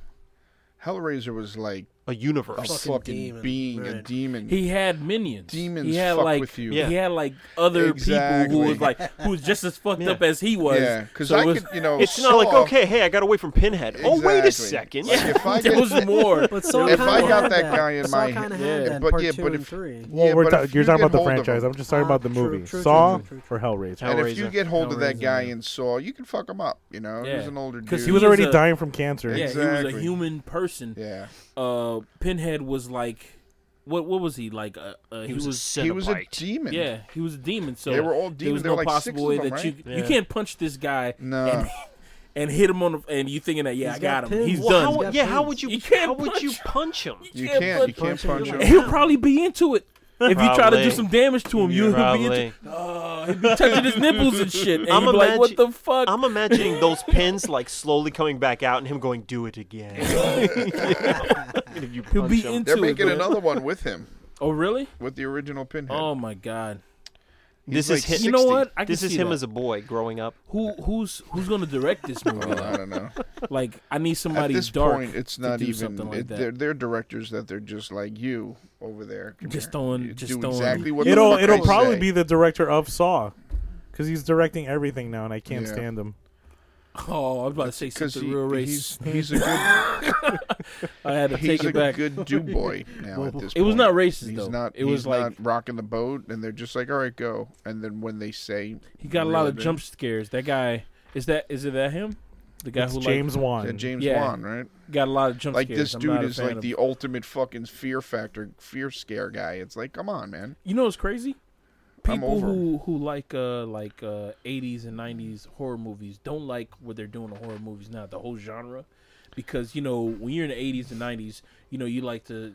Speaker 6: Hellraiser was like
Speaker 5: a
Speaker 6: a
Speaker 5: universe.
Speaker 4: Fuck.
Speaker 6: fucking,
Speaker 4: Fucking demon.
Speaker 6: being, a
Speaker 4: Right.
Speaker 6: demon.
Speaker 2: He had minions.
Speaker 6: Demons
Speaker 2: He had
Speaker 6: fuck
Speaker 2: like
Speaker 6: with you.
Speaker 5: Yeah.
Speaker 2: he had like other people who was
Speaker 6: Exactly.
Speaker 2: like who was just as fucked
Speaker 5: Yeah.
Speaker 2: up as he was.
Speaker 6: yeah, because
Speaker 2: So
Speaker 6: I
Speaker 2: it was- <laughs>
Speaker 6: could, you know,
Speaker 5: It's not like
Speaker 6: Saw-
Speaker 5: okay, hey, I got away from Pinhead. Oh, wait
Speaker 6: Oh, Exactly.
Speaker 5: a second.
Speaker 6: Like, if I
Speaker 2: there
Speaker 6: get-
Speaker 2: was more.
Speaker 4: But Saw
Speaker 6: If
Speaker 4: kinda
Speaker 6: I got
Speaker 4: had
Speaker 6: that guy in
Speaker 4: Saw
Speaker 6: my-
Speaker 4: kinda
Speaker 2: Yeah.
Speaker 4: had that in
Speaker 6: But-
Speaker 4: part
Speaker 6: yeah,
Speaker 4: two
Speaker 6: but
Speaker 4: and
Speaker 6: if-
Speaker 4: three.
Speaker 3: Well,
Speaker 6: Yeah,
Speaker 3: we're
Speaker 6: but
Speaker 3: ta-
Speaker 6: if
Speaker 3: you're
Speaker 6: you
Speaker 3: talking
Speaker 6: get
Speaker 3: about the
Speaker 6: hold of
Speaker 3: franchise.
Speaker 6: him-
Speaker 3: I'm just talking about the
Speaker 4: Ah, true,
Speaker 3: movie.
Speaker 4: true,
Speaker 3: Saw
Speaker 4: true, true, true.
Speaker 3: for Hellraiser.
Speaker 6: And if you
Speaker 5: Hellraiser.
Speaker 6: get hold of that
Speaker 2: Hellraiser,
Speaker 6: guy
Speaker 2: yeah.
Speaker 6: in Saw, you can fuck him up. You know, he was
Speaker 2: Yeah.
Speaker 6: an older
Speaker 2: 'Cause
Speaker 6: dude.
Speaker 3: He was
Speaker 2: He was
Speaker 3: already
Speaker 2: a-
Speaker 3: dying from cancer.
Speaker 2: Yeah, he was a
Speaker 6: Exactly.
Speaker 2: human person.
Speaker 6: yeah,
Speaker 2: Uh, Pinhead was like, what? What was he like? Uh, uh, he, was,
Speaker 6: he was a demon.
Speaker 2: yeah, he was a demon. So
Speaker 6: They were all
Speaker 2: There
Speaker 6: demons.
Speaker 2: was
Speaker 6: There
Speaker 2: no
Speaker 6: were like six
Speaker 2: possible
Speaker 6: of
Speaker 2: way
Speaker 6: them,
Speaker 2: that you
Speaker 6: right?
Speaker 2: you
Speaker 5: Yeah.
Speaker 2: can't punch this guy
Speaker 6: No.
Speaker 2: and, <laughs> and hit him on the and you thinking that yeah
Speaker 4: He's
Speaker 2: I got,
Speaker 4: got
Speaker 2: him
Speaker 4: pins.
Speaker 2: he's
Speaker 5: Well,
Speaker 2: done.
Speaker 5: how,
Speaker 4: He's
Speaker 5: yeah,
Speaker 4: got
Speaker 5: how
Speaker 4: pins.
Speaker 5: would you,
Speaker 2: You can't
Speaker 5: how would you punch him?
Speaker 6: You
Speaker 2: can't
Speaker 6: can't. You
Speaker 4: punch
Speaker 6: can't
Speaker 4: him.
Speaker 6: punch
Speaker 4: You're
Speaker 6: him.
Speaker 4: like-
Speaker 2: He'll probably be into it. If you try to
Speaker 5: Probably.
Speaker 2: do some damage to him,
Speaker 6: Yeah.
Speaker 2: you will be
Speaker 5: Probably.
Speaker 2: into uh, he'd be touching his nipples and shit. And
Speaker 5: I'm
Speaker 2: you'd be like, what
Speaker 5: imagi-
Speaker 2: the fuck?
Speaker 5: I'm imagining those
Speaker 2: <laughs>
Speaker 5: pins like slowly coming back out and him going, "Do it again." And if you
Speaker 2: He'll
Speaker 5: punch
Speaker 2: be
Speaker 5: him.
Speaker 2: into
Speaker 6: They're
Speaker 2: it.
Speaker 6: making
Speaker 2: man.
Speaker 6: another one with him,
Speaker 2: Oh really?
Speaker 6: with the original Pinhead.
Speaker 2: Oh my god.
Speaker 5: This
Speaker 6: like
Speaker 5: is him.
Speaker 2: You know
Speaker 6: 60.
Speaker 2: what? I can
Speaker 5: this is
Speaker 2: see
Speaker 5: him
Speaker 2: that.
Speaker 5: as a boy growing up.
Speaker 2: who who's who's gonna direct this
Speaker 6: <laughs>
Speaker 2: movie?
Speaker 6: Well, I
Speaker 2: like,
Speaker 6: don't know.
Speaker 2: like, I need
Speaker 6: At
Speaker 2: somebody
Speaker 6: this
Speaker 2: dark.
Speaker 6: point, it's
Speaker 2: to
Speaker 6: not
Speaker 2: do
Speaker 6: even.
Speaker 2: something like
Speaker 6: it,
Speaker 2: that.
Speaker 6: they're, they're directors that they're just like you over there. Come
Speaker 2: Just
Speaker 6: here.
Speaker 2: throwing-
Speaker 6: You
Speaker 2: just
Speaker 6: do
Speaker 2: throwing-
Speaker 6: exactly what the
Speaker 3: It'll
Speaker 6: fuck I
Speaker 3: it'll probably
Speaker 6: say.
Speaker 3: be the director of Saw, because he's directing everything now, and I can't
Speaker 6: Yeah.
Speaker 3: stand him.
Speaker 2: Oh, I was about to say
Speaker 6: because
Speaker 2: something real
Speaker 6: he's
Speaker 2: race. <laughs>
Speaker 6: he's a good
Speaker 2: I had to
Speaker 6: he's
Speaker 2: take
Speaker 6: a
Speaker 2: it back.
Speaker 6: good
Speaker 2: <laughs>
Speaker 6: do boy now at this.
Speaker 2: It was
Speaker 6: point.
Speaker 2: not racist
Speaker 6: He's
Speaker 2: though.
Speaker 6: not.
Speaker 2: it was
Speaker 6: he's
Speaker 2: like
Speaker 6: not rocking the boat, and they're just like, "All right, go." And then when they say
Speaker 2: he got a lot of
Speaker 6: really
Speaker 2: jump scares. That guy is that is it that him? The guy
Speaker 3: It's
Speaker 2: who
Speaker 3: James Wan.
Speaker 6: big, that James
Speaker 2: Yeah.
Speaker 6: Wan, right?
Speaker 2: like got a lot of jump
Speaker 6: Like
Speaker 2: scares.
Speaker 6: this
Speaker 2: I'm
Speaker 6: dude
Speaker 2: not a
Speaker 6: is
Speaker 2: fan
Speaker 6: like
Speaker 2: of-
Speaker 6: the ultimate fucking fear factor, fear scare guy. It's like, come on, man.
Speaker 2: You know what's crazy?
Speaker 6: I'm
Speaker 2: People
Speaker 6: over
Speaker 2: who who like uh like uh 80s and 90s horror movies don't like what they're doing to horror movies now, the whole genre, because you know when you're in the 80s and 90s, you know you like to.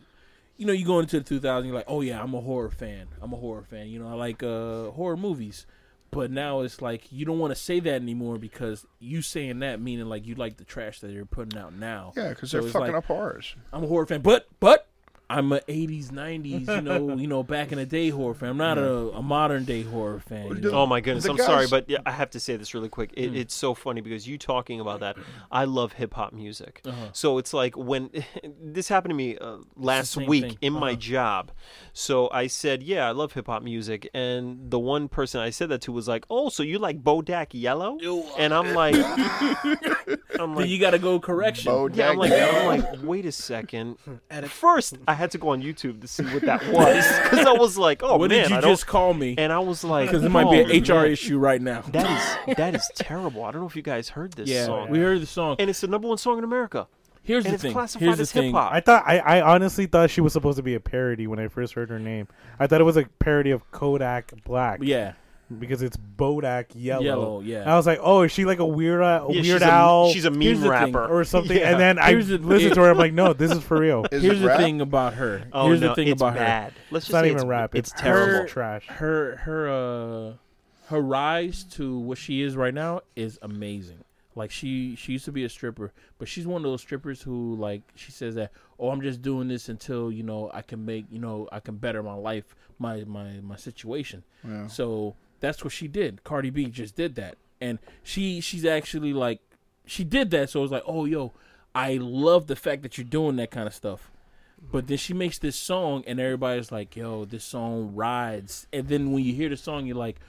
Speaker 2: You know, you go into the 2000s, you're like, oh yeah, I'm a horror fan. I'm a horror fan. You know, I like uh, horror movies. But now it's like, you don't want to say that anymore because you saying that meaning like you like the trash that they're putting out now.
Speaker 6: Yeah, because
Speaker 2: So
Speaker 6: they're
Speaker 2: it's
Speaker 6: fucking
Speaker 2: like-
Speaker 6: up ours.
Speaker 2: I'm a horror fan, but but I'm a '80s, '90s, you know, you know, back in the day horror fan. I'm not a, a modern day horror fan. you know.
Speaker 5: Oh my goodness!
Speaker 6: The
Speaker 5: I'm sorry,
Speaker 6: guys-
Speaker 5: but yeah, I have to say this really quick.
Speaker 2: Hmm.
Speaker 5: It, It's so funny because you talking about that. I love hip hop music,
Speaker 2: Uh-huh.
Speaker 5: so it's like when <laughs> this happened to me uh, last
Speaker 2: same
Speaker 5: week
Speaker 2: thing.
Speaker 5: in my
Speaker 2: Uh-huh.
Speaker 5: job. So I said, "Yeah, I love hip hop music," and the one person I said that to was like, "Oh, so you like Bodak Yellow?" And I'm like, "I'm
Speaker 2: Then
Speaker 5: like,
Speaker 2: you got to go correction.
Speaker 6: Oh,
Speaker 5: yeah, I'm
Speaker 2: <laughs>
Speaker 5: like,
Speaker 6: yeah.
Speaker 5: I'm like, wait a second.
Speaker 4: Edit.
Speaker 5: First, I had to go on YouTube to see what that
Speaker 2: <laughs>
Speaker 5: was <laughs> because I was like, "Oh
Speaker 2: what
Speaker 5: man,
Speaker 2: did you
Speaker 5: I don't."
Speaker 2: just call me?
Speaker 5: and I
Speaker 2: <laughs>
Speaker 5: was like,
Speaker 2: Because it might be
Speaker 5: "Oh,
Speaker 2: an HR
Speaker 5: man."
Speaker 2: issue right now.
Speaker 5: That is that is terrible. I don't know if you guys heard this
Speaker 2: yeah,
Speaker 5: song.
Speaker 2: we heard the song.
Speaker 5: And it's the number one song in America.
Speaker 2: Here's
Speaker 5: and
Speaker 2: the
Speaker 5: it's
Speaker 2: thing.
Speaker 5: classified
Speaker 2: Here's the
Speaker 5: as hip
Speaker 2: thing.
Speaker 5: hop.
Speaker 3: I thought I, I honestly thought she was supposed to be a parody when I first heard her name. I thought it was a parody of Kodak Black.
Speaker 2: Yeah,
Speaker 3: because it's Bodak Yellow.
Speaker 2: Yellow, yeah.
Speaker 3: And I was like, oh, is she like a weird uh,
Speaker 5: Yeah,
Speaker 3: Weird
Speaker 5: she's a-
Speaker 3: Owl
Speaker 5: she's a
Speaker 2: Here's
Speaker 5: meme
Speaker 2: the thing.
Speaker 5: rapper.
Speaker 3: or something?
Speaker 5: Yeah.
Speaker 3: And then I
Speaker 2: Here's the-
Speaker 3: listened to her. I'm like, no, this is for real.
Speaker 6: Is
Speaker 2: here's
Speaker 6: it
Speaker 2: the
Speaker 6: rap?
Speaker 2: thing about her.
Speaker 5: oh,
Speaker 2: here's
Speaker 5: no,
Speaker 2: the thing
Speaker 5: it's
Speaker 2: about her.
Speaker 5: bad. Let's
Speaker 3: It's
Speaker 5: just
Speaker 3: not
Speaker 5: say
Speaker 3: even
Speaker 5: it's,
Speaker 3: rap.
Speaker 5: It's,
Speaker 3: It's,
Speaker 5: terrible.
Speaker 3: Her, trash.
Speaker 2: Her her uh her rise to what she is right now is amazing. Like she she used to be a stripper, but she's one of those strippers who like she says that, "Oh, I'm just doing this until, you know, I can make, you know, I can better my life, my my my situation." So that's what she did. Cardi B just did that. And she she's actually like she did that, so it was like, "Oh, yo, I love the fact that you're doing that kind of stuff." But then she makes this song, and everybody's like, "Yo, this song rides." And then when you hear the song, you're like,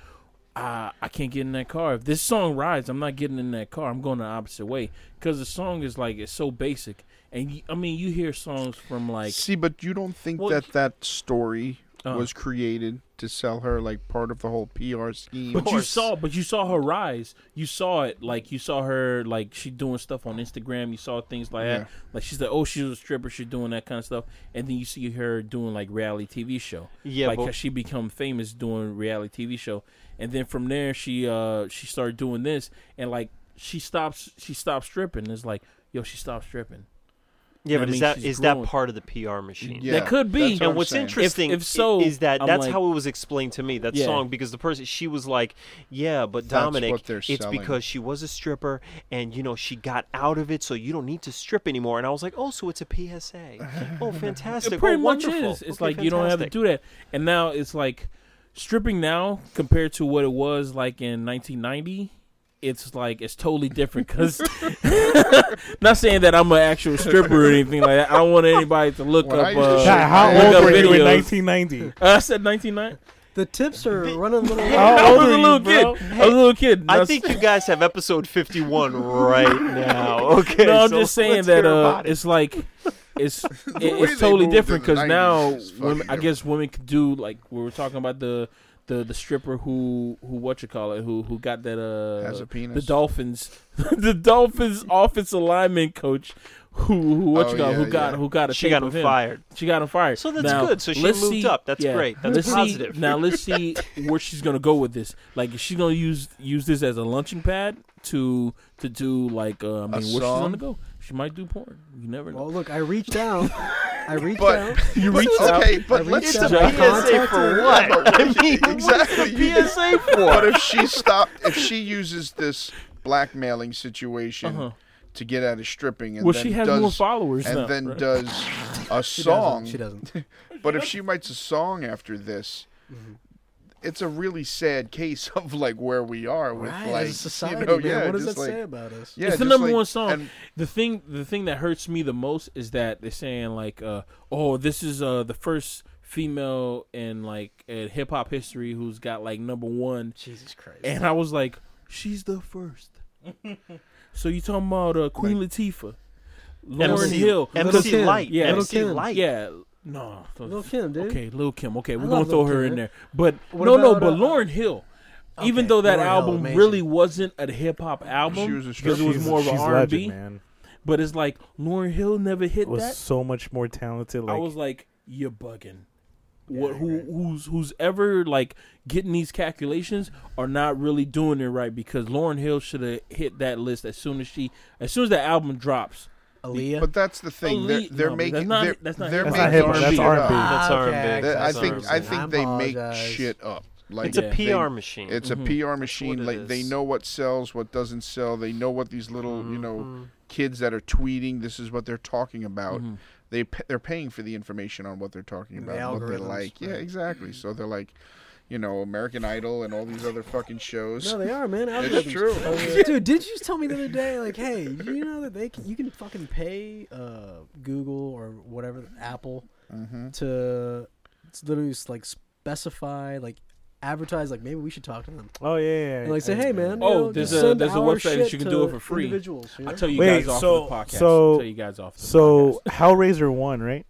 Speaker 2: "Ah, I can't get in that car. If this song rides, I'm not getting in that car. I'm going the opposite way because the song is like it's so basic." And you, I mean, you hear songs from like,
Speaker 6: See, but you don't think
Speaker 5: Well,
Speaker 6: that that story
Speaker 2: Uh.
Speaker 6: was created to sell her like part of the whole PR scheme.
Speaker 2: but you
Speaker 5: course.
Speaker 2: saw, but you saw her rise. You saw it, like you saw her, like she doing stuff on Instagram. You saw things like
Speaker 6: Yeah.
Speaker 2: that. Like she's like, "Oh, she's a stripper. She's doing that kind of stuff." And then you see her doing like reality TV show.
Speaker 5: Yeah,
Speaker 2: like
Speaker 5: but-
Speaker 2: 'cause she become famous doing reality TV show, and then from there she uh she started doing this, and like she stops she stops stripping. It's like yo, she stopped stripping.
Speaker 5: Yeah,
Speaker 2: I
Speaker 5: but
Speaker 2: mean,
Speaker 5: is that
Speaker 2: she's
Speaker 5: is
Speaker 2: growing.
Speaker 5: that part of the PR machine?
Speaker 6: Yeah,
Speaker 2: that could be.
Speaker 6: that's what
Speaker 5: And
Speaker 6: I'm
Speaker 5: what's
Speaker 6: saying.
Speaker 5: interesting
Speaker 2: If- if so,
Speaker 5: is that
Speaker 2: I'm
Speaker 5: that's
Speaker 2: like-
Speaker 5: how it was explained to me. That
Speaker 2: Yeah.
Speaker 5: song because the person she was like, "Yeah, but
Speaker 6: That's
Speaker 5: Dominic,
Speaker 6: what they're
Speaker 5: it's
Speaker 6: selling.
Speaker 5: because she was a stripper and you know she got out of it, so you don't need to strip anymore." And I was like, "Oh, so it's
Speaker 2: <laughs>
Speaker 5: a PSA? Oh, fantastic!
Speaker 2: It pretty
Speaker 5: oh,
Speaker 2: much
Speaker 5: wonderful.
Speaker 2: is. It's
Speaker 5: Okay,
Speaker 2: like you don't have to
Speaker 5: fantastic.
Speaker 2: do that. And now it's like stripping now compared to what it was like in 1990. It's like it's totally different because <laughs> not saying that I'm an actual stripper or anything like that. I don't want anybody to look
Speaker 6: When I
Speaker 2: up.
Speaker 6: used to
Speaker 2: Uh,
Speaker 6: strip,
Speaker 3: Yeah, how
Speaker 2: look
Speaker 6: Look
Speaker 3: old
Speaker 2: up
Speaker 3: were you in
Speaker 2: videos.
Speaker 3: 1990?
Speaker 2: Uh, <laughs> I said 1990.
Speaker 4: The tips are running <laughs> a little.
Speaker 3: How
Speaker 2: I
Speaker 3: old
Speaker 2: was
Speaker 3: were
Speaker 2: a
Speaker 3: you,
Speaker 2: little
Speaker 3: bro?
Speaker 2: kid. I was a little kid.
Speaker 5: I
Speaker 2: That's-
Speaker 5: think you guys have episode 51 <laughs> right now.
Speaker 2: <laughs>
Speaker 5: Okay.
Speaker 2: no, I'm
Speaker 5: so
Speaker 2: just saying
Speaker 5: let's
Speaker 2: that
Speaker 5: hear
Speaker 2: uh,
Speaker 5: about it.
Speaker 2: it's like
Speaker 6: <laughs>
Speaker 2: it's it,
Speaker 6: way they
Speaker 2: it's totally
Speaker 6: moved in
Speaker 2: different
Speaker 6: the
Speaker 2: because now
Speaker 6: 90s is fucking
Speaker 2: women, I
Speaker 6: different.
Speaker 2: guess women could do like we were talking about the the the stripper who who what you call it who who got that uh
Speaker 6: Has a penis.
Speaker 2: the Dolphins <laughs> the Dolphins offensive lineman coach who who what
Speaker 6: Oh,
Speaker 2: you call it,
Speaker 6: yeah,
Speaker 2: who got
Speaker 6: yeah.
Speaker 2: who got a
Speaker 5: she
Speaker 2: tape
Speaker 5: got
Speaker 2: of
Speaker 5: him
Speaker 2: him.
Speaker 5: <laughs> fired.
Speaker 2: She got him fired.
Speaker 5: So that's
Speaker 2: Now,
Speaker 5: good. So she
Speaker 2: let's
Speaker 5: moved
Speaker 2: see-
Speaker 5: up. That's
Speaker 2: yeah.
Speaker 5: great. That's
Speaker 2: Let's see-
Speaker 5: positive.
Speaker 2: now let's
Speaker 5: <laughs>
Speaker 2: see where she's gonna go with this. Like, is she gonna use use this as a launching pad to to do like uh, I mean, where she's
Speaker 6: song?
Speaker 2: gonna go? She might do porn. You never know.
Speaker 4: Well, Oh, look, I reached out. I reached
Speaker 6: But-
Speaker 4: <laughs> out.
Speaker 6: you
Speaker 2: reached out.
Speaker 6: okay, but
Speaker 4: reached
Speaker 6: let's
Speaker 5: it's a
Speaker 4: out. I
Speaker 5: PSA for
Speaker 4: contacted-
Speaker 5: what? I mean,
Speaker 6: exactly. You-
Speaker 5: what's the PSA
Speaker 6: <laughs> But
Speaker 5: for?
Speaker 6: if she stopped, if she uses this blackmailing situation to get out of stripping, and
Speaker 2: Uh-huh. Well,
Speaker 6: then
Speaker 2: she has
Speaker 6: does,
Speaker 2: more followers
Speaker 6: and
Speaker 2: now,
Speaker 6: then
Speaker 2: right?
Speaker 6: does a
Speaker 4: <laughs> She
Speaker 6: song.
Speaker 4: Doesn't.
Speaker 6: <laughs>
Speaker 4: She doesn't.
Speaker 6: But if she writes a song after this,
Speaker 4: Mm-hmm.
Speaker 6: it's a really sad case <laughs> of like where we are with
Speaker 4: Right,
Speaker 6: like
Speaker 4: as a society,
Speaker 6: you know,
Speaker 4: man,
Speaker 6: yeah,
Speaker 4: what does
Speaker 6: just
Speaker 4: that
Speaker 6: like,
Speaker 4: say about us?
Speaker 6: Yeah,
Speaker 2: it's the
Speaker 6: just
Speaker 2: number
Speaker 6: like-
Speaker 2: one song.
Speaker 6: and-
Speaker 2: the thing, the thing that hurts me the most is that they're saying like, uh, "Oh, this is uh, the first female in like in hip hop history who's got like number one,"
Speaker 4: Jesus Christ.
Speaker 2: and I was like, "She's the first. So you talking about uh, Queen Latifah, Lauren
Speaker 5: MC,
Speaker 2: Hill,
Speaker 5: MC
Speaker 4: Kim.
Speaker 5: Light.
Speaker 2: <laughs> Yeah.
Speaker 5: MC
Speaker 4: Little Kim.
Speaker 5: Light.
Speaker 2: yeah, no,
Speaker 4: Lil Kim, dude.
Speaker 2: Okay, Lil Kim. Okay, we're
Speaker 4: love
Speaker 2: gonna throw
Speaker 4: Lil'
Speaker 2: her
Speaker 4: Kim.
Speaker 2: in there, but
Speaker 4: What
Speaker 2: no, no,
Speaker 4: about,
Speaker 2: but
Speaker 4: uh,
Speaker 2: Lauren Hill. Even
Speaker 4: okay,
Speaker 2: though that
Speaker 4: Lauryn Hill,
Speaker 2: album
Speaker 4: amazing.
Speaker 2: really wasn't a hip hop album,
Speaker 6: She was a
Speaker 2: because it was
Speaker 3: She's-
Speaker 2: more of an
Speaker 3: she's
Speaker 2: R and
Speaker 3: legend,
Speaker 2: B.
Speaker 3: man.
Speaker 2: But it's like Lauren Hill never hit
Speaker 3: Was
Speaker 2: that.
Speaker 3: so much more talented. Like
Speaker 2: I was like, you're bugging. What who who's who's ever like getting these calculations are not really doing it right because Lauren Hill should have hit that list as soon as she as soon as the album drops.
Speaker 4: Aaliyah.
Speaker 6: But that's the thing. They're,
Speaker 2: Elite-
Speaker 6: they're
Speaker 2: no, that's
Speaker 6: making.
Speaker 2: not-
Speaker 6: they're,
Speaker 2: that's not
Speaker 6: they're
Speaker 2: hip-hop.
Speaker 3: That's not hip-hop,
Speaker 6: making
Speaker 3: that's
Speaker 6: shit
Speaker 3: R&B.
Speaker 6: up.
Speaker 5: That's
Speaker 4: Ah,
Speaker 5: R&B.
Speaker 4: okay.
Speaker 5: That-
Speaker 6: I
Speaker 5: That's
Speaker 6: think
Speaker 5: R&B.
Speaker 6: I
Speaker 4: I
Speaker 6: think they make
Speaker 4: apologize.
Speaker 6: shit up. Like
Speaker 5: It's a
Speaker 6: they-
Speaker 5: PR machine.
Speaker 6: It's
Speaker 3: Mm-hmm.
Speaker 2: Mhm.
Speaker 6: a PR machine.
Speaker 5: it
Speaker 6: Like they
Speaker 5: is.
Speaker 6: know what sells, what doesn't sell. They know what these little you know kids that are tweeting. This is what they're talking about.
Speaker 3: Mm-hmm.
Speaker 6: They pa- they're paying for the information on what they're talking
Speaker 4: The
Speaker 6: about, and what they
Speaker 4: algorithms,
Speaker 6: like. Yeah,
Speaker 4: right.
Speaker 6: exactly. So they're like, you know, American Idol and all these other fucking shows.
Speaker 4: No, they are, man. Oh,
Speaker 6: It's
Speaker 4: Algorithms.
Speaker 6: true.
Speaker 4: Dude, did you just tell me the other day, like, hey, you know that they can, you can fucking pay uh, Google or whatever Apple
Speaker 2: Mm-hmm.
Speaker 4: to it's literally just, like specify, like advertise, like maybe we should talk to them,
Speaker 3: oh yeah, yeah,
Speaker 4: and
Speaker 3: yeah.
Speaker 4: like say, hey, man. you
Speaker 2: Oh,
Speaker 4: know,
Speaker 2: there's
Speaker 4: just
Speaker 2: a-
Speaker 4: send
Speaker 2: there's a
Speaker 4: our
Speaker 2: website that
Speaker 4: shit
Speaker 2: you can
Speaker 4: to
Speaker 2: do it for free.
Speaker 4: Individuals, you
Speaker 2: I
Speaker 4: know?
Speaker 2: tell you
Speaker 3: Wait,
Speaker 2: guys off
Speaker 3: so-
Speaker 2: the podcast.
Speaker 3: so-
Speaker 2: I tell you guys off. The
Speaker 3: So
Speaker 2: podcast.
Speaker 3: Hellraiser one, right?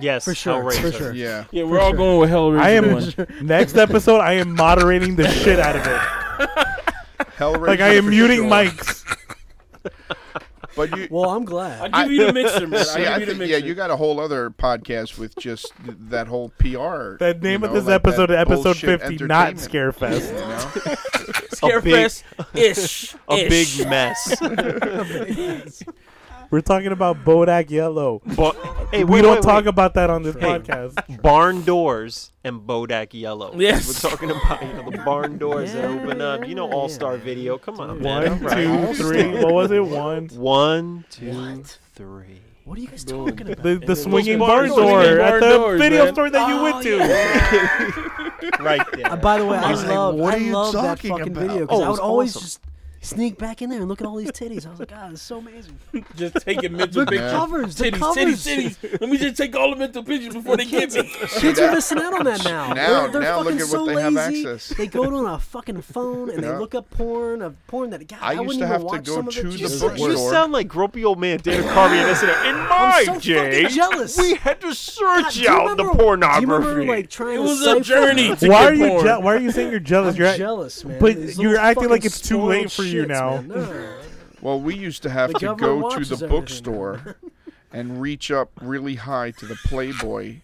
Speaker 5: yes,
Speaker 4: for sure, for
Speaker 5: Hellraiser.
Speaker 4: sure.
Speaker 6: Yeah.
Speaker 2: yeah, we're all going with Hellraiser.
Speaker 3: I am
Speaker 2: one.
Speaker 3: <laughs> next episode. I am moderating the shit out of it.
Speaker 6: Hellraiser.
Speaker 3: Like I am
Speaker 6: for
Speaker 3: muting
Speaker 6: sure.
Speaker 3: mics.
Speaker 6: But you.
Speaker 4: Well, I'm
Speaker 2: I'll
Speaker 4: glad.
Speaker 2: give
Speaker 3: <laughs>
Speaker 2: you the mixer, man.
Speaker 6: See,
Speaker 2: I'll
Speaker 6: I
Speaker 2: give you the
Speaker 6: think,
Speaker 2: mixer.
Speaker 6: yeah, you got a whole other podcast with just th- that whole PR.
Speaker 3: That
Speaker 6: you
Speaker 3: name
Speaker 6: know,
Speaker 3: of this
Speaker 6: like that
Speaker 3: episode, episode
Speaker 6: bullshit
Speaker 3: fifty, not
Speaker 6: entertainment,
Speaker 3: Scarefest.
Speaker 6: <laughs> you know?
Speaker 2: Scarefest ish.
Speaker 5: A big <laughs> mess.
Speaker 3: We're talking about Bodak Yellow.
Speaker 5: Bar- hey,
Speaker 3: we
Speaker 5: wait,
Speaker 3: don't
Speaker 5: wait,
Speaker 3: talk
Speaker 5: wait.
Speaker 3: about that on this
Speaker 5: Hey.
Speaker 3: podcast.
Speaker 5: barn doors and Bodak Yellow.
Speaker 2: Yes.
Speaker 5: we're talking about you know, the barn doors that
Speaker 4: Yeah,
Speaker 5: open up. You know,
Speaker 4: yeah,
Speaker 5: All Star
Speaker 4: yeah.
Speaker 5: Video. Come on, man.
Speaker 3: One,
Speaker 5: All
Speaker 3: two,
Speaker 5: right.
Speaker 3: three. What was it? One.
Speaker 5: One, two,
Speaker 4: What?
Speaker 5: three.
Speaker 4: What are you guys talking about?
Speaker 3: The, the swinging
Speaker 2: barn
Speaker 3: barn
Speaker 2: doors.
Speaker 3: door
Speaker 2: Swinging
Speaker 3: at
Speaker 2: barn
Speaker 3: the
Speaker 2: doors,
Speaker 3: video
Speaker 2: man.
Speaker 3: store that you
Speaker 5: Oh,
Speaker 3: went to.
Speaker 5: <laughs> Right there.
Speaker 4: Uh, by the way, I
Speaker 6: was like,
Speaker 4: love
Speaker 6: what
Speaker 4: I
Speaker 6: are you
Speaker 4: love that
Speaker 6: talking
Speaker 4: fucking
Speaker 6: about?
Speaker 4: video
Speaker 5: Oh,
Speaker 4: because
Speaker 5: it
Speaker 4: I
Speaker 5: was
Speaker 4: would always
Speaker 5: awesome.
Speaker 4: just sneak back in there and look at all these titties. I was like, God, it's so amazing.
Speaker 2: Just taking mental pictures.
Speaker 4: Covers, the
Speaker 2: Titties,
Speaker 6: <laughs>
Speaker 4: covers.
Speaker 2: titties, titties. Let me just take all the mental pictures before they get me.
Speaker 4: Kids are missing out on that
Speaker 6: <laughs>
Speaker 4: now.
Speaker 6: Now-
Speaker 4: they're, they're
Speaker 6: now look
Speaker 4: fucking
Speaker 6: at what
Speaker 4: so
Speaker 6: they have
Speaker 4: lazy.
Speaker 6: access.
Speaker 4: They go on
Speaker 6: <laughs>
Speaker 4: a fucking phone and
Speaker 6: Yeah.
Speaker 4: they look up porn of porn that God,
Speaker 6: I
Speaker 4: I,
Speaker 6: used
Speaker 4: wouldn't
Speaker 6: to
Speaker 4: even
Speaker 6: have to
Speaker 4: watch
Speaker 6: go
Speaker 4: some of
Speaker 6: to
Speaker 4: it
Speaker 6: the
Speaker 4: just
Speaker 6: book
Speaker 4: like-
Speaker 6: store.
Speaker 5: You sound like grumpy old man David Carvey in this and that. In my
Speaker 4: I'm so
Speaker 5: day,
Speaker 4: fucking jealous.
Speaker 5: we <laughs> had to
Speaker 4: God,
Speaker 5: search
Speaker 4: do you
Speaker 5: out the
Speaker 4: remember-
Speaker 5: pornography.
Speaker 4: Do you remember, like, trying
Speaker 2: It
Speaker 4: to
Speaker 2: was a
Speaker 4: cipher-
Speaker 2: journey to
Speaker 3: Why
Speaker 2: get
Speaker 3: are you?
Speaker 2: porn.
Speaker 3: Je- why are you saying you're jealous?
Speaker 4: I'm
Speaker 3: you're at-
Speaker 4: jealous, man.
Speaker 3: but
Speaker 4: These
Speaker 3: you're
Speaker 4: little
Speaker 3: acting like
Speaker 4: fucking
Speaker 3: it's too late
Speaker 4: spoiled
Speaker 3: for you
Speaker 4: shits,
Speaker 3: now.
Speaker 4: man. No.
Speaker 6: Well, we used to have
Speaker 4: The
Speaker 6: to
Speaker 4: government
Speaker 6: go to
Speaker 4: watches
Speaker 6: the
Speaker 4: everything.
Speaker 6: bookstore and reach up really high to the Playboy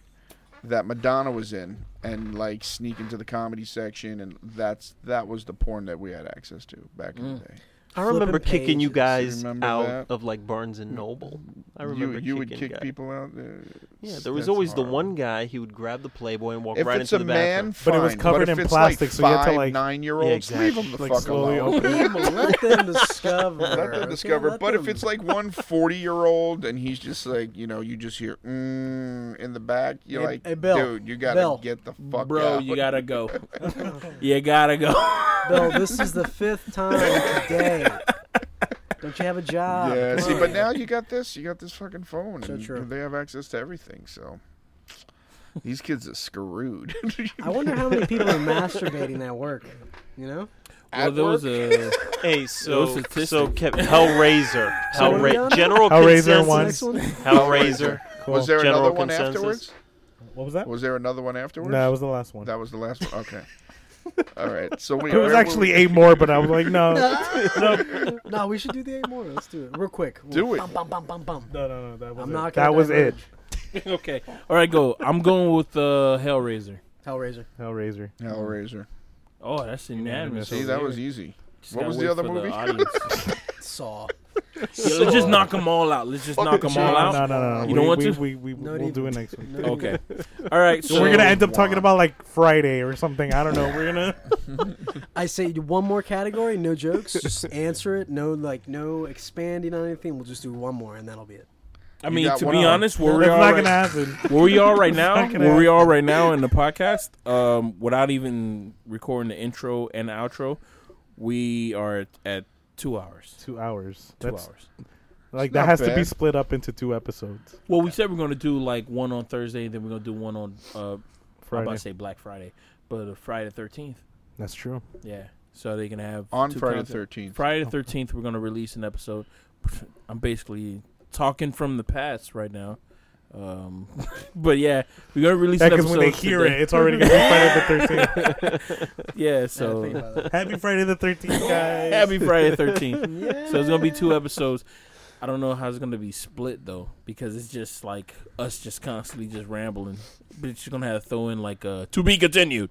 Speaker 6: that Madonna was in and like sneak into the comedy section and that's that was the porn that we had access to back in the
Speaker 4: Mm.
Speaker 6: day.
Speaker 5: <laughs> I remember
Speaker 4: Flipping
Speaker 5: kicking you
Speaker 4: pages.
Speaker 5: guys
Speaker 6: Remember
Speaker 5: out
Speaker 6: that?
Speaker 5: of like Barnes and Noble. I remember
Speaker 6: You you would
Speaker 5: kicking
Speaker 6: kick
Speaker 5: guy-
Speaker 6: people out. uh,
Speaker 5: Yeah,
Speaker 6: it's-
Speaker 5: there was
Speaker 6: that's
Speaker 5: always the
Speaker 6: horrible.
Speaker 5: one guy. He would grab the Playboy and walk
Speaker 6: If
Speaker 5: right
Speaker 6: it's
Speaker 5: into
Speaker 6: a
Speaker 5: the
Speaker 6: man,
Speaker 5: bathroom.
Speaker 6: fine.
Speaker 3: But it was covered
Speaker 6: if
Speaker 3: in
Speaker 6: it's
Speaker 3: plastic,
Speaker 6: like
Speaker 3: so you had to,
Speaker 6: five,
Speaker 3: like-
Speaker 6: nine-year-olds,
Speaker 5: Yeah, exactly.
Speaker 6: leave them the
Speaker 3: Like,
Speaker 6: fuck
Speaker 3: slowly
Speaker 6: alone.
Speaker 3: open it.
Speaker 5: <laughs>
Speaker 4: Let them discover.
Speaker 6: Let them
Speaker 4: okay?
Speaker 6: discover.
Speaker 4: Let
Speaker 6: but if
Speaker 4: them-
Speaker 6: it's like one 40 year old and he's just like, you know, you just hear mm, in the back, you're
Speaker 4: Hey-
Speaker 6: like,
Speaker 4: hey, Bill.
Speaker 6: dude, you gotta
Speaker 4: Bill.
Speaker 6: get the fuck
Speaker 2: Bro,
Speaker 6: out.
Speaker 2: you gotta
Speaker 3: <laughs>
Speaker 2: go. you gotta go.
Speaker 4: Bill, this is the
Speaker 6: <laughs>
Speaker 4: fifth time today. Don't you have a job?
Speaker 6: yeah,
Speaker 4: Come
Speaker 6: see,
Speaker 4: on.
Speaker 6: but now you got this. You got this fucking phone.
Speaker 4: So
Speaker 6: and
Speaker 4: true.
Speaker 6: They have access to everything. So these kids are screwed. <laughs>
Speaker 4: I wonder how many people are masturbating at work.
Speaker 6: <laughs>
Speaker 4: You know,
Speaker 2: Well, there was a <laughs>
Speaker 5: Hey, so
Speaker 2: statistics.
Speaker 5: so kept Hellraiser, <laughs>
Speaker 4: So what are we
Speaker 5: Hellra-
Speaker 4: on?
Speaker 5: General
Speaker 3: Hellraiser
Speaker 5: consensus,
Speaker 3: one.
Speaker 4: next one.
Speaker 5: Hellraiser.
Speaker 3: Cool.
Speaker 6: was there
Speaker 5: General
Speaker 6: another one
Speaker 5: consensus?
Speaker 6: afterwards?
Speaker 3: what was that?
Speaker 6: Was there another one afterwards?
Speaker 3: No, it was the last one.
Speaker 6: that was the last one. Okay. All right.
Speaker 3: <laughs>
Speaker 6: So we
Speaker 3: There was
Speaker 6: where were
Speaker 3: actually eight more, but I was like,
Speaker 6: <laughs>
Speaker 3: no, no,
Speaker 4: No, we should do the eight more. Let's do it real quick.
Speaker 6: Do it.
Speaker 4: Bum, bum, bum, bum, bum.
Speaker 3: no, no. That was
Speaker 4: I'm
Speaker 3: it.
Speaker 4: not gonna
Speaker 3: that was it.
Speaker 4: diverge.
Speaker 2: okay. All right, go. I'm going with uh, Hellraiser.
Speaker 4: Hellraiser.
Speaker 3: Hellraiser.
Speaker 6: we? Hellraiser.
Speaker 2: Oh, that's unanimous.
Speaker 6: See,
Speaker 2: over
Speaker 6: that
Speaker 2: Um, here.
Speaker 6: was easy.
Speaker 2: Just
Speaker 6: what
Speaker 2: gotta
Speaker 6: was the
Speaker 2: wait
Speaker 6: other
Speaker 2: for
Speaker 6: movie?
Speaker 2: audience.
Speaker 6: <laughs>
Speaker 4: Saw.
Speaker 2: Yeah, let's just knock them all out. Let's just knock them all
Speaker 3: No,
Speaker 2: out.
Speaker 3: no, no, no.
Speaker 2: You
Speaker 3: we,
Speaker 2: don't want
Speaker 3: we,
Speaker 2: to?
Speaker 3: We, we,
Speaker 4: No,
Speaker 3: we'll
Speaker 4: it
Speaker 3: do it
Speaker 4: even-
Speaker 3: next week.
Speaker 4: No,
Speaker 2: Okay. All right. So
Speaker 3: So we're gonna
Speaker 6: So
Speaker 3: end up talking
Speaker 6: why?
Speaker 3: about like Friday or something. I don't know. We're <laughs> gonna.
Speaker 4: I say one more category. No jokes. Just answer it. No, like no expanding on anything. We'll just do one more, and that'll be it.
Speaker 2: I
Speaker 6: You
Speaker 2: mean,
Speaker 6: got
Speaker 2: to
Speaker 6: one
Speaker 2: be
Speaker 6: out.
Speaker 2: honest, where we
Speaker 3: That's
Speaker 2: are
Speaker 3: not
Speaker 2: right,
Speaker 3: gonna happen.
Speaker 2: where we are right now,
Speaker 3: not gonna
Speaker 2: where we are right now in the podcast, um, without even recording the intro and outro, we are at, at two hours.
Speaker 3: <laughs> Two hours.
Speaker 2: Two
Speaker 3: That's
Speaker 2: hours.
Speaker 3: like
Speaker 6: not
Speaker 3: that has to be
Speaker 6: bad.
Speaker 3: split up into two episodes.
Speaker 2: Well, we said we're gonna do like one on Thursday, then we're gonna do one on uh, I'm about
Speaker 3: Friday.
Speaker 2: to say Black Friday, but uh, Friday Thirteenth.
Speaker 3: That's true.
Speaker 2: Yeah. so they can have
Speaker 6: on
Speaker 2: two
Speaker 6: Friday
Speaker 2: content-
Speaker 6: the 13th.
Speaker 2: Friday the thirteenth, we're gonna release an episode. <laughs> I'm basically talking from the past right now, um, <laughs> but yeah, we're gonna release.
Speaker 3: Yeah,
Speaker 2: an
Speaker 3: because
Speaker 2: episode
Speaker 3: when they hear
Speaker 2: today.
Speaker 3: it, it's already gonna be Friday the <laughs> 13th.
Speaker 2: <laughs> yeah.
Speaker 4: I
Speaker 2: <laughs>
Speaker 4: didn't think
Speaker 2: So
Speaker 4: about that.
Speaker 3: Happy Friday the <laughs> 13th, guys.
Speaker 2: happy Friday the
Speaker 3: <laughs>
Speaker 2: thirteenth.
Speaker 6: <laughs>
Speaker 4: yeah.
Speaker 2: So it's gonna be two episodes. I don't know how it's gonna be split though, because it's just like us just constantly just rambling. But you're gonna have to throw in like uh, to be continued.